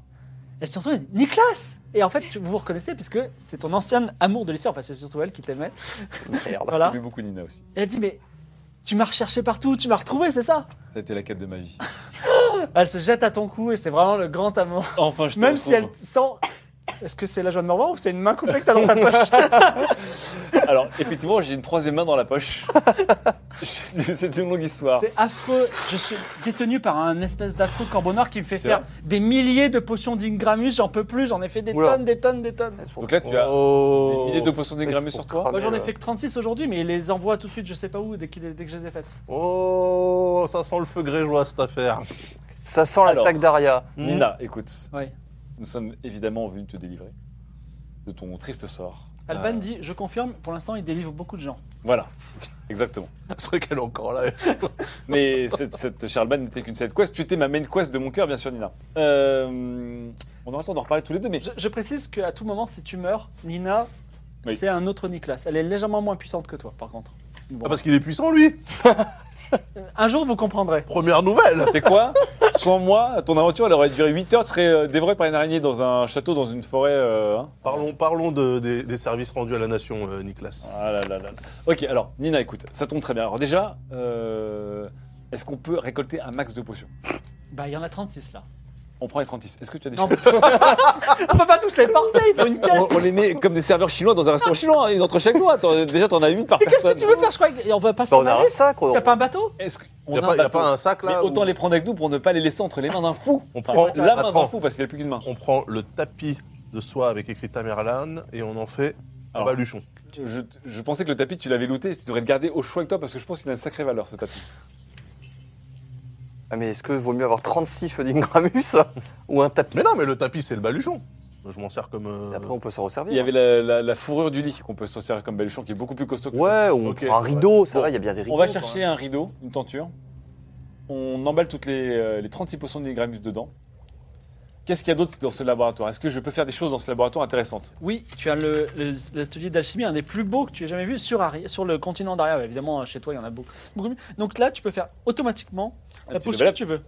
[SPEAKER 1] Elle se retourne et dit, Nicolas Et en fait, tu- vous vous reconnaissez puisque c'est ton ancien amour de lycée, enfin c'est surtout elle qui t'aimait.
[SPEAKER 2] Merde.
[SPEAKER 1] Voilà.
[SPEAKER 4] J'ai vu beaucoup Nina aussi.
[SPEAKER 1] Et elle dit Mais tu m'as recherché partout, tu m'as retrouvé, c'est ça
[SPEAKER 4] Ça a été la quête de ma vie.
[SPEAKER 1] Elle se jette à ton cou et c'est vraiment le grand amour.
[SPEAKER 4] Enfin, je te
[SPEAKER 1] Même si
[SPEAKER 4] retrouve.
[SPEAKER 1] elle sent. Est-ce que c'est la joie de me revoir ou c'est une main coupée que t'as dans ta poche
[SPEAKER 4] Alors, effectivement, j'ai une troisième main dans la poche. c'est une longue histoire.
[SPEAKER 1] C'est affreux. Je suis détenu par un espèce d'affreux corbeau noir qui me fait
[SPEAKER 4] C'est
[SPEAKER 1] faire
[SPEAKER 4] vrai.
[SPEAKER 1] des milliers de potions d'Ingramus, j'en peux plus, j'en ai fait des
[SPEAKER 2] Oula.
[SPEAKER 1] tonnes, des tonnes, des tonnes.
[SPEAKER 4] Donc là, tu as des
[SPEAKER 3] Oh.
[SPEAKER 4] milliers de potions dégrammées
[SPEAKER 2] Mais c'est
[SPEAKER 4] sur
[SPEAKER 2] pour
[SPEAKER 4] toi.
[SPEAKER 2] cramer.
[SPEAKER 1] Moi j'en ai
[SPEAKER 2] là.
[SPEAKER 1] fait que 36 aujourd'hui, mais il les envoie tout de suite, je sais pas où, dès, qu'il- dès que je les ai faites.
[SPEAKER 3] Oh, ça sent le feu grégeois cette affaire.
[SPEAKER 2] Ça sent l'attaque
[SPEAKER 4] Alors. Mmh.
[SPEAKER 2] d'Aria.
[SPEAKER 4] Nina, écoute,
[SPEAKER 1] Ouais.
[SPEAKER 4] nous sommes évidemment venus te délivrer de ton triste sort.
[SPEAKER 1] Alban
[SPEAKER 4] Euh,
[SPEAKER 1] dit Je confirme, pour l'instant, il délivre beaucoup de gens.
[SPEAKER 4] Voilà, exactement.
[SPEAKER 3] C'est vrai qu'elle est encore là.
[SPEAKER 4] Mais cette, cette Charlemagne n'était qu'une side quest. Tu étais ma main quest de mon cœur, bien sûr, Nina. Euh, on aura le temps d'en reparler tous les deux, mais
[SPEAKER 1] Je, je précise qu'à tout moment, si tu meurs, Nina,
[SPEAKER 4] Oui.
[SPEAKER 1] c'est un autre Nicolas. Elle est légèrement moins puissante que toi, par contre. Bon.
[SPEAKER 3] Ah, parce qu'il est puissant, lui
[SPEAKER 1] Un jour, vous comprendrez.
[SPEAKER 3] Première nouvelle
[SPEAKER 4] c'est quoi Sans moi, ton aventure, elle aurait duré 8 heures, tu serais euh, dévoré par une araignée dans un château, dans une forêt. euh, hein.
[SPEAKER 3] Parlons, parlons de- des, des services rendus à la nation, euh, Nicolas.
[SPEAKER 4] Ah là là là là. Ok, alors, Nina, écoute, ça tombe très bien. Alors, déjà, euh, est-ce qu'on peut récolter un max de potions
[SPEAKER 1] Bah, il y en a 36 là.
[SPEAKER 4] On prend les 36. Est-ce que tu as des
[SPEAKER 1] Non. On peut pas tous les porter, il faut une caisse.
[SPEAKER 4] on, on les met comme des serveurs chinois dans un restaurant chinois, hein, ils entrent chaque mois. Attends, déjà, t'en as 8 par
[SPEAKER 1] Qu'est-ce
[SPEAKER 4] personne.
[SPEAKER 1] que tu veux faire Je crois qu'on va pas
[SPEAKER 2] Bah,
[SPEAKER 1] s'en
[SPEAKER 2] on a un
[SPEAKER 1] aller.
[SPEAKER 2] sac.
[SPEAKER 1] Il
[SPEAKER 2] on-
[SPEAKER 1] a pas un bateau
[SPEAKER 4] Est-ce que-
[SPEAKER 3] Il
[SPEAKER 4] on
[SPEAKER 3] n'y a, pas- y a
[SPEAKER 4] bateau
[SPEAKER 3] pas un sac,
[SPEAKER 4] Mais
[SPEAKER 3] là où
[SPEAKER 4] autant les prendre avec nous pour ne pas les laisser entre les mains d'un fou.
[SPEAKER 3] on, prend,
[SPEAKER 1] c'est
[SPEAKER 4] La main d'un
[SPEAKER 3] attends,
[SPEAKER 4] fou parce qu'il n'y a plus qu'une main.
[SPEAKER 3] on prend le tapis de soie avec écrit Tamerlan et on en fait un
[SPEAKER 4] Alors.
[SPEAKER 3] baluchon.
[SPEAKER 4] Je, je pensais que le tapis, tu l'avais looté. Tu devrais le garder au choix avec toi parce que je pense qu'il a une sacrée valeur ce tapis.
[SPEAKER 2] Ah, mais est-ce que vaut mieux avoir 36 feux d'Ingramus ou un tapis
[SPEAKER 3] Mais non, mais le tapis, c'est le baluchon. Je m'en sers comme... euh,
[SPEAKER 2] Et Après, on peut s'en resservir.
[SPEAKER 4] Il y avait la, la- la fourrure du lit qu'on peut sortir comme baluchon qui est beaucoup plus costaud que le
[SPEAKER 2] Ouais, ou on
[SPEAKER 3] Ok,
[SPEAKER 2] prend un rideau, ça
[SPEAKER 4] Bon,
[SPEAKER 2] va, il y a bien des rideaux.
[SPEAKER 4] On va chercher un rideau, une tenture. On emballe toutes les, euh, les 36 potions de Nigramus dedans. Qu'est-ce qu'il y a d'autre dans ce laboratoire Est-ce que je peux faire des choses dans ce laboratoire intéressantes
[SPEAKER 1] Oui, tu as le- le- l'atelier d'alchimie, un des plus beaux que tu aies jamais vu sur, Ari- sur le continent d'Aria. Évidemment, chez toi, il y en a beaucoup, beaucoup mieux. Donc là, tu peux faire automatiquement la
[SPEAKER 4] petit
[SPEAKER 1] potion que
[SPEAKER 4] level
[SPEAKER 1] tu veux.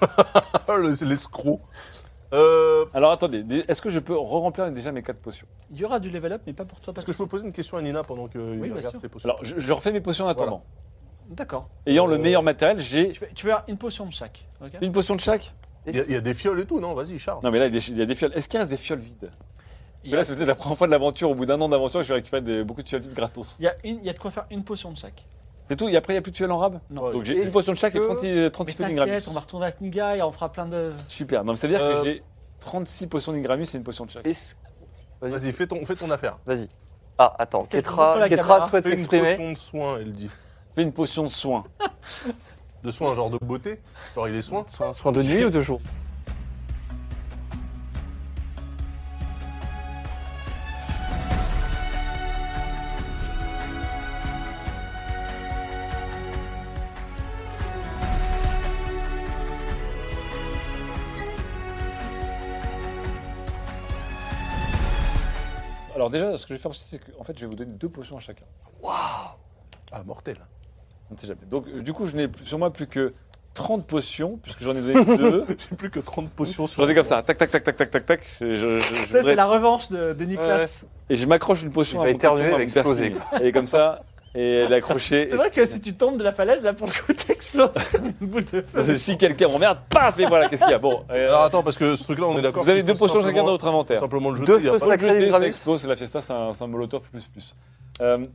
[SPEAKER 3] le- C'est l'escroc. Euh,
[SPEAKER 4] Alors attendez, dé- est-ce que je peux re-remplir déjà mes 4 potions
[SPEAKER 1] Il y aura du level up, mais pas pour toi.
[SPEAKER 3] Est-ce
[SPEAKER 1] parce
[SPEAKER 3] que je peux poser une question à Nina pendant que
[SPEAKER 1] Oui,
[SPEAKER 3] il
[SPEAKER 1] bien
[SPEAKER 3] regarde
[SPEAKER 1] sûr.
[SPEAKER 3] ses potions
[SPEAKER 4] Alors je, je refais mes potions en attendant.
[SPEAKER 1] D'accord.
[SPEAKER 4] Ayant le
[SPEAKER 3] Euh,
[SPEAKER 4] meilleur matériel, j'ai
[SPEAKER 1] Tu peux, tu peux avoir une potion de chaque. ok
[SPEAKER 4] une potion de chaque
[SPEAKER 3] Il y, a- il y a des fioles et tout, non Vas-y, charge.
[SPEAKER 4] Non mais là il y a des, il y a des fioles. Est-ce qu'il reste des fioles vides
[SPEAKER 1] Il y
[SPEAKER 4] Parce que
[SPEAKER 1] a-
[SPEAKER 4] Là c'est peut-être la première fois de l'aventure, au bout d'un an d'aventure, je vais récupérer des- beaucoup de fioles vides gratos.
[SPEAKER 1] Il y, a une- il y a de quoi faire une potion de chaque.
[SPEAKER 4] C'est tout, et après il n'y a plus de fioles en rab
[SPEAKER 1] Non.
[SPEAKER 3] Ouais.
[SPEAKER 4] Donc j'ai une
[SPEAKER 2] Est-ce
[SPEAKER 4] potion de chaque et
[SPEAKER 2] que-
[SPEAKER 4] 36, 36
[SPEAKER 1] Mais
[SPEAKER 4] fioles
[SPEAKER 1] t'inquiète, on
[SPEAKER 4] d'Ingramus.
[SPEAKER 1] va retourner à Kniga et on fera plein de...
[SPEAKER 4] Super, non mais ça veut dire
[SPEAKER 3] Euh,
[SPEAKER 4] que j'ai 36 potions d'Ingramus et une potion de chaque.
[SPEAKER 2] Est-ce- Vas-y.
[SPEAKER 3] Vas-y, fais ton, fais ton affaire.
[SPEAKER 2] Vas-y. Ah, attends,
[SPEAKER 1] Est-ce qu'elle
[SPEAKER 2] Ketra,
[SPEAKER 1] contrôle la
[SPEAKER 2] Ketra
[SPEAKER 1] caméra
[SPEAKER 2] souhaite
[SPEAKER 3] Fais une
[SPEAKER 2] s'exprimer.
[SPEAKER 3] potion de soin, elle dit.
[SPEAKER 4] Fais une potion de soin.
[SPEAKER 3] De soin, genre de beauté Genre, il est soin
[SPEAKER 2] Soin, soin de nuit ou de jour
[SPEAKER 4] Alors déjà, ce que je vais faire aussi, c'est que en fait, je vais vous donner deux potions à chacun.
[SPEAKER 3] Ah, mortel.
[SPEAKER 4] On ne sait jamais. Donc, euh, du coup, je n'ai plus- sur moi plus que 30 potions, puisque j'en ai donné que deux.
[SPEAKER 3] J'ai plus que 30 potions sur
[SPEAKER 4] J'en ai
[SPEAKER 3] moi.
[SPEAKER 4] comme ça, tac, tac, tac, tac, tac, tac, tac. Je- je- je- je
[SPEAKER 1] Ça,
[SPEAKER 4] voudrais-
[SPEAKER 1] c'est la revanche de, de Nicolas.
[SPEAKER 4] Ouais. Et je m'accroche une
[SPEAKER 2] Il
[SPEAKER 4] potion.
[SPEAKER 2] va
[SPEAKER 4] à mon
[SPEAKER 2] éternuer,
[SPEAKER 4] téton,
[SPEAKER 2] il va
[SPEAKER 4] à mon
[SPEAKER 2] exploser,
[SPEAKER 4] piercing. Elle est comme ça, et elle est accrochée.
[SPEAKER 1] C'est vrai que si tu tombes de la falaise, là, pour le coup, t'exploses comme une boule de feu.
[SPEAKER 4] que si quelqu'un m'emmerde, paf, et voilà, qu'est-ce qu'il y a Bon, euh,
[SPEAKER 3] Alors attends, parce que ce truc-là, Ah, on est d'accord.
[SPEAKER 4] vous avez
[SPEAKER 3] qu'il
[SPEAKER 4] deux
[SPEAKER 3] faut
[SPEAKER 4] potions chacun
[SPEAKER 3] simplement-
[SPEAKER 4] dans votre inventaire.
[SPEAKER 3] Simplement le jeter.
[SPEAKER 2] Deux
[SPEAKER 3] il y a
[SPEAKER 2] feux
[SPEAKER 3] pas-
[SPEAKER 2] sacrés. Sacré
[SPEAKER 4] Jeter,
[SPEAKER 2] Gramus.
[SPEAKER 4] ça explose, la fiesta, c'est un, c'est un molotov plus plus. Euh,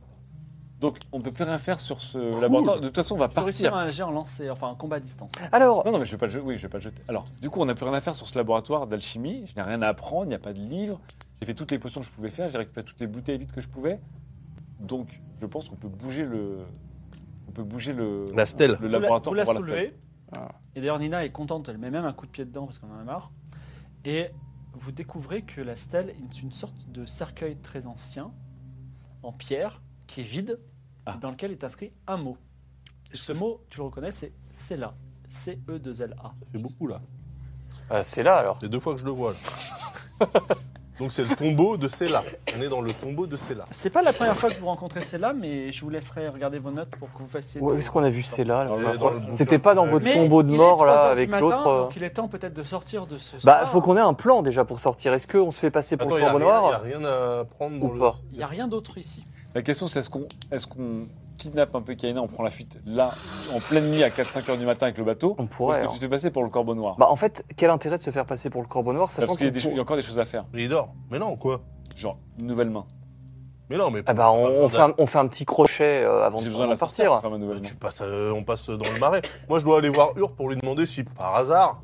[SPEAKER 4] donc, on peut plus rien faire sur ce laboratoire. De toute façon, on va
[SPEAKER 1] Faut réussir
[SPEAKER 4] partir.
[SPEAKER 1] un jet en lancer, enfin un combat à distance.
[SPEAKER 2] Alors,
[SPEAKER 4] Ah Non, non, mais je vais pas le jeter. Oui, je vais pas le jeter. Alors, du coup, on n'a plus rien à faire sur ce laboratoire d'alchimie. Je n'ai rien à apprendre. Il n'y a pas de livre. J'ai fait toutes les potions que je pouvais faire. J'ai récupéré toutes les bouteilles vides que je pouvais. Donc, je pense qu'on peut bouger le. On peut bouger le.
[SPEAKER 3] La stèle.
[SPEAKER 4] Le
[SPEAKER 1] Vous la-
[SPEAKER 4] laboratoire
[SPEAKER 1] vous la
[SPEAKER 4] pour voir la stèle.
[SPEAKER 1] soulevez. Ah. Et d'ailleurs, Nina est contente, elle met même un coup de pied dedans parce qu'on en a marre. Et vous découvrez que la stèle est une sorte de cercueil très ancien, en pierre, qui est vide,
[SPEAKER 4] Ah.
[SPEAKER 1] et dans lequel est inscrit un mot. Et ce mot, tu le reconnais, c'est E Cela. C-E-2-L-A.
[SPEAKER 3] Ça fait beaucoup là.
[SPEAKER 2] euh, c'est là alors.
[SPEAKER 3] C'est deux fois que je le vois là. Donc c'est le tombeau de Cella. On est dans le tombeau de Cella.
[SPEAKER 1] C'était pas la première fois que vous rencontrez Cela, mais je vous laisserai regarder vos notes pour que vous fassiez.
[SPEAKER 2] Où
[SPEAKER 1] des-
[SPEAKER 2] est-ce qu'on a vu c'est là la
[SPEAKER 3] Dans
[SPEAKER 2] dernière
[SPEAKER 3] le
[SPEAKER 2] fois
[SPEAKER 3] bouquin.
[SPEAKER 2] C'était pas dans votre
[SPEAKER 3] Mais
[SPEAKER 2] tombeau de
[SPEAKER 1] il est
[SPEAKER 2] mort
[SPEAKER 1] trois heures
[SPEAKER 2] là
[SPEAKER 1] du
[SPEAKER 2] avec
[SPEAKER 1] matin,
[SPEAKER 2] l'autre. euh,
[SPEAKER 1] donc Il est temps peut-être de sortir de ce.
[SPEAKER 2] Bah, faut qu'on ait un plan déjà pour sortir. Est-ce qu'on se fait passer pour
[SPEAKER 3] Attends,
[SPEAKER 2] le
[SPEAKER 3] il n'y a,
[SPEAKER 2] corbeau
[SPEAKER 3] rien- y a
[SPEAKER 2] noir
[SPEAKER 3] rien à prendre dans
[SPEAKER 2] Ou
[SPEAKER 3] le.
[SPEAKER 2] pas
[SPEAKER 1] Il n'y a rien d'autre ici.
[SPEAKER 4] La question, c'est est-ce qu'on est-ce qu'on kidnappe un peu Kaina, on prend la fuite là, en pleine nuit à 4-5 heures du matin avec le bateau
[SPEAKER 2] On
[SPEAKER 4] Ou
[SPEAKER 2] pourrait.
[SPEAKER 4] Est-ce que
[SPEAKER 2] hein.
[SPEAKER 4] tu t'es passé pour le corbeau noir
[SPEAKER 2] Bah, en fait, quel intérêt de se faire passer pour le corbeau noir, sachant
[SPEAKER 4] Parce qu'il y, a
[SPEAKER 2] qu'on
[SPEAKER 4] des cho- il y a encore des choses à faire.
[SPEAKER 3] Mais il dort. Mais non, quoi
[SPEAKER 4] Genre, une nouvelle main.
[SPEAKER 3] Mais non, mais.
[SPEAKER 2] Ah bah, on, on
[SPEAKER 3] Faut
[SPEAKER 2] fait un, on fait un petit crochet euh, avant de
[SPEAKER 4] J'ai besoin
[SPEAKER 2] avant
[SPEAKER 4] de la
[SPEAKER 2] de partir. Ah,
[SPEAKER 4] sortir pour faire ma nouvelle main.
[SPEAKER 3] Tu passes, euh, on passe dans le marais. Moi, je dois aller voir Ur pour lui demander si, par hasard,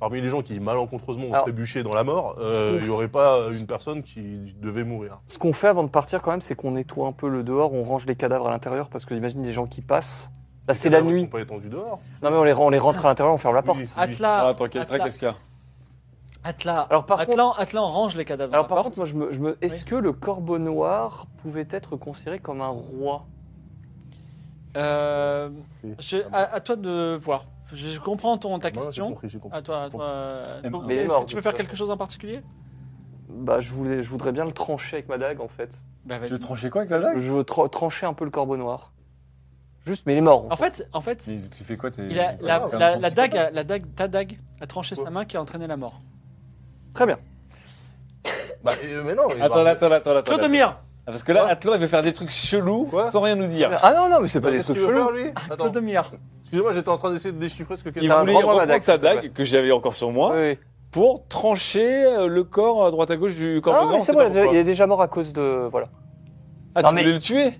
[SPEAKER 3] parmi les gens qui malencontreusement ont
[SPEAKER 2] Alors-
[SPEAKER 3] trébuché dans la mort, euh, il n'y aurait pas une personne qui devait mourir.
[SPEAKER 2] Ce qu'on fait avant de partir quand même, c'est qu'on nettoie un peu le dehors, on range les cadavres à l'intérieur parce que imagine des gens qui passent. Là, Bah, c'est la
[SPEAKER 3] Ils
[SPEAKER 2] nuit.
[SPEAKER 3] sont pas étendus dehors.
[SPEAKER 2] Non mais on les, ren- on les rentre à l'intérieur, on ferme la porte.
[SPEAKER 3] Oui, c'est lui.
[SPEAKER 4] Ah,
[SPEAKER 1] Atla.
[SPEAKER 4] attends, qu'est-
[SPEAKER 1] Atla.
[SPEAKER 4] qu'est-ce qu'il y a
[SPEAKER 2] Ah.
[SPEAKER 1] Atla.
[SPEAKER 2] Alors, par
[SPEAKER 1] Atlan, Atlan range les cadavres.
[SPEAKER 2] Alors
[SPEAKER 1] dans
[SPEAKER 2] par
[SPEAKER 1] Ah, la
[SPEAKER 2] contre, moi, je me, je me- est-ce que le corbeau noir pouvait être considéré comme un roi
[SPEAKER 1] Euh,
[SPEAKER 3] Oui.
[SPEAKER 1] je- à, à toi de voir. Je, je comprends ton, ta
[SPEAKER 3] Moi, j'ai
[SPEAKER 1] question.
[SPEAKER 3] compris, j'ai compris.
[SPEAKER 1] À toi, à toi. euh,
[SPEAKER 4] Mais
[SPEAKER 1] Paul.
[SPEAKER 2] il est
[SPEAKER 1] Est-ce
[SPEAKER 2] mort,
[SPEAKER 1] que
[SPEAKER 2] de
[SPEAKER 1] tu veux
[SPEAKER 2] toute
[SPEAKER 1] faire
[SPEAKER 2] façon.
[SPEAKER 1] quelque chose en particulier
[SPEAKER 2] Bah, je voulais, je voudrais bien le trancher avec ma dague en fait.
[SPEAKER 1] Bah, vas-y.
[SPEAKER 4] Tu veux trancher quoi avec la dague
[SPEAKER 2] Je veux tra- trancher un peu le corbeau noir. Juste, mais il est mort.
[SPEAKER 4] Ah,
[SPEAKER 1] En fait, en fait,
[SPEAKER 4] Mais Tu fais quoi t'es-
[SPEAKER 1] il a-
[SPEAKER 4] t'es
[SPEAKER 1] la,
[SPEAKER 4] un
[SPEAKER 1] la-
[SPEAKER 4] enfant
[SPEAKER 1] la dague,
[SPEAKER 4] psychopathe
[SPEAKER 1] a- la dague, ta dague a tranché sa
[SPEAKER 3] Ouais.
[SPEAKER 1] main qui a entraîné la mort.
[SPEAKER 2] Très bien.
[SPEAKER 3] Bah, euh, mais non, il va-
[SPEAKER 4] Attends, attends, attends, attends. attends.
[SPEAKER 1] Clodomir,
[SPEAKER 4] Ah, Parce que là,
[SPEAKER 3] Quoi
[SPEAKER 4] Atlan, il veut faire des trucs chelous
[SPEAKER 3] Quoi
[SPEAKER 4] sans rien nous dire.
[SPEAKER 2] Ah non, non, mais c'est pas des
[SPEAKER 3] Qu'est-ce
[SPEAKER 2] trucs
[SPEAKER 3] qu'il veut
[SPEAKER 2] chelous.
[SPEAKER 3] faire, lui Attends,
[SPEAKER 1] Clodomir,
[SPEAKER 3] excusez-moi, j'étais en train d'essayer de déchiffrer ce que
[SPEAKER 4] Il
[SPEAKER 3] quelqu'un
[SPEAKER 2] T'as un
[SPEAKER 4] voulait
[SPEAKER 2] grand main à
[SPEAKER 4] reprendre
[SPEAKER 2] dague,
[SPEAKER 4] sa
[SPEAKER 2] s'il te plaît.
[SPEAKER 4] dague, que j'avais encore sur moi,
[SPEAKER 2] Oui, oui.
[SPEAKER 4] pour trancher euh, le corps à droite à gauche du corbeau
[SPEAKER 2] Ah,
[SPEAKER 4] noir.
[SPEAKER 2] mais
[SPEAKER 4] on sait
[SPEAKER 2] c'est bon,
[SPEAKER 4] pas
[SPEAKER 2] il est- il
[SPEAKER 4] pourquoi.
[SPEAKER 2] est déjà mort à cause de. Voilà.
[SPEAKER 4] Ah,
[SPEAKER 2] Non,
[SPEAKER 4] tu
[SPEAKER 2] mais-
[SPEAKER 4] voulais le tuer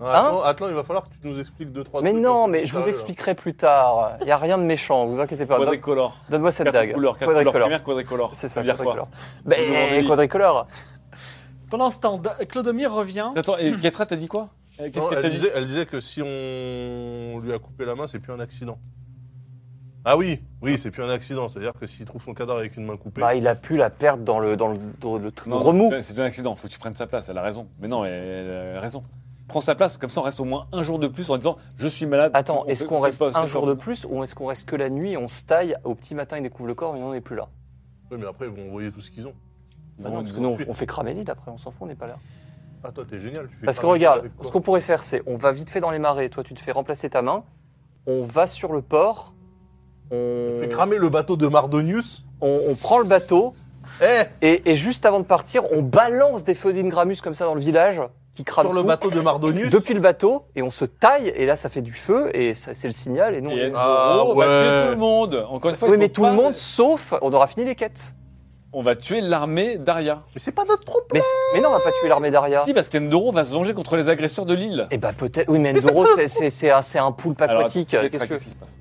[SPEAKER 3] Non, Atlan, Atlan, il va falloir que tu nous expliques deux, trois
[SPEAKER 2] Hein Mais
[SPEAKER 3] trucs.
[SPEAKER 2] non,
[SPEAKER 3] un peu
[SPEAKER 2] mais
[SPEAKER 3] plus
[SPEAKER 2] je vous
[SPEAKER 3] sérieux, là.
[SPEAKER 2] expliquerai plus tard. Il n'y a rien de méchant, vous inquiétez pas. Donne-
[SPEAKER 4] Quadricolore.
[SPEAKER 2] Donne-moi cette
[SPEAKER 4] Quatre
[SPEAKER 2] dague.
[SPEAKER 4] couleurs, quatre couleurs. Première quadricolore.
[SPEAKER 2] C'est ça,
[SPEAKER 4] veut dire quoi
[SPEAKER 2] quadricolore. Ben,
[SPEAKER 4] Demandez-lui.
[SPEAKER 2] quadricolore.
[SPEAKER 1] pendant ce temps, da- Clodomir revient.
[SPEAKER 4] Attends, et Ketra, t'as dit quoi Euh, Qu'est-ce
[SPEAKER 3] Non,
[SPEAKER 4] qu'elle t'a
[SPEAKER 3] elle,
[SPEAKER 4] dit
[SPEAKER 3] disait, elle disait que si on lui a coupé la main, c'est plus un accident. Ah oui, oui, c'est plus un accident. C'est-à-dire que s'il trouve son cadavre avec une main coupée,
[SPEAKER 2] Bah, il a pu la perdre dans le, dans le, dans le tr-
[SPEAKER 4] Non,
[SPEAKER 2] remous.
[SPEAKER 4] c'est bien- C'est bien un accident, faut que tu prennes sa place, elle a raison. Mais non, elle, elle a raison. Prends sa place, comme ça on reste au moins un jour de plus en disant je suis malade.
[SPEAKER 2] Attends,
[SPEAKER 4] on
[SPEAKER 2] est-ce
[SPEAKER 4] fait-
[SPEAKER 2] qu'on
[SPEAKER 4] on fait
[SPEAKER 2] reste
[SPEAKER 4] pas-
[SPEAKER 2] un
[SPEAKER 4] c'est
[SPEAKER 2] jour
[SPEAKER 4] pas-
[SPEAKER 2] de plus ou est-ce qu'on reste que la nuit, on se taille, au petit matin il découvre le corps mais on n'est plus là
[SPEAKER 3] Oui, mais après, ils vont envoyer tout ce qu'ils ont.
[SPEAKER 4] Ils
[SPEAKER 2] Bah
[SPEAKER 4] vont-
[SPEAKER 2] non,
[SPEAKER 4] ils
[SPEAKER 2] parce que
[SPEAKER 4] vont
[SPEAKER 2] nous,
[SPEAKER 4] tuer.
[SPEAKER 2] on, on fait cramer l'île après, on s'en fout, on n'est pas là.
[SPEAKER 3] Ah, toi, t'es génial. Tu fais
[SPEAKER 2] Parce que
[SPEAKER 3] cramer
[SPEAKER 2] regarde,
[SPEAKER 3] avec
[SPEAKER 2] ce
[SPEAKER 3] quoi
[SPEAKER 2] qu'on pourrait faire c'est on va vite fait dans les marais, toi tu te fais remplacer ta main, on va sur le port, on,
[SPEAKER 3] On
[SPEAKER 2] Euh,
[SPEAKER 3] fait cramer le bateau de Mardonius.
[SPEAKER 2] on- on prend le bateau
[SPEAKER 3] Eh
[SPEAKER 2] et, et juste avant de partir on balance des feux d'Ingramus comme ça dans le village qui crament
[SPEAKER 3] Sur le
[SPEAKER 2] tout,
[SPEAKER 3] bateau de Mardonius
[SPEAKER 2] depuis le bateau et on se taille et là ça fait du feu et ça- c'est le signal et nous on
[SPEAKER 4] Et
[SPEAKER 2] est-
[SPEAKER 4] elle-
[SPEAKER 3] Ah,
[SPEAKER 4] on va
[SPEAKER 3] ouais.
[SPEAKER 4] tuer tout le monde. Encore une fois,
[SPEAKER 2] Oui
[SPEAKER 4] il
[SPEAKER 2] mais
[SPEAKER 4] faut
[SPEAKER 2] tout le
[SPEAKER 4] pas-
[SPEAKER 2] monde sauf on aura fini les quêtes.
[SPEAKER 4] On va tuer l'armée d'Aria.
[SPEAKER 3] Mais c'est pas notre propre.
[SPEAKER 2] Mais, mais non on va pas tuer l'armée d'Aria.
[SPEAKER 4] Si, parce qu'Endoro va se venger contre les agresseurs de l'île.
[SPEAKER 2] Eh bah peut-être. Oui, mais Endoro, c'est- c'est c'est un, c'est un poulpe
[SPEAKER 4] Alors,
[SPEAKER 2] aquatique.
[SPEAKER 4] Ketra,
[SPEAKER 2] Qu'est-ce que-
[SPEAKER 4] Qu'est-ce qui se passe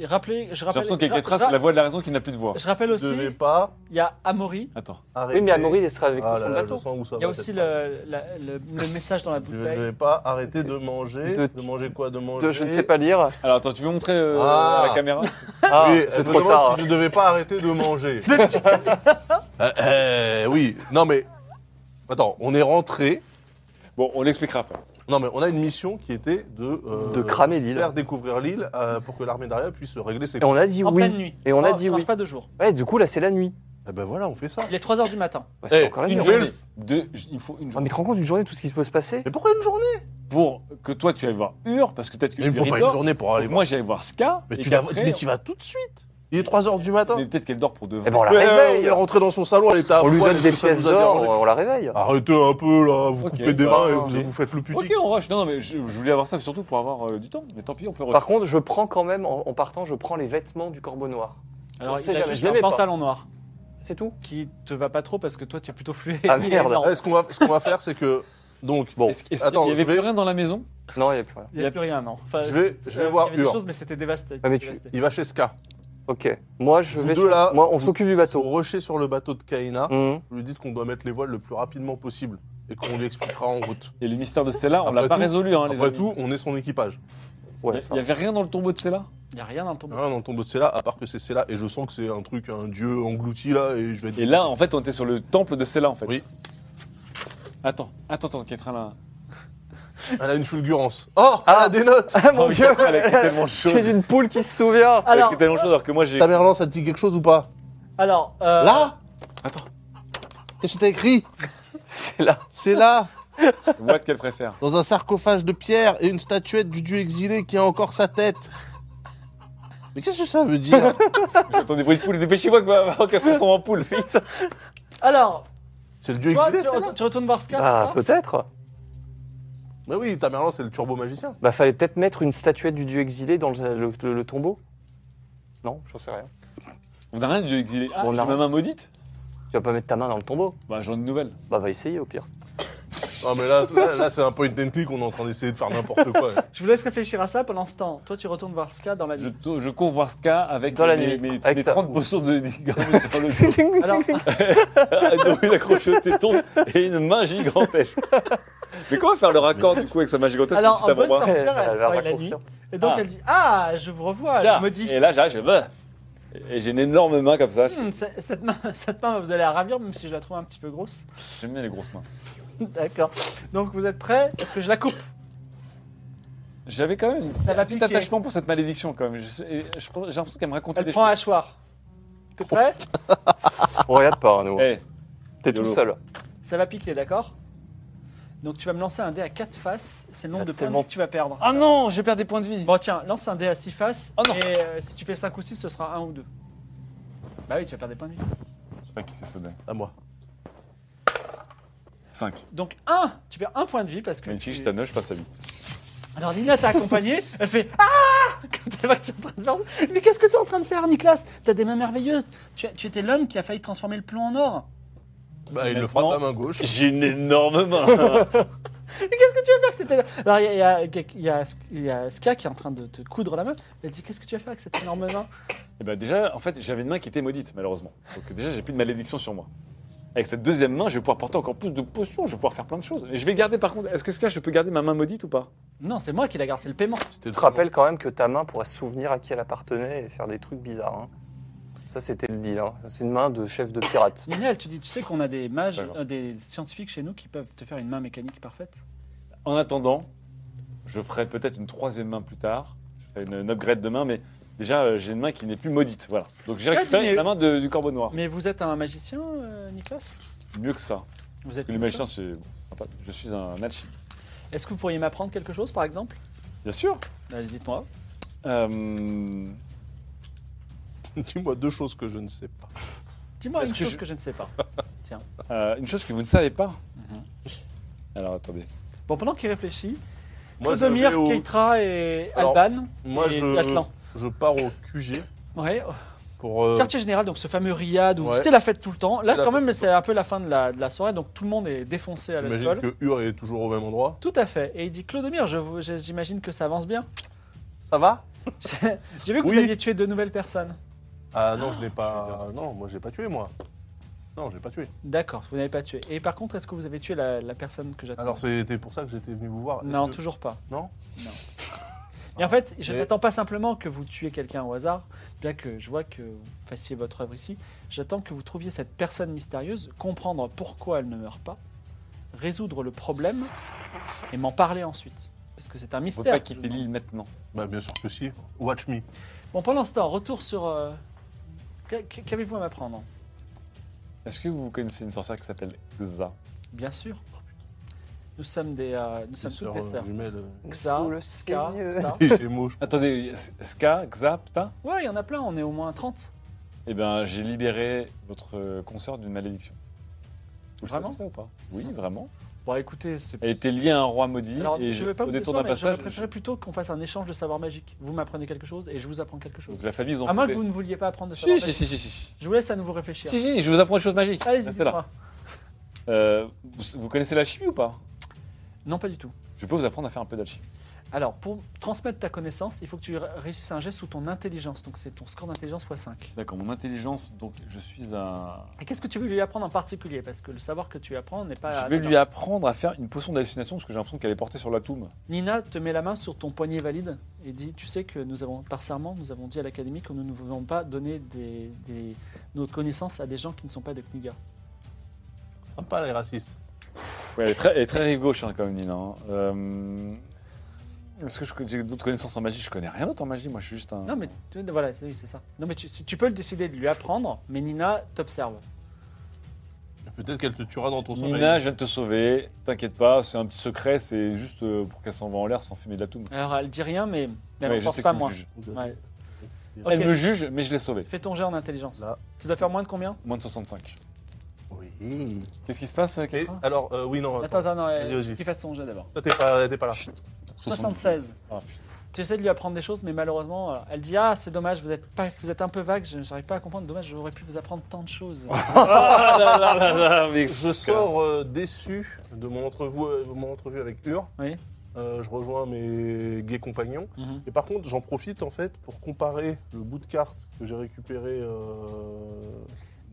[SPEAKER 1] Et rappelez, je
[SPEAKER 4] J'ai
[SPEAKER 1] rappelle,
[SPEAKER 4] l'impression que
[SPEAKER 1] je,
[SPEAKER 4] Ketra, c'est la voix de la raison qui n'a plus de voix.
[SPEAKER 1] je rappelle
[SPEAKER 3] Vous
[SPEAKER 1] aussi,
[SPEAKER 3] devez pas
[SPEAKER 1] il y a Amaury,
[SPEAKER 4] Attends.
[SPEAKER 3] arrêter.
[SPEAKER 2] Oui, mais Amaury, il sera avec nous
[SPEAKER 3] Ah
[SPEAKER 2] sur
[SPEAKER 3] là
[SPEAKER 2] le
[SPEAKER 3] là, je
[SPEAKER 2] bateau.
[SPEAKER 3] sens où ça
[SPEAKER 1] il y a
[SPEAKER 3] va,
[SPEAKER 1] aussi
[SPEAKER 3] cette
[SPEAKER 1] le, la- le- le message dans la
[SPEAKER 3] phrase. Vous ne
[SPEAKER 1] bouteille.
[SPEAKER 3] devez pas arrêter de manger.
[SPEAKER 2] de-
[SPEAKER 3] De, manger quoi De manger.
[SPEAKER 2] De- je ne sais pas lire.
[SPEAKER 4] Alors, attends, tu peux montrer euh,
[SPEAKER 3] Ah.
[SPEAKER 4] à la caméra
[SPEAKER 2] Ah,
[SPEAKER 3] oui,
[SPEAKER 2] c'est
[SPEAKER 3] elle me
[SPEAKER 2] trop
[SPEAKER 3] demande
[SPEAKER 2] tard.
[SPEAKER 3] euh, si je devais pas arrêter de manger. Euh, euh, oui, non mais. Attends, on est rentré.
[SPEAKER 4] Bon, on l'expliquera après.
[SPEAKER 3] Non mais on a une mission qui était de. euh,
[SPEAKER 2] De cramer l'île.
[SPEAKER 3] Faire découvrir l'île euh, pour que l'armée d'Aria puisse régler ses
[SPEAKER 2] Et on a dit
[SPEAKER 1] En pleine
[SPEAKER 2] oui.
[SPEAKER 1] nuit.
[SPEAKER 2] Et on a
[SPEAKER 1] Non,
[SPEAKER 2] dit
[SPEAKER 1] ça marche
[SPEAKER 2] oui.
[SPEAKER 1] pas de jour.
[SPEAKER 2] Ouais, du coup, là, c'est la nuit.
[SPEAKER 3] Eh ben voilà, on fait ça.
[SPEAKER 1] Il est 3h du matin.
[SPEAKER 2] Ouais, c'est
[SPEAKER 3] Eh,
[SPEAKER 2] encore la nuit.
[SPEAKER 4] Une
[SPEAKER 3] Une
[SPEAKER 2] hein.
[SPEAKER 4] journée.
[SPEAKER 3] elfe.
[SPEAKER 4] Deux, il faut une
[SPEAKER 2] Ah, mais
[SPEAKER 4] journée.
[SPEAKER 2] tu te rends compte d'une journée, tout ce qui peut se passer
[SPEAKER 3] Mais pourquoi une journée
[SPEAKER 4] pour que toi tu ailles voir Ur, parce que peut-être que
[SPEAKER 3] Mais il me faut
[SPEAKER 4] Ur, il
[SPEAKER 3] pas une
[SPEAKER 4] dort,
[SPEAKER 3] journée pour
[SPEAKER 4] faut
[SPEAKER 3] aller
[SPEAKER 4] que
[SPEAKER 3] voir.
[SPEAKER 4] moi j'aille voir Ska.
[SPEAKER 3] Mais
[SPEAKER 4] et
[SPEAKER 3] tu, la-
[SPEAKER 4] qu'après,
[SPEAKER 3] mais tu y vas tout de suite. Il est 3h du matin.
[SPEAKER 4] Mais peut-être qu'elle dort pour de vrai.
[SPEAKER 2] Eh ben, on la
[SPEAKER 3] Ouais,
[SPEAKER 2] réveille.
[SPEAKER 3] elle est rentrée dans son salon, elle était à
[SPEAKER 2] on lui
[SPEAKER 3] poil,
[SPEAKER 2] donne
[SPEAKER 3] est-ce
[SPEAKER 2] des
[SPEAKER 3] que ça
[SPEAKER 2] pièces
[SPEAKER 3] vous a
[SPEAKER 2] d'or,
[SPEAKER 3] dérangé Ah,
[SPEAKER 2] on la réveille.
[SPEAKER 3] Arrêtez un peu là, vous
[SPEAKER 4] Ok,
[SPEAKER 3] coupez des
[SPEAKER 4] bah,
[SPEAKER 3] mains et
[SPEAKER 4] ok.
[SPEAKER 3] vous, vous faites le pudique.
[SPEAKER 4] Ok, on rush. Non, non, mais je, je voulais avoir ça surtout pour avoir euh, du temps. Mais tant pis, on peut
[SPEAKER 2] Par
[SPEAKER 4] rush.
[SPEAKER 2] contre, je prends quand même, en, en partant, je prends les vêtements du corbeau noir.
[SPEAKER 1] Alors,
[SPEAKER 2] On
[SPEAKER 1] il
[SPEAKER 2] sait
[SPEAKER 1] a
[SPEAKER 2] jamais,
[SPEAKER 1] juste
[SPEAKER 2] je l'aimais
[SPEAKER 1] un
[SPEAKER 2] pas.
[SPEAKER 1] pantalon noir
[SPEAKER 2] C'est tout
[SPEAKER 1] qui te va pas trop parce que toi, tu es plutôt fluet.
[SPEAKER 2] Ah,
[SPEAKER 1] Il est
[SPEAKER 2] merde.
[SPEAKER 3] Ah,
[SPEAKER 1] énorme.
[SPEAKER 3] Ce qu'on va, ce qu'on va faire, c'est que. Donc,
[SPEAKER 2] Bon,
[SPEAKER 4] Est-ce est-ce
[SPEAKER 3] Attends,
[SPEAKER 4] qu'il y
[SPEAKER 3] je
[SPEAKER 4] avait plus
[SPEAKER 3] vais-
[SPEAKER 4] rien dans la maison
[SPEAKER 2] non, il n'y a plus rien.
[SPEAKER 1] Il n'y a plus rien, non. Enfin,
[SPEAKER 3] je vais, je
[SPEAKER 1] euh,
[SPEAKER 3] vais voir
[SPEAKER 1] Il y avait des
[SPEAKER 3] Ur.
[SPEAKER 1] choses, mais c'était dévasté.
[SPEAKER 2] Ah, mais tu-
[SPEAKER 1] dévasté.
[SPEAKER 3] Il va chez Ska.
[SPEAKER 2] Ok. Moi, je
[SPEAKER 3] Vous
[SPEAKER 2] vais.
[SPEAKER 3] deux,
[SPEAKER 2] sur-
[SPEAKER 3] là,
[SPEAKER 2] Moi, on
[SPEAKER 3] vous-
[SPEAKER 2] s'occupe du
[SPEAKER 3] Pour
[SPEAKER 2] bateau.
[SPEAKER 3] rusher sur le bateau de Kaina,
[SPEAKER 1] Mm.
[SPEAKER 2] Mhm.
[SPEAKER 3] vous lui dites qu'on doit mettre les voiles le plus rapidement possible et qu'on lui expliquera en route.
[SPEAKER 4] Et le mystère de Stella, on
[SPEAKER 3] Après
[SPEAKER 4] l'a pas
[SPEAKER 3] tout-
[SPEAKER 4] résolu,
[SPEAKER 1] Ah,
[SPEAKER 4] hein, les
[SPEAKER 3] Après
[SPEAKER 4] amis.
[SPEAKER 3] tout, on est son équipage.
[SPEAKER 4] Il y-
[SPEAKER 2] Ouais, ça.
[SPEAKER 4] il y avait rien dans le tombeau de Stella
[SPEAKER 1] Il n'y a rien dans le tombeau.
[SPEAKER 3] Rien Hein, dans le tombeau de Sela, à part que c'est Sela, et je sens que c'est un truc, un dieu englouti là, et je vais être.
[SPEAKER 4] Et là, en fait, on était sur le temple de Stella, en fait.
[SPEAKER 3] Oui.
[SPEAKER 4] Attends, attends, attends, Catherine.
[SPEAKER 3] Elle a une fulgurance. Oh Elle a des notes
[SPEAKER 2] Ah mon
[SPEAKER 4] Oh,
[SPEAKER 2] dieu
[SPEAKER 4] elle a écrit tellement de choses.
[SPEAKER 2] C'est une poule qui se souvient
[SPEAKER 4] Elle a
[SPEAKER 1] Alors-
[SPEAKER 4] écrit tellement de choses alors que moi j'ai.
[SPEAKER 3] Tamerlan, ça te dit quelque chose ou pas
[SPEAKER 1] Alors, euh,
[SPEAKER 3] Là
[SPEAKER 4] Attends,
[SPEAKER 3] Qu'est-ce que t'as écrit
[SPEAKER 2] C'est là.
[SPEAKER 3] C'est là
[SPEAKER 4] what qu'elle préfère.
[SPEAKER 3] dans un sarcophage de pierre et une statuette du dieu exilé qui a encore sa tête. Mais qu'est-ce que ça veut dire
[SPEAKER 4] J'entends des bruits de poule, dépêchez-moi que ma- avant qu'elle se transforme en poule, vite.
[SPEAKER 1] alors
[SPEAKER 3] C'est le dieu
[SPEAKER 1] toi,
[SPEAKER 3] exilé,
[SPEAKER 1] tu,
[SPEAKER 3] c'est là
[SPEAKER 1] tu retournes voir Scar
[SPEAKER 2] Ah,
[SPEAKER 1] c'est ça
[SPEAKER 2] peut-être
[SPEAKER 3] Mais oui, Tamerlan, c'est le turbo magicien.
[SPEAKER 2] Bah, fallait peut-être mettre une statuette du dieu exilé dans le, le- le- le tombeau Non, j'en sais rien.
[SPEAKER 4] On n'a rien dû exiler. Ah,
[SPEAKER 2] On
[SPEAKER 4] j'ai
[SPEAKER 2] a-
[SPEAKER 4] ma main maudite
[SPEAKER 2] Tu vas pas mettre ta main dans le tombeau
[SPEAKER 4] Bah, j'en ai une nouvelle.
[SPEAKER 2] Bah, va essayer au pire.
[SPEAKER 3] Non, mais là, là, là, c'est un point and click, on est en train d'essayer de faire n'importe quoi.
[SPEAKER 1] Je vous laisse réfléchir à ça pendant ce temps. Toi, tu retournes voir Ska dans la
[SPEAKER 4] Je,
[SPEAKER 1] nuit.
[SPEAKER 4] to- je cours voir Ska avec
[SPEAKER 2] Dans la nuit,
[SPEAKER 4] mes, mes-
[SPEAKER 2] avec
[SPEAKER 4] mes
[SPEAKER 2] ta-
[SPEAKER 4] 30 potions de dégâts sur le dos.
[SPEAKER 1] Alors,
[SPEAKER 4] Adoris accroché au téton et une main gigantesque. Mais comment faire le raccord du coup avec sa main gigantesque
[SPEAKER 1] Alors,
[SPEAKER 4] juste avant hein.
[SPEAKER 1] en bonne
[SPEAKER 4] moi
[SPEAKER 1] sortie- sorcière, elle
[SPEAKER 2] va
[SPEAKER 1] travaille la nuit.
[SPEAKER 2] raccourcir.
[SPEAKER 1] et donc,
[SPEAKER 4] Ah.
[SPEAKER 1] elle dit Ah, je vous revois.
[SPEAKER 4] Là,
[SPEAKER 1] Elle me dit
[SPEAKER 4] Et là, j'arrive, je veux. Et j'ai une énorme main comme ça. je-
[SPEAKER 1] Hum, c'est- cette, main, cette main, vous allez la ravir, même si je la trouve un petit peu grosse.
[SPEAKER 4] J'aime bien les grosses mains.
[SPEAKER 1] D'accord. Donc, vous êtes prêts Est-ce que je la coupe
[SPEAKER 4] J'avais quand même
[SPEAKER 1] Ça
[SPEAKER 4] un
[SPEAKER 1] va
[SPEAKER 4] petit
[SPEAKER 1] piquer.
[SPEAKER 4] attachement pour cette malédiction quand même. Je- et je- J'ai l'impression qu'elle me racontait
[SPEAKER 1] Elle
[SPEAKER 4] des
[SPEAKER 1] prend un
[SPEAKER 4] choses.
[SPEAKER 1] hachoir. T'es prêt
[SPEAKER 2] On regarde pas, hein, nous.
[SPEAKER 4] Eh,
[SPEAKER 2] T'es tout
[SPEAKER 4] YOLO.
[SPEAKER 2] seul.
[SPEAKER 1] Ça va piquer, d'accord Donc, tu vas me lancer un dé à 4 faces. C'est le nombre
[SPEAKER 2] T'as
[SPEAKER 1] de points de
[SPEAKER 2] tellement-
[SPEAKER 1] vie que tu vas perdre.
[SPEAKER 4] Ah non, je perds des points de vie.
[SPEAKER 1] Bon, tiens, lance un dé à 6 faces.
[SPEAKER 4] Oh non.
[SPEAKER 1] Et euh, si tu fais 5 ou 6, ce sera 1 ou 2. Bah oui, tu vas perdre des points de vie.
[SPEAKER 4] Je sais pas qui c'est ce dingue.
[SPEAKER 3] À moi.
[SPEAKER 4] 5.
[SPEAKER 1] Donc 1, tu perds 1 point de vie parce que.
[SPEAKER 4] Magnifique,
[SPEAKER 1] tu-
[SPEAKER 4] je t'annonce, je passe à 8.
[SPEAKER 1] Alors Nina t'a accompagnée, elle fait Ah Quand elle voit que c'est en train de faire- Mais qu'est-ce que t'es en train de faire, Nicolas T'as des mains merveilleuses. Tu, as- tu étais l'homme qui a failli transformer le plomb en or.
[SPEAKER 3] Bah, il le
[SPEAKER 4] Maintenant-
[SPEAKER 3] fera de la main gauche.
[SPEAKER 4] J'ai une énorme main.
[SPEAKER 1] Mais qu'est-ce que tu vas faire que c'était. Alors il y a, il y a- il y a- il y a Ska qui est en train de te coudre la main. Elle dit Qu'est-ce que tu vas faire avec cette énorme main
[SPEAKER 4] Et bah déjà, en fait, j'avais une main qui était maudite, malheureusement. Donc déjà, j'ai plus de malédiction sur moi. Avec cette deuxième main, je vais pouvoir porter encore plus de potions, je vais pouvoir faire plein de choses. Et je vais garder, par contre, est-ce que ce cas, je peux garder ma main maudite ou pas
[SPEAKER 1] Non, c'est moi qui la garde, c'est le paiement.
[SPEAKER 3] C'était
[SPEAKER 2] Je te rappelle quand même que ta main pourra se souvenir à qui elle appartenait et faire des trucs bizarres. hein. Ça, c'était le deal. hein. Ça, C'est une main de chef de pirate.
[SPEAKER 1] Nina, elle te dit Tu sais qu'on a des mages,
[SPEAKER 4] D'accord.
[SPEAKER 1] euh, des scientifiques chez nous qui peuvent te faire une main mécanique parfaite
[SPEAKER 4] En attendant, je ferai peut-être une troisième main plus tard. Je ferai une, une upgrade de main, mais déjà, euh, j'ai une main qui n'est plus maudite. Voilà. Donc j'ai
[SPEAKER 1] Ah,
[SPEAKER 4] récupéré
[SPEAKER 1] mais-
[SPEAKER 4] la main de- du corbeau noir.
[SPEAKER 1] Mais vous êtes un magicien, euh, Nicolas
[SPEAKER 4] Mieux que ça.
[SPEAKER 1] Vous êtes.
[SPEAKER 4] Que les magiciens, c'est bon, c'est sympa. Je suis un alchimiste.
[SPEAKER 1] Est-ce que vous pourriez m'apprendre quelque chose, par exemple
[SPEAKER 4] Bien sûr.
[SPEAKER 1] Allez, dites-moi.
[SPEAKER 4] Euh,
[SPEAKER 3] Dis-moi deux choses que je ne sais pas.
[SPEAKER 1] Dis-moi
[SPEAKER 4] Est-ce
[SPEAKER 1] une
[SPEAKER 4] que
[SPEAKER 1] chose
[SPEAKER 4] je-
[SPEAKER 1] que je ne sais pas.
[SPEAKER 4] euh, une chose que vous ne savez pas.
[SPEAKER 1] Mhm.
[SPEAKER 4] Alors attendez.
[SPEAKER 1] Bon, pendant qu'il réfléchit,
[SPEAKER 3] Moi, je,
[SPEAKER 1] Clodomir,
[SPEAKER 3] vais au-
[SPEAKER 1] Keitra et
[SPEAKER 3] Alors,
[SPEAKER 1] Alban
[SPEAKER 3] moi,
[SPEAKER 1] et
[SPEAKER 3] je-
[SPEAKER 1] Atlan.
[SPEAKER 3] je pars au QG
[SPEAKER 1] Ouais, au
[SPEAKER 3] pour. euh,
[SPEAKER 1] quartier général, donc ce fameux riad où
[SPEAKER 3] Ouais.
[SPEAKER 1] c'est la fête tout le temps. Là,
[SPEAKER 3] C'est la
[SPEAKER 1] quand
[SPEAKER 3] fête
[SPEAKER 1] même, c'est un peu la fin de la, de la soirée, donc tout le monde est défoncé à
[SPEAKER 3] J'imagine
[SPEAKER 1] l'alcool.
[SPEAKER 3] que Ur est toujours au même endroit.
[SPEAKER 1] Tout à fait. Et il dit Clodomir, je vous- je- j'imagine que ça avance bien.
[SPEAKER 3] Ça va
[SPEAKER 1] J'ai vu que
[SPEAKER 3] Oui.
[SPEAKER 1] vous aviez tué deux nouvelles personnes.
[SPEAKER 3] Ah non, je l'ai pas.
[SPEAKER 4] intéressé.
[SPEAKER 3] Non, moi, j'ai pas tué, moi. Non, j'ai pas tué.
[SPEAKER 1] D'accord, vous n'avez pas tué. Et par contre, est-ce que vous avez tué la, la personne que j'attends
[SPEAKER 3] Alors, c'était pour ça que j'étais venu vous voir.
[SPEAKER 1] Non,
[SPEAKER 3] Est-ce que-
[SPEAKER 1] toujours pas.
[SPEAKER 3] Non
[SPEAKER 1] Et en fait, je
[SPEAKER 3] Mais-
[SPEAKER 1] n'attends pas simplement que vous tuiez quelqu'un au hasard, bien que je vois que vous fassiez votre œuvre ici. J'attends que vous trouviez cette personne mystérieuse, comprendre pourquoi elle ne meurt pas, résoudre le problème et m'en parler ensuite. Parce que c'est un
[SPEAKER 4] Faut
[SPEAKER 1] mystère.
[SPEAKER 4] pas quitter l'île maintenant.
[SPEAKER 3] Bah, bien sûr que si. Watch me.
[SPEAKER 1] Bon, pendant ce temps, retour sur. euh, qu'a- Qu'avez-vous à m'apprendre
[SPEAKER 4] Est-ce que vous connaissez une sorcière qui s'appelle Xa
[SPEAKER 1] Bien sûr. Nous sommes des, euh, nous sommes toutes des sœurs.
[SPEAKER 3] jumelles.
[SPEAKER 1] Ça,
[SPEAKER 2] Sous le
[SPEAKER 1] Ska,
[SPEAKER 2] seigneur.
[SPEAKER 1] ça.
[SPEAKER 3] Et Gémeaux, je pense.
[SPEAKER 4] Attendez, Ska, Xa, Pta
[SPEAKER 1] Ouais, il y en a plein. On est au moins 30.
[SPEAKER 4] Eh bien, j'ai libéré votre euh, consort d'une malédiction. Vous le
[SPEAKER 1] Vraiment
[SPEAKER 4] savez, ça ou pas Oui, vraiment.
[SPEAKER 1] Bon, écoutez, c'est.
[SPEAKER 4] Elle était liée à un roi maudit
[SPEAKER 1] Alors,
[SPEAKER 4] et
[SPEAKER 1] je
[SPEAKER 4] je,
[SPEAKER 1] ne vais pas
[SPEAKER 4] au
[SPEAKER 1] vous
[SPEAKER 4] détour
[SPEAKER 1] décevoir,
[SPEAKER 4] d'un
[SPEAKER 1] mais je
[SPEAKER 4] passage,
[SPEAKER 1] préférerais plutôt qu'on fasse un échange de savoir magique. Vous m'apprenez quelque chose et je vous apprends quelque
[SPEAKER 4] je-
[SPEAKER 1] chose.
[SPEAKER 4] donc la famille ils ont
[SPEAKER 1] À moins que
[SPEAKER 4] fait-
[SPEAKER 1] vous ne vouliez pas apprendre de savoir
[SPEAKER 4] Si,
[SPEAKER 1] magique.
[SPEAKER 4] si, si, si, si.
[SPEAKER 1] Je vous laisse à nouveau réfléchir.
[SPEAKER 4] Si, si, je vous apprends des choses magiques.
[SPEAKER 1] Allez-y,
[SPEAKER 4] Restez là.
[SPEAKER 1] dites-moi.
[SPEAKER 4] Euh, vous, vous connaissez l'alchimie ou pas
[SPEAKER 1] Non, pas du tout.
[SPEAKER 4] Je peux vous apprendre à faire un peu d'alchimie.
[SPEAKER 1] Alors, pour transmettre ta connaissance, il faut que tu ré- réussisses un geste sous ton intelligence. Donc, c'est ton score d'intelligence x5.
[SPEAKER 4] D'accord, mon intelligence, donc je suis un.
[SPEAKER 1] Et qu'est-ce que tu veux lui apprendre en particulier Parce que le savoir que tu apprends n'est pas.
[SPEAKER 4] je vais lui apprendre à faire une potion d'hallucination parce que j'ai l'impression qu'elle est portée sur la tombe.
[SPEAKER 1] Nina te met la main sur ton poignet valide et dit Tu sais que nous avons, par serment, nous avons dit à l'académie que nous ne voulons pas donner des, des- nos connaissances à des gens qui ne sont pas des Kniga.
[SPEAKER 3] Sympa les racistes.
[SPEAKER 4] Ouais, elle est très, elle est très rive gauche hein, quand même, Nina. hein. Euh, Est-ce que je- j'ai d'autres connaissances en magie Je connais rien d'autre en magie, moi je suis juste un.
[SPEAKER 1] Non, mais tu- voilà, c'est oui, c'est ça. Non, mais tu, si, tu peux le décider de lui apprendre, mais Nina t'observe.
[SPEAKER 3] Peut-être qu'elle te tuera dans ton sommeil.
[SPEAKER 4] Nina, je viens de te sauver, t'inquiète pas, c'est un petit secret, c'est juste euh, pour qu'elle s'en va en l'air sans fumer de la toum.
[SPEAKER 1] Alors, elle dit rien, mais, mais elle
[SPEAKER 4] Ouais,
[SPEAKER 1] ne
[SPEAKER 4] je
[SPEAKER 1] pense
[SPEAKER 4] sais
[SPEAKER 1] pas
[SPEAKER 4] qu'elle me
[SPEAKER 1] moins.
[SPEAKER 4] juge.
[SPEAKER 1] Ouais.
[SPEAKER 3] Ok.
[SPEAKER 4] Elle me juge, mais je l'ai sauvée.
[SPEAKER 1] Fais ton jet en intelligence.
[SPEAKER 3] Là.
[SPEAKER 1] Tu dois faire moins de combien
[SPEAKER 4] Moins de 65.
[SPEAKER 3] Oui.
[SPEAKER 4] Qu'est-ce qui se passe,
[SPEAKER 3] Et
[SPEAKER 4] Kétra
[SPEAKER 3] alors, euh, oui, non.
[SPEAKER 1] Ah. Attends,
[SPEAKER 3] Attends,
[SPEAKER 1] attends, non,
[SPEAKER 3] Vas-y,
[SPEAKER 1] euh,
[SPEAKER 3] vas-y.
[SPEAKER 1] qu'il fasse son jet d'abord.
[SPEAKER 3] toi, t'es pas, t'es pas là.
[SPEAKER 1] 76.
[SPEAKER 4] Ah, putain.
[SPEAKER 1] Tu essaies de lui apprendre des choses, mais malheureusement, euh, elle dit Ah, c'est dommage, vous êtes, pas, vous êtes un peu vague, je n'arrive pas à comprendre. Dommage, j'aurais pu vous apprendre tant de choses.
[SPEAKER 4] Ah là là là là, mais
[SPEAKER 3] Je sors euh, déçu de mon entrevue, euh, mon entrevue avec Ur.
[SPEAKER 1] Oui.
[SPEAKER 3] Euh, je rejoins mes gays compagnons.
[SPEAKER 1] Mhm.
[SPEAKER 3] Et par contre, j'en profite en fait pour comparer le bout de carte que j'ai récupéré euh,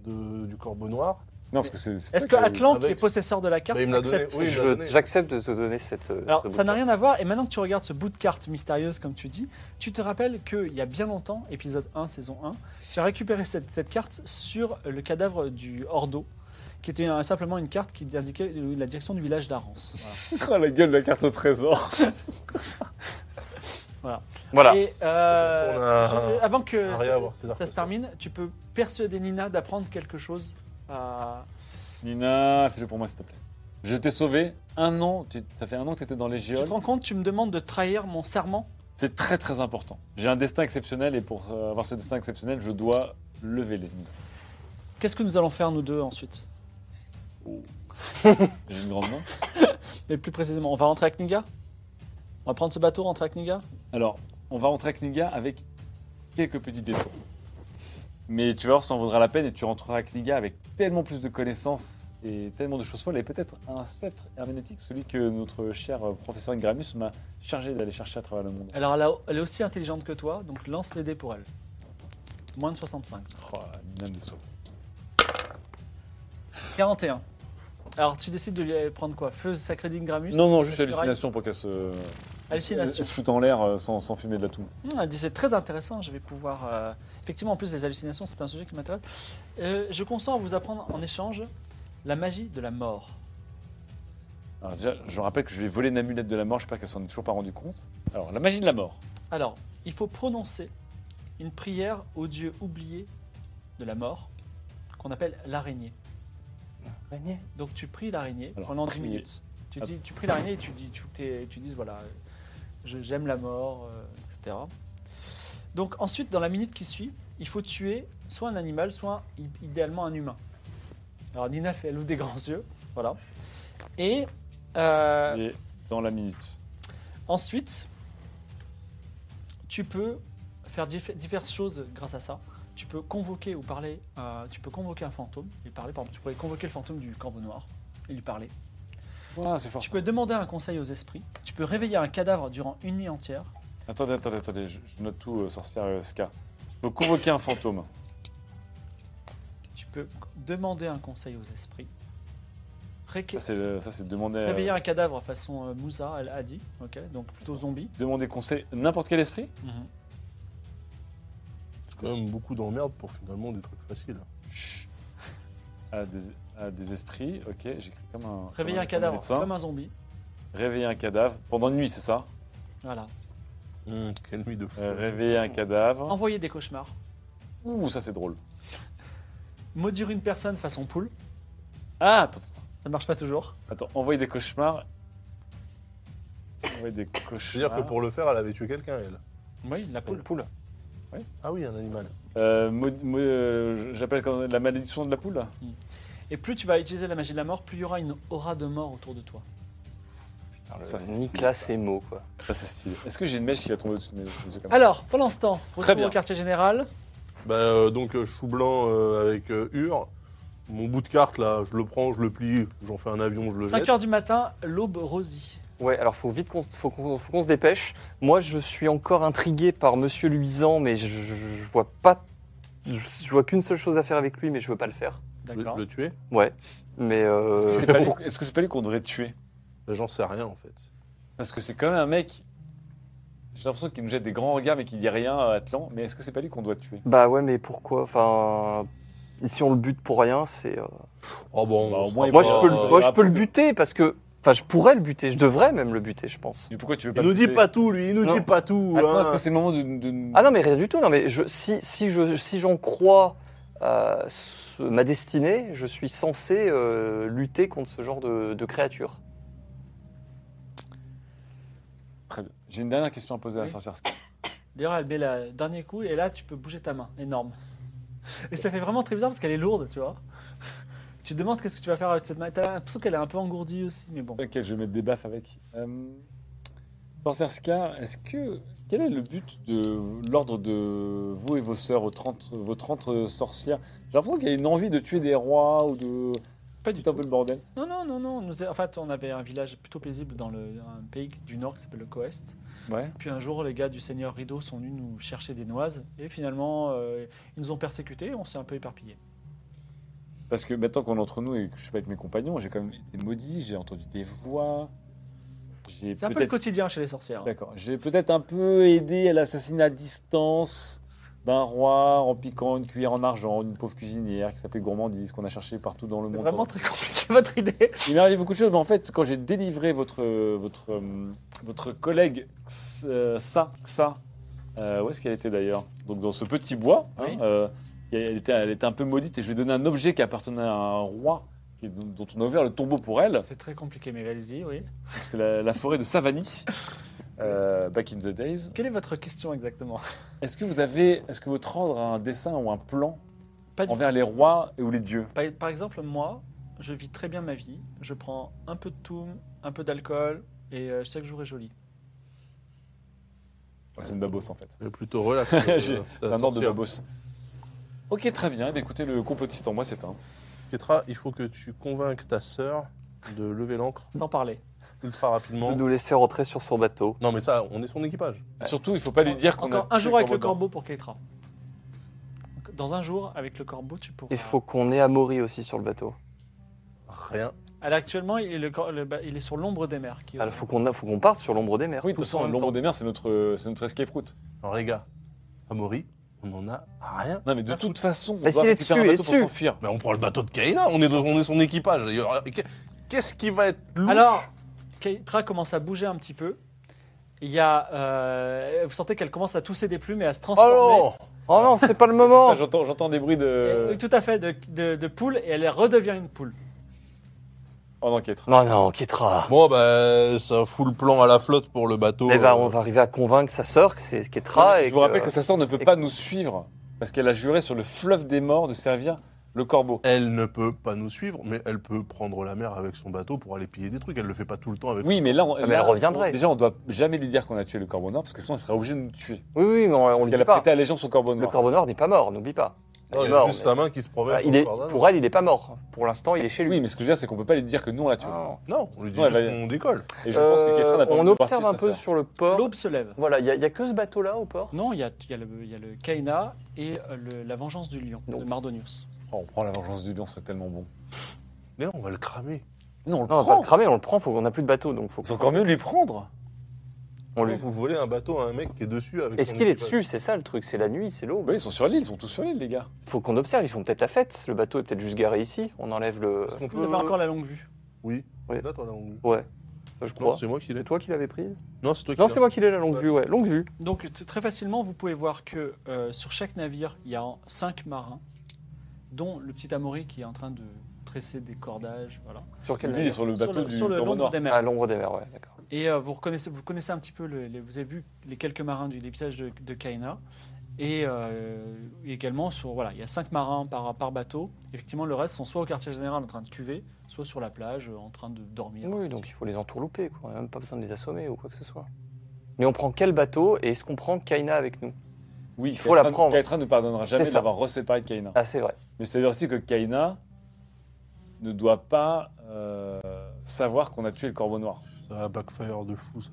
[SPEAKER 3] de- du Corbeau Noir.
[SPEAKER 4] Non, parce que c'est. c'est
[SPEAKER 1] Est-ce que
[SPEAKER 4] toi qui-
[SPEAKER 1] Atlan,
[SPEAKER 3] avec-
[SPEAKER 1] qui est possesseur de la carte,
[SPEAKER 3] Bah, il me l'a donné.
[SPEAKER 1] accepte
[SPEAKER 3] Oui, il me l'a
[SPEAKER 2] Je-
[SPEAKER 3] donné.
[SPEAKER 2] J'accepte de te donner cette. euh,
[SPEAKER 1] Alors,
[SPEAKER 2] ce
[SPEAKER 1] ça n'a
[SPEAKER 2] bouquin.
[SPEAKER 1] rien à voir, et maintenant que tu regardes ce bout de carte mystérieuse, comme tu dis, tu te rappelles qu'il y a bien longtemps, épisode 1, saison 1, tu as récupéré cette, cette carte sur le cadavre du Ordo, qui était un- simplement une carte qui indiquait euh, la direction du village d'Arance.
[SPEAKER 4] Oh, la gueule de la carte au trésor.
[SPEAKER 2] Voilà.
[SPEAKER 1] Et euh,
[SPEAKER 3] On a-
[SPEAKER 1] je- avant que
[SPEAKER 3] un rien à voir, César
[SPEAKER 1] ça se
[SPEAKER 3] Costa.
[SPEAKER 1] termine, tu peux persuader Nina d'apprendre quelque chose à...
[SPEAKER 4] Nina, fais-le pour moi, s'il te plaît. Je t'ai sauvé un an, tu- ça fait un an que t'étais dans les
[SPEAKER 1] Tu
[SPEAKER 4] géoles.
[SPEAKER 1] te rends compte, tu me demandes de trahir mon serment
[SPEAKER 4] C'est très très important. J'ai un destin exceptionnel et pour euh, avoir ce destin exceptionnel, je dois lever l'ennemi.
[SPEAKER 1] Qu'est-ce que nous allons faire, nous deux, ensuite
[SPEAKER 4] J'ai une grande main.
[SPEAKER 1] Mais plus précisément, on va rentrer à Kniga On va prendre ce bateau, rentrer à Kniga
[SPEAKER 4] Alors, on va rentrer à Kniga avec quelques petits défauts. Mais tu vas voir, ça en vaudra la peine et tu rentreras à Kniga avec tellement plus de connaissances et tellement de choses folles et peut-être un sceptre herméneutique, celui que notre cher euh, professeur Ingramus m'a chargé d'aller chercher à travers le monde.
[SPEAKER 1] Alors, elle, a- elle est aussi intelligente que toi, donc lance les dés pour elle. Moins de 65.
[SPEAKER 4] Oh, Nina me déçoit.
[SPEAKER 1] 41. Alors, tu décides de lui prendre quoi Feu sacré d'Ingramus
[SPEAKER 4] Non, non, juste
[SPEAKER 1] Est-ce que
[SPEAKER 4] hallucination pour qu'elle se.
[SPEAKER 1] Hallucination.
[SPEAKER 4] elle se foute en l'air euh, sans, sans fumer de la toux.
[SPEAKER 1] Hmm, elle dit c'est très intéressant, je vais pouvoir... euh, Effectivement, en plus, les hallucinations, c'est un sujet qui m'intéresse. Euh, je consens à vous apprendre en échange la magie de la mort.
[SPEAKER 4] Alors déjà, je rappelle que je lui ai volé une amulette de la mort, j'espère qu'elle s'en est toujours pas rendue compte. Alors, la magie de la mort.
[SPEAKER 1] Alors, il faut prononcer une prière au dieu oublié de la mort, qu'on appelle l'araignée. Donc tu pries l'araignée
[SPEAKER 4] Alors,
[SPEAKER 1] pendant 10
[SPEAKER 4] prier.
[SPEAKER 1] minutes. Tu,
[SPEAKER 4] Ah.
[SPEAKER 1] dis, tu pries l'araignée et tu dis, tu, t'es- tu dis voilà, euh, je- j'aime la mort, euh, etc. Donc ensuite, dans la minute qui suit, il faut tuer soit un animal, soit i- idéalement un humain. Alors Nina fait, elle ouvre des grands yeux, voilà. Et euh,
[SPEAKER 4] Et dans la minute.
[SPEAKER 1] Ensuite, tu peux faire dif- diverses choses grâce à ça. Tu peux convoquer ou parler, euh, tu peux convoquer un fantôme, lui parler, par exemple, tu pourrais convoquer le fantôme du corbeau noir et lui parler.
[SPEAKER 4] Ouah, Ah, c'est fort.
[SPEAKER 1] Tu peux demander un conseil aux esprits, tu peux réveiller un cadavre durant une nuit entière.
[SPEAKER 4] Attendez, attendez, attendez, je, je note tout, euh, sorcière euh, Ska. Je peux convoquer un fantôme.
[SPEAKER 1] Tu peux demander un conseil aux esprits. Réque-
[SPEAKER 4] Ça, c'est euh, ça, c'est demander, euh,
[SPEAKER 1] réveiller un cadavre façon euh, Moussa al Hadi, ok, donc plutôt zombie.
[SPEAKER 4] euh, demander conseil n'importe quel esprit.
[SPEAKER 3] C'est quand même beaucoup d'emmerdes pour finalement des trucs faciles.
[SPEAKER 4] Chut. À des, à des esprits, ok, j'écris comme un.
[SPEAKER 1] Réveiller
[SPEAKER 4] comme
[SPEAKER 1] un cadavre
[SPEAKER 4] médecin.
[SPEAKER 1] comme un zombie.
[SPEAKER 4] Réveiller un cadavre pendant une nuit, c'est ça
[SPEAKER 1] Voilà.
[SPEAKER 3] Hum, quelle nuit de fou.
[SPEAKER 4] Euh, Réveiller un cadavre.
[SPEAKER 1] Envoyer des cauchemars.
[SPEAKER 4] Ouh, ça c'est drôle.
[SPEAKER 1] Maudire une personne façon poule,
[SPEAKER 4] Ah, attends,
[SPEAKER 1] ça ne marche pas toujours.
[SPEAKER 4] attends, envoyer des cauchemars Ouais, des cauchemars.
[SPEAKER 3] C'est-à-dire que pour le faire, elle avait tué quelqu'un, elle.
[SPEAKER 4] Oui, la poule. poule.
[SPEAKER 3] Ah oui, un animal.
[SPEAKER 4] Euh, mod- mo- euh, J'appelle quand- la malédiction de la poule. là.
[SPEAKER 1] Et plus tu vas utiliser la magie de la mort, plus il y aura une aura de mort autour de toi.
[SPEAKER 4] Ça, c'est
[SPEAKER 2] Nicolas Emo, quoi.
[SPEAKER 4] Ça, c'est stylé. Est-ce que j'ai une mèche qui va tomber au-dessus de mes des yeux comme ça
[SPEAKER 1] Alors, pendant ce temps,
[SPEAKER 4] Très
[SPEAKER 1] retour
[SPEAKER 4] bien.
[SPEAKER 1] au quartier général.
[SPEAKER 3] Bah, euh, donc, euh, chou blanc euh, avec euh, Ur. Mon bout de carte, là, je le prends, je le plie, j'en fais un avion, je le jette.
[SPEAKER 1] 5h du matin, l'aube rosie.
[SPEAKER 2] Ouais, alors faut vite qu'on se- faut qu'on faut qu'on se dépêche. Moi, je suis encore intrigué par Monsieur Luisan, mais je, je- je vois pas. Je, je vois qu'une seule chose à faire avec lui, mais je veux pas le faire.
[SPEAKER 3] Le,
[SPEAKER 1] D'accord.
[SPEAKER 3] le tuer
[SPEAKER 2] Ouais, mais euh,
[SPEAKER 4] Est-ce que c'est pas lui- est-ce que c'est pas lui qu'on devrait tuer
[SPEAKER 3] Bah, J'en sais rien, en fait.
[SPEAKER 4] Parce que c'est quand même un mec. J'ai l'impression qu'il nous jette des grands regards mais qu'il dit rien à Atlan. Mais est-ce que c'est pas lui qu'on doit tuer
[SPEAKER 2] bah ouais, mais pourquoi Enfin, si on le bute pour rien, c'est. euh,
[SPEAKER 3] Oh bon,
[SPEAKER 4] Bah, au
[SPEAKER 3] on
[SPEAKER 4] moins,
[SPEAKER 3] sera
[SPEAKER 4] il
[SPEAKER 2] Moi,
[SPEAKER 3] pas-
[SPEAKER 2] je peux,
[SPEAKER 4] euh,
[SPEAKER 2] le, moi, je peux le
[SPEAKER 4] rapide.
[SPEAKER 2] buter parce que. Enfin, je pourrais le buter. Je devrais même le buter, je pense.
[SPEAKER 4] Mais pourquoi tu veux pas
[SPEAKER 3] Il nous
[SPEAKER 4] le
[SPEAKER 3] dit
[SPEAKER 4] tuer
[SPEAKER 3] pas tout, lui, il nous
[SPEAKER 2] Non.
[SPEAKER 3] dit pas tout.
[SPEAKER 4] Atlan,
[SPEAKER 3] hein.
[SPEAKER 4] est-ce que c'est le moment de. de-
[SPEAKER 2] Ah non, mais rien du tout. Non, mais je, si, si je, si j'en crois euh, ce- ma destinée, je suis censé euh, lutter contre ce genre de, de créature.
[SPEAKER 4] Très bien. J'ai une dernière question à poser à la
[SPEAKER 1] Oui.
[SPEAKER 4] sorcière.
[SPEAKER 1] D'ailleurs, elle met le dernier coup et là, tu peux bouger ta main. Énorme. Et ça fait vraiment très bizarre parce qu'elle est lourde, tu vois. Tu te demandes qu'est-ce que tu vas faire avec cette main. T'as l'impression qu'elle est un peu engourdie aussi, mais bon.
[SPEAKER 4] Ok, je vais mettre des baffes avec. Euh, Sorcière Scar, est-ce que. Quel est le but de l'ordre de vous et vos sœurs, vos 30, vos 30 sorcières J'ai l'impression qu'il y a une envie de tuer des rois ou de. Pas du tout un peu le bordel.
[SPEAKER 1] Non, non, non, non. Nous, en fait, on avait un village plutôt paisible dans le, un pays du nord qui s'appelle le Coest.
[SPEAKER 4] Ouais.
[SPEAKER 1] Puis un jour, les gars du Seigneur Rideau sont venus nous chercher des noises et finalement, euh, ils nous ont persécutés et on s'est un peu éparpillés.
[SPEAKER 4] Parce que maintenant qu'on est entre nous et que je suis pas avec mes compagnons, j'ai quand même été maudit, j'ai entendu des voix. J'ai
[SPEAKER 1] C'est un peu le
[SPEAKER 4] peut-être
[SPEAKER 1] quotidien chez les sorcières. hein.
[SPEAKER 4] D'accord. J'ai peut-être un peu aidé à l'assassinat à distance d'un roi en piquant une cuillère en argent, une pauvre cuisinière qui s'appelait Gourmandise, qu'on a cherché partout dans le
[SPEAKER 1] C'est
[SPEAKER 4] monde.
[SPEAKER 1] vraiment très compliqué votre idée.
[SPEAKER 4] Il m'est arrivé beaucoup de choses, mais en fait, quand j'ai délivré votre, euh, votre, euh, votre collègue X- euh, Xa, Xa, euh, où est-ce qu'elle était d'ailleurs Donc dans ce petit bois, hein,
[SPEAKER 1] Oui.
[SPEAKER 4] euh, et elle, était, elle était un peu maudite et je lui ai donné un objet qui appartenait à un roi et dont, dont on a ouvert le tombeau pour elle.
[SPEAKER 1] C'est très compliqué, mais allez-y, oui.
[SPEAKER 4] C'est la, la forêt de Savani, euh, back in the days.
[SPEAKER 1] Quelle est votre question exactement
[SPEAKER 4] Est-ce que vous avez, est-ce que votre ordre a un dessin ou un plan
[SPEAKER 1] Pas du-
[SPEAKER 4] envers les rois et ou les dieux
[SPEAKER 1] par, par exemple, moi, je vis très bien ma vie. Je prends un peu de tout, un peu d'alcool et euh, chaque jour est joli.
[SPEAKER 4] Ouais, C'est une babos en fait.
[SPEAKER 3] Euh, Plutôt relax. euh,
[SPEAKER 4] J'ai-
[SPEAKER 3] ta
[SPEAKER 4] C'est un ordre de
[SPEAKER 3] sorcière.
[SPEAKER 4] babos. Ok, très bien. Eh bien, écoutez, le complotiste en moi c'est un.
[SPEAKER 3] Petra, il faut que tu convainques ta sœur de lever l'ancre
[SPEAKER 1] Sans parler.
[SPEAKER 3] ultra
[SPEAKER 2] De
[SPEAKER 3] rapidement.
[SPEAKER 2] nous laisser rentrer sur son bateau.
[SPEAKER 3] Non, mais ça, on est son équipage.
[SPEAKER 4] Surtout, il faut pas lui dire qu'on a
[SPEAKER 1] Encore un
[SPEAKER 4] tué
[SPEAKER 1] jour avec le
[SPEAKER 4] Corbeau.
[SPEAKER 1] corbeau pour Keitra. Donc, Dans un jour, avec le corbeau, tu pourras.
[SPEAKER 4] Ah.
[SPEAKER 2] Il faut qu'on ait Amaury aussi sur le bateau.
[SPEAKER 3] Rien.
[SPEAKER 1] Alors, actuellement, il est, le cor- le ba- il est sur l'ombre des mers. qui-
[SPEAKER 2] Ah, Il faut qu'on faut qu'on parte sur l'ombre des mers.
[SPEAKER 4] Oui, de
[SPEAKER 2] tous
[SPEAKER 4] toute
[SPEAKER 2] en
[SPEAKER 4] façon,
[SPEAKER 2] même
[SPEAKER 4] l'ombre
[SPEAKER 2] temps.
[SPEAKER 4] des mers, c'est notre, euh, c'est notre escape route.
[SPEAKER 3] Alors, les gars, Amaury, on en a rien.
[SPEAKER 4] Non, mais de
[SPEAKER 3] Ah,
[SPEAKER 4] toute façon, on
[SPEAKER 2] Mais
[SPEAKER 4] doit
[SPEAKER 2] s'il est
[SPEAKER 4] récupérer
[SPEAKER 2] dessus,
[SPEAKER 4] un
[SPEAKER 2] il est
[SPEAKER 4] bateau pour
[SPEAKER 2] dessus.
[SPEAKER 4] s'enfuir.
[SPEAKER 3] Mais on prend le bateau de Kaina, on est, de- on est son équipage. Il y aura- qu'est- Qu'est-ce qui va être louche
[SPEAKER 1] Alors, Keitra commence à bouger un petit peu. Il y a, euh, vous sentez qu'elle commence à tousser des plumes et à se transformer.
[SPEAKER 3] Oh non
[SPEAKER 2] Oh non, c'est pas le
[SPEAKER 4] Ah,
[SPEAKER 2] moment.
[SPEAKER 4] J'entends, j'entends des bruits
[SPEAKER 1] Et-
[SPEAKER 4] de.
[SPEAKER 1] oui, Euh, tout à fait, de, de- de poule, et elle redevient une poule.
[SPEAKER 4] En enquête.
[SPEAKER 2] Non non, Ketra.
[SPEAKER 3] Bon, bah, ça fout le plan à la flotte pour le bateau.
[SPEAKER 2] Mais bah, on
[SPEAKER 3] euh,
[SPEAKER 2] va arriver à convaincre sa sœur que c'est Ketra. et
[SPEAKER 4] je vous rappelle
[SPEAKER 2] que-
[SPEAKER 4] que sa sœur ne peut
[SPEAKER 2] et
[SPEAKER 4] pas nous suivre parce qu'elle a juré sur le fleuve des morts de servir le corbeau.
[SPEAKER 3] Elle ne peut pas nous suivre, mais elle peut prendre la mer avec son bateau pour aller piller des trucs. Elle le fait pas tout le temps avec.
[SPEAKER 4] Oui, mais là, on,
[SPEAKER 2] Ah, mais
[SPEAKER 4] là,
[SPEAKER 2] elle reviendrait.
[SPEAKER 4] on- déjà, on doit jamais lui dire qu'on a tué le corbeau noir parce que sinon, elle sera obligée de nous tuer.
[SPEAKER 2] Oui oui, mais on, on
[SPEAKER 4] parce
[SPEAKER 2] lui
[SPEAKER 4] qu'elle
[SPEAKER 2] dit
[SPEAKER 4] a
[SPEAKER 2] pas.
[SPEAKER 4] prêté allégeance au corbeau
[SPEAKER 2] Le
[SPEAKER 4] noir.
[SPEAKER 2] corbeau noir n'est pas mort, n'oublie pas.
[SPEAKER 3] Non,
[SPEAKER 2] Elle est
[SPEAKER 3] il y a
[SPEAKER 2] mort,
[SPEAKER 3] juste
[SPEAKER 2] mais-
[SPEAKER 3] sa main qui se promène.
[SPEAKER 2] Voilà,
[SPEAKER 3] sur
[SPEAKER 2] il
[SPEAKER 3] le
[SPEAKER 2] est,
[SPEAKER 3] cordon.
[SPEAKER 2] pour elle, il n'est pas mort. Pour l'instant, il est chez lui.
[SPEAKER 4] Oui, mais ce que je veux dire, c'est qu'on peut pas lui dire que nous, on l'a tué.
[SPEAKER 2] Ah.
[SPEAKER 3] Non, on lui dit
[SPEAKER 4] Ouais,
[SPEAKER 3] juste
[SPEAKER 4] bah,
[SPEAKER 3] qu'on décolle.
[SPEAKER 4] Et je pense que
[SPEAKER 2] Euh,
[SPEAKER 4] Catherine n'a pas envie
[SPEAKER 2] on
[SPEAKER 4] de partir,
[SPEAKER 2] observe un
[SPEAKER 4] sa
[SPEAKER 2] peu
[SPEAKER 4] sœur.
[SPEAKER 2] sur le port.
[SPEAKER 1] L'aube se lève.
[SPEAKER 2] Voilà, il n'y a, il y a que ce bateau-là au port.
[SPEAKER 1] Non, il y a, il y a le, il y a le Kaina et euh, le- la vengeance du lion,
[SPEAKER 2] Donc.
[SPEAKER 1] de Mardonius.
[SPEAKER 4] Oh, on prend la vengeance du lion, ce serait tellement bon.
[SPEAKER 3] Mais on va le cramer.
[SPEAKER 4] Non, on le
[SPEAKER 2] Non, bah, on va
[SPEAKER 4] prend.
[SPEAKER 2] le cramer, on le prend, faut qu'on n'a plus de bateau, donc faut
[SPEAKER 4] C'est encore mieux de lui prendre.
[SPEAKER 2] on lui.
[SPEAKER 3] Vous volez un bateau à un mec qui est dessus avec.
[SPEAKER 2] Est-ce
[SPEAKER 3] son
[SPEAKER 2] qu'il est
[SPEAKER 3] équipage.
[SPEAKER 2] dessus C'est ça le truc, c'est la nuit, c'est l'aube.
[SPEAKER 4] Bah, ils sont sur l'île, ils sont tous sur l'île, les gars.
[SPEAKER 2] Faut qu'on observe, ils font peut-être la fête. Le bateau est peut-être juste garé ici. On enlève le.
[SPEAKER 3] Est-ce
[SPEAKER 1] Est-ce
[SPEAKER 3] qu'on
[SPEAKER 1] que vous avez
[SPEAKER 3] peut-
[SPEAKER 1] encore la longue vue
[SPEAKER 3] Oui.
[SPEAKER 2] Ouais.
[SPEAKER 3] Là, toi, là, on-
[SPEAKER 2] Ouais, je
[SPEAKER 3] Non,
[SPEAKER 2] crois.
[SPEAKER 3] c'est moi qui l'ai.
[SPEAKER 2] C'est toi qui l'avais prise
[SPEAKER 3] Non, c'est toi qui
[SPEAKER 2] Non,
[SPEAKER 3] l'as.
[SPEAKER 2] c'est moi qui l'ai la longue vue, ouais, longue vue.
[SPEAKER 1] Donc t- très facilement, vous pouvez voir que euh, sur chaque navire, il y a en- cinq marins, dont le petit Amaury qui est en train de tressé des cordages, voilà.
[SPEAKER 2] Sur quel
[SPEAKER 4] Lui, il est
[SPEAKER 2] navire
[SPEAKER 4] sur le
[SPEAKER 1] Sur
[SPEAKER 4] bateau
[SPEAKER 1] le,
[SPEAKER 4] du
[SPEAKER 1] sur le
[SPEAKER 4] Corbeau
[SPEAKER 1] Londres
[SPEAKER 4] Noir.
[SPEAKER 1] des mers.
[SPEAKER 2] À l'ombre des mers, ouais, d'accord.
[SPEAKER 1] Et euh, vous, reconnaissez, vous connaissez un petit peu, le- les- vous avez vu les quelques marins du dépistage de, de Kaina. Et euh, également, sur, voilà, il y a cinq marins par, par bateau. Effectivement, le reste sont soit au quartier général en train de cuver, soit sur la plage euh, en train de dormir.
[SPEAKER 2] Oui, donc il faut les entourlouper, quoi. On n'a même pas besoin de les assommer ou quoi que ce soit. Mais on prend quel bateau et est-ce qu'on prend Kaina avec nous
[SPEAKER 4] Oui,
[SPEAKER 2] Il faut la
[SPEAKER 4] Kaitra-
[SPEAKER 2] prendre.
[SPEAKER 4] Kaitra ne pardonnera jamais
[SPEAKER 2] C'est ça.
[SPEAKER 4] d'avoir reséparé de Kaina.
[SPEAKER 2] Ah, c'est vrai.
[SPEAKER 4] Mais ça veut dire aussi que Kaina ne doit pas euh, savoir qu'on a tué le corbeau noir.
[SPEAKER 3] Ça va backfire de fou, ça.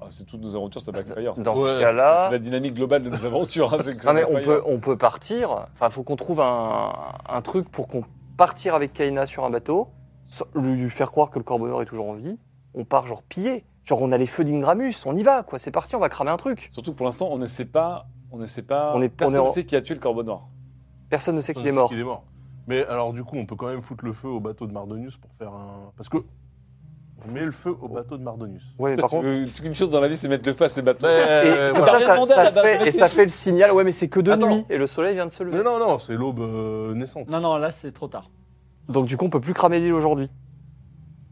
[SPEAKER 4] Ah, c'est toutes nos aventures, c'est Blackfire.
[SPEAKER 2] Dans
[SPEAKER 3] Ouais,
[SPEAKER 2] ce
[SPEAKER 4] C'est
[SPEAKER 2] cas-là.
[SPEAKER 4] la dynamique globale de nos aventures. hein, c'est que
[SPEAKER 2] Non, mais
[SPEAKER 4] c'est
[SPEAKER 2] on
[SPEAKER 4] Blackfire.
[SPEAKER 2] peut, on peut partir. Enfin, il faut qu'on trouve un, un truc pour qu'on partir avec Kaina sur un bateau, sans- lui lui faire croire que le corbeau noir est toujours en vie. On part genre piller. Genre, on a les feux d'Ingramus, on y va, quoi. C'est parti, on va cramer un truc.
[SPEAKER 4] Surtout que pour l'instant, on ne sait pas. On ne sait pas.
[SPEAKER 2] On est-
[SPEAKER 4] personne
[SPEAKER 2] on est en-
[SPEAKER 4] ne sait qui a tué le corbeau noir.
[SPEAKER 2] Personne ne sait
[SPEAKER 3] On
[SPEAKER 2] qu'il est
[SPEAKER 3] sait
[SPEAKER 2] mort.
[SPEAKER 3] qu'il est mort. Mais alors, du coup, on peut quand même foutre le feu au bateau de Mardonius pour faire un. Parce que. On met le feu au bateau de Mardonius.
[SPEAKER 2] Ouais, mais
[SPEAKER 4] Toi,
[SPEAKER 2] par
[SPEAKER 4] tu
[SPEAKER 2] contre.
[SPEAKER 4] veux- Toute une chose dans la vie, c'est mettre le feu à ces bateaux.
[SPEAKER 2] Et,
[SPEAKER 3] Mais
[SPEAKER 2] comme ça,
[SPEAKER 3] voilà.
[SPEAKER 4] T'as
[SPEAKER 2] ça-
[SPEAKER 4] rien demandé à
[SPEAKER 2] ça
[SPEAKER 4] la dame,
[SPEAKER 2] fait,
[SPEAKER 4] mais
[SPEAKER 2] et ça
[SPEAKER 4] t'es-
[SPEAKER 2] fait le signal. Ouais, mais c'est que de
[SPEAKER 3] Attends.
[SPEAKER 2] nuit et le soleil vient de se lever.
[SPEAKER 3] Mais non, non, c'est l'aube euh, naissante.
[SPEAKER 1] Non, non, là, c'est trop tard.
[SPEAKER 2] Donc du coup, on peut plus cramer l'île aujourd'hui.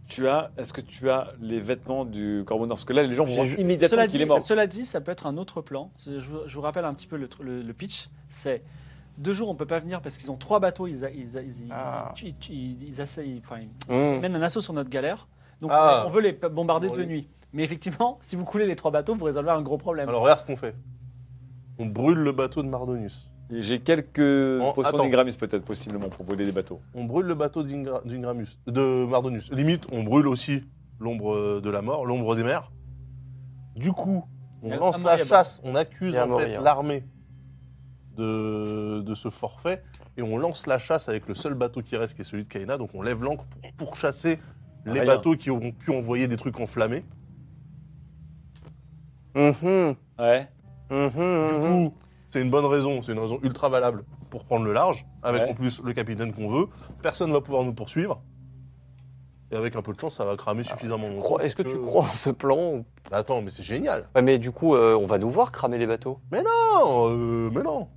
[SPEAKER 4] Tu as. Est-ce que tu as les vêtements du corbeau noir Parce que là, les gens
[SPEAKER 2] J'ai
[SPEAKER 4] vont voir
[SPEAKER 2] ju-
[SPEAKER 4] immédiatement
[SPEAKER 1] Cela
[SPEAKER 4] qu'il
[SPEAKER 1] dit,
[SPEAKER 4] est mort.
[SPEAKER 1] cela dit, ça peut être un autre plan. Je vous, je vous rappelle un petit peu le, tr- le- le pitch. C'est deux jours, on peut pas venir parce qu'ils ont trois bateaux. Ils, a- ils, a- ils-
[SPEAKER 2] Ah.
[SPEAKER 1] ils- ils- ils assa- ils- enfin, ils
[SPEAKER 2] Hmm.
[SPEAKER 1] mènent un assaut sur notre galère. Donc
[SPEAKER 3] Ah.
[SPEAKER 1] on veut les bombarder
[SPEAKER 3] Bon,
[SPEAKER 1] de
[SPEAKER 3] oui.
[SPEAKER 1] nuit. Mais effectivement, si vous coulez les trois bateaux, vous résolvez un gros problème.
[SPEAKER 3] Alors, regarde ce qu'on fait. On brûle le bateau de Mardonius.
[SPEAKER 4] Et J'ai quelques
[SPEAKER 3] Bon,
[SPEAKER 4] potions
[SPEAKER 3] attends.
[SPEAKER 4] d'Ingramis, peut-être, possiblement, pour brûler des bateaux.
[SPEAKER 3] On brûle le bateau d'Ingra- d'Ingramus, de Mardonius. Limite, on brûle aussi l'ombre euh, de la mort, l'ombre des mers. Du coup, on
[SPEAKER 1] Il y a un
[SPEAKER 3] lance la
[SPEAKER 1] moyen.
[SPEAKER 3] chasse, on accuse
[SPEAKER 2] Il y a un
[SPEAKER 3] en fait
[SPEAKER 2] moyen.
[SPEAKER 3] l'armée de, de ce forfait et on lance la chasse avec le seul bateau qui reste, qui est celui de Kaina. Donc on lève l'ancre pour pourchasser les
[SPEAKER 4] Rien.
[SPEAKER 3] bateaux qui ont pu envoyer des trucs enflammés. Mm-hmm,
[SPEAKER 2] Mhm.
[SPEAKER 4] Ouais.
[SPEAKER 2] Mhm.
[SPEAKER 3] Du
[SPEAKER 2] Mhm.
[SPEAKER 3] coup, c'est une bonne raison, c'est une raison ultra valable pour prendre le large, avec
[SPEAKER 4] Ouais.
[SPEAKER 3] en plus le capitaine qu'on veut. Personne ne va pouvoir nous poursuivre. Et avec un peu de chance, ça va cramer suffisamment
[SPEAKER 2] Ah, Tu
[SPEAKER 3] longtemps.
[SPEAKER 2] crois- Est-ce que tu
[SPEAKER 3] Euh,
[SPEAKER 2] crois en ce plan ou-
[SPEAKER 3] Bah Attends, mais c'est génial.
[SPEAKER 2] Ouais, Mais du coup, euh, on va nous voir cramer les bateaux.
[SPEAKER 3] Non, euh, mais non.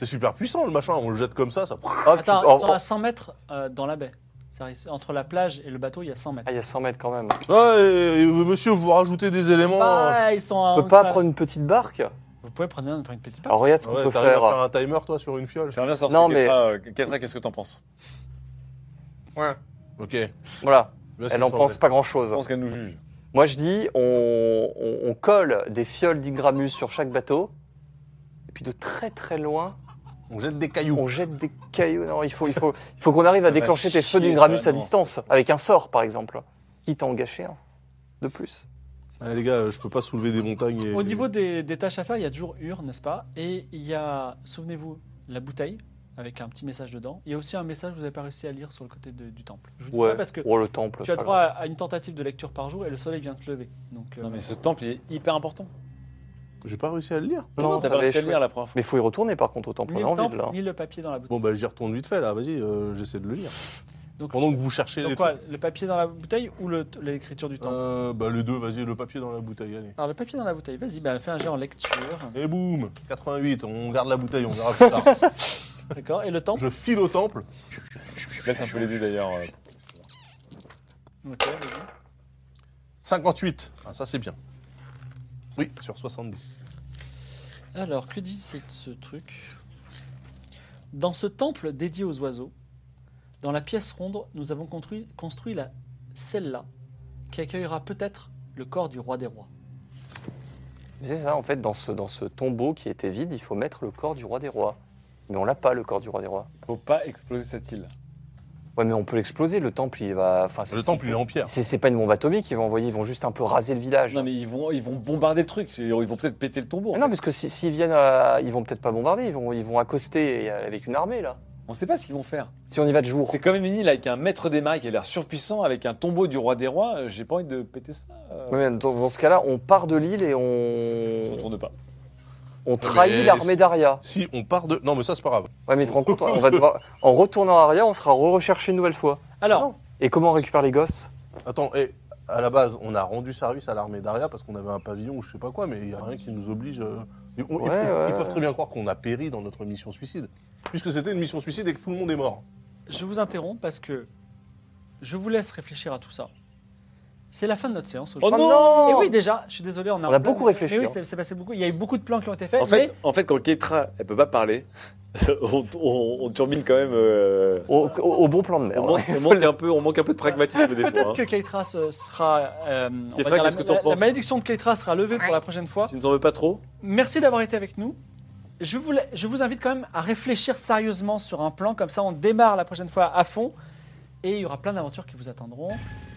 [SPEAKER 3] c'est super puissant le machin, on le jette comme ça, ça.
[SPEAKER 2] Hop, tu-
[SPEAKER 1] Attends, ils
[SPEAKER 2] oh, oh.
[SPEAKER 1] sont à 100 mètres euh, dans la baie. C'est-à-dire, Entre la plage et le bateau, il y a 100 mètres.
[SPEAKER 2] Ah, il y a 100 mètres quand même.
[SPEAKER 3] Ouais, et- et, euh, monsieur, vous rajoutez des éléments.
[SPEAKER 2] Bah,
[SPEAKER 3] euh,
[SPEAKER 1] Ah, ils sont à-
[SPEAKER 2] Oh. On peut pas prendre une petite barque
[SPEAKER 1] Vous pouvez prendre une, une petite part.
[SPEAKER 2] Alors regarde ce qu'on
[SPEAKER 3] Ouais,
[SPEAKER 2] peut
[SPEAKER 3] t'arrives à faire
[SPEAKER 2] faire.
[SPEAKER 3] un timer toi sur une fiole.
[SPEAKER 4] J'aimerais bien
[SPEAKER 2] Non,
[SPEAKER 4] savoir ce que
[SPEAKER 2] mais-
[SPEAKER 4] Ketra, euh, Ketra, qu'est-ce que t'en penses
[SPEAKER 3] Ouais. Ok.
[SPEAKER 2] Voilà,
[SPEAKER 3] Là, c'est
[SPEAKER 2] elle en
[SPEAKER 3] me
[SPEAKER 2] pense
[SPEAKER 3] semblait.
[SPEAKER 2] pas
[SPEAKER 4] Je
[SPEAKER 2] grand-chose.
[SPEAKER 4] pense qu'elle nous juge.
[SPEAKER 2] Moi je dis, on, on- on colle des fioles d'Ingramus sur chaque bateau. Et puis de très très loin,
[SPEAKER 3] On jette des cailloux.
[SPEAKER 2] on jette des cailloux. Non, il faut, il faut, il faut qu'on arrive à
[SPEAKER 4] Ça va
[SPEAKER 2] déclencher tes feux
[SPEAKER 4] chier,
[SPEAKER 2] d'Ingramus
[SPEAKER 4] ça,
[SPEAKER 2] à
[SPEAKER 4] non.
[SPEAKER 2] distance, avec un sort par exemple. Quitte à en gâcher un de plus.
[SPEAKER 3] Allez, les gars, euh, je peux pas soulever des montagnes. Et...
[SPEAKER 2] euh,
[SPEAKER 1] Au niveau des, des tâches à faire, il y a toujours UR, n'est-ce pas Et il y a, souvenez-vous, la bouteille avec un petit message dedans. Il y a aussi un message que vous n'avez pas réussi à lire sur le côté de- du temple. Je vous dis
[SPEAKER 2] Ouais,
[SPEAKER 1] ça parce que
[SPEAKER 2] oh le temple.
[SPEAKER 1] tu as
[SPEAKER 2] pas
[SPEAKER 1] droit à, à une tentative de lecture par jour et le soleil vient de se lever. Donc, euh,
[SPEAKER 4] Non, mais ce temple, il est hyper important.
[SPEAKER 3] J'ai pas réussi à le lire.
[SPEAKER 2] grave. Non,
[SPEAKER 4] t'as
[SPEAKER 2] t'avais
[SPEAKER 4] pas réussi à le
[SPEAKER 2] échoué.
[SPEAKER 4] lire la première fois.
[SPEAKER 2] Mais faut y retourner par contre au temple,
[SPEAKER 1] ni le
[SPEAKER 2] on a envie de
[SPEAKER 1] temple,
[SPEAKER 2] là.
[SPEAKER 1] ni le papier dans la bouteille.
[SPEAKER 3] Bon, bah j'y retourne vite fait là, vas-y, euh, j'essaie de le lire.
[SPEAKER 1] Donc-
[SPEAKER 3] Pendant que vous cherchez les
[SPEAKER 1] Donc quoi, le papier dans la bouteille ou le- l'écriture du
[SPEAKER 3] trucs.
[SPEAKER 1] temple
[SPEAKER 3] Euh, bah les deux, vas-y, le papier dans la bouteille, allez.
[SPEAKER 1] Alors le papier dans la bouteille, vas-y, bah, fais un jet en lecture.
[SPEAKER 3] Et boum 88, on garde la bouteille, on verra plus tard.
[SPEAKER 1] D'accord Et le temple
[SPEAKER 3] je file au temple.
[SPEAKER 4] Laisse un peu l'aider d'ailleurs. euh.
[SPEAKER 1] Ok, vas-y.
[SPEAKER 3] 58. Ah, ça, c'est bien. Oui, sur 70.
[SPEAKER 1] Alors, que dit ce, ce truc Dans ce temple dédié aux oiseaux, dans la pièce ronde, nous avons construit, construit la celle-là, qui accueillera peut-être le corps du roi des rois.
[SPEAKER 2] C'est ça, en fait, dans ce, dans ce tombeau qui était vide, il faut mettre le corps du roi des rois. Mais on l'a pas, le corps du roi des rois.
[SPEAKER 4] Faut pas exploser cette île.
[SPEAKER 2] Ouais, mais on peut l'exploser, le temple, il va... Enfin, c'est-
[SPEAKER 3] Le temple, il est en pierre.
[SPEAKER 2] C'est c'est pas une bombe atomique qu'ils vont envoyer, ils vont juste un peu raser le village.
[SPEAKER 4] Non, mais ils vont, ils vont bombarder le truc. c'est- Ils vont peut-être péter le tombeau. en
[SPEAKER 2] Mais Ah, non,
[SPEAKER 4] fait.
[SPEAKER 2] parce que si- s'ils viennent, à- ils vont peut-être pas bombarder, ils vont, ils vont accoster et- euh, avec une armée, là.
[SPEAKER 4] On sait pas ce qu'ils vont faire.
[SPEAKER 2] Si on y va de jour.
[SPEAKER 4] C'est quand même une île avec un maître des mailles qui a l'air surpuissant, avec un tombeau du roi des rois. euh, J'ai pas envie de péter ça. euh.
[SPEAKER 2] Ouais, mais dans, dans ce cas-là, on part de l'île et
[SPEAKER 4] Je
[SPEAKER 2] on,
[SPEAKER 4] retourne pas.
[SPEAKER 2] on trahit
[SPEAKER 3] mais
[SPEAKER 2] l'armée
[SPEAKER 3] c'est-
[SPEAKER 2] d'Aria.
[SPEAKER 3] Si on part de. Non, mais ça, c'est pas grave.
[SPEAKER 2] Ouais, mais tu te rends compte, on va devoir- en retournant à Aria, on sera recherché une nouvelle fois.
[SPEAKER 1] Alors,
[SPEAKER 2] Et comment on récupère les gosses
[SPEAKER 3] Attends, et à la base, on a rendu service à l'armée d'Aria parce qu'on avait un pavillon ou je sais pas quoi, mais il y a rien qui nous oblige. euh, et on-
[SPEAKER 2] Ouais,
[SPEAKER 3] ils- ils,
[SPEAKER 2] ouais,
[SPEAKER 3] ils peuvent
[SPEAKER 2] ouais.
[SPEAKER 3] très bien croire qu'on a péri dans notre mission suicide. puisque c'était une mission suicide et que tout le monde est mort.
[SPEAKER 1] Je vous interromps parce que je vous laisse réfléchir à tout ça. C'est la fin de notre séance
[SPEAKER 2] Oh
[SPEAKER 1] aujourd'hui.
[SPEAKER 2] non
[SPEAKER 1] Et oui, déjà, je suis désolé, on a,
[SPEAKER 2] On a beaucoup réfléchi,
[SPEAKER 1] Mais oui,
[SPEAKER 2] hein.
[SPEAKER 1] c'est c'est passé beaucoup. Il y a eu beaucoup de plans qui ont été faits.
[SPEAKER 5] En fait, en fait, quand Keitra, elle peut pas parler, on, on- on turbine quand même. euh,
[SPEAKER 2] Au, au- au bon plan de
[SPEAKER 5] on,
[SPEAKER 2] merde.
[SPEAKER 5] manque, on manque un peu, on manque un peu de pragmatisme des
[SPEAKER 1] Peut-être
[SPEAKER 5] fois.
[SPEAKER 1] que
[SPEAKER 5] hein.
[SPEAKER 1] Keitra se- sera. euh, on va
[SPEAKER 5] Keitra,
[SPEAKER 1] dire la-
[SPEAKER 5] qu'est-ce que t'en
[SPEAKER 1] la- la
[SPEAKER 5] penses
[SPEAKER 1] malédiction de Keitra sera levée pour la prochaine fois.
[SPEAKER 5] Tu ne s'en veux pas trop
[SPEAKER 1] Merci d'avoir été avec nous. Je vous, la- je vous invite quand même à réfléchir sérieusement sur un plan, comme ça on démarre la prochaine fois à fond. Et il y aura plein d'aventures qui vous attendront.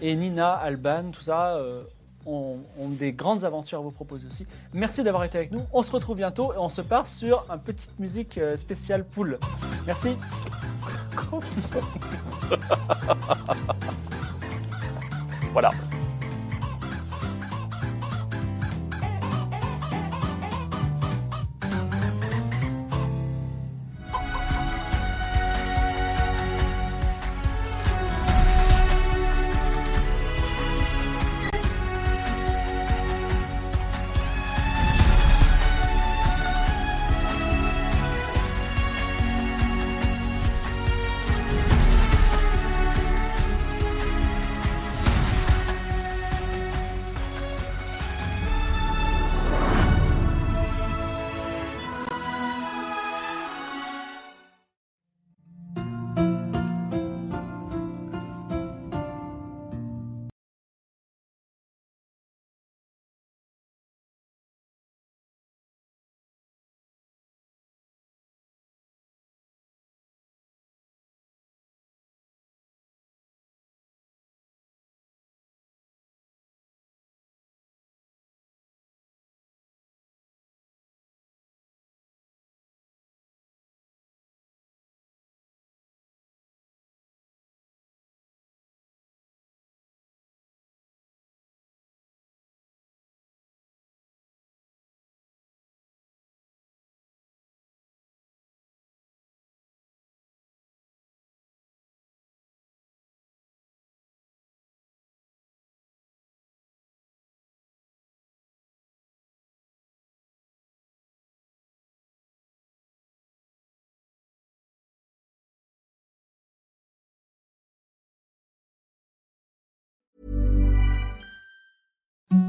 [SPEAKER 1] Et Nina, Alban, tout ça euh, ont, ont des grandes aventures à vous proposer aussi. Merci d'avoir été avec nous. On se retrouve bientôt et on se part sur une petite musique euh, spéciale poule. Merci.
[SPEAKER 2] Voilà.